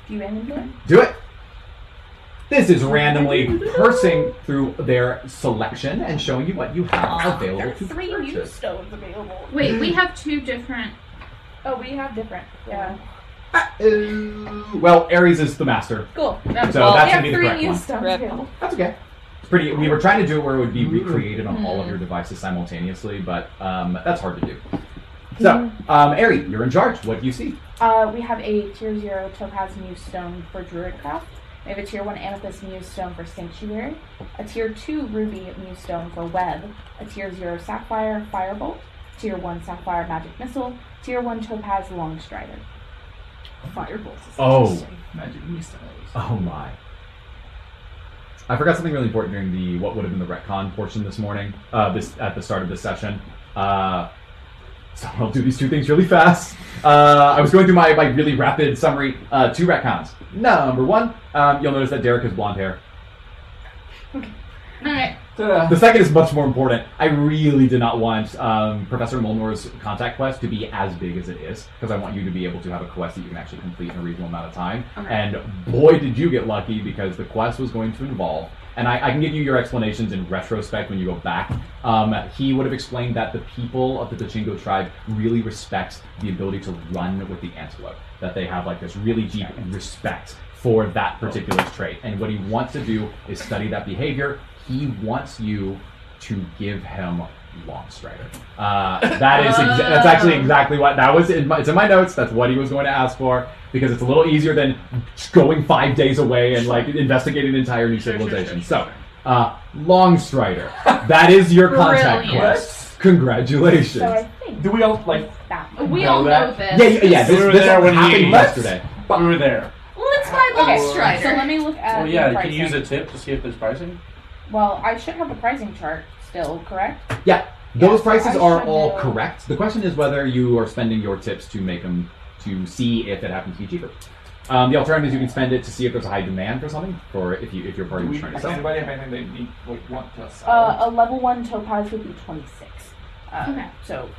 C: Do you end it?
A: Do it. This is randomly parsing through their selection and showing you what you have
C: There
A: available
C: are
A: to
C: three new
A: purchase.
C: stones available.
B: Wait, we have two different.
C: Oh, we have different. Yeah.
A: Uh, well, Ares is the master,
C: Cool.
A: so
G: Well,
A: that's
C: we
A: gonna
C: have
A: be the
C: three
A: correct
C: new
A: one.
C: stones
G: Rip.
C: available.
A: That's okay. It's pretty. We were trying to do it where it would be
C: Mm-hmm.
A: recreated on all of your devices simultaneously, but um, that's hard to do.
C: Mm-hmm.
A: So, um, Ari, you're in charge. What do you see?
C: Uh, we have a tier zero topaz muse stone for druidcraft. We have a tier one amethyst muse stone for sanctuary. A tier two ruby muse stone for web. A tier zero sapphire firebolt. Tier one sapphire magic missile. Tier one topaz longstrider.
F: Firebolt. is
A: Oh.
F: interesting.
D: Magic missile.
A: Oh my! I forgot something really important during the what would have been the retcon portion this morning. Uh, this at the start of this session. Uh, So I'll do these two things really fast. Uh, I was going through my, my really rapid summary. Uh, two retcons. Number one, um, you'll notice that Derek has blonde hair.
B: Alright.
A: The second is much more important. I really did not want um, Professor Molnor's contact quest to be as big as it is, because I want you to be able to have a quest that you can actually complete in a reasonable amount of time.
B: Okay.
A: And boy, did you get lucky, because the quest was going to involve, and I, I can give you your explanations in retrospect when you go back. Um, he would have explained that the people of the Pachingo tribe really respect the ability to run with the antelope, that they have like this really deep respect for that particular trait. And what he wants to do is study that behavior. He wants you to give him Long Strider. Uh, that is exa- that's actually exactly what that was. In my, it's in my notes. That's what he was going to ask for because it's a little easier than going five days away and like investigating an entire new civilization. So, uh, Long Strider. That is your contact
B: Brilliant.
A: quest. Congratulations.
C: So I think
D: Do we all like?
C: that.
B: We all
D: that-
B: know
A: yeah,
B: this.
A: yeah, yeah. This,
E: We were
A: this
E: there when
A: happened
E: you-
A: yesterday.
E: We were there.
B: Let's buy Long
C: Okay,
B: Strider.
C: so let me look at.
E: Well, yeah,
C: the
E: you can
C: pricing.
E: use a tip to see if there's pricing.
C: Well, I should have a pricing chart still, correct?
A: Yeah, those
C: Yeah, so
A: prices
C: I
A: are
C: should
A: all
C: know.
A: correct. The question is whether you are spending your tips to make them to see if it happens to be cheaper. Um, the alternative is you can spend it to see if there's a high demand for something, or if you if your party
D: Do
A: was
D: we,
A: trying to
D: does
A: sell. it.
D: anybody have anything they need like want to sell?
C: Uh, a level one topaz would be twenty six. Uh,
I: Okay.
C: So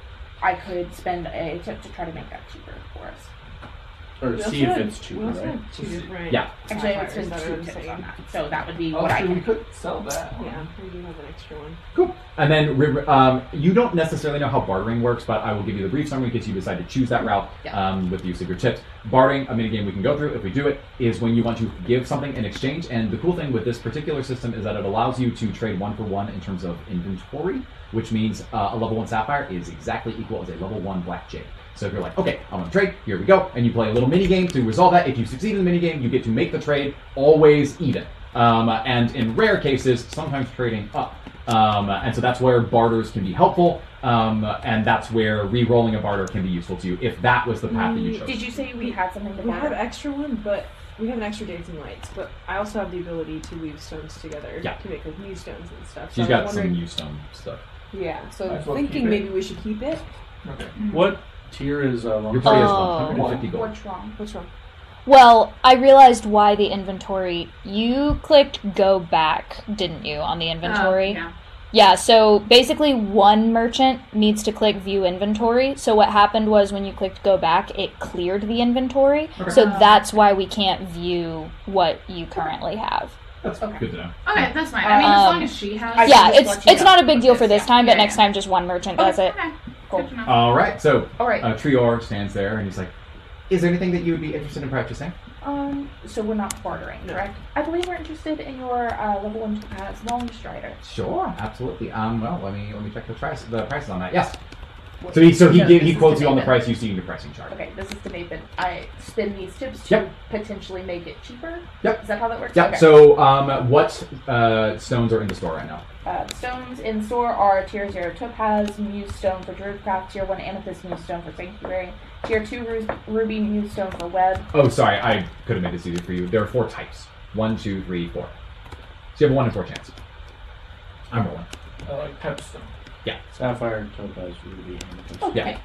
C: I could spend a tip to try to make that cheaper for us.
E: Or
F: We
E: see if
F: also-
E: it's cheaper, right?
F: two different.
A: Yeah.
C: Actually, I would spend
F: Typewriters,
C: two
F: I would
C: tips
F: say.
C: on that. So that would be
D: Oh,
C: what I
D: so we
C: can.
D: could sell that. one.
F: Yeah, we do have an extra one.
A: Cool. And then re- re- um, you don't necessarily know how bartering works, but I will give you the brief summary in case you decide to choose that route
C: Yeah.
A: um, with the use of your tips. Bartering, a minigame we can go through if we do it, is when you want to give something in exchange. And the cool thing with this particular system is that it allows you to trade one for one in terms of inventory, which means uh, a level one sapphire is exactly equal as a level one black jade. So if you're like, okay, I'm gonna trade, here we go, and you play a little mini game to resolve that. If you succeed in the mini game, you get to make the trade always even. Um, and in rare cases, sometimes trading up. Um, and so that's where barters can be helpful, um, and that's where re-rolling a barter can be useful to you if that was the path that you chose.
C: Mm, Did you say we had something to
F: We have
C: buy?
F: extra one, but we have an extra days and lights. But I also have the ability to weave stones together
A: Yeah.
F: to make like new stones and stuff. So
A: She's
F: I'm
A: got some
F: wondering,
A: new stone stuff.
F: Yeah, so
D: Might
F: I'm
D: as well keep
F: thinking
D: it.
F: maybe we should keep it.
D: Okay.
E: What tier is uh,
A: Your
E: long?
A: party has
G: Oh.
A: 150 gold.
C: What's wrong?
F: What's wrong?
G: Well, I realized why the inventory. You clicked go back, didn't you, on the inventory?
B: Oh, yeah.
G: Yeah, so basically one merchant needs to click view inventory. So what happened was when you clicked go back, it cleared the inventory. So
B: Oh.
G: that's why we can't view what you currently have.
A: That's
C: Okay.
A: good to know.
B: Okay, that's fine. I mean, as
G: Um,
B: long as she has.
C: I
G: yeah,
C: just
G: it's
C: let you
G: it's
C: know
G: not a big deal for this
C: Yeah,
G: time, but
B: yeah,
G: next
B: yeah.
G: time just one merchant
B: Okay,
G: does it.
B: Okay. Good to know.
A: All right, so
C: All right.
A: uh, Trior stands there and he's like, "Is there anything that you would be interested in purchasing?"
C: Um, so we're not bartering, correct? I believe we're interested in your uh, level one topaz long strider.
A: Sure, absolutely. Um, well, let me let me check the price the prices on that. Yes. So he so he give,
C: this
A: he
C: is
A: quotes you on the
C: Nathan.
A: price you see in the pricing chart.
C: Okay, this is to Nathan. I spin these tips to
A: Yep.
C: potentially make it cheaper.
A: Yep.
C: Is that how that works?
A: Yeah.
C: Okay.
A: So um, what uh, stones are in the store right now?
C: Uh, stones in store are tier 0 topaz, muse stone for druidcraft, tier 1 amethyst, muse stone for sanctuary, tier 2 ru- ruby, muse stone for web.
A: Oh, sorry, I could have made this easier for you. There are four types. One, two, three, four. So you have a one in four chance. I'm rolling.
D: I like Pepsi.
E: Sapphire, topaz, ruby. amethyst.
A: Yeah.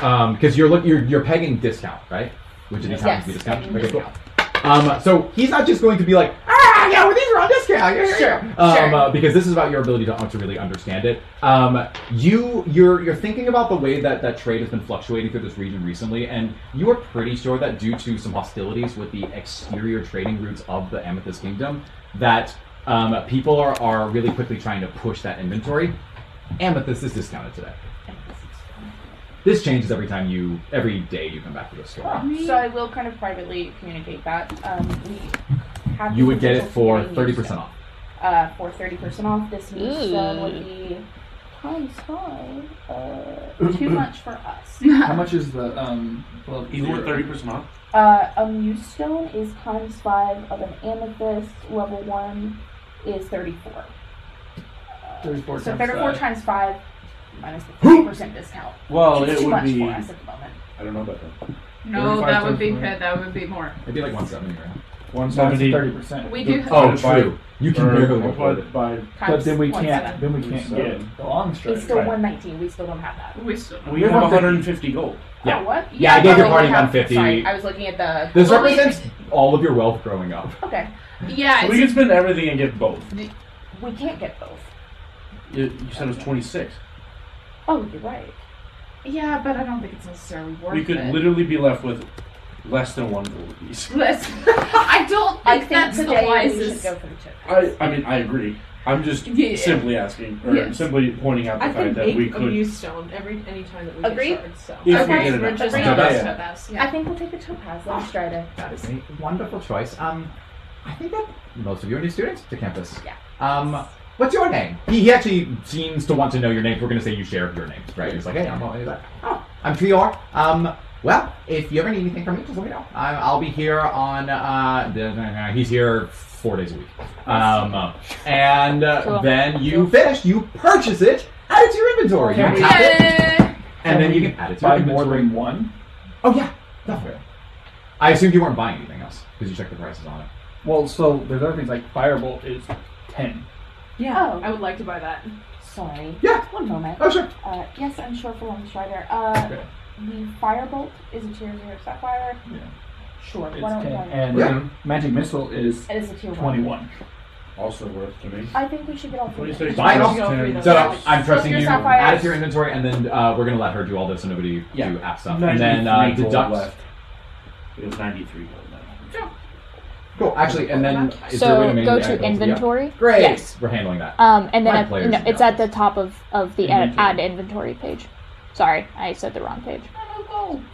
A: Um, because you're look you're you're pegging discount, right? Which is happens to be
C: Yes,
A: discount.
C: pegging
A: Okay, cool. Um, so he's not just going to be like, ah, yeah, well, these are on discount. Yeah, yeah,
C: Sure,
A: yeah." Um,
C: sure.
A: uh, because this is about your ability to, uh, to really understand it. Um, you you're you're thinking about the way that that trade has been fluctuating through this region recently, and you are pretty sure that due to some hostilities with the exterior trading routes of the Amethyst Kingdom, that um, people are, are really quickly trying to push that inventory. Amethyst is discounted today. This changes every time you every day you come back to the store.
C: So I will kind of privately communicate that. Um, we have
A: You
C: the
A: would get it
C: potential to
A: for
C: get a muse
A: thirty percent
C: stone.
A: off.
C: Uh, for 30% off, this muse stone
G: Ooh.
C: would be times five. Uh, too much for us.
D: How much is the um? Well,
J: Even with
D: zero?
J: thirty percent off.
C: Uh, a muse stone is times five of an amethyst. Level one is 34.
D: 34
C: So
D: times
C: 34
D: five.
C: times 5 minus the 30% discount.
E: Well,
C: It's
E: Oh, it
C: too
E: would
C: much
E: be.
C: for us at the moment.
E: I don't know about that.
B: No,
D: 35
B: that would
D: times
B: be
D: more.
B: good. That would be more.
A: It'd be like one seventy, right?
D: That's
E: 170.
D: thirty percent.
B: We do.
A: Oh,
E: Divided by-
A: true. You can
E: or
A: barely
E: multiplied
A: afford it.
E: by
D: But
B: times
D: then we
B: one
D: can't.
B: seven.
D: Then we can't get the long strike.
C: It's still
D: right?
C: 119. We still don't have that.
B: We still.
E: We
J: You
E: have
J: have
E: 100.
J: 150 gold.
A: Yeah.
C: Oh, what?
A: Yeah, I gave your party
C: probably have-
A: 150.
C: Sorry, I was looking at the.
A: This
C: Well, we-
A: represents all of your wealth growing up.
C: Okay,
B: Yeah,
E: We
B: it's,
E: can spend everything and get both.
C: we can't get both.
E: You, you said it was 26.
C: Oh, you're right.
B: yeah, but I don't think it's necessarily worth
E: We could
B: it.
E: literally be left with less than one gold apiece.
B: Let's- I don't think,
C: I think
B: that's the
C: today we should
B: wisest.
C: go for the chip.
E: I, I mean, I agree. I'm just
B: Yeah.
E: simply asking, or
B: Yes.
E: simply pointing out the
M: I can
E: fact that
M: make
E: we
M: a
E: could.
M: use stone every any time that we
C: Agreed.
M: get shards. So
E: If we
B: Okay,
E: get
B: we're
E: enough.
B: just
C: Yeah,
B: not
A: that's-
B: with us, yeah.
C: I think we'll take the topaz. Let us try to.
A: That is a wonderful choice. Um, I think that most of you are new students to campus.
C: Yeah.
A: Um, what's your name? He, he actually seems to want to know your names. We're going to say you share your names, right? He's like, hey, I'm he's like, oh, I'm Trior. Um, well, if you ever need anything from me, just let me know. I, I'll be here on. Uh, the- uh, he's here four days a week. Um, and uh,
G: Cool.
A: then you finish. You purchase it. Add it to your inventory. You
D: Can we-
A: tap it,
B: Yay!
A: and then you can add it to your
D: buy more
A: inventory.
D: than one.
A: Oh yeah, definitely. I assumed you weren't buying anything else because you checked the prices on it.
D: Well, so there's other things like firebolt is ten.
M: yeah,
C: Oh.
M: I would like to buy that.
C: Sorry.
A: Yeah.
C: One moment.
A: Oh sure.
C: Uh, yes, I'm sure for one strider. Uh,
A: Okay.
C: the firebolt is a tier zero sapphire.
D: Yeah.
C: Sure.
D: It's
C: why don't
D: ten,
C: we try
D: and
A: Yeah.
D: magic missile is
C: it? It is a tier one.
D: twenty-one.
E: Also worth to me.
C: I think we should get all three. of them.
E: 26
A: Buy it all.
E: plus 10.
M: Go
A: So I'm trusting
C: Flip
A: you.
C: your sapphires.
A: Add it to your inventory, and then uh, we're gonna let her do all this, so nobody
E: Yeah.
A: do app stuff, and then uh,
E: 93 gold
A: deduct.
J: We have 93 gold now.
A: Cool. Actually, and then is there a way
G: So
A: to
G: go
A: manage
G: to
A: that?
G: inventory.
A: Yeah. Great.
G: Yes.
A: We're handling that.
G: Um, and then
A: My
G: at-
A: players
G: no,
A: know.
G: it's at the top of, of the add,
D: Inventory.
G: add inventory page. Sorry, I said the wrong page.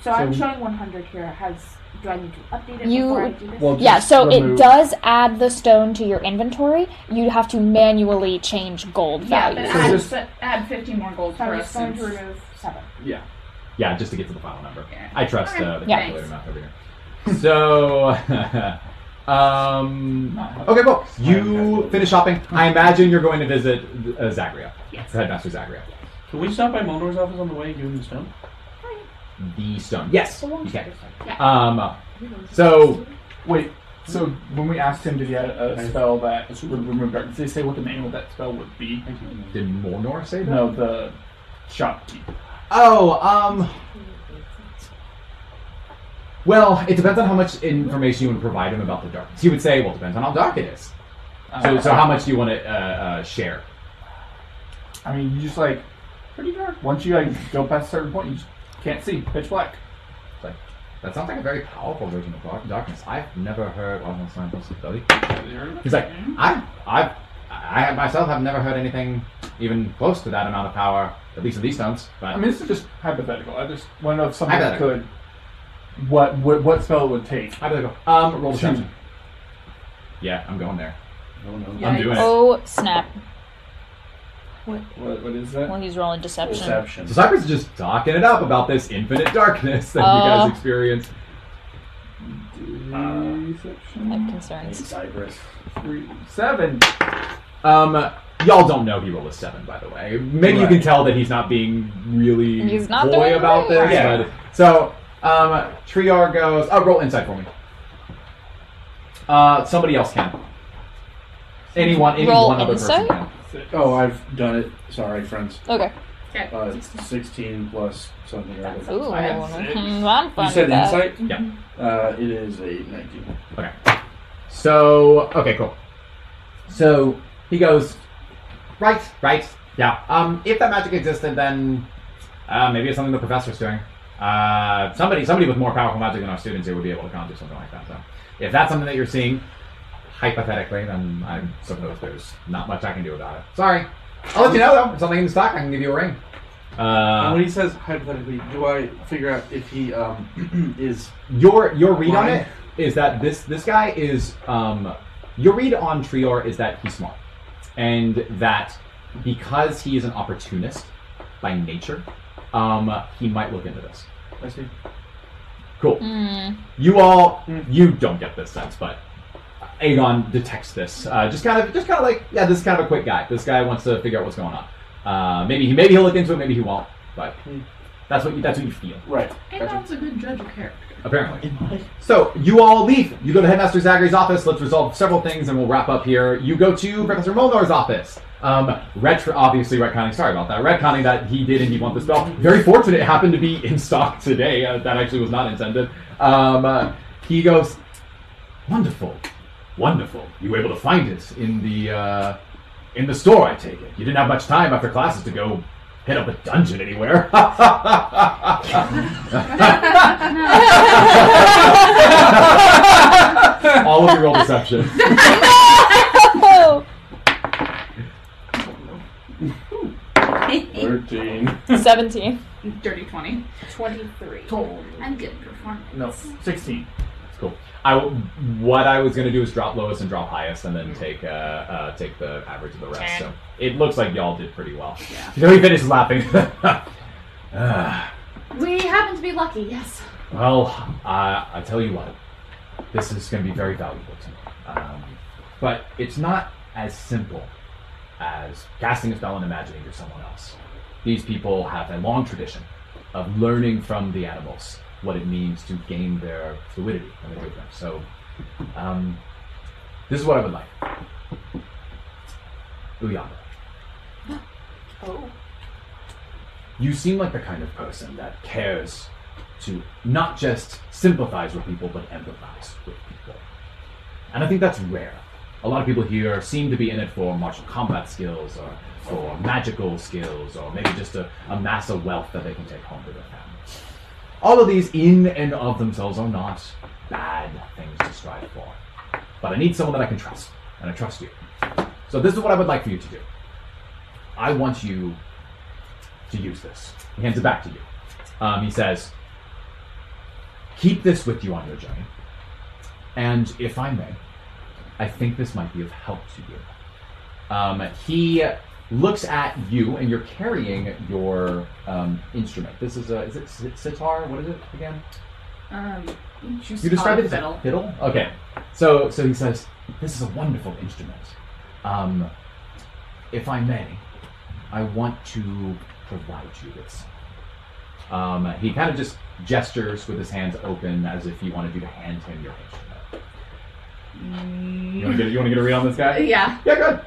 C: So I'm showing 100 here. Has do I need to update it
G: You-
C: before I do this?
D: Well,
G: Yeah,
D: just
G: so it
D: remove-
G: does add the stone to your inventory. You have to manually change gold
B: Yeah, but
G: value.
D: So
B: add,
D: just-
B: but add 50 more gold
C: so
B: for
C: I'm
B: us.
C: just going
B: Since,
C: to remove seven.
A: Yeah, just to get to the final number.
B: Yeah.
A: I trust uh, the
G: Yeah.
A: calculator math over here. So, um,
D: Not-
A: okay, cool. You finish shopping. I imagine you're going to visit uh, Zagria,
B: Yes.
A: Headmaster Zagria.
E: Can we stop by Monor's office on the way and give him the stone?
A: The stone. Yes.
C: So one
A: You can.
C: strider.
A: Um, so
D: Wait, so when we asked him, did he have a spell that would remove darkness? Did he say what the name of that spell would be?
A: did Molnor say that?
D: No, the shopkeep.
A: Oh, um. Well, it depends on how much information you would provide him about the darkness. He would say, well, it depends on how dark it is. So,
D: Uh,
A: so how much do you want to uh, uh, share?
D: I mean, you just like pretty dark. Once you like go past a certain point, you just can't see, pitch black.
A: That sounds like a very powerful version of dark- darkness. I've never heard one of those possibility. He's like, I, I, I myself have never heard anything even close to that amount of power, at least in these stones. But
D: I mean, this is just hypothetical. I just want to know if something
A: Hypothetical.
D: could, what, what what spell it would take.
A: I better go. Um, roll
D: Two.
A: deception. Yeah, I'm going there.
E: No, no.
A: I'm doing it.
G: Oh, snap.
D: What, what is that?
G: Well, he's rolling deception.
E: Deception.
A: So Cypher's just talking it up about this infinite darkness that you
G: Oh.
A: guys experienced.
G: I have
D: Deception.
G: concerns.
E: Cybris.
D: Three, Uh, seven.
A: Um, y'all don't know he rolled a seven, by the way. Maybe you
E: Right.
A: can tell that he's not being really
G: He's not
A: coy
G: doing
A: about
G: great.
A: this.
E: Yeah.
A: But, so, um, Triar goes. Oh, roll insight for me. Uh, somebody else can. Anyone, any
G: Roll
A: one other
G: insight?
A: person can.
D: Six.
E: Oh, I've done it. Sorry, friends.
G: Okay.
B: Okay.
E: Uh, 16 plus something
G: Ooh,
E: or other.
G: hmm,
E: I have six.
G: I'm fine
E: You said
G: with that.
E: insight?
G: Mm-hmm.
A: Yeah.
E: Uh, it is a 19.
A: So, okay, cool. So he goes, right, right, yeah. Um, if that magic existed, then uh, maybe it's something the professor's doing. Uh, somebody, somebody with more powerful magic than our students here would be able to conjure something like that. So, if that's something that you're seeing, hypothetically, then I suppose there's not much I can do about it. Sorry. I'll let you know though. If something in stock, I can give you a ring.
E: And
A: Uh,
E: when he says hypothetically, do I figure out if he um, is
A: Your your read on
E: Why?
A: it is that this this guy is um your read on Trior is that he's smart. And that because he is an opportunist by nature, um he might look into this.
E: I see.
A: Cool.
G: Hmm.
A: You all
E: Mm.
A: you don't get this sense, but Aegon detects this. Uh, just kind of just kind of like, yeah, this is kind of a quick guy. This guy wants to figure out what's going on. Uh, maybe he maybe he'll look into it, maybe he won't, but
E: Mm.
A: that's what you that's what you feel.
E: Right.
B: And that's a good judge of character.
A: apparently. So you all leave. You go to Headmaster Zachary's office. Let's resolve several things, and we'll wrap up here. You go to Professor Molnar's office. Um, retro, obviously retconning. Sorry about that. Retconning that he did indeed want the spell. Very fortunate. It happened to be in stock today. Uh, that actually was not intended. Um, uh, he goes, wonderful, wonderful. You were able to find it in the uh, in the store. I take it. You didn't have much time after classes to go hit up a dungeon anywhere. All of you roll deception.
G: Oh,
E: Thirteen.
G: 17.
B: Dirty 20.
C: 23.
B: I'm good at performance.
D: No, sixteen.
A: That's cool. I w- what I was gonna do is drop lowest and drop highest, and then take uh, uh, take the average of the rest. So it looks like y'all did pretty well. Yeah. You know, he finishes laughing. Ah,
I: We happen to be lucky, yes.
A: well, I I tell you what, this is gonna be very valuable to me. Um, but it's not as simple as casting a spell and imagining you're someone else. These people have a long tradition of learning from the animals what it means to gain their fluidity and their movement. So, um, this is what I would like. Uyanda,
C: Oh.
A: you seem like the kind of person that cares to not just sympathize with people, but empathize with people. And I think that's rare. A lot of people here seem to be in it for martial combat skills or for magical skills or maybe just a, a mass of wealth that they can take home to their families. All of these, in and of themselves, are not bad things to strive for. But I need someone that I can trust, and I trust you. So this is what I would like for you to do. I want you to use this. He hands it back to you. Um, he says, Keep this with you on your journey. And if I may, I think this might be of help to you. Um, he looks at you, and you're carrying your um, instrument. This is a is it si- sitar? What is it again?
B: Um, just
A: You described
B: call
A: it as
B: fiddle.
A: a fiddle. Okay, so so he says, "This is a wonderful instrument. Um, if I may, I want to provide you with something." Um, he kind of just gestures with his hands open as if he wanted you to hand him your instrument. You want to get you want to get a read on this guy?
B: Uh, Yeah.
A: Yeah, good.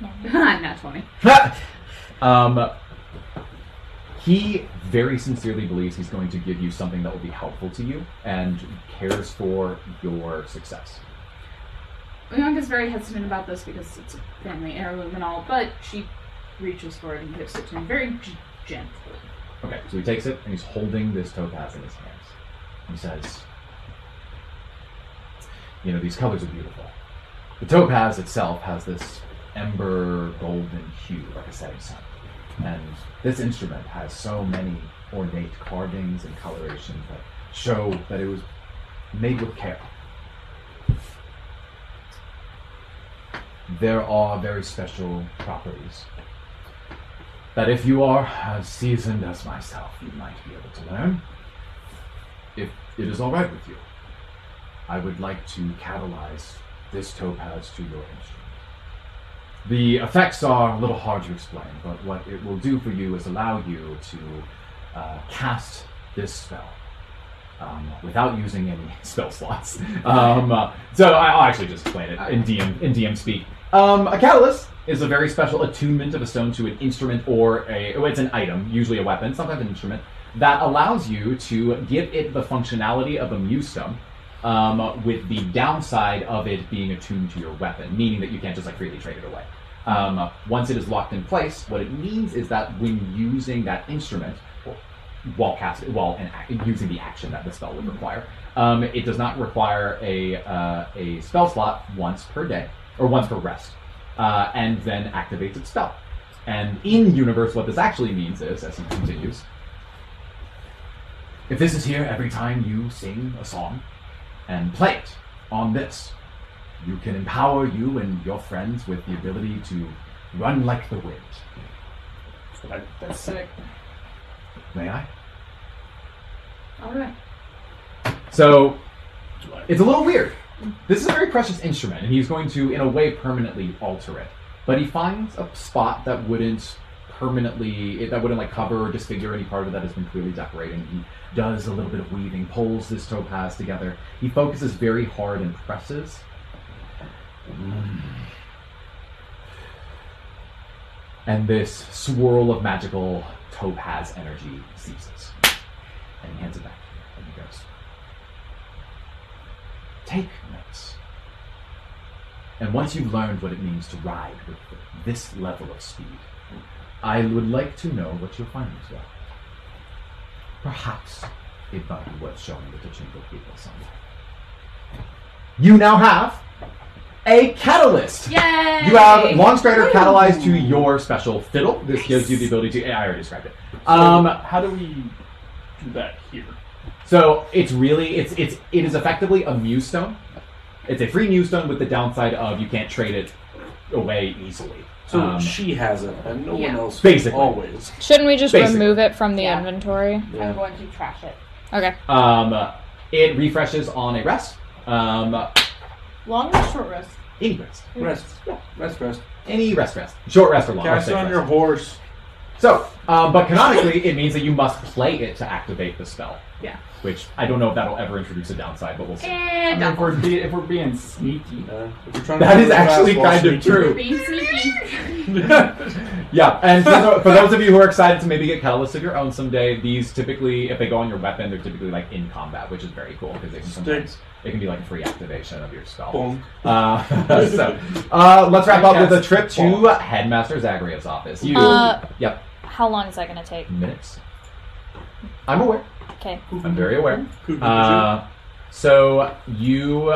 B: Not 20.
A: um, he very sincerely believes he's going to give you something that will be helpful to you and cares for your success.
B: Uyanka's very hesitant about this because it's a family heirloom and all, but she reaches for it and gives it to him very g- gently.
A: Okay, so he takes it and he's holding this topaz in his hands. He says, You know, these colors are beautiful. The topaz itself has this ember golden hue, like a setting sun. And this instrument has so many ornate carvings and colorations that show that it was made with care. There are very special properties that if you are as seasoned as myself, you might be able to learn. If it is all right with you, I would like to catalyze this topaz to your instrument. The effects are a little hard to explain, but what it will do for you is allow you to uh, cast this spell um, without using any spell slots. Um, uh, so I- I'll actually just explain it in DM in DM speak. Um, a catalyst is a very special attunement of a stone to an instrument or a oh, it's an item, usually a weapon, sometimes an instrument, that allows you to give it the functionality of a muse stone. Um, with the downside of it being attuned to your weapon, meaning that you can't just like freely trade it away. Um, once it is locked in place, what it means is that when using that instrument, while cast while an ac using the action that the spell would require. Um, it does not require a uh, a spell slot once per day or once per rest, uh, and then activates its spell. And in universe, what this actually means is, as he continues, if this is here every time you sing a song and play it on this, you can empower you and your friends with the ability to run like the wind.
M: That's sick.
A: May I?
B: Alright.
A: So it's a little weird. This is a very precious instrument, and he's going to, in a way, permanently alter it. But he finds a spot that wouldn't permanently it, that wouldn't like cover or disfigure any part of it that has been clearly decorated. He does a little bit of weaving, pulls this topaz together. He focuses very hard and presses. Mm. And this swirl of magical topaz energy ceases. And he hands it back to you, and he goes, Take notes. And once you've learned what it means to ride with this level of speed, I would like to know what your findings were. Perhaps it might be worth showing the Tachinko people someday. You now have a catalyst.
B: Yay!
A: You have Longstrider catalyzed to your special fiddle. This gives you the ability to. I already described it. Um,
D: how do we do that here?
A: so it's really it's it's it is effectively a muse stone. It's a free muse stone with the downside of you can't trade it away easily. Um,
E: So she has it, and no one
A: Yeah.
E: else.
A: Basically.
E: always.
G: Shouldn't we just
A: Basically.
G: remove it from the inventory?
J: I'm going to trash it.
G: Okay.
A: Um, it refreshes on a rest. Um,
F: Long or short rest?
A: any rest.
N: Rest. Rest, rest.
A: Any rest, rest. Short rest or long rest.
N: Cast
A: safe
N: on
A: rest.
N: your horse.
A: So, um, but canonically, it means that you must play it to activate the spell.
O: Yeah.
A: Which I don't know if that'll ever introduce a downside, but we'll see.
D: I mean, if, we're be, if we're being sneaky,
E: Uh,
N: if we're trying
A: That is actually kind of true.
O: Being sneaky.
A: Yeah, and for, tho- for those of you who are excited to maybe get catalysts of your own someday, these typically, if they go on your weapon, they're typically like in combat, which is very cool because they can sometimes it can be like a free activation of your spell.
N: Bonk.
A: Uh, so, uh, let's wrap up with a trip to Headmaster Zagreus' office. You,
G: Uh,
A: yep,
G: How long is that going to take?
A: minutes. I'm aware.
G: Okay.
A: I'm very aware. Uh, so you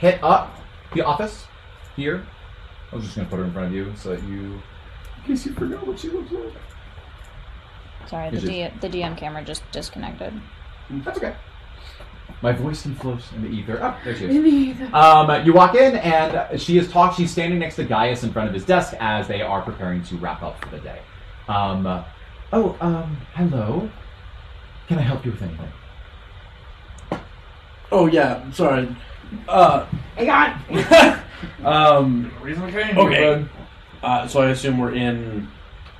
A: hit up the office here. I was just gonna put her in front of you so that you.
D: in case you forgot what she looks like.
G: Sorry, the,
A: It's
G: D- the DM camera just disconnected.
A: That's okay. My voice can float in the ether. Oh, there she is.
G: In the ether.
A: Um, you walk in, and she is talk. She's standing next to Gaius in front of his desk as they are preparing to wrap up for the day. Um, oh, um, hello. Can I help you with anything?
E: Oh yeah, I'm sorry. Uh,
J: Hey, God!
E: um,
N: came here,
E: okay. Uh, so I assume we're in.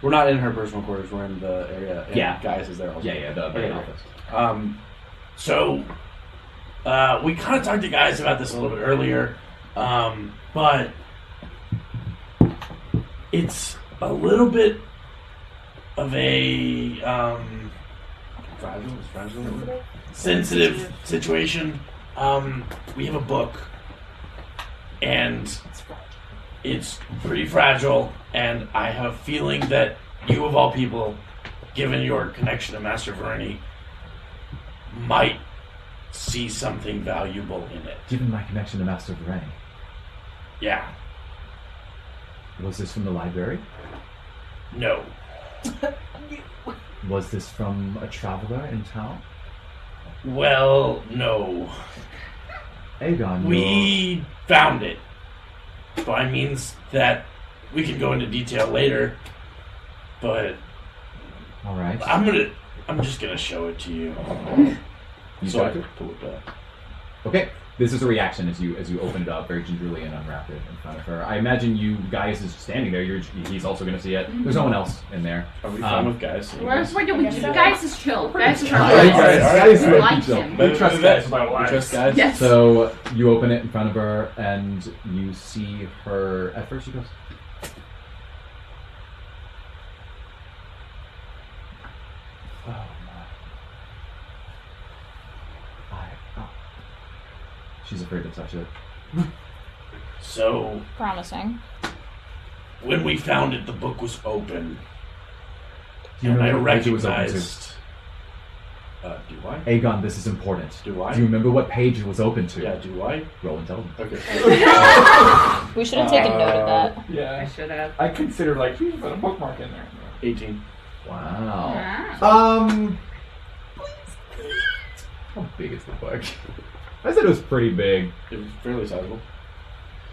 E: We're not in her personal quarters. We're in the area. And
A: Yeah.
E: guys is there also.
A: Yeah, yeah, the main office.
E: Um, so uh, we kind of talked to guys about this a little bit earlier, um, but it's a little bit of a um, fragile, is fragile a word? sensitive situation. Um, we have a book, and it's pretty fragile. And I have a feeling that you, of all people, given your connection to Master Vernie, might see something valuable in it.
A: Given my connection to Master Varane,
E: Yeah.
A: was this from the library?
E: No.
A: Was this from a traveler in town?
E: Well, no.
A: Aegon, you're-
E: We found it by means that we can go into detail later, but
A: all right.
E: I'm gonna. I'm just gonna show it to you.
A: You
E: so I
A: got it?
E: pull it back.
A: Okay. This is a reaction as you as you open it up very gingerly and unwrap it in front of her. I imagine you guys is standing there. You're, he's also going to see it. There's no one else in there.
E: Are we
A: Um,
E: fine with guys?
B: Where's where do we?
J: so.
B: Guys is chill. Guys is
A: Guys, guys, guys,
B: chill.
A: guys,
B: Like
A: chill.
B: him.
D: We trust guys with our lives.
N: trust guys?
B: Yes.
A: So you open it in front of her and you see her. At first, she goes, "Oh my!" I, oh. She's afraid to touch it.
E: So
G: Promising.
E: when we found it, the book was open,
A: Do you
E: and I
A: remember what page it was open to?
E: recognized. Uh, do I?
A: Aegon, this is important.
E: Do I?
A: Do you remember what page it was open to?
E: yeah. Do I?
A: Roll intelligence.
E: Okay.
G: We should have taken note of that.
D: Yeah. I
B: should have.
D: I consider like you put a bookmark in there.
E: Eighteen.
A: Wow. Um. How big is the book? I said it was pretty big.
E: It was fairly sizable.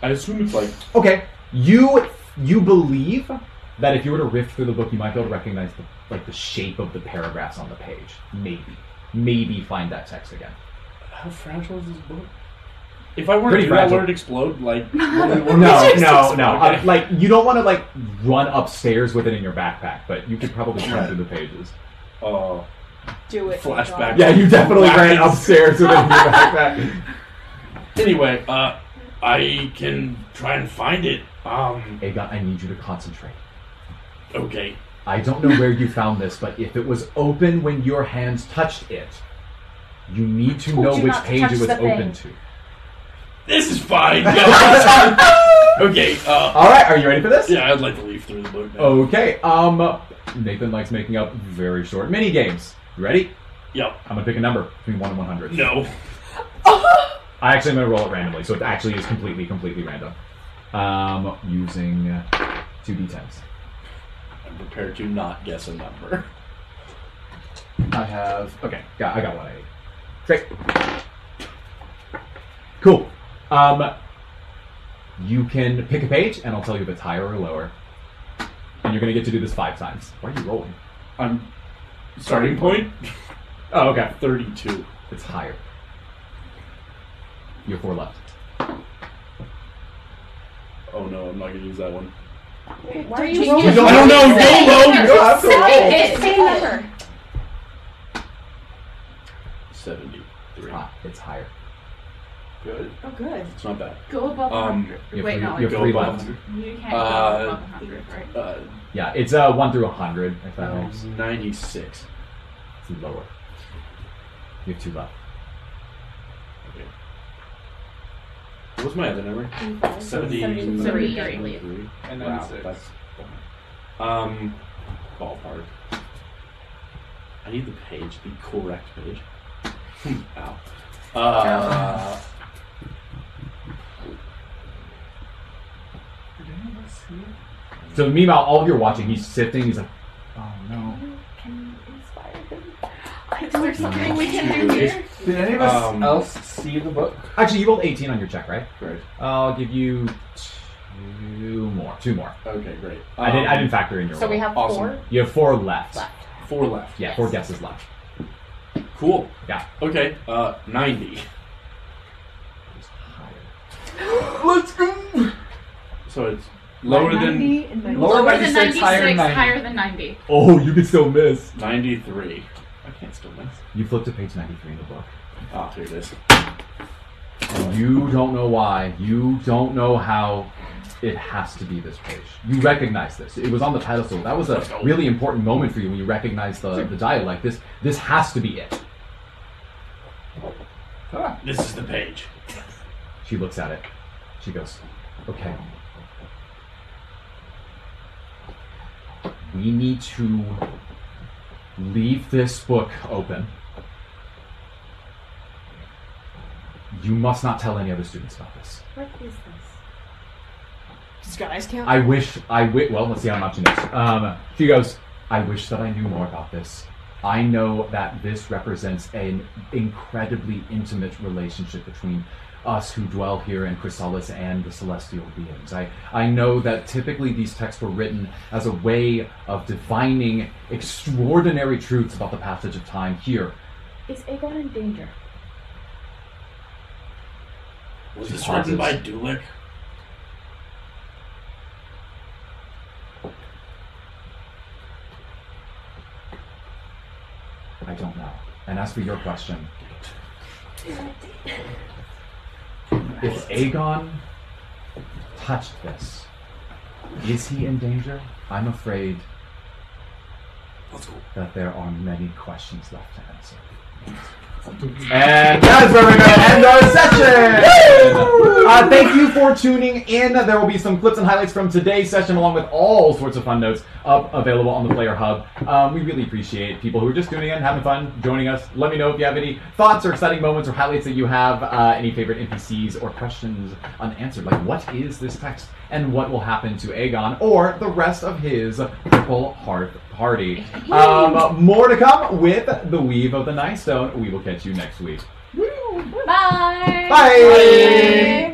E: I assume it's like
A: Okay. You you believe that if you were to rift through the book, you might be able to recognize the, like the shape of the paragraphs on the page. Maybe, maybe find that text again.
E: how fragile is this book? If I were to
A: Pretty
E: do that,
A: fragile.
E: would it explode? Like
A: no, no, no. Uh, like you don't want to like run upstairs with it in your backpack, but you could probably turn through the pages.
E: Oh.
F: Do it.
E: Flashback.
A: Yeah, you definitely ran
E: Flashbacks.
A: upstairs with it in your backpack.
J: Anyway, uh, I can try and find it. Um,
A: Aga, I need you to concentrate.
J: Okay.
A: I don't know where you found this, but if it was open when your hands touched it, you need to
J: Told
A: know
J: you
A: which
J: not to
A: page
J: touch
A: it was
J: the thing.
A: open to.
J: This is fine. okay. Uh, All
A: right. Are you ready for this?
J: Yeah, I'd like to leaf through the book. Now.
A: Okay. Um, Nathan likes making up very short mini games. You ready?
J: Yep.
A: I'm gonna pick a number between one and one hundred.
J: No.
A: I actually am gonna roll it randomly, so it actually is completely, completely random. Um, using uh, two d10s.
E: I'm prepared to not guess a number.
A: I have. Okay, got, I got one eighty. Great. Cool. Um, you can pick a page, and I'll tell you if it's higher or lower. And you're gonna get to do this five times. Why are you rolling?
E: I'm starting point.
A: Oh, okay.
E: Thirty-two.
A: It's higher. You have four left.
E: Oh no, I'm not gonna use that one.
C: Why are
F: you
C: you
F: rolling?
C: rolling?
F: You don't- I don't
B: Oh,
F: know, YOLO, you don't have to roll.
C: Same number.
E: Seventy-three.
A: Ah, It's higher.
E: Good.
F: Oh, good.
E: It's not bad.
B: Go above
E: Um,
B: 100.
A: You have
B: Wait,
A: three-
B: no,
A: you have
B: go
A: three
B: above
A: left.
B: 100. You can't
E: Uh,
B: go above 100, right?
E: Uh,
A: Yeah, it's uh one through a hundred. If
E: Oh.
A: that helps.
E: ninety-six.
A: It's lower. You have two left.
E: Okay. What was my other number?
J: Seventy-
E: 73.
J: Seventy-three.
D: And
E: wow,
D: 96.
E: that's um ballpark. I need the page, the correct page. Hmm, Ow. Uh,
A: So meanwhile, all of you are watching. He's sifting. He's like, oh no.
C: Is there something we can do here?
D: Did any of us else see the book?
A: Actually, you rolled 18 on your check, right?
E: Right.
A: I'll give you two more. Two more.
E: Okay, great.
A: I didn't. I
E: Um,
A: didn't factor in your.
C: So we
A: roll.
C: have Awesome. four?
A: You have four left.
E: Four left.
A: Yeah, four guesses left.
E: Cool.
A: Yeah.
E: Okay. Uh, ninety.
D: Let's go.
E: So it's lower than
F: 90 and 90.
D: Lower
B: Lower
D: by
B: than
D: 96,
B: 96,
D: higher than 90.
B: higher than 90.
A: Oh, you can still miss.
E: ninety-three. I can't still miss.
A: You flip to page 93 in the book.
E: Ah, here it is.
A: And you don't know why. You don't know how. It has to be this page. You recognize this. It was on the pedestal. That was a really important moment for you when you recognized the, the dialect. This this has to be it.
D: Ah,
J: This is the page.
A: She looks at it. She goes, Okay. We need to leave this book open. You must not tell any other students about this.
C: What is this?
G: Disguise count.
A: I wish I wi- well, let's see how much it is. Um, she goes, I wish that I knew more about this. I know that this represents an incredibly intimate relationship between us who dwell here in Chrysalis and the celestial beings. I, I know that typically these texts were written as a way of divining extraordinary truths about the passage of time here.
C: Is Aegon in danger?
J: Was
A: She
J: this
A: pauses.
J: written by Dulick?
A: I don't know. And as for your question, if Aegon touched this, is he in danger? I'm afraid
J: Let's go.
A: that there are many questions left to answer. And that is where we're going to end our session. Uh, thank you for tuning in. There will be some clips and highlights from today's session, along with all sorts of fun notes up available on the Player Hub. Um, we really appreciate people who are just tuning in, having fun, joining us. Let me know if you have any thoughts or exciting moments or highlights that you have, uh, any favorite NPCs or questions unanswered, like what is this text and what will happen to Aegon or the rest of his Purple Hearth party. Um, more to come with the Weave of the Nightstone. We will catch you next week.
C: Bye.
A: Bye.